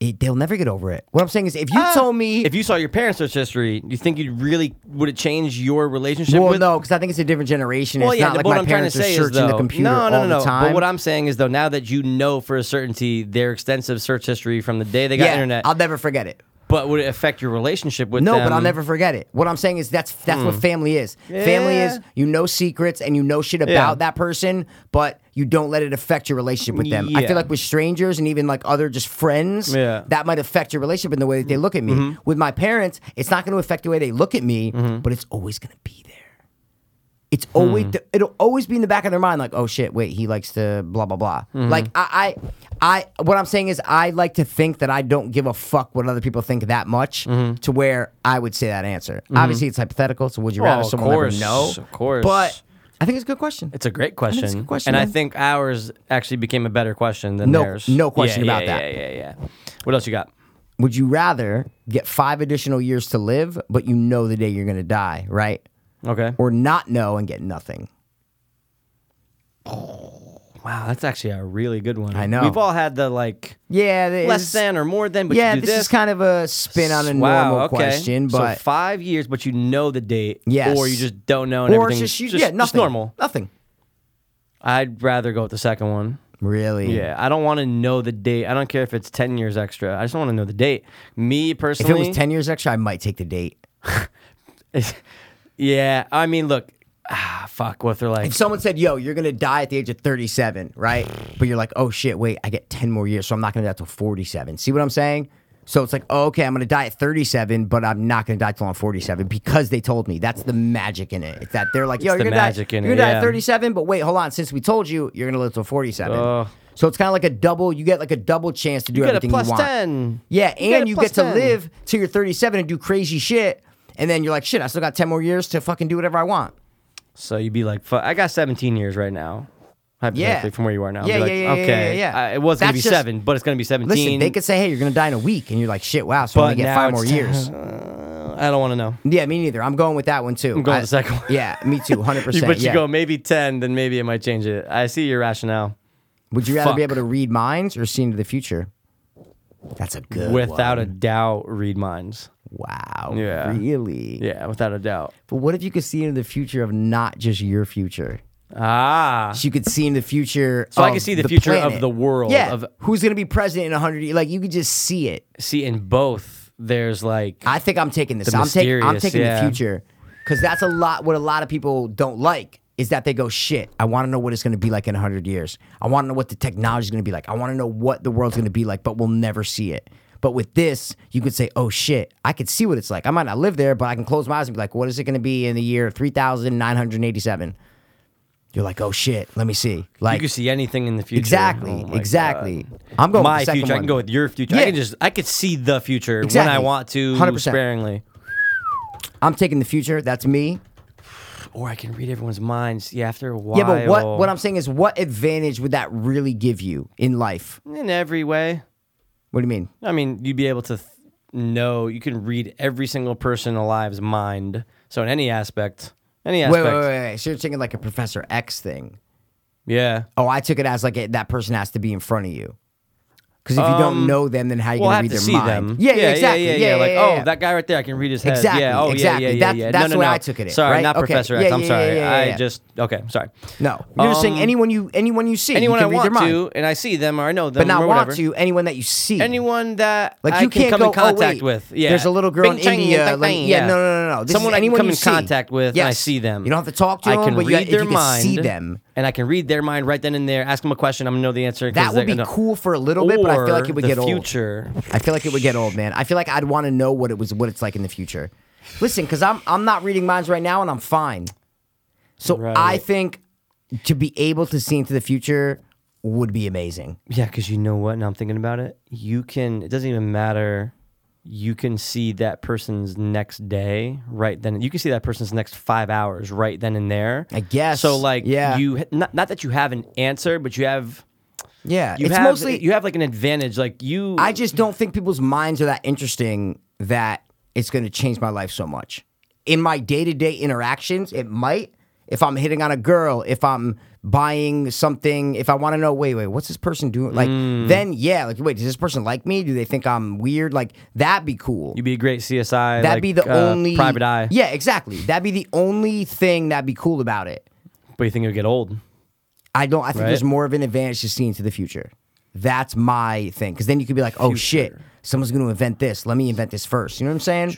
S2: It- they'll never get over it. What I'm saying is, if you told me,
S1: Uh, if you saw your parents' search history, you think you really would it change your relationship
S2: well,
S1: with?
S2: no, because I think it's a different generation.
S1: Well,
S2: it's
S1: yeah.
S2: not like
S1: but what
S2: my
S1: I'm trying to
S2: parents are
S1: say is
S2: searching
S1: though,
S2: the computer
S1: no, no,
S2: all
S1: no,
S2: the
S1: no.
S2: time.
S1: But what I'm saying is though, now that you know for a certainty their extensive search history from the day they got
S2: yeah,
S1: internet,
S2: I'll never forget it.
S1: but would it affect your relationship with
S2: No,
S1: them? Hmm.
S2: but I'll never forget it. What I'm saying is that's that's what family is. Family
S1: Yeah.
S2: is you know secrets and you know shit about
S1: Yeah.
S2: that person, but you don't let it affect your relationship with them. I
S1: Yeah.
S2: feel like with strangers and even like other just friends,
S1: Yeah. Mm-hmm.
S2: that might affect your relationship in the way that they look at me. With my parents, it's not going to affect the way they look at me, but it's always going to be there. It's
S1: Hmm.
S2: always it'll always be in the back of their mind, like, oh shit, wait, he likes to blah blah blah.
S1: Mm-hmm.
S2: Like I, I, I, what I'm saying is, I like to think that I don't give a fuck what other people think that much,
S1: Mm-hmm.
S2: to where I would say that answer. Obviously, it's hypothetical, so would you rather
S1: Oh, of
S2: someone never
S1: course,
S2: know?
S1: of course.
S2: but I think it's a good question.
S1: It's a great
S2: I think
S1: question.
S2: it's a good question,
S1: and I
S2: man.
S1: think ours actually became a better question than
S2: No-
S1: theirs.
S2: no question
S1: Yeah,
S2: about
S1: yeah,
S2: that.
S1: Yeah, yeah, yeah. What else you got?
S2: would you rather get five additional years to live, but you know the day you're gonna die, right?
S1: Okay.
S2: Or not know and get nothing?
S1: Wow, that's actually a really good one.
S2: I know.
S1: We've all had the like
S2: Yeah, it
S1: less
S2: is-
S1: than or more than, but
S2: yeah,
S1: you do
S2: this, is kind of a spin on a
S1: wow,
S2: normal
S1: okay.
S2: question, but
S1: so five years, but you know the date,
S2: Yes.
S1: or you just don't know, and
S2: or it's
S1: everything's
S2: just, you- yeah, nothing,
S1: normal.
S2: nothing.
S1: I'd rather go with the second one.
S2: Really?
S1: Yeah, I don't want to know the date. I don't care if it's ten years extra. I just want to know the date. Me
S2: If
S1: personally,
S2: it was ten years extra, I might take the date.
S1: yeah, I mean, look, ah, fuck. What if they're like,
S2: If someone said, "Yo, you're gonna die at the age of 37," right? But you're like, "Oh shit, wait, I get 10 more years, so I'm not gonna die till 47." See what I'm saying? So it's like, oh, okay, I'm gonna die at 37, but I'm not gonna die till I'm 47 because they told me. That's the magic in it. It's that they're like, "Yo,
S1: It's
S2: you're
S1: the
S2: gonna die,
S1: magic in
S2: you're
S1: it,
S2: gonna die
S1: yeah.
S2: at 37, but wait, hold on. Since we told you, you're gonna live till 47."
S1: Ugh.
S2: so it's kind of like a double. You get like a double chance to do
S1: you get a
S2: everything
S1: plus
S2: you want.
S1: ten?
S2: Yeah, and
S1: a
S2: you
S1: plus
S2: get to
S1: 10.
S2: live till you're 37 and do crazy shit, and then you're like, shit, I still got 10 more years to fucking do whatever I want.
S1: So you'd be like, fuck, I got 17 years right now. Hypothetically, from where you are now. I'd
S2: Yeah,
S1: be like,
S2: yeah, yeah, yeah,
S1: okay.
S2: yeah, yeah.
S1: I- it was going to
S2: That's
S1: be
S2: just-
S1: seven, but it's going to be 17.
S2: Listen, they could say, hey, you're gonna die in a week, and you're like, shit, wow, so
S1: but
S2: I'm gonna get
S1: now
S2: five more
S1: it's-
S2: years.
S1: Uh, I don't want to know.
S2: yeah, me neither. I'm going with that one too. I'm
S1: going with the second one.
S2: Yeah, me too, 100%.
S1: but you
S2: yeah.
S1: go maybe 10, then maybe it might change it. I see your rationale.
S2: Would you rather
S1: fuck.
S2: be able to read minds or see into the future? That's a good
S1: Without
S2: one.
S1: a doubt, read minds.
S2: Wow.
S1: Yeah.
S2: Really?
S1: Yeah, without a doubt.
S2: But what if you could see into the future of not just your future?
S1: Ah.
S2: So you could see in the future.
S1: So I
S2: of
S1: could see the future of
S2: planet.
S1: the world,
S2: Yeah,
S1: of-
S2: who's gonna be president in hundred years? Like you could just see it.
S1: See, in both, there's like,
S2: I think I'm taking this.
S1: The
S2: I'm taking. I'm
S1: mysterious,
S2: taking
S1: yeah.
S2: the future because that's a lot. What a lot of people don't like is that they go, "Shit, I want to know what it's gonna be like in hundred years. I want to know what the technology's gonna be like. I want to know what the world's gonna be like, but we'll never see it." But with this, you could say, "Oh shit, I could see what it's like. I might not live there, but I can close my eyes and be like, what is it gonna be in the year three thousand nine hundred eighty-seven? You're like, "Oh shit, let me see."
S1: you
S2: Like
S1: can see anything in the future.
S2: Exactly,
S1: Oh my
S2: exactly.
S1: God.
S2: I'm going
S1: my
S2: with the second
S1: future. I
S2: one.
S1: can go with your future. I
S2: Yeah.
S1: can just I could see the future when I
S2: Exactly.
S1: want to
S2: 100%.
S1: sparingly.
S2: I'm taking the future. That's me.
S1: Or I can read everyone's minds. Yeah, after a while.
S2: Yeah, but what what I'm saying is, what advantage would that really give you in life?
S1: in every way.
S2: What do you mean?
S1: I mean, you'd be able to th- know. You can read every single person alive's mind. So in any aspect, any
S2: Wait,
S1: aspect.
S2: wait, wait, wait. So you're thinking like a Professor X thing?
S1: Yeah.
S2: Oh, I took it as like that person has to be in front of you. Because if you don't know them, then how are you
S1: Um, Well, I
S2: gonna
S1: have
S2: read
S1: to see
S2: their mind?
S1: them.
S2: Yeah, yeah, exactly.
S1: Yeah, yeah, yeah. like, oh,
S2: yeah.
S1: that guy right there, I can read his head.
S2: Exactly,
S1: Yeah, oh,
S2: exactly.
S1: yeah, yeah,
S2: That's-
S1: yeah, yeah.
S2: that's
S1: no, no,
S2: the way
S1: no.
S2: I took it in,
S1: Sorry,
S2: right?
S1: not
S2: Okay.
S1: Professor
S2: Yeah,
S1: X. I'm
S2: yeah,
S1: sorry.
S2: yeah, yeah, yeah.
S1: I just, okay, sorry.
S2: No, you're just saying
S1: Um,
S2: anyone you anyone you see,
S1: Anyone
S2: you
S1: I
S2: can read
S1: want
S2: their mind.
S1: to, and I see them or I know them
S2: but not
S1: or
S2: want
S1: whatever.
S2: to. Anyone that you see,
S1: Anyone that
S2: Like
S1: I
S2: you
S1: can
S2: can't
S1: come
S2: go,
S1: in contact
S2: oh, wait,
S1: with. Yeah,
S2: there's a little girl
S1: Bing,
S2: in
S1: chang,
S2: India.
S1: dang,
S2: like,
S1: dang,
S2: yeah, no, no, no, no. This
S1: Someone
S2: is
S1: I can
S2: anyone
S1: come
S2: you
S1: in
S2: see.
S1: contact with. and I
S2: Yes.
S1: see them.
S2: You don't have to talk to
S1: I
S2: them,
S1: can
S2: but you,
S1: read
S2: if
S1: their
S2: you can see
S1: mind.
S2: them.
S1: and I can read their mind right then and there. Ask them a question. I'm gonna know the answer. 'cause
S2: That
S1: they're
S2: would be
S1: gonna-
S2: cool for a little bit, but I feel like
S1: Or
S2: it would
S1: the
S2: get old.
S1: future.
S2: I feel like it would get old, man. I feel like I'd want to know what it was, what it's like in the future. Listen, because I'm I'm not reading minds right now, and I'm fine. So I
S1: Right.
S2: think to be able to see into the future would be amazing.
S1: Yeah, because you know what? Now I'm thinking about it. You can. It doesn't even matter. You can see that person's next day right then. You can see that person's next five hours right then and there.
S2: I guess,
S1: So like,
S2: yeah.
S1: You not, not that you have an answer, but you have
S2: Yeah,
S1: you
S2: it's
S1: have
S2: mostly.
S1: you have like an advantage. Like you,
S2: I just don't think people's minds are that interesting that it's going to change my life so much. In my day to day interactions, it might. If I'm hitting on a girl, if I'm buying something, if I want to know, wait, wait, what's this person doing? Like,
S1: Mm.
S2: then yeah, like, wait, does this person like me? Do they think I'm weird? Like, that'd be cool.
S1: you'd be a great CSI.
S2: that'd
S1: like,
S2: be the
S1: uh,
S2: only
S1: private eye.
S2: Yeah, exactly. That'd be the only thing that'd be cool about it.
S1: but you think it'll get old.
S2: I don't. I think
S1: Right.
S2: there's more of an advantage to seeing to the future. That's my thing, because then you could be like, "Oh shit, someone's going to invent this. Let me invent this first. You know what I'm saying?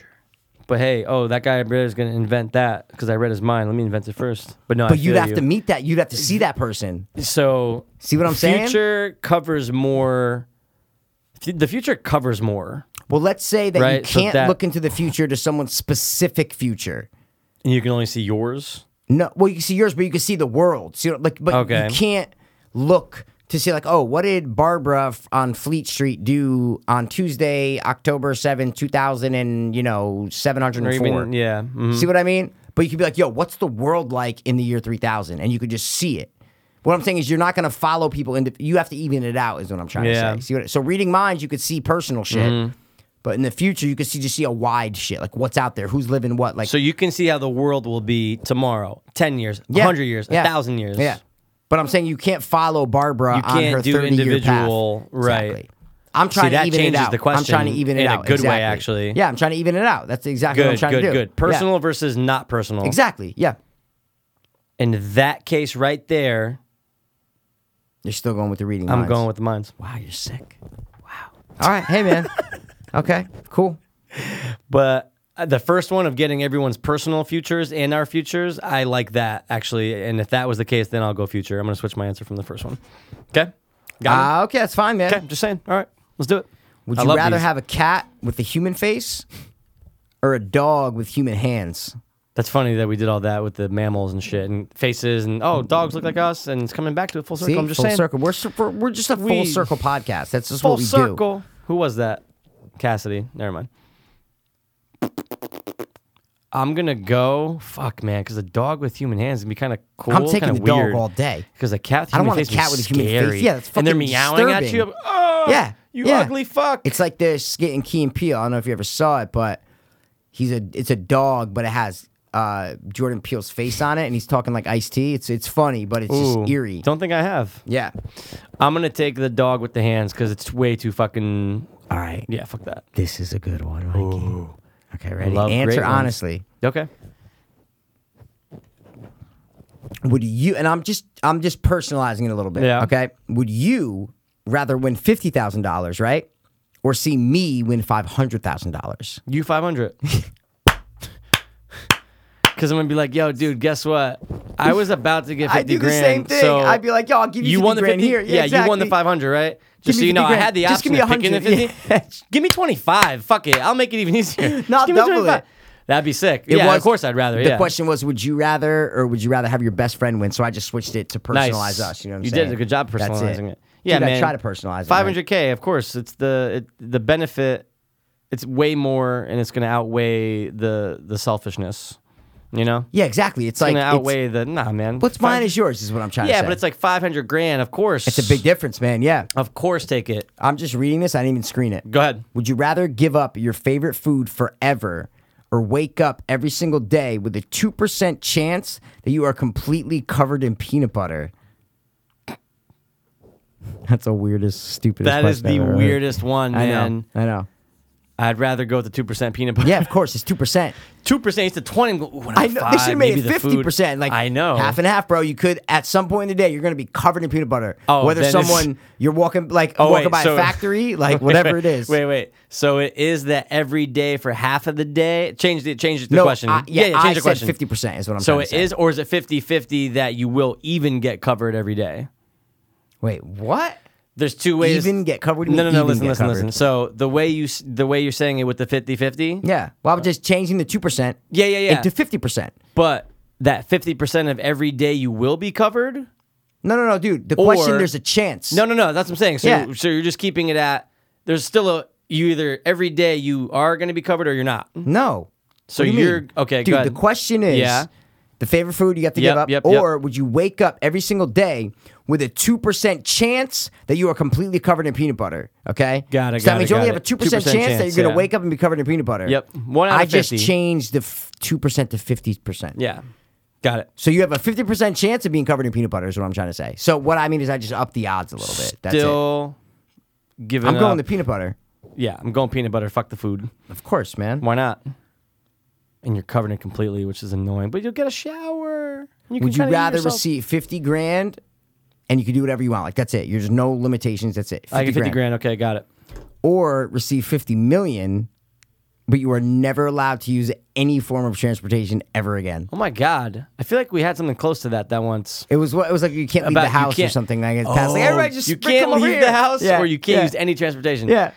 S1: But hey, oh, that guy over there is gonna invent that because I read his mind. Let me invent it first. But no, I
S2: But you'd
S1: feel
S2: have
S1: you.
S2: to meet that. You'd have to see that person.
S1: So
S2: See what I'm saying?
S1: Future covers more. The future covers more,
S2: Well, let's say that you
S1: Right, so
S2: can't
S1: that-
S2: look into the future to someone's specific future.
S1: and you can only see yours.
S2: No, well, you can see yours, but you can see the world. So, you know, like, but
S1: Okay.
S2: you can't look to see, like, oh, what did Barbara f- on Fleet Street do on Tuesday, October 7, 2000, and you know,
S1: Or
S2: 704?
S1: even yeah, mhm.
S2: See what I mean? But you could be like, yo, what's the world like in the year 3000? And you could just see it. What I'm saying is, you're not going to follow people. Into, you have to even it out, is what I'm trying
S1: Yeah. Mm-hmm.
S2: to say. See what, so, reading minds, you could see personal shit. But in the future, you could see just see a wide shit, like what's out there, who's living what. Like,
S1: So you can see how the world will be tomorrow, ten years, a
S2: Yeah.
S1: hundred years, a
S2: Yeah.
S1: thousand years.
S2: Yeah. But I'm saying you can't follow Barbara
S1: You
S2: on
S1: can't
S2: her
S1: do
S2: 30
S1: individual-
S2: year path.
S1: right.
S2: Exactly. I'm
S1: See,
S2: trying
S1: that
S2: to even it
S1: changes
S2: out.
S1: the
S2: I'm trying to
S1: question
S2: even it
S1: in a
S2: out.
S1: good way,
S2: exactly.
S1: actually.
S2: Yeah, I'm trying to even it out. That's exactly what I'm
S1: Good,
S2: trying
S1: good,
S2: to do.
S1: good.
S2: Yeah.
S1: Personal versus not personal.
S2: Exactly. Yeah.
S1: In that case, right there,
S2: You're still going with the reading.
S1: I'm
S2: minds.
S1: going with the minds.
S2: Wow, you're sick. Wow. All right. Hey, man. okay. Cool.
S1: But uh, the first one of getting everyone's personal futures and our futures, I like that actually. And if that was the case, then I'll go future. I'm gonna switch my answer from the first one. Okay, got
S2: Uh, okay. That's fine, man.
S1: it. Okay, just saying. All right, let's do it.
S2: Would
S1: I
S2: you
S1: love
S2: rather
S1: these.
S2: have a cat with a human face or a dog with human hands?
S1: That's funny that we did all that with the mammals and shit and faces and oh, dogs look like us and it's coming back to a full circle.
S2: See,
S1: I'm just
S2: full
S1: saying.
S2: circle. We're, su- we're we're just a full
S1: We-
S2: circle podcast. That's just
S1: Full
S2: what we do.
S1: circle. Who was that? Cassidy. Never mind. I'm gonna go. Fuck, man, because a dog with human hands can be kind of cool.
S2: I'm taking
S1: kinda
S2: the dog
S1: weird.
S2: all day.
S1: Because a cat with
S2: I don't
S1: human
S2: want a
S1: face would
S2: cat
S1: be
S2: with a human face.
S1: scary.
S2: Yeah, that's
S1: And they're
S2: fucking
S1: meowling at you.
S2: disturbing.
S1: Oh,
S2: Yeah.
S1: You
S2: yeah.
S1: ugly fuck.
S2: It's like the skit in Key and Peele. I don't know if you ever saw it, but he's a it's a dog, but it has uh, Jordan Peele's face on it, and he's talking like Ice T. It's it's funny, but it's
S1: Ooh,
S2: just eerie.
S1: Don't think I have.
S2: yeah.
S1: I'm gonna take the dog with the hands because it's way too fucking.
S2: All right.
S1: Yeah, fuck that.
S2: This is a good one, Mikey. Okay, ready?
S1: love great
S2: Answer
S1: ones.
S2: honestly.
S1: Okay.
S2: Would you and I'm just I'm just personalizing it a little bit.
S1: Yeah.
S2: Okay. Would you rather win fifty thousand dollars, right? Or see me win five hundred thousand dollars?
S1: You 500. Because I'm gonna be like, yo, dude, guess what? I was about to get 50
S2: I do the
S1: grand.
S2: same thing.
S1: So
S2: I'd be like, yo, I'll give you 50
S1: won the
S2: grand
S1: 50?
S2: here. Yeah,
S1: you won the
S2: exactly.
S1: 500, right?
S2: Give
S1: Just
S2: me
S1: so you
S2: 50
S1: know, I
S2: grand.
S1: had the option
S2: Just give me
S1: of picking the
S2: 100,
S1: 50. give me 25. Fuck it. I'll make it even easier. Just
S2: Not
S1: give me
S2: double it.
S1: 25. That'd be sick.
S2: It
S1: yeah,
S2: was-
S1: of course I'd rather.
S2: The
S1: yeah.
S2: question was, would you rather, or would you rather have your best friend win? So I just switched it to personalize
S1: nice.
S2: us. You know, what I'm
S1: you
S2: saying?
S1: did a good job
S2: That's
S1: personalizing it. Yeah,
S2: Dude,
S1: man.
S2: I try to personalize it, man.
S1: 500k. Of course, it's the it, the benefit. It's way more, and it's gonna outweigh the the selfishness. You know,
S2: Yeah, exactly. It's, like
S1: gonna
S2: it's-
S1: outweigh the nah, man.
S2: what's mine
S1: Five-
S2: is yours. Is what I'm trying to
S1: Yeah,
S2: say.
S1: but it's like 500 grand. Of course,
S2: it's a big difference, man. Yeah,
S1: Of course, take it.
S2: I'm just reading this. I didn't even screen it.
S1: Go ahead.
S2: Would you rather give up your favorite food forever, or wake up every single day with a two percent chance that you are completely covered in peanut butter? That's the weirdest, stupidest.
S1: That is
S2: question I've
S1: the
S2: ever heard.
S1: weirdest one,
S2: I
S1: man.
S2: know. I know.
S1: I'd rather go with the two percent peanut butter.
S2: Yeah, of course, it's two percent.
S1: two percent used to twenty. I'm go, "Ooh, when I'm
S2: I know they should
S1: five,
S2: have made
S1: maybe
S2: it
S1: the food-"
S2: fifty percent. Like
S1: I know
S2: half and half, bro. You could at some point in the day you're going to be covered in peanut butter.
S1: Oh,
S2: whether
S1: then it's-
S2: someone you're walking like
S1: Oh,
S2: walking
S1: wait,
S2: by
S1: so-
S2: a factory, like
S1: Wait,
S2: whatever
S1: wait,
S2: it is.
S1: Wait, wait. So it is that every day for half of the day? Change the change the
S2: no,
S1: question.
S2: I, yeah,
S1: change
S2: I
S1: the
S2: said
S1: question.
S2: fifty percent is what I'm.
S1: So
S2: trying
S1: it
S2: to say.
S1: is, or is it 50-50 that you will even get covered every day?
S2: Wait, what?
S1: There's two ways.
S2: Even get covered? What do you
S1: No, no,
S2: mean
S1: no.
S2: even
S1: Listen,
S2: get
S1: listen,
S2: covered?
S1: listen. So the way you s- the way you're saying it with the 50-50,
S2: Yeah. Well, I'm just changing the two percent.
S1: Yeah, yeah, yeah.
S2: Into fifty percent.
S1: but that 50% of every day you will be covered?
S2: No, no, no, dude. The
S1: Or-
S2: question: There's a chance.
S1: No, no, no. That's what I'm saying. So,
S2: Yeah.
S1: so you're just keeping it at there's still a you either every day you are going to be covered or you're not.
S2: No.
S1: So
S2: What do
S1: you're-
S2: mean?
S1: okay,
S2: Dude,
S1: go
S2: the
S1: ahead.
S2: question is,
S1: Yeah.
S2: the favorite food you have to
S1: Yep,
S2: give up,
S1: yep, yep.
S2: or would you wake up every single day with a two percent chance that you are completely covered in peanut butter? Okay.
S1: Got it,
S2: So
S1: got
S2: that
S1: it,
S2: means you only
S1: got
S2: have a
S1: it.
S2: two percent
S1: 2%
S2: chance, that
S1: chance,
S2: you're gonna
S1: yeah.
S2: wake up and be covered in peanut butter.
S1: Yep. One out
S2: I
S1: of
S2: just
S1: 50.
S2: changed the two percent to fifty percent.
S1: Yeah. Got it.
S2: So you have a fifty percent chance of being covered in peanut butter is what I'm trying to say. So what I mean is I just upped the odds a little bit. That's it.
S1: Still giving
S2: I'm going
S1: up.
S2: to peanut butter.
S1: Yeah, I'm going peanut butter. Fuck the food.
S2: Of course, man.
S1: Why not? And you're covering it completely, which is annoying. But you'll get a shower. You can
S2: Would you
S1: kinda eat
S2: rather
S1: yourself-
S2: receive 50 grand and you can do whatever you want? Like, that's it. There's no limitations. That's it. 50,
S1: I get fifty grand. Okay, got it.
S2: Or receive 50 million, but you are never allowed to use any form of transportation ever again.
S1: Oh my god, I feel like we had something close to that that once.
S2: It was what it was like you can't leave
S1: About-
S2: the
S1: you
S2: house or
S1: can't- Oh,
S2: something like it's passed. Like, everybody just
S1: you
S2: come
S1: can't
S2: over
S1: leave
S2: here.
S1: the house,
S2: Yeah,
S1: or you can't
S2: yeah,
S1: use any transportation.
S2: Yeah.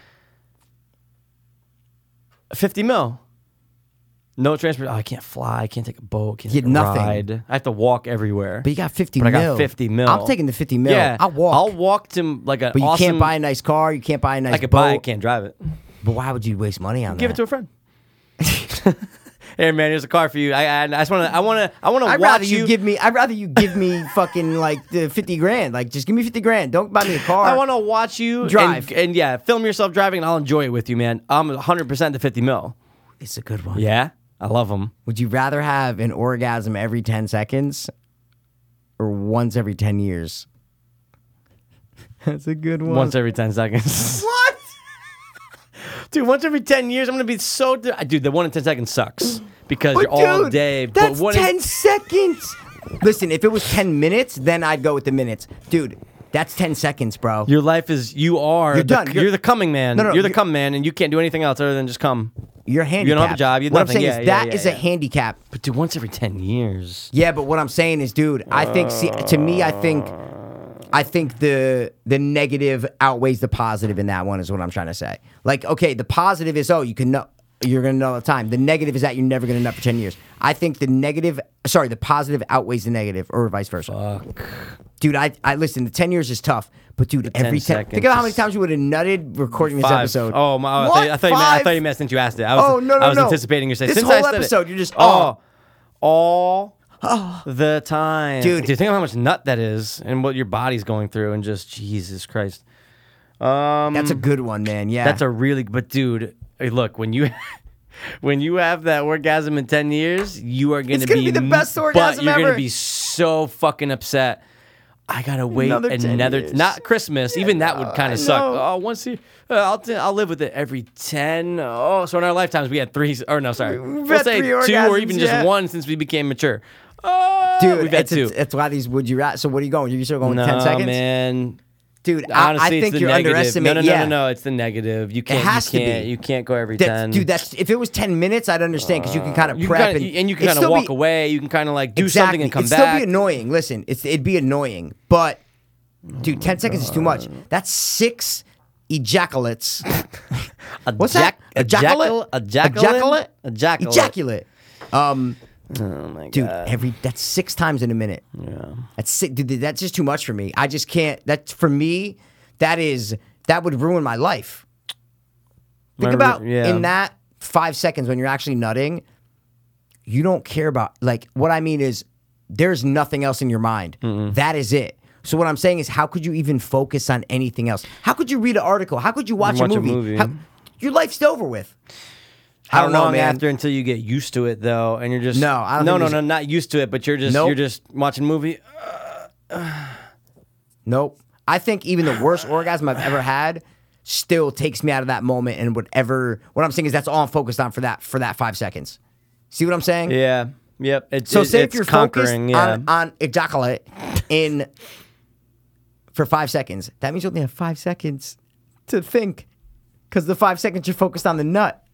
S1: fifty mil. No transport. Oh, I can't fly. I can't take a boat. Can't
S2: Get
S1: take a
S2: nothing.
S1: ride. I have to walk everywhere.
S2: But you got 50
S1: But I got
S2: mil.
S1: 50 mil.
S2: I'm taking the 50 mil.
S1: Yeah,
S2: I'll walk.
S1: I'll walk to like a.
S2: but you
S1: awesome,
S2: can't buy a nice car. You can't buy a nice
S1: I could
S2: boat.
S1: buy. I can't drive it.
S2: But why would you waste money on
S1: Give it
S2: that?
S1: to a friend. hey man, here's a car for you. I I, I just want to. I want to. I want to watch
S2: I'd rather you,
S1: you
S2: give me. I'd rather you give me fucking like the fifty grand. Like just give me fifty grand. Don't buy me a car.
S1: I want to watch you and-
S2: Drive.
S1: and, yeah, film yourself driving, and I'll enjoy it with you, man. I'm 100 percent to 50 mil.
S2: It's a good one.
S1: Yeah, I love them.
S2: Would you rather have an orgasm every ten seconds, or once every ten years? That's a good one.
S1: Once every 10 seconds. what? Dude, once every 10 years, I'm gonna be so. De- dude, the one in 10 seconds sucks because
S2: But
S1: you're all
S2: dude,
S1: day.
S2: That's
S1: but one in-
S2: ten seconds. Listen, if it was ten minutes, then I'd go with the minutes, dude. That's ten seconds, bro.
S1: your life is you are
S2: You're
S1: the,
S2: done.
S1: You're,
S2: You're-
S1: the coming man.
S2: No, no,
S1: you're the
S2: you're-
S1: come man, and you can't do anything else other than just come.
S2: You're
S1: You
S2: handicapped.
S1: don't have a job, you have
S2: what
S1: nothing.
S2: I'm saying
S1: Yeah,
S2: is
S1: yeah,
S2: that
S1: yeah,
S2: is
S1: yeah.
S2: a handicap.
S1: But dude, once every ten years,
S2: Yeah, but what I'm saying is, dude, I think see, to me, I think, I think the the negative outweighs the positive in that one. Is what I'm trying to say. Like, okay, the positive is oh, you can know you're gonna know all the time. The negative is that you're never gonna know for ten years. I think the negative, sorry, the positive outweighs the negative, or vice versa. Dude, I, I listen. The ten years is tough, but dude,
S1: 10
S2: every ten,
S1: seconds
S2: think of how many
S1: is-
S2: times you would have nutted recording this
S1: five.
S2: episode.
S1: Oh my! I
S2: What?
S1: thought, I thought you meant. I
S2: Five?
S1: thought you meant since you asked it. I was,
S2: Oh, no, no,
S1: I was
S2: no.
S1: anticipating your saying.
S2: This
S1: since I
S2: whole
S1: said it.
S2: episode, you're just, Oh.
S1: oh, all the time,
S2: Dude.
S1: Do you think of how much nut that is, and what your body's going through, and just Jesus Christ.
S2: That's a good one, man. Yeah,
S1: mm. That's a really. But dude, hey, look when you. When you have that orgasm in ten years, you are gonna
S2: It's gonna be the best
S1: but
S2: orgasm
S1: you're
S2: ever.
S1: gonna be so fucking upset. I gotta wait another,
S2: Another 10 years.
S1: not Christmas. even that would kind of suck.
S2: know.
S1: Oh, once you, uh, I'll t- I'll live with it every ten. Oh, so in our lifetimes we had three, or no, sorry, we
S2: had
S1: say
S2: three
S1: two or
S2: orgasms,
S1: even
S2: yeah.
S1: just one since we became mature. Oh,
S2: dude.
S1: we've had
S2: it's- it's-
S1: two.
S2: that's why these would you rather. So what are you going? You're still going
S1: no,
S2: with ten seconds,
S1: man.
S2: dude. I-
S1: Honestly,
S2: I,
S1: it's
S2: think
S1: the
S2: you're
S1: negative.
S2: underestimating.
S1: No, no, no,
S2: yeah.
S1: no, no. It's the negative. You can't.
S2: has to
S1: you
S2: be.
S1: can't, You can't go every
S2: That's-
S1: ten.
S2: dude, that's if it was ten minutes, I'd understand because you can kind of
S1: you
S2: prep
S1: kinda,
S2: and,
S1: and you can
S2: it'd
S1: kind of
S2: still
S1: walk
S2: be-
S1: away. You can kind of like do
S2: exactly.
S1: something and come
S2: it'd
S1: back.
S2: still be annoying. Listen, it's, it'd be annoying, but dude, ten seconds is too much. That's six ejaculates.
S1: A
S2: What's
S1: jack-
S2: that?
S1: A jackal? A jackal?
S2: Ejaculate?
S1: A jackal?
S2: Ejaculate. Um,
S1: Oh my
S2: dude,
S1: god.
S2: every that's six times in a minute. Yeah, that's six, dude. That's just too much for me. I just can't. That's for me. That is that would ruin my life. Think
S1: My-
S2: about
S1: yeah.
S2: in that five seconds when you're actually nutting, you don't care about like what I mean is there's nothing else in your mind. That is it. So what I'm saying is, how could you even focus on anything else? How could you read an article? How could you watch,
S1: Watch a
S2: a movie?
S1: movie.
S2: How- your life's over with.
S1: How
S2: I don't know,
S1: long
S2: man.
S1: after until you get used to it though, and you're just
S2: No, I don't
S1: no,
S2: think
S1: no,
S2: there's-
S1: no, not used to it, but you're just
S2: Nope.
S1: you're just watching a movie.
S2: Nope. I think even the worst orgasm I've ever had. still takes me out of that moment and whatever what I'm saying is that's all I'm focused on for that for that five seconds. See what I'm saying?
S1: Yeah. Yep. It's
S2: So
S1: it-
S2: say if
S1: it's
S2: you're
S1: conquering.
S2: focused
S1: yeah.
S2: on, uh, on ejaculate in for five seconds, that means you only have five seconds to think. Because the five seconds you're focused on the nut.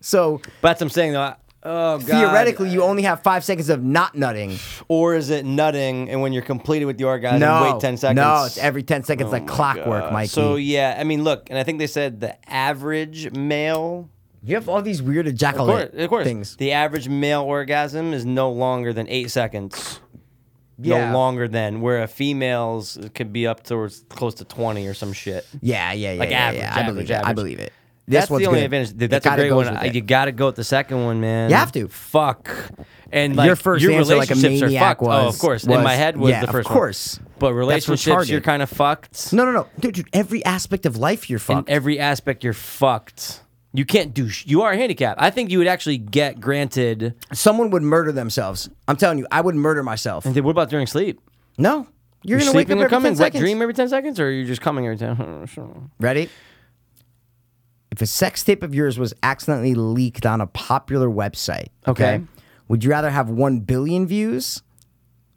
S2: So
S1: but that's what I'm saying though. I- Oh God.
S2: theoretically, you only have five seconds of not nutting.
S1: Or is it nutting? And when you're completed with the orgasm,
S2: No,
S1: wait ten seconds.
S2: No, it's every ten seconds, like clockwork,
S1: Uh,
S2: Mikey.
S1: So yeah, I mean, look, and I think they said the average male,
S2: you have all these weird
S1: of course,
S2: ejaculate
S1: of course,
S2: things.
S1: the average male orgasm is no longer than eight seconds.
S2: Yeah.
S1: No longer than where a female's could be up towards close to twenty or some shit.
S2: Yeah, yeah, yeah.
S1: Like
S2: yeah,
S1: average,
S2: yeah. I
S1: average,
S2: believe it. I
S1: average.
S2: believe it. This
S1: That's
S2: one's
S1: the only
S2: good.
S1: advantage. Dude,
S2: It
S1: that's a
S2: kinda
S1: great
S2: goes
S1: one.
S2: with
S1: I-
S2: it.
S1: You got to go with the second one, man.
S2: You have to.
S1: Fuck. And like,
S2: Your first answer like a
S1: relationships
S2: maniac
S1: are fucked. oh,
S2: was-
S1: of course.
S2: was-
S1: In my head was
S2: yeah,
S1: the
S2: of
S1: first one.
S2: course.
S1: But
S2: retarded.
S1: relationships, you're kind of fucked.
S2: No, no, no, dude, dude. Every aspect of life, you're
S1: In
S2: fucked.
S1: every aspect, you're fucked. You can't do. Sh- you are handicapped. I think you would actually get granted.
S2: Someone would murder themselves. I'm telling you, I would murder myself.
S1: And then what about during sleep?
S2: No, you're, gonna wake up
S1: sleeping
S2: every
S1: and coming,
S2: 10
S1: wet
S2: seconds.
S1: dream every ten seconds, or you're just coming every ten.
S2: Ready? If a sex tape of yours was accidentally leaked on a popular website, okay,
S1: Okay.
S2: would you rather have one billion views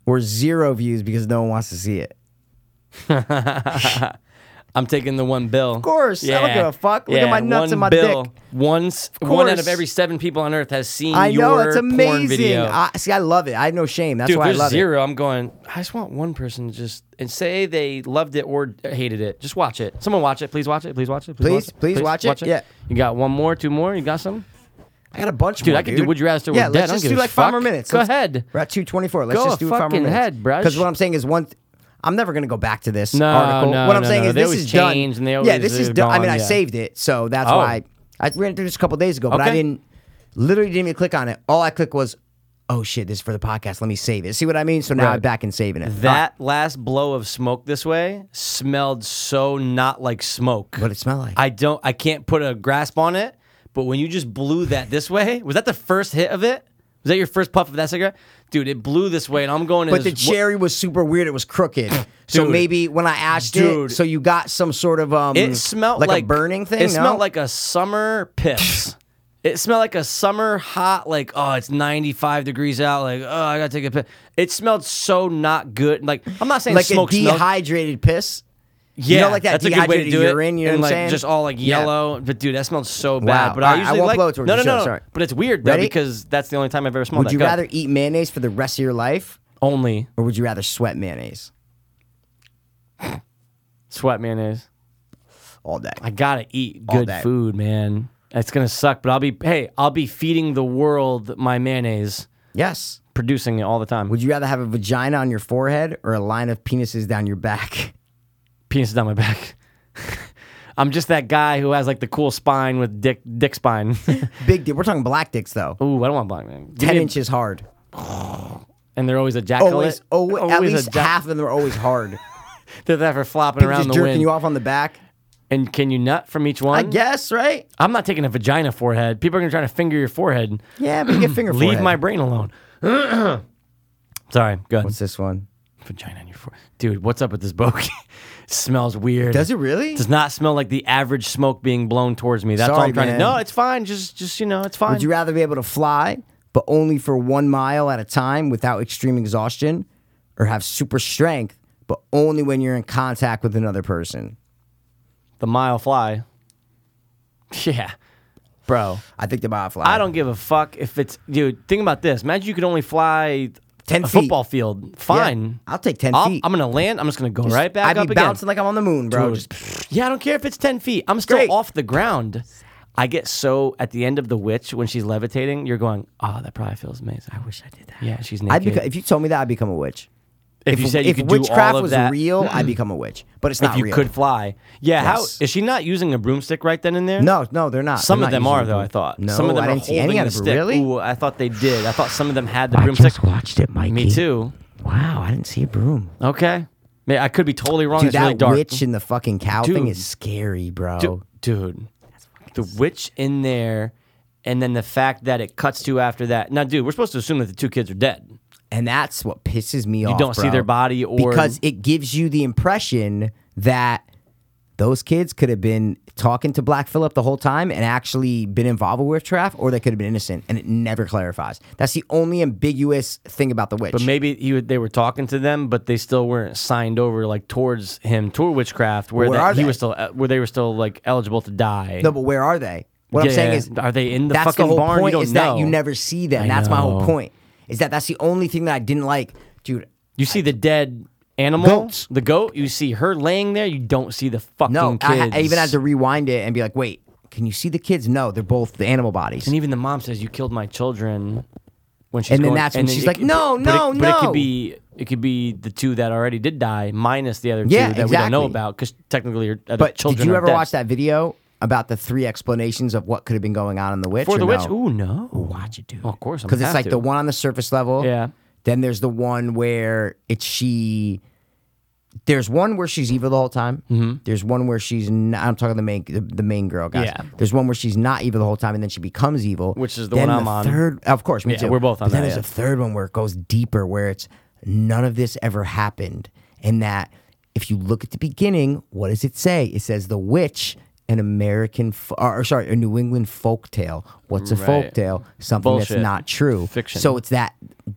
S2: or zero views because no one wants to see it?
S1: I'm taking the one bill. Of
S2: course. I don't give a fuck. Look at my nuts
S1: one
S2: and my
S1: bill.
S2: dick.
S1: Once, one out
S2: course.
S1: of every seven people on earth has seen
S2: I
S1: your
S2: know it's
S1: porn
S2: amazing.
S1: video.
S2: I, see, I love it. I have no shame. That's
S1: Dude, if
S2: why I
S1: there's
S2: love it.
S1: zero, I'm going. I just want one person to just and say they loved it or hated it. Just watch it. Someone watch it, please. Watch it, please. Watch it,
S2: Please, please watch it. Yeah.
S1: You got one more, two more. You got some,
S2: I got a bunch
S1: dude.
S2: more,
S1: I could do. Would you rather? Still
S2: yeah,
S1: with dead.
S2: let's
S1: I
S2: just
S1: don't
S2: do
S1: give a
S2: like five
S1: fuck.
S2: more minutes.
S1: Go
S2: Let's-
S1: ahead.
S2: We're at two twenty four. Let's
S1: Go
S2: just do five more
S1: fucking
S2: minutes.
S1: ahead, brush.
S2: Because what I'm saying is one. I'm never gonna go back to this
S1: No,
S2: article.
S1: no,
S2: what I'm
S1: no,
S2: saying
S1: no.
S2: is
S1: They
S2: this
S1: always
S2: is done.
S1: change and they
S2: yeah,
S1: always
S2: this is
S1: are
S2: done. I mean,
S1: gone,
S2: I
S1: yeah.
S2: saved it, so that's
S1: Oh.
S2: why I ran through this a couple days ago, but I
S1: Okay.
S2: didn't literally didn't even click on it. All I clicked was, oh shit, this is for the podcast. Let me save it. See what I mean? So now
S1: Right.
S2: I'm back and saving it.
S1: That last blow of smoke this way smelled so not like smoke.
S2: Oh, what it smell like?
S1: I don't. I can't put a grasp on it. But when you just blew that this way, was that the first hit of it? Was that your first puff of that cigarette, dude? It blew this way, and I'm going. to
S2: But the
S1: this- what-
S2: cherry was super weird. It was crooked. so
S1: Dude.
S2: maybe when I asked
S1: Dude.
S2: it, so you got some sort of um.
S1: It smelled like,
S2: a burning thing.
S1: It smelled
S2: no?
S1: like a summer piss. it smelled like a summer hot, like oh, it's 95 degrees out. Like oh, I gotta take a piss. It smelled so not good. Like I'm not saying
S2: like Oh a
S1: smoke smells-
S2: dehydrated piss.
S1: Yeah,
S2: know, like that
S1: that's a good way to
S2: dehydrated
S1: do it.
S2: urine, you know
S1: and
S2: what I'm
S1: like
S2: saying?
S1: just all like
S2: Yeah.
S1: yellow. But dude, that smelled so bad.
S2: Wow.
S1: But I
S2: Alright, I
S1: usually
S2: won't
S1: like
S2: blow it towards
S1: no,
S2: the
S1: no,
S2: show,
S1: no, no.
S2: sorry.
S1: But it's weird though
S2: Ready?
S1: because that's the only time I've ever smelled.
S2: Would
S1: that.
S2: you
S1: Go.
S2: rather eat mayonnaise for the rest of your life,
S1: only
S2: or would you rather sweat mayonnaise
S1: sweat mayonnaise?
S2: all day?
S1: I gotta eat
S2: All
S1: good
S2: day.
S1: food, man. That's gonna suck, but I'll be hey, I'll be feeding the world my mayonnaise,
S2: yes.
S1: producing it all the time.
S2: Would you rather have a vagina on your forehead or a line of penises down your back?
S1: penis down my back. I'm just that guy who has like the cool spine with dick dick spine.
S2: Big dick. We're talking black dicks though.
S1: Ooh, I don't want black man.
S2: Ten inches hard.
S1: And they're always ejaculate.
S2: Always, always, at
S1: a
S2: least
S1: jack-
S2: half of them are always hard.
S1: They're there for flopping
S2: People
S1: around
S2: just
S1: the
S2: jerking
S1: wind.
S2: you off on the Mm. back.
S1: And can you nut from each one?
S2: I guess, right?
S1: I'm not taking a vagina forehead. People are gonna try to finger your forehead.
S2: Yeah, but you get finger.
S1: Leave
S2: forehead.
S1: my brain alone. Sorry, good.
S2: What's this one?
S1: vagina on your forehead. Dude, what's up with this bogey? smells weird.
S2: Does it really?
S1: Does not smell like the average smoke being blown towards me. That's all
S2: Sorry,
S1: I'm trying
S2: man.
S1: to. No, it's fine. Just, just you know, it's fine.
S2: Would you rather be able to fly, but only for one mile at a time without extreme exhaustion, or have super strength, but only when you're in contact with another person?
S1: the mile fly. Yeah, bro.
S2: I think the mile fly.
S1: I don't give a fuck if it's dude. Think about this. Imagine you could only fly
S2: 10
S1: a
S2: feet.
S1: football field. Fine.
S2: I'll take 10
S1: I'll-
S2: feet.
S1: I'm gonna land. I'm just gonna go right back
S2: I'd
S1: up
S2: be
S1: again.
S2: bouncing like I'm on the moon, bro.
S1: Dude.
S2: Just-
S1: yeah, I don't care if it's 10 feet. I'm still
S2: Great.
S1: off the ground. I get so at the end of The Witch when she's levitating, you're going, oh, that probably feels amazing. I wish I did that. Yeah, she's naked.
S2: I'd beca- if you told me that, I'd become a witch.
S1: if, you said you
S2: if
S1: could do
S2: witchcraft
S1: all of
S2: was
S1: that,
S2: real, I'd become a witch. But it's
S1: if
S2: not
S1: you
S2: real.
S1: could fly. Yeah,
S2: Yes.
S1: how is she not using a broomstick right then and there?
S2: no, no, they're not.
S1: Some
S2: They're
S1: of
S2: not
S1: them
S2: using
S1: are
S2: the
S1: though.
S2: broom.
S1: I thought.
S2: No,
S1: some of them
S2: I
S1: are
S2: didn't see
S1: holding
S2: any
S1: the
S2: of them.
S1: stick.
S2: Really?
S1: Ooh, I thought they did. I thought some of them had the
S2: I
S1: broomstick.
S2: just watched it, Mikey.
S1: Me too.
S2: Wow, I didn't see a broom.
S1: Okay, Man, I could be totally wrong.
S2: Dude,
S1: it's
S2: that
S1: really dark.
S2: witch and the fucking cow thing
S1: Dude.
S2: is scary, bro.
S1: Du- Oh, dude, the witch in there, and then the fact that it cuts to after that. Now, dude, we're supposed to assume that the two kids are dead.
S2: And that's what pisses me off.
S1: don't see
S2: bro.
S1: their body or-
S2: because it gives you the impression that Those kids could have been talking to Black Phillip the whole time and actually been involved with witchcraft, or they could have been innocent, and it never clarifies. That's the only ambiguous thing about the witch.
S1: But maybe he would, they were talking to them, but they still weren't signed over like towards him toward witchcraft, where,
S2: Where
S1: that-
S2: are
S1: he
S2: they?
S1: was still where they were still like eligible to die.
S2: no, but where are they? What I'm
S1: Yeah,
S2: saying is,
S1: are they in the
S2: that's
S1: fucking
S2: the whole
S1: barn? You
S2: Point
S1: don't
S2: is
S1: know.
S2: that you never see them.
S1: I
S2: that's my
S1: know.
S2: whole point. Is that that's the only thing that I didn't like, dude.
S1: you see the dead animal,
S2: Goats.
S1: the goat. You see her laying there. You don't see the fucking
S2: No, I, ha-
S1: kids.
S2: I even had to rewind it and be like, wait, can you see the kids? No, they're both the animal bodies.
S1: And even the mom says, "You killed my children." When she's
S2: And then
S1: going-
S2: that's when
S1: then
S2: she's
S1: it
S2: like,
S1: could-
S2: "No,
S1: but it-
S2: no,
S1: But it could
S2: no."
S1: be it could be the two that already did die minus the other two
S2: Yeah,
S1: that we don't know
S2: exactly.
S1: about because technically your other
S2: but
S1: children.
S2: did you
S1: are
S2: ever
S1: dead.
S2: watch that video about the three explanations of what could have been going on in the witch?
S1: for
S2: or
S1: the
S2: no?
S1: witch? Ooh no, watch it, dude. of course, I'm
S2: because it's
S1: have
S2: like
S1: to.
S2: the one on the surface level.
S1: Yeah.
S2: Then there's the one where it's she. There's one where she's evil the whole time.
S1: Mm-hmm.
S2: There's one where she's. Not, I'm talking the main the, the main girl guys.
S1: Yeah.
S2: There's one where she's not evil the whole time, and then she becomes evil.
S1: Which is the
S2: Then
S1: one I'm on.
S2: Third, of course, me
S1: Yeah,
S2: too.
S1: we're both on
S2: But then
S1: that,
S2: there's
S1: yeah.
S2: a third one where it goes deeper, where it's none of this ever happened, and that if you look at the beginning, what does it say? It says the witch. An American, fo- or or sorry, a New England folktale. What's a
S1: Right.
S2: folktale? Something
S1: Bullshit.
S2: that's not true.
S1: Fiction.
S2: So it's that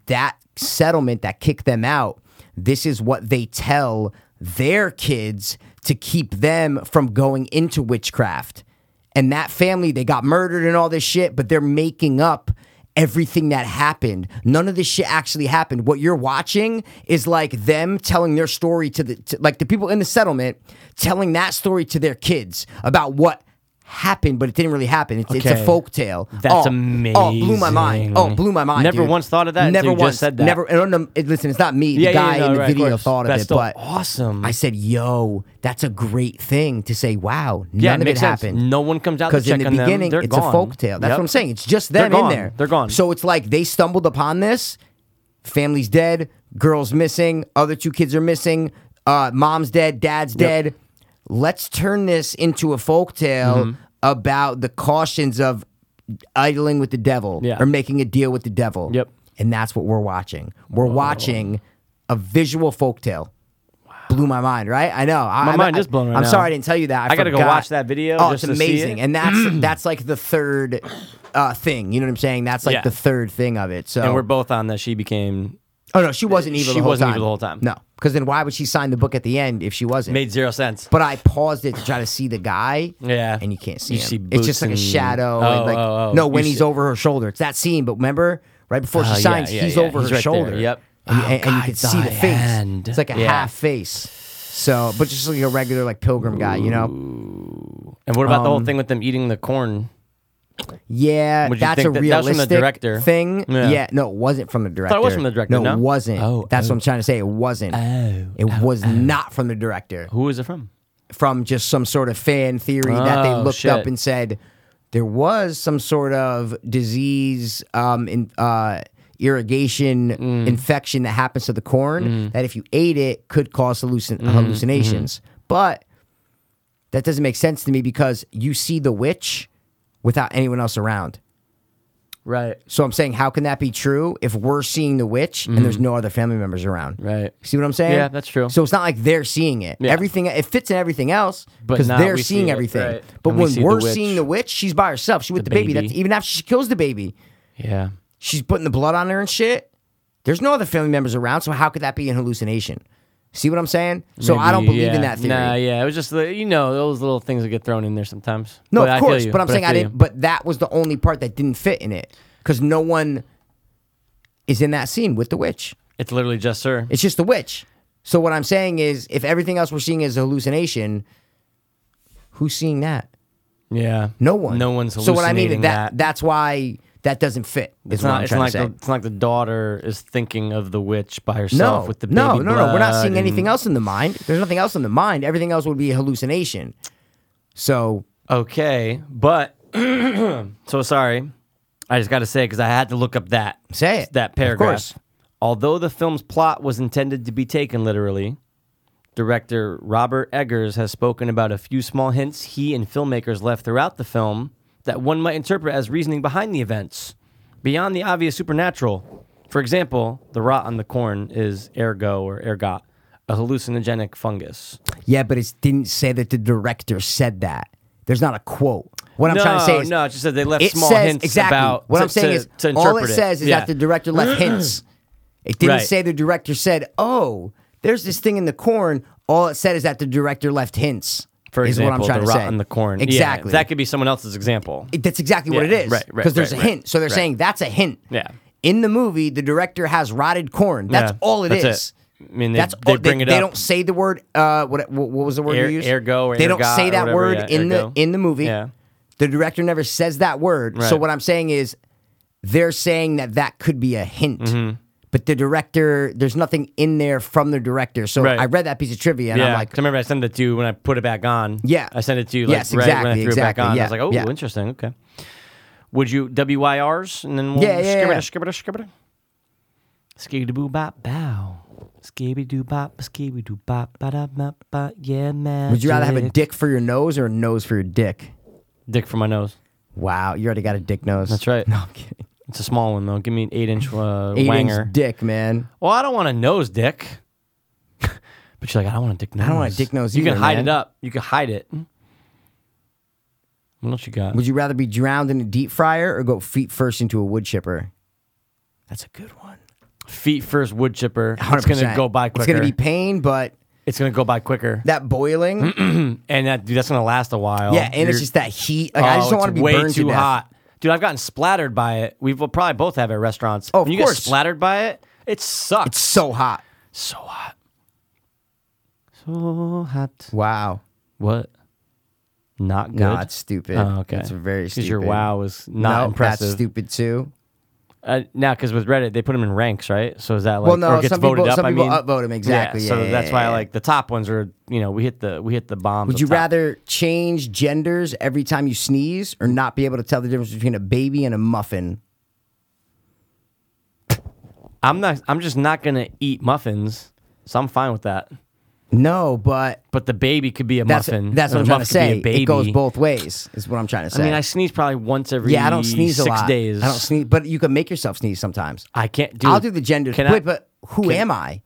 S2: that settlement that kicked them out. This is what they tell their kids to keep them from going into witchcraft. And that family, they got murdered and all this shit, but they're making up everything that happened. None of this shit actually happened. What you're watching is like them telling their story to the to, like the people in the settlement telling that story to their kids about what happened, but it didn't really happen. It's, it's
S1: Okay.
S2: a folk tale.
S1: That's
S2: oh, Oh, blew my
S1: amazing.
S2: mind. Oh, blew my mind.
S1: Never
S2: dude.
S1: once thought of that until
S2: Never
S1: you just
S2: once
S1: said that.
S2: Never. and, um, it- listen, it's not me.
S1: Yeah,
S2: the
S1: yeah,
S2: guy
S1: no,
S2: in the
S1: right, of
S2: video
S1: course.
S2: thought of
S1: That's
S2: it,
S1: still
S2: but
S1: awesome.
S2: I said, "Yo, that's a great thing to say." Wow, none
S1: Yeah, it
S2: of
S1: makes
S2: it
S1: sense.
S2: happened.
S1: No one comes out to
S2: Because in
S1: check
S2: the
S1: on them.
S2: beginning,
S1: They're
S2: it's
S1: gone.
S2: a folk tale. That's
S1: Yep.
S2: what I'm saying. It's just
S1: They're
S2: them
S1: gone.
S2: in there.
S1: They're gone.
S2: So it's like they stumbled upon this. Family's dead. Girl's missing. Other two kids are missing. Uh, mom's dead. Dad's dead. Let's turn this into a folk tale
S1: Mm-hmm.
S2: about the cautions of idling with the devil
S1: Yeah.
S2: or making a deal with the devil.
S1: Yep.
S2: And that's what we're watching. We're watching a visual folktale. Blew my mind, right? I know. I,
S1: My
S2: I'm-
S1: mind
S2: I-
S1: is blown right
S2: I'm
S1: now.
S2: sorry I didn't tell you that. I,
S1: I gotta go
S2: forgot.
S1: watch that video
S2: Oh,
S1: just
S2: it's
S1: to see
S2: amazing,
S1: it. Mm.
S2: and that's that's like the third uh, thing. You know what I'm saying? That's like
S1: Yeah.
S2: the third thing of it. So
S1: And we're both on that. She became
S2: Oh no, she wasn't evil.
S1: She
S2: the whole
S1: wasn't
S2: time.
S1: evil the whole time.
S2: No, because then why would she sign the book at the end if she wasn't?
S1: made zero sense.
S2: but I paused it to try to see the guy.
S1: Yeah.
S2: and you can't see
S1: You
S2: him.
S1: see
S2: it's just
S1: boots
S2: like a
S1: and-
S2: shadow.
S1: Oh,
S2: and like,
S1: oh, oh.
S2: No, when
S1: You
S2: he's
S1: see-
S2: over her shoulder, it's that scene. But remember, right before
S1: Oh,
S2: she
S1: yeah,
S2: signs,
S1: yeah,
S2: he's
S1: yeah.
S2: over
S1: He's
S2: her
S1: right there.
S2: shoulder.
S1: Yep.
S2: and,
S1: Oh,
S2: and, and you
S1: God,
S2: can see the
S1: thy
S2: face.
S1: hand.
S2: It's like a
S1: Yeah.
S2: half face. So, but just like a regular like pilgrim guy, you know?
S1: And what about the whole thing with them eating the corn?
S2: Yeah,
S1: Would you
S2: that's
S1: think that- that was from the
S2: a realistic
S1: director?
S2: thing.
S1: Yeah.
S2: Yeah. no, it wasn't from the director.
S1: it was from the director,
S2: No,
S1: no?
S2: it wasn't.
S1: Oh, oh.
S2: that's what I'm trying to say. It wasn't.
S1: Oh,
S2: it was not from the director.
S1: Who is it from?
S2: from just some sort of fan theory that they
S1: Oh,
S2: looked
S1: shit.
S2: up and said there was some sort of disease um, in, uh, irrigation
S1: Mm.
S2: infection that happens to the corn that if you ate it could cause hallucin-
S1: Mm-hmm,
S2: hallucinations. But that doesn't make sense to me because you see the witch without anyone else around.
S1: Right.
S2: So I'm saying, how can that be true if we're seeing the witch and there's no other family members around?
S1: Mm-hmm. Right.
S2: See what I'm saying?
S1: Yeah, that's true.
S2: So it's not like they're seeing it.
S1: Yeah.
S2: Everything it fits in everything else
S1: But
S2: because
S1: now
S2: they're
S1: we see
S2: seeing
S1: it,
S2: everything.
S1: right.
S2: But
S1: And we
S2: when
S1: see the
S2: we're
S1: witch.
S2: seeing the witch, she's by herself. She's with
S1: The
S2: the, baby.
S1: baby.
S2: That's even after she kills the baby,
S1: Yeah.
S2: she's putting the blood on her and shit. There's no other family members around, so how could that be an hallucination? See what I'm saying? So I don't
S1: Maybe,
S2: believe
S1: yeah.
S2: in that theory.
S1: Nah, yeah. It was just the, you know those little things that get thrown in there sometimes.
S2: No,
S1: But I
S2: of
S1: feel
S2: course.
S1: you,
S2: but I'm saying I
S1: feel
S2: didn't.
S1: you.
S2: But that was the only part that didn't fit in it because no one is in that scene with the witch.
S1: It's literally just her.
S2: It's just the witch. So what I'm saying is, if everything else we're seeing is a hallucination, who's seeing that?
S1: yeah.
S2: No one.
S1: No one's
S2: So
S1: hallucinating
S2: what I mean is
S1: that.
S2: that that's why that doesn't fit. Is
S1: It's
S2: what
S1: not.
S2: I'm
S1: It's
S2: trying
S1: not,
S2: to
S1: like
S2: say.
S1: the, it's not like the daughter is thinking of the witch by herself
S2: no,
S1: with the baby
S2: no, no, no. We're not seeing
S1: blood
S2: anything
S1: and-
S2: else in the mind. There's nothing else in the mind. Everything else would be a hallucination. So
S1: Okay, but so sorry. I just got to say because I had to look up that
S2: Say it.
S1: that
S2: Of
S1: paragraph.
S2: course.
S1: Although the film's plot was intended to be taken literally, director Robert Eggers has spoken about a few small hints he and filmmakers left throughout the film that one might interpret as reasoning behind the events, beyond the obvious supernatural. For example, the rot on the corn is ergo or ergot, a hallucinogenic fungus.
S2: Yeah, but it didn't say that the director said that. There's not a quote. What I'm
S1: no,
S2: trying to say is
S1: no, it just said they left
S2: it
S1: small
S2: says
S1: hints
S2: exactly
S1: about
S2: what
S1: to-
S2: I'm saying
S1: to-
S2: is
S1: to
S2: all it
S1: interpret
S2: says is
S1: Yeah. Mm-hmm.
S2: that the director left hints. It didn't
S1: Right.
S2: say the director said, "Oh, there's this thing in the corn." All it said is that the director left hints.
S1: for
S2: is
S1: example,
S2: what I'm trying
S1: the
S2: to
S1: rot
S2: say.
S1: in the corn. Yeah,
S2: Exactly.
S1: that could be someone else's example.
S2: It- that's exactly what it
S1: Yeah,
S2: is.
S1: right, right,
S2: Because there's
S1: right,
S2: a
S1: right.
S2: hint. So they're
S1: Right.
S2: saying that's a hint.
S1: Yeah.
S2: In the movie, the director has rotted corn. That's
S1: Yeah,
S2: all it is.
S1: that's it. I mean, they-
S2: that's
S1: they
S2: all-
S1: bring it
S2: They
S1: up.
S2: don't say the word. Uh, what what what was the word
S1: Air-
S2: you used?
S1: ergo or
S2: They don't
S1: ergot
S2: say
S1: or
S2: that
S1: whatever,
S2: word
S1: yeah,
S2: in
S1: ergo.
S2: the in the movie.
S1: Yeah.
S2: The director never says that word. So
S1: Right.
S2: what I'm saying is, they're saying that that could be a hint.
S1: Mm-hmm.
S2: But the director, there's nothing in there from the director. So
S1: Right.
S2: I read that piece of trivia and
S1: yeah,
S2: I'm
S1: 'cause
S2: like,
S1: I remember I sent it to you when I put it back on.
S2: Yeah.
S1: I sent it to you like
S2: Yes,
S1: right when I
S2: exactly,
S1: threw it back
S2: exactly,
S1: on. I was
S2: yeah,
S1: like, oh,
S2: yeah.
S1: interesting. Okay. Would you WYRs and then we'll
S2: Yeah, yeah, yeah.
S1: skibber skibber skibber boo bop bow. Skibby doo bop, skibby doo bop, ba da ba ba, yeah, man.
S2: would you rather have a dick for your nose or a nose for your dick?
S1: Dick for my nose.
S2: Wow, you already got a dick nose.
S1: That's right.
S2: No, I'm kidding.
S1: It's a small one, though. Give me an eight inch uh,
S2: Eight
S1: wanger.
S2: inch dick, man.
S1: Well, I don't want a nose dick. but you're like, I don't want a dick nose.
S2: don't want a dick nose
S1: You
S2: either,
S1: can hide
S2: man.
S1: it up. You can hide it. What else you got?
S2: Would you rather be drowned in a deep fryer or go feet first into a wood chipper? That's a good one.
S1: Feet first wood chipper. It's
S2: 100%.
S1: gonna go by quicker.
S2: It's gonna be pain, but
S1: It's gonna go by quicker.
S2: that boiling,
S1: and that dude, that's gonna last a while.
S2: yeah, and it's
S1: Oh, You're-
S2: just that heat. Like, I
S1: Oh,
S2: just don't
S1: it's
S2: want to be
S1: way
S2: burned
S1: too
S2: to death.
S1: hot. Dude, I've gotten splattered by it. We've we'll probably both have at restaurants.
S2: Oh, of
S1: when you
S2: course.
S1: get splattered by it, it sucks.
S2: It's so hot.
S1: so hot. So hot.
S2: Wow.
S1: What? Not good.
S2: No, that's stupid.
S1: Oh, okay.
S2: It's very stupid.
S1: Because your wow is not
S2: no,
S1: impressive.
S2: That's stupid too.
S1: Uh, now, because with Reddit, they put them in ranks, right? So is that like
S2: Well, no,
S1: or gets
S2: some
S1: voted
S2: people-
S1: up?
S2: some
S1: I
S2: people
S1: mean,
S2: upvote 'em, exactly.
S1: so
S2: Yeah,
S1: that's
S2: yeah,
S1: why
S2: yeah.
S1: like the top ones are, you know, we hit the we hit the bombs.
S2: Would
S1: up
S2: you
S1: top.
S2: rather change genders every time you sneeze or not be able to tell the difference between a baby and a muffin?
S1: I'm not. I'm just not gonna eat muffins, so I'm fine with that.
S2: No, but
S1: But the baby could be a
S2: that's
S1: muffin.
S2: that's what
S1: and
S2: I'm
S1: a
S2: trying to
S1: muff could be
S2: say.
S1: a baby.
S2: It goes both ways. Is what I'm trying to
S1: I
S2: say.
S1: mean, I sneeze probably once every
S2: yeah, I don't sneeze
S1: six
S2: a lot.
S1: days.
S2: I don't sneeze, but you can make yourself sneeze sometimes.
S1: I can't do.
S2: I'll do the gender.
S1: Can
S2: Wait,
S1: I,
S2: but who
S1: can-
S2: am I?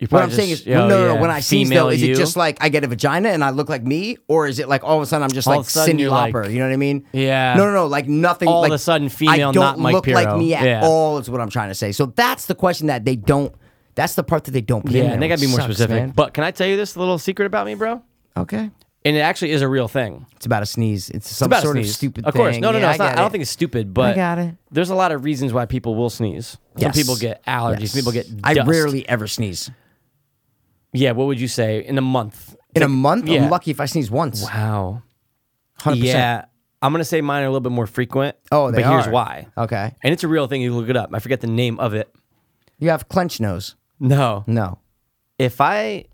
S1: you're
S2: What
S1: probably
S2: I'm saying is,
S1: just, yo,
S2: no, no, no,
S1: yeah,
S2: When I sneeze,
S1: female
S2: though, is
S1: you?
S2: it just like I get a vagina and I look like me, or is it like all of a sudden I'm just
S1: All of
S2: like
S1: a sudden
S2: Cindy
S1: you're like-
S2: Lauper? you know what I mean?
S1: Yeah.
S2: No, no, no. Like nothing.
S1: All of
S2: like,
S1: a sudden female,
S2: I don't
S1: not Mike
S2: look like
S1: Pirro.
S2: me at
S1: Yeah.
S2: all. Is what I'm trying to say. So that's the question that they don't. That's the part that they don't put in.
S1: Yeah,
S2: there,
S1: and they gotta be
S2: which
S1: more
S2: sucks,
S1: specific.
S2: man.
S1: But can I tell you this little secret about me, bro?
S2: okay,
S1: And it actually is a real thing.
S2: it's about a sneeze. It's some
S1: about a
S2: sort of
S1: sneeze.
S2: stupid.
S1: Of course,
S2: thing.
S1: no, no,
S2: Yeah,
S1: no. it's
S2: I
S1: not,
S2: get
S1: I don't
S2: it.
S1: think it's stupid, but
S2: got it.
S1: there's a lot of reasons why people will sneeze. Some
S2: Yes.
S1: people get allergies.
S2: Yes.
S1: People get.
S2: I
S1: dust.
S2: rarely ever sneeze.
S1: Yeah, what would you say in a month?
S2: In a month,
S1: yeah.
S2: I'm lucky if I sneeze once.
S1: Wow.
S2: 100%.
S1: Yeah, I'm gonna say mine are a little bit more frequent.
S2: Oh, they
S1: but here's
S2: are.
S1: why.
S2: Okay.
S1: And it's a real thing. You look it up. I forget the name of it.
S2: You have clenched nose.
S1: No,
S2: No.
S1: if I,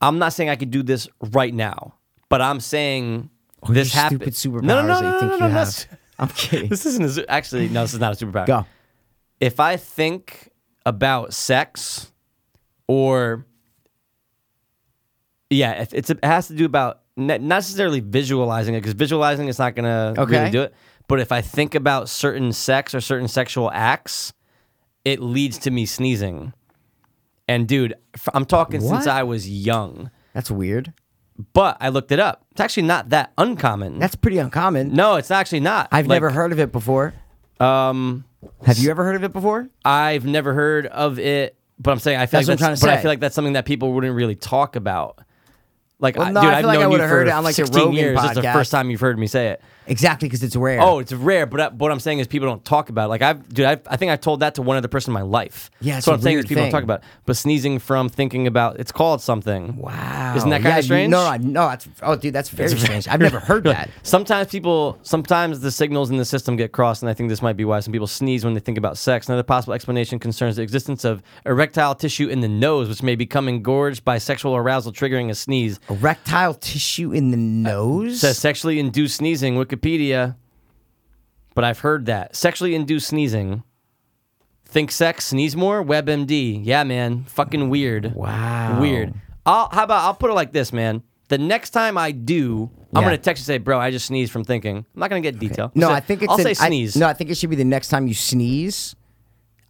S1: I'm not saying I could do this right now, but I'm saying this
S2: Your
S1: happened.
S2: Stupid superpowers
S1: No, no, no,
S2: that you
S1: no,
S2: think
S1: no,
S2: you
S1: no, no,
S2: have.
S1: that's-
S2: I'm kidding.
S1: This isn't a, su- actually no. This is not a superpower.
S2: Go.
S1: if I think about sex or yeah, if it's it has to do about ne- not necessarily visualizing it because visualizing is not gonna really
S2: Okay.
S1: do it. But if I think about certain sex or certain sexual acts, it leads to me sneezing. And dude, f- I'm talking since
S2: What?
S1: I was young,
S2: That's weird.
S1: but I looked it up. It's actually not that uncommon.
S2: That's pretty uncommon.
S1: no, it's actually not.
S2: I've
S1: Like,
S2: never heard of it before.
S1: Um,
S2: Have you ever heard of it before?
S1: I've never heard of it, but I'm saying I feel
S2: That's
S1: like
S2: what I'm
S1: that's,
S2: trying to
S1: but I
S2: say.
S1: feel like that's something that people wouldn't really talk about. Like,
S2: Well,
S1: I,
S2: no,
S1: dude,
S2: I
S1: have
S2: feel like I
S1: known you
S2: would've
S1: for
S2: heard it on, like, the
S1: 16
S2: Rogan
S1: years. This is the
S2: podcast.
S1: first time you've heard me say it.
S2: Exactly, because it's rare.
S1: Oh, it's rare, but, I, but what I'm saying is people don't talk about. It. Like, I've dude, I've, I think I told that to one other person in my life.
S2: Yeah, it's
S1: so what
S2: a
S1: I'm saying is
S2: weird
S1: people don't talk
S2: thing.
S1: about. It. But sneezing from thinking about it's called something.
S2: wow.
S1: Isn't that
S2: Yeah,
S1: kinda
S2: you-
S1: strange?
S2: No, no, no. That's, oh, dude, that's very strange. I've never heard that.
S1: Sometimes people, sometimes the signals in the system get crossed, and I think this might be why some people sneeze when they think about sex. Another possible explanation concerns the existence of erectile tissue in the nose, which may become engorged by sexual arousal, triggering a sneeze.
S2: Erectile tissue in the
S1: Uh,
S2: nose?
S1: Says sexually induced sneezing, Wikipedia. But I've heard that sexually induced sneezing. Think sex, sneeze more. WebMD, yeah, man, fucking weird.
S2: Wow.
S1: weird. I'll, how about I'll put it like this, man. The next time I do, I'm
S2: Yeah.
S1: gonna text you and say, "Bro, I just sneezed from thinking." I'm not gonna get detail.
S2: no,
S1: I'll say-
S2: I think it's
S1: I'll
S2: an,
S1: say
S2: I-
S1: sneeze.
S2: no, I think it should be the next time you sneeze.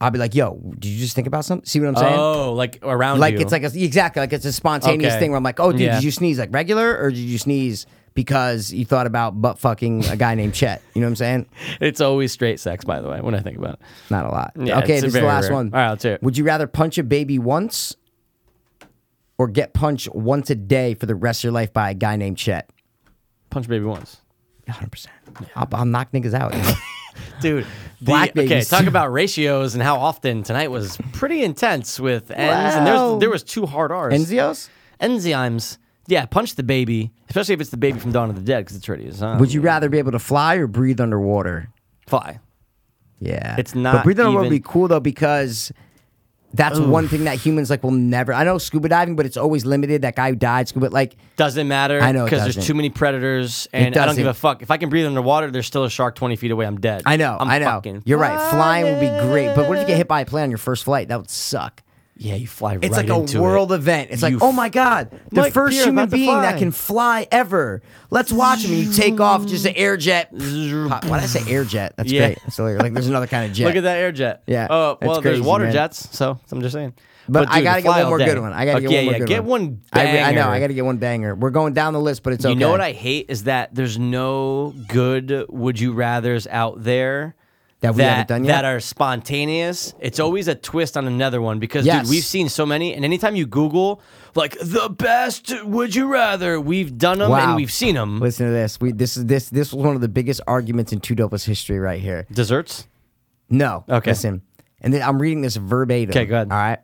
S2: I'll be like, "Yo, did you just think about something?" See what I'm saying?
S1: Oh, like around
S2: like
S1: you.
S2: it's like a, exactly like it's a spontaneous
S1: Okay.
S2: thing where I'm like, "Oh, dude,
S1: Yeah.
S2: did you sneeze like regular or did you sneeze because you thought about butt fucking a guy named Chet?" You know what I'm saying?
S1: It's always straight sex, by the way, when I think about it.
S2: Not a lot.
S1: Yeah,
S2: okay,
S1: it's
S2: this is the
S1: very
S2: last
S1: rare.
S2: one.
S1: All right, let's hear it.
S2: Would you rather punch a baby once or get punched once a day for the rest of your life by a guy named Chet?
S1: Punch baby once.
S2: 100%. I'll, I'll knock niggas out. you know?
S1: Dude, the-
S2: Black
S1: Okay,
S2: babies.
S1: talk about ratios and how often tonight was pretty intense with N's. And
S2: Wow.
S1: there's, there was two hard R's.
S2: Enzios?
S1: Enzymes. Yeah, punch the baby, especially if it's the baby from Dawn of the Dead, because it's already his son.
S2: Would you rather be able to fly or breathe underwater?
S1: fly?
S2: Yeah.
S1: It's not
S2: But breathing underwater
S1: even-
S2: would be cool though because that's one thing that humans like will never. I know scuba diving, but it's always limited. That guy who died scuba like
S1: Doesn't matter.
S2: I know it
S1: because there's
S2: doesn't.
S1: too many predators, and I don't give a
S2: doesn't.
S1: fuck. If I can breathe underwater, there's still a shark 20 feet away. I'm dead.
S2: I know.
S1: I'm
S2: I know.
S1: Fucking
S2: You're right. Flying would be great, but what if you get hit by a plane on your first flight? That would suck.
S1: Yeah, you fly.
S2: It's
S1: right
S2: like
S1: into
S2: a world
S1: it.
S2: event. It's
S1: You
S2: like, oh my god, the
S1: Mike
S2: first
S1: Pierre
S2: human
S1: about to
S2: being that
S1: fly.
S2: can fly ever. Let's watch him. And you take off, just an air jet. Why did I say air jet? That's
S1: Yeah.
S2: great. So like, there's another kind of jet.
S1: Look at that air jet.
S2: Yeah,
S1: Oh
S2: that's
S1: well,
S2: crazy,
S1: there's water
S2: man.
S1: jets. So I'm just saying.
S2: But, I
S1: dude,
S2: gotta get
S1: fly
S2: one
S1: all
S2: more
S1: day.
S2: good one. I gotta
S1: Okay,
S2: get one more
S1: yeah,
S2: good
S1: get
S2: one.
S1: one.
S2: I, I know. I
S1: banger.
S2: gotta get one banger. We're going down the list, but it's okay.
S1: You know what I hate is that there's no good would you ratherers out there
S2: That we haven't done yet? Mm.
S1: that are spontaneous. It's always a twist on another one because
S2: Yes.
S1: dude, we've seen so many, and anytime you Google like the best would you rather, we've done them and
S2: Wow.
S1: we've seen them.
S2: Listen to this. We this is this this was one of the biggest arguments in Two Dopas history right here.
S1: Desserts.
S2: No.
S1: Okay.
S2: Listen, and then I'm reading this verbatim.
S1: Okay, go ahead.
S2: All right.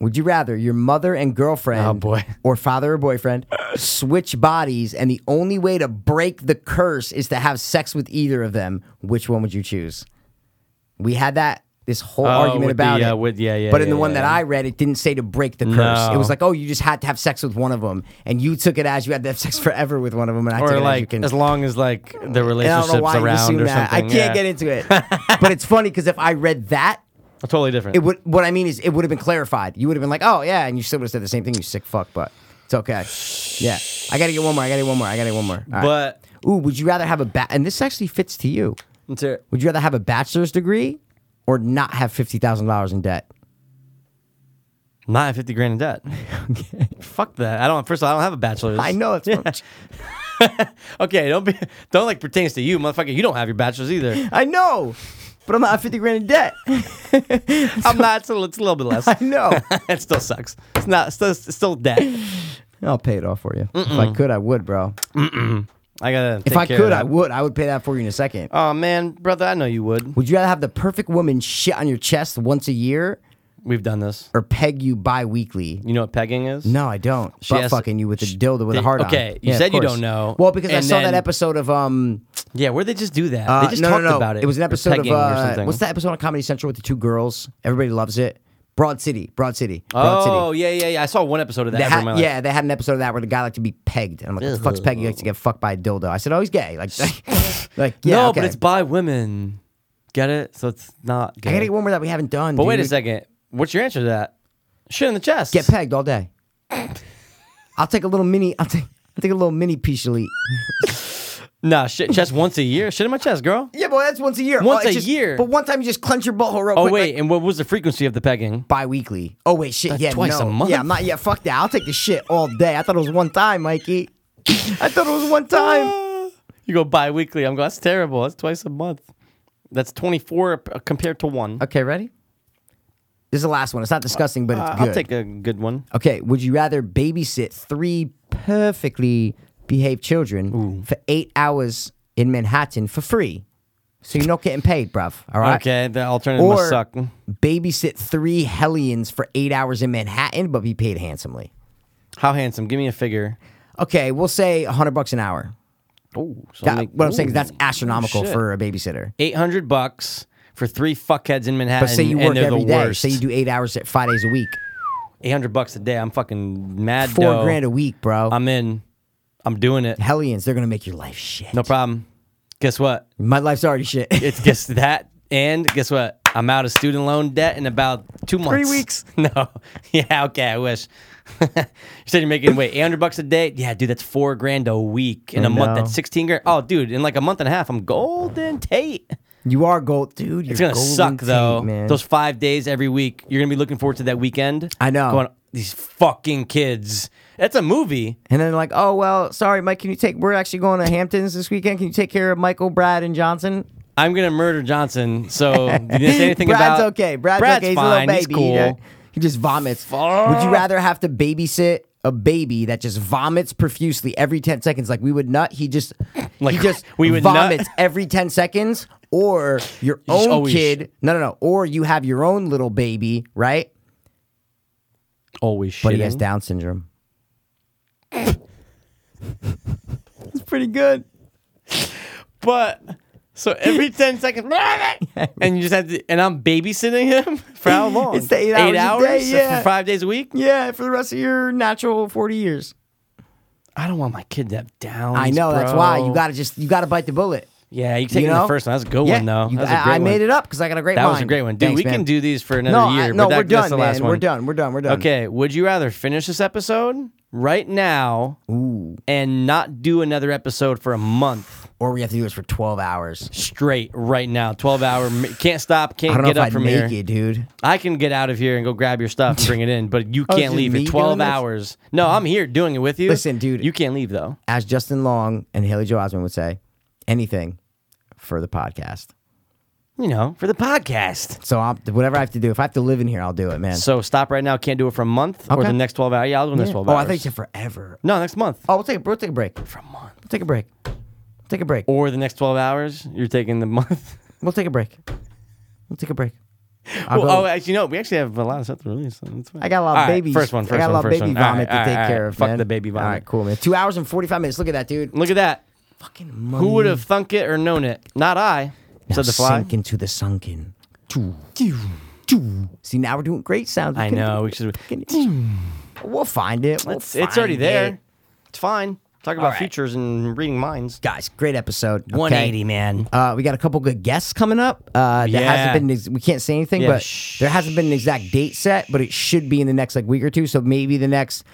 S2: Would you rather your mother and girlfriend
S1: Oh, boy.
S2: or father or boyfriend switch bodies and the only way to break the curse is to have sex with either of them? Which one would you choose? We had that this whole argument
S1: with the,
S2: about
S1: uh,
S2: it.
S1: with- yeah, yeah,
S2: but in the
S1: yeah,
S2: one that
S1: yeah.
S2: I read, it didn't say to break the curse. It was
S1: No.
S2: like, oh, you just had to have sex with one of them, and you took it as you had to have sex forever with one of them, and I took
S1: Or
S2: it as you
S1: like
S2: can
S1: as long as like the
S2: and I
S1: relationships
S2: don't know why you
S1: around
S2: assume
S1: or
S2: that.
S1: something.
S2: I can't get into it. but it's funny because if I read that,
S1: Totally different.
S2: it would. What I mean is, it would have been clarified. You would have been like, "Oh yeah," and you still would have said the same thing. You sick fuck, but it's okay. Yeah, I gotta get one more. I gotta get one more. I gotta get one more. All right.
S1: but
S2: ooh, would you rather have a bat? And this actually fits to you.
S1: it's a-
S2: Would you rather have a bachelor's degree or not have fifty thousand dollars in debt?
S1: not at fifty grand in debt. Fuck that. I don't. First of all, I don't have a bachelor's.
S2: I know it's.
S1: Okay, don't be don't like pertains to you, motherfucker. You don't have your bachelor's either.
S2: I know, but I'm not fifty grand in debt.
S1: I'm not. It's a, little- it's a little bit less.
S2: I know.
S1: it still sucks. It's not. It's still, it's still debt.
S2: I'll pay it off for you. If I could, I would, bro.
S1: I gotta.
S2: If I could, I would. I would pay that for you in a second.
S1: Oh man, brother, I know you would.
S2: Would you rather have the perfect woman shit on your chest once a year
S1: We've done this.
S2: or peg you bi weekly?
S1: You know what pegging is?
S2: No, I don't.
S1: She
S2: Butt
S1: has-
S2: fucking you with a dildo with a
S1: They-
S2: heart on.
S1: okay, you said
S2: of
S1: you
S2: course.
S1: don't know,
S2: Well, because I
S1: and
S2: saw that
S1: then-
S2: episode of um.
S1: Yeah, where they just do that?
S2: uh,
S1: they just
S2: no,
S1: talked
S2: no, no.
S1: about it.
S2: was an
S1: Or
S2: episode of
S1: pegging or
S2: uh,
S1: something.
S2: what's that episode on Comedy Central with the two girls? Everybody loves it. Broad City, Broad City, Broad City.
S1: Oh yeah, yeah, yeah. I saw one episode of that.
S2: They
S1: ever in my
S2: had,
S1: life.
S2: yeah, they had an episode of that where the guy liked to be pegged, and I'm like, "What the fuck's pegged? He likes to get fucked by a dildo." I said, "Oh, he's gay." Like, like yeah,
S1: no,
S2: okay.
S1: but it's by women. Get it? So it's not. Gay.
S2: I gotta get one more that we haven't done.
S1: But wait a
S2: dude.
S1: second. What's your answer to that? Shit in the chest.
S2: Get pegged all day. I'll take a little mini. I'll take. I'll take a little mini piece of elite.
S1: Nah, shit chest once a year. Shit in my chest, girl.
S2: Yeah, but that's once a year.
S1: Once
S2: Oh, it's
S1: a
S2: just-
S1: year.
S2: But one time you just clench your butthole real
S1: Oh
S2: quick.
S1: wait,
S2: like,
S1: and what was the frequency of the pegging?
S2: bi-weekly. Oh wait, shit.
S1: That's
S2: yeah,
S1: twice
S2: no.
S1: a month?
S2: Yeah, I'm not. Yeah, fuck that. I'll take the shit all day. I thought it was one time, Mikey. I thought it was one time.
S1: You go bi-weekly. I'm going. That's terrible. That's twice a month. That's 24 p- uh, compared to one.
S2: Okay, ready? This is the last one. It's not disgusting, but
S1: Uh,
S2: it's good.
S1: I'll take a good one.
S2: Okay, would you rather babysit three perfectly behaved children for eight hours in Manhattan for free? So you're not getting paid, bruv. All right.
S1: Okay, the alternative
S2: Or
S1: must suck.
S2: babysit three hellions for eight hours in Manhattan, but be paid handsomely.
S1: How handsome? Give me a figure.
S2: Okay, we'll say hundred bucks an hour.
S1: Oh, so
S2: That-
S1: make-
S2: what I'm saying
S1: ooh,
S2: is that's astronomical
S1: shit.
S2: for a babysitter.
S1: 800 bucks for three fuckheads in Manhattan.
S2: But say you work
S1: and they're
S2: every
S1: the
S2: day.
S1: worst.
S2: Say you do eight hours at five days a week.
S1: 800 bucks a day. I'm fucking mad.
S2: Four
S1: dough.
S2: grand a week, bro.
S1: I'm in. I'm doing it.
S2: hellions, they're gonna make your life shit.
S1: No problem. Guess what?
S2: My life's already shit.
S1: It's guess that and guess what? I'm out of student loan debt in about two months.
S2: weeks.
S1: No. Yeah, okay, I wish. you said you're making wait, eight hundred bucks a day? Yeah, dude, that's four grand a week. In a
S2: I
S1: month,
S2: know.
S1: that's sixteen grand. Oh, dude, in like a month and a half, I'm golden Tate.
S2: You are gold, dude. You're
S1: It's gonna
S2: Golden
S1: suck
S2: Tate,
S1: though.
S2: man.
S1: Those five days every week, you're gonna be looking forward to that weekend.
S2: I know.
S1: Going, These fucking kids. That's a movie.
S2: and then like, oh well, sorry, Mike. Can you take? We're actually going to Hamptons this weekend. Can you take care of Michael, Brad, and Johnson?
S1: I'm gonna murder Johnson. So you didn't say anything
S2: Brad's
S1: about.
S2: okay. Brad's, okay. He's
S1: fine.
S2: a little baby.
S1: He's cool.
S2: He, uh, he just vomits. Would you rather have to babysit a baby that just vomits profusely every ten seconds, like we would nut? He just
S1: Like,
S2: he just
S1: we would nut?
S2: vomits every ten seconds, or your
S1: just
S2: own
S1: always-
S2: kid. No, no, no. Or you have your own little baby, right?
S1: Always shitting.
S2: But he has Down syndrome. it's pretty good.
S1: But so every ten seconds, and you just have to. And I'm babysitting him for how long?
S2: It's the eight hours a
S1: hours
S2: day, yeah.
S1: for five days a week.
S2: Yeah, for the rest of your natural forty years.
S1: I don't want my kid to have down.
S2: I know that's why you got to just you got to bite the bullet.
S1: Yeah, you taking
S2: you know?
S1: the first one. That's a good one though.
S2: you-
S1: That's a
S2: I,
S1: great
S2: I made
S1: one.
S2: it up because I got a great
S1: That
S2: mind.
S1: was a great one, dude.
S2: Thanks,
S1: we
S2: man.
S1: can do these for another
S2: no, I-
S1: year.
S2: no,
S1: but that,
S2: we're
S1: that's
S2: done,
S1: the last
S2: man.
S1: one.
S2: We're done. We're done. We're done.
S1: Okay, would you rather finish this episode right now and not do another episode for a month
S2: Or we have to do this for twelve hours.
S1: straight right now? 12 hour, m- can't stop,
S2: I
S1: can't
S2: don't know
S1: get
S2: if
S1: up
S2: I'd
S1: from
S2: make
S1: here.
S2: it, dude.
S1: I can get out of here and go grab your stuff and bring it in, but you
S2: Oh, it's
S1: can't
S2: just
S1: leave
S2: me
S1: for 12
S2: doing this?
S1: hours. No, I'm here doing it with you.
S2: Listen, dude.
S1: You can't leave though.
S2: As Justin Long and Haley Joe Osmond would say, anything for the podcast.
S1: You know, for the podcast.
S2: So I'm, whatever I have to do, if I have to live in here, I'll do it, man.
S1: So stop right now. Can't do it for a month or
S2: Okay.
S1: the next 12 hours. Yeah, I'll go next
S2: Yeah.
S1: 12
S2: oh,
S1: hours.
S2: I think it's forever.
S1: no, next month.
S2: Oh, we'll take a, we'll take a break.
S1: For a month.
S2: We'll take a break. We'll take a break.
S1: Or the next 12 hours. You're taking the month.
S2: We'll take a break. We'll take a break. I'll
S1: Well,
S2: go-
S1: oh, actually, no. We actually have a lot of stuff to release. So that's fine.
S2: I got a lot of
S1: All right,
S2: babies.
S1: First one, first
S2: I got
S1: one,
S2: a lot of
S1: first
S2: baby
S1: one. All
S2: vomit
S1: right, all
S2: to take
S1: right, all
S2: care
S1: right.
S2: of.
S1: Fuck
S2: man.
S1: the baby vomit.
S2: All right, cool, man. Two hours and forty-five minutes. Look at that, dude.
S1: Look at that.
S2: Fucking money.
S1: Who would have thunk it or known it? Not I. Said the fly.
S2: Sink into the sunken. Choo, choo, choo. See, now we're doing great sounds. We
S1: I
S2: can
S1: know.
S2: do
S1: We should.
S2: fucking- We'll find it. We'll
S1: It's, it's already
S2: find it.
S1: there. It's fine. Talk about
S2: right.
S1: futures and reading minds.
S2: guys. Great episode. okay?
S1: man.
S2: Uh, we got a couple good guests coming up. Uh, that
S1: Yeah.
S2: hasn't been. ex- We can't say anything,
S1: Yeah,
S2: but
S1: shh.
S2: there hasn't been an exact date set. But it should be in the next like week or two. So maybe the next.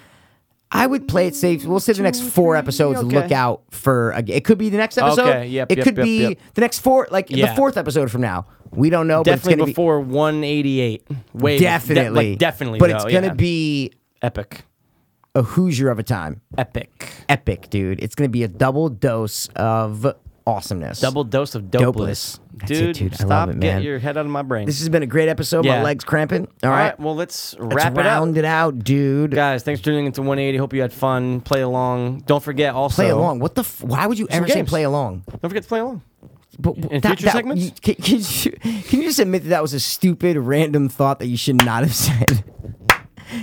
S2: I would play it safe. We'll say the next four episodes.
S1: okay.
S2: Look out for a, it could be the next episode.
S1: Okay, yep,
S2: it
S1: yep,
S2: could
S1: yep,
S2: be
S1: yep.
S2: the next four, like
S1: Yeah.
S2: the fourth episode from now. We don't know. but
S1: Definitely
S2: it's gonna
S1: before 188. Way be-
S2: Be,
S1: de-
S2: definitely,
S1: like, definitely.
S2: But
S1: though,
S2: it's gonna
S1: yeah.
S2: be
S1: epic.
S2: a Hoosier of a time.
S1: Epic.
S2: Epic, dude. It's gonna be a double dose of awesomeness.
S1: Double dose of dopeless.
S2: Dopeless. That's it,
S1: Dude,
S2: dude. I
S1: stop.
S2: love it, man.
S1: Get your head out of my brain.
S2: This has been a great episode. My
S1: Yeah.
S2: legs cramping.
S1: All
S2: All right.
S1: right. Well, let's
S2: Let's
S1: wrap it up.
S2: round it out, dude.
S1: Guys, thanks for tuning into 180. Hope you had fun. Play along. Don't forget also.
S2: play along. What the? F- why would you ever say
S1: games.
S2: play along?
S1: Don't forget to play along.
S2: But
S1: In future segments?
S2: you- can, can you, can you just admit that that was a stupid, random thought that you should not have said?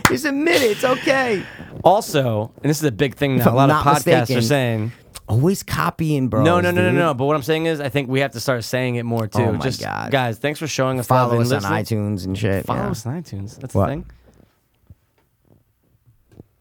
S2: just admit it. It's okay.
S1: Also, and this is a big thing
S2: If
S1: now.
S2: I'm
S1: A lot of
S2: not
S1: podcasts
S2: mistaken.
S1: are saying.
S2: Always copying, bro.
S1: No, no, no, no, no. But what I'm saying is, I think we have to start saying it more too.
S2: Oh my
S1: Just
S2: God.
S1: guys, thanks for showing us love
S2: Follow
S1: and
S2: us on
S1: listening.
S2: iTunes and shit.
S1: Follow
S2: yeah.
S1: us on iTunes. That's
S2: What?
S1: the thing.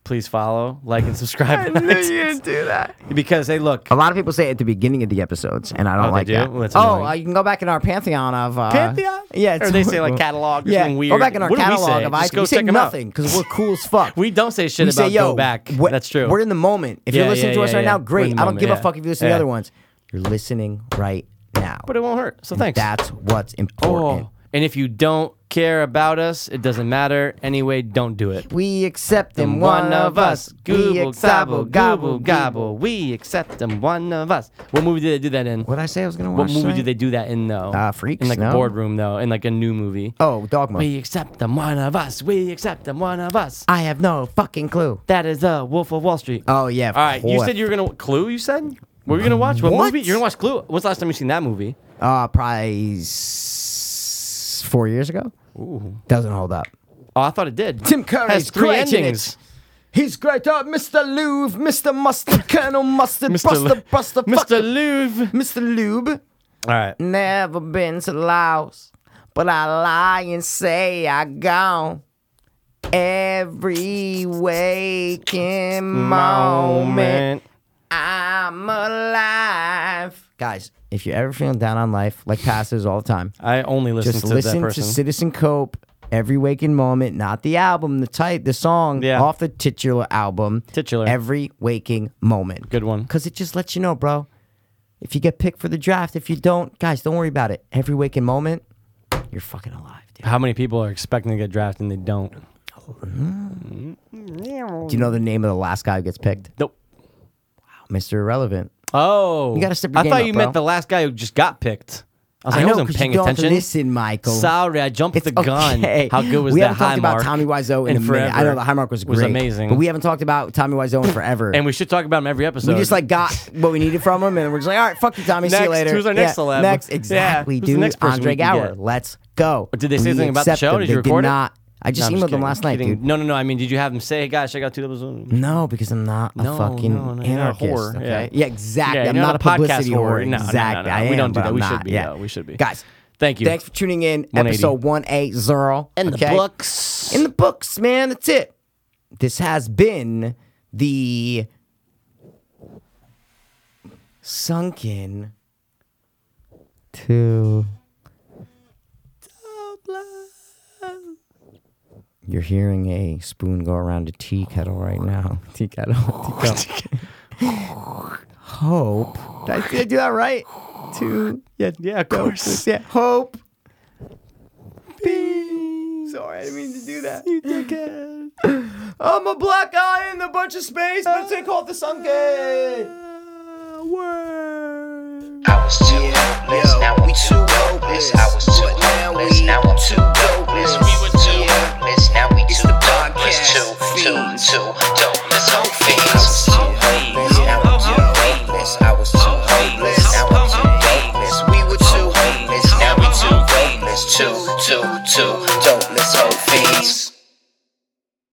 S1: Please follow, like, and subscribe. on iTunes.
S2: do that.
S1: because hey, look,
S2: A lot of people say it at the beginning of the episodes, and I don't
S1: Oh, they
S2: like
S1: do?
S2: that.
S1: Well, that's
S2: oh,
S1: annoying.
S2: uh, you can go back in our pantheon of uh,
S1: Pantheon?
S2: Yeah,
S1: Or they say, like, catalog or
S2: Yeah,
S1: something
S2: Go
S1: weird.
S2: back in our
S1: What do we
S2: catalog
S1: say?
S2: of
S1: Just
S2: iTunes.
S1: go
S2: we say
S1: check 'em out.
S2: nothing because we're cool as fuck.
S1: we don't say shit
S2: we
S1: about
S2: say, yo,
S1: go back.
S2: what-
S1: That's true.
S2: We're in the moment. If
S1: Yeah,
S2: you're listening
S1: yeah,
S2: to us
S1: yeah,
S2: right
S1: yeah.
S2: now,
S1: We're in
S2: great.
S1: the
S2: I don't
S1: moment,
S2: give
S1: yeah.
S2: a fuck if you listen to
S1: Yeah.
S2: the other ones. You're listening right now.
S1: but it won't hurt. So thanks.
S2: That's what's important.
S1: oh, and if you don't care about us, it doesn't matter anyway. Don't do it.
S2: We accept them,
S1: them one of us. Google, gobble, gobble, gobble. We accept them one of us. What movie did they do that in?
S2: What I say I was gonna
S1: What
S2: watch.
S1: movie
S2: tonight?
S1: did they do that in though?
S2: Uh, Freaks,
S1: In like a
S2: no?
S1: boardroom though, in like a new movie.
S2: Oh, Dogma.
S1: We accept them one of us. We accept them one of us.
S2: I have no fucking clue.
S1: That is the Wolf of Wall Street.
S2: Oh yeah.
S1: All right, you said you were gonna Clue. You said. What were you gonna watch? What,
S2: What?
S1: movie? You're gonna watch Clue. When's the last time you seen that movie?
S2: Uh, probably s- four years ago. Doesn't hold up.
S1: Oh, I thought it did.
S2: Tim Curry's
S1: has three
S2: great in it.
S1: endings.
S2: He's great, uh, Mr. Louvre, Mr. Mustard, Colonel Mustard,
S1: Mr. Lu-
S2: Buster, Buster,
S1: Mr.
S2: fucking-
S1: Louvre.
S2: Mr. Lube.
S1: All right.
S2: Never been to Laos, but I lie and say I gone. Every waking moment, I'm alive. Guys, if you're ever feeling down on life, like passes all the time,
S1: I only listen
S2: just
S1: to that
S2: listen to
S1: person.
S2: Citizen Cope every waking moment, not the album, the type, the song
S1: Yeah.
S2: off the titular album.
S1: Titular.
S2: Every waking moment.
S1: Good one.
S2: Because it just lets you know, bro. If you get picked for the draft, if you don't, guys, don't worry about it. Every waking moment, you're fucking alive, dude.
S1: How many people are expecting to get drafted and they don't?
S2: Do you know the name of the last guy who gets picked?
S1: Nope.
S2: Mr. Irrelevant.
S1: Oh,
S2: You gotta step your
S1: I
S2: game
S1: thought
S2: up,
S1: you
S2: bro.
S1: meant the last guy who just got picked. I was like, I,
S2: know, 'cause
S1: wasn't
S2: you
S1: paying
S2: don't
S1: attention.
S2: Listen, Michael.
S1: Sorry, I jumped
S2: It's
S1: the gun.
S2: okay.
S1: How good was
S2: we
S1: that
S2: haven't talked
S1: high
S2: about
S1: mark?
S2: Tommy Wiseau in,
S1: And
S2: a minute. I
S1: forever.
S2: know the high mark was great,
S1: Was amazing.
S2: but we haven't talked about Tommy Wiseau in forever.
S1: And we should talk about him every episode.
S2: we just like got what we needed from him, and we're just like, all right, fuck you, Tommy. see
S1: Next,
S2: you later.
S1: who's our next
S2: yeah,
S1: celeb?
S2: Next,
S1: Yeah,
S2: exactly,
S1: who's the
S2: dude.
S1: next person
S2: Andre
S1: we can
S2: Gour.
S1: get?
S2: Let's go.
S1: Did they say
S2: We
S1: something about the
S2: accept
S1: show?
S2: them.
S1: Did
S2: They
S1: you record it?
S2: did not. I just
S1: No, I'm
S2: emailed them
S1: kidding.
S2: last night,
S1: Kidding.
S2: dude.
S1: No, no, no. I mean, did you have him say, "Hey guys, check out two doubles"?
S2: No, because I'm not a
S1: No,
S2: fucking
S1: no, no, you're not
S2: anarchist.
S1: a whore,
S2: okay?
S1: yeah.
S2: exactly.
S1: Yeah,
S2: I'm
S1: you're
S2: not,
S1: not
S2: a
S1: a podcast
S2: publicity
S1: whore.
S2: whore.
S1: No, no, no,
S2: exactly.
S1: no.
S2: I
S1: We
S2: am,
S1: don't do
S2: but
S1: that.
S2: I'm
S1: We should
S2: not.
S1: be,
S2: Yeah.
S1: though. We should be.
S2: Guys,
S1: Thank you.
S2: Thanks for tuning in.
S1: 180.
S2: Episode 180. okay?
S1: books.
S2: In the books, man. That's it. This has been the sunken to You're hearing a spoon go around a tea kettle right now. Tea kettle. Tea kettle. Hope. Did I, did I do that right? Two.
S1: Yeah, yeah, of course.
S2: Yeah. Hope. Bing. Sorry, I didn't mean to do that. You dickhead. I'm a black guy in a bunch of space, but they call it the sunken. Word.
S3: I was too hopeless, now we too hopeless. I was too hopeless, now I'm too dopeless. We were too hopeless, now we too darkness. Two, two, two, dopeless, hope fiends. Now I'm too hopeless, I was too hopeless, now I'm too dopeless. We were too hopeless, now we too dopeless. Two, two, two, dopeless, hope fiends.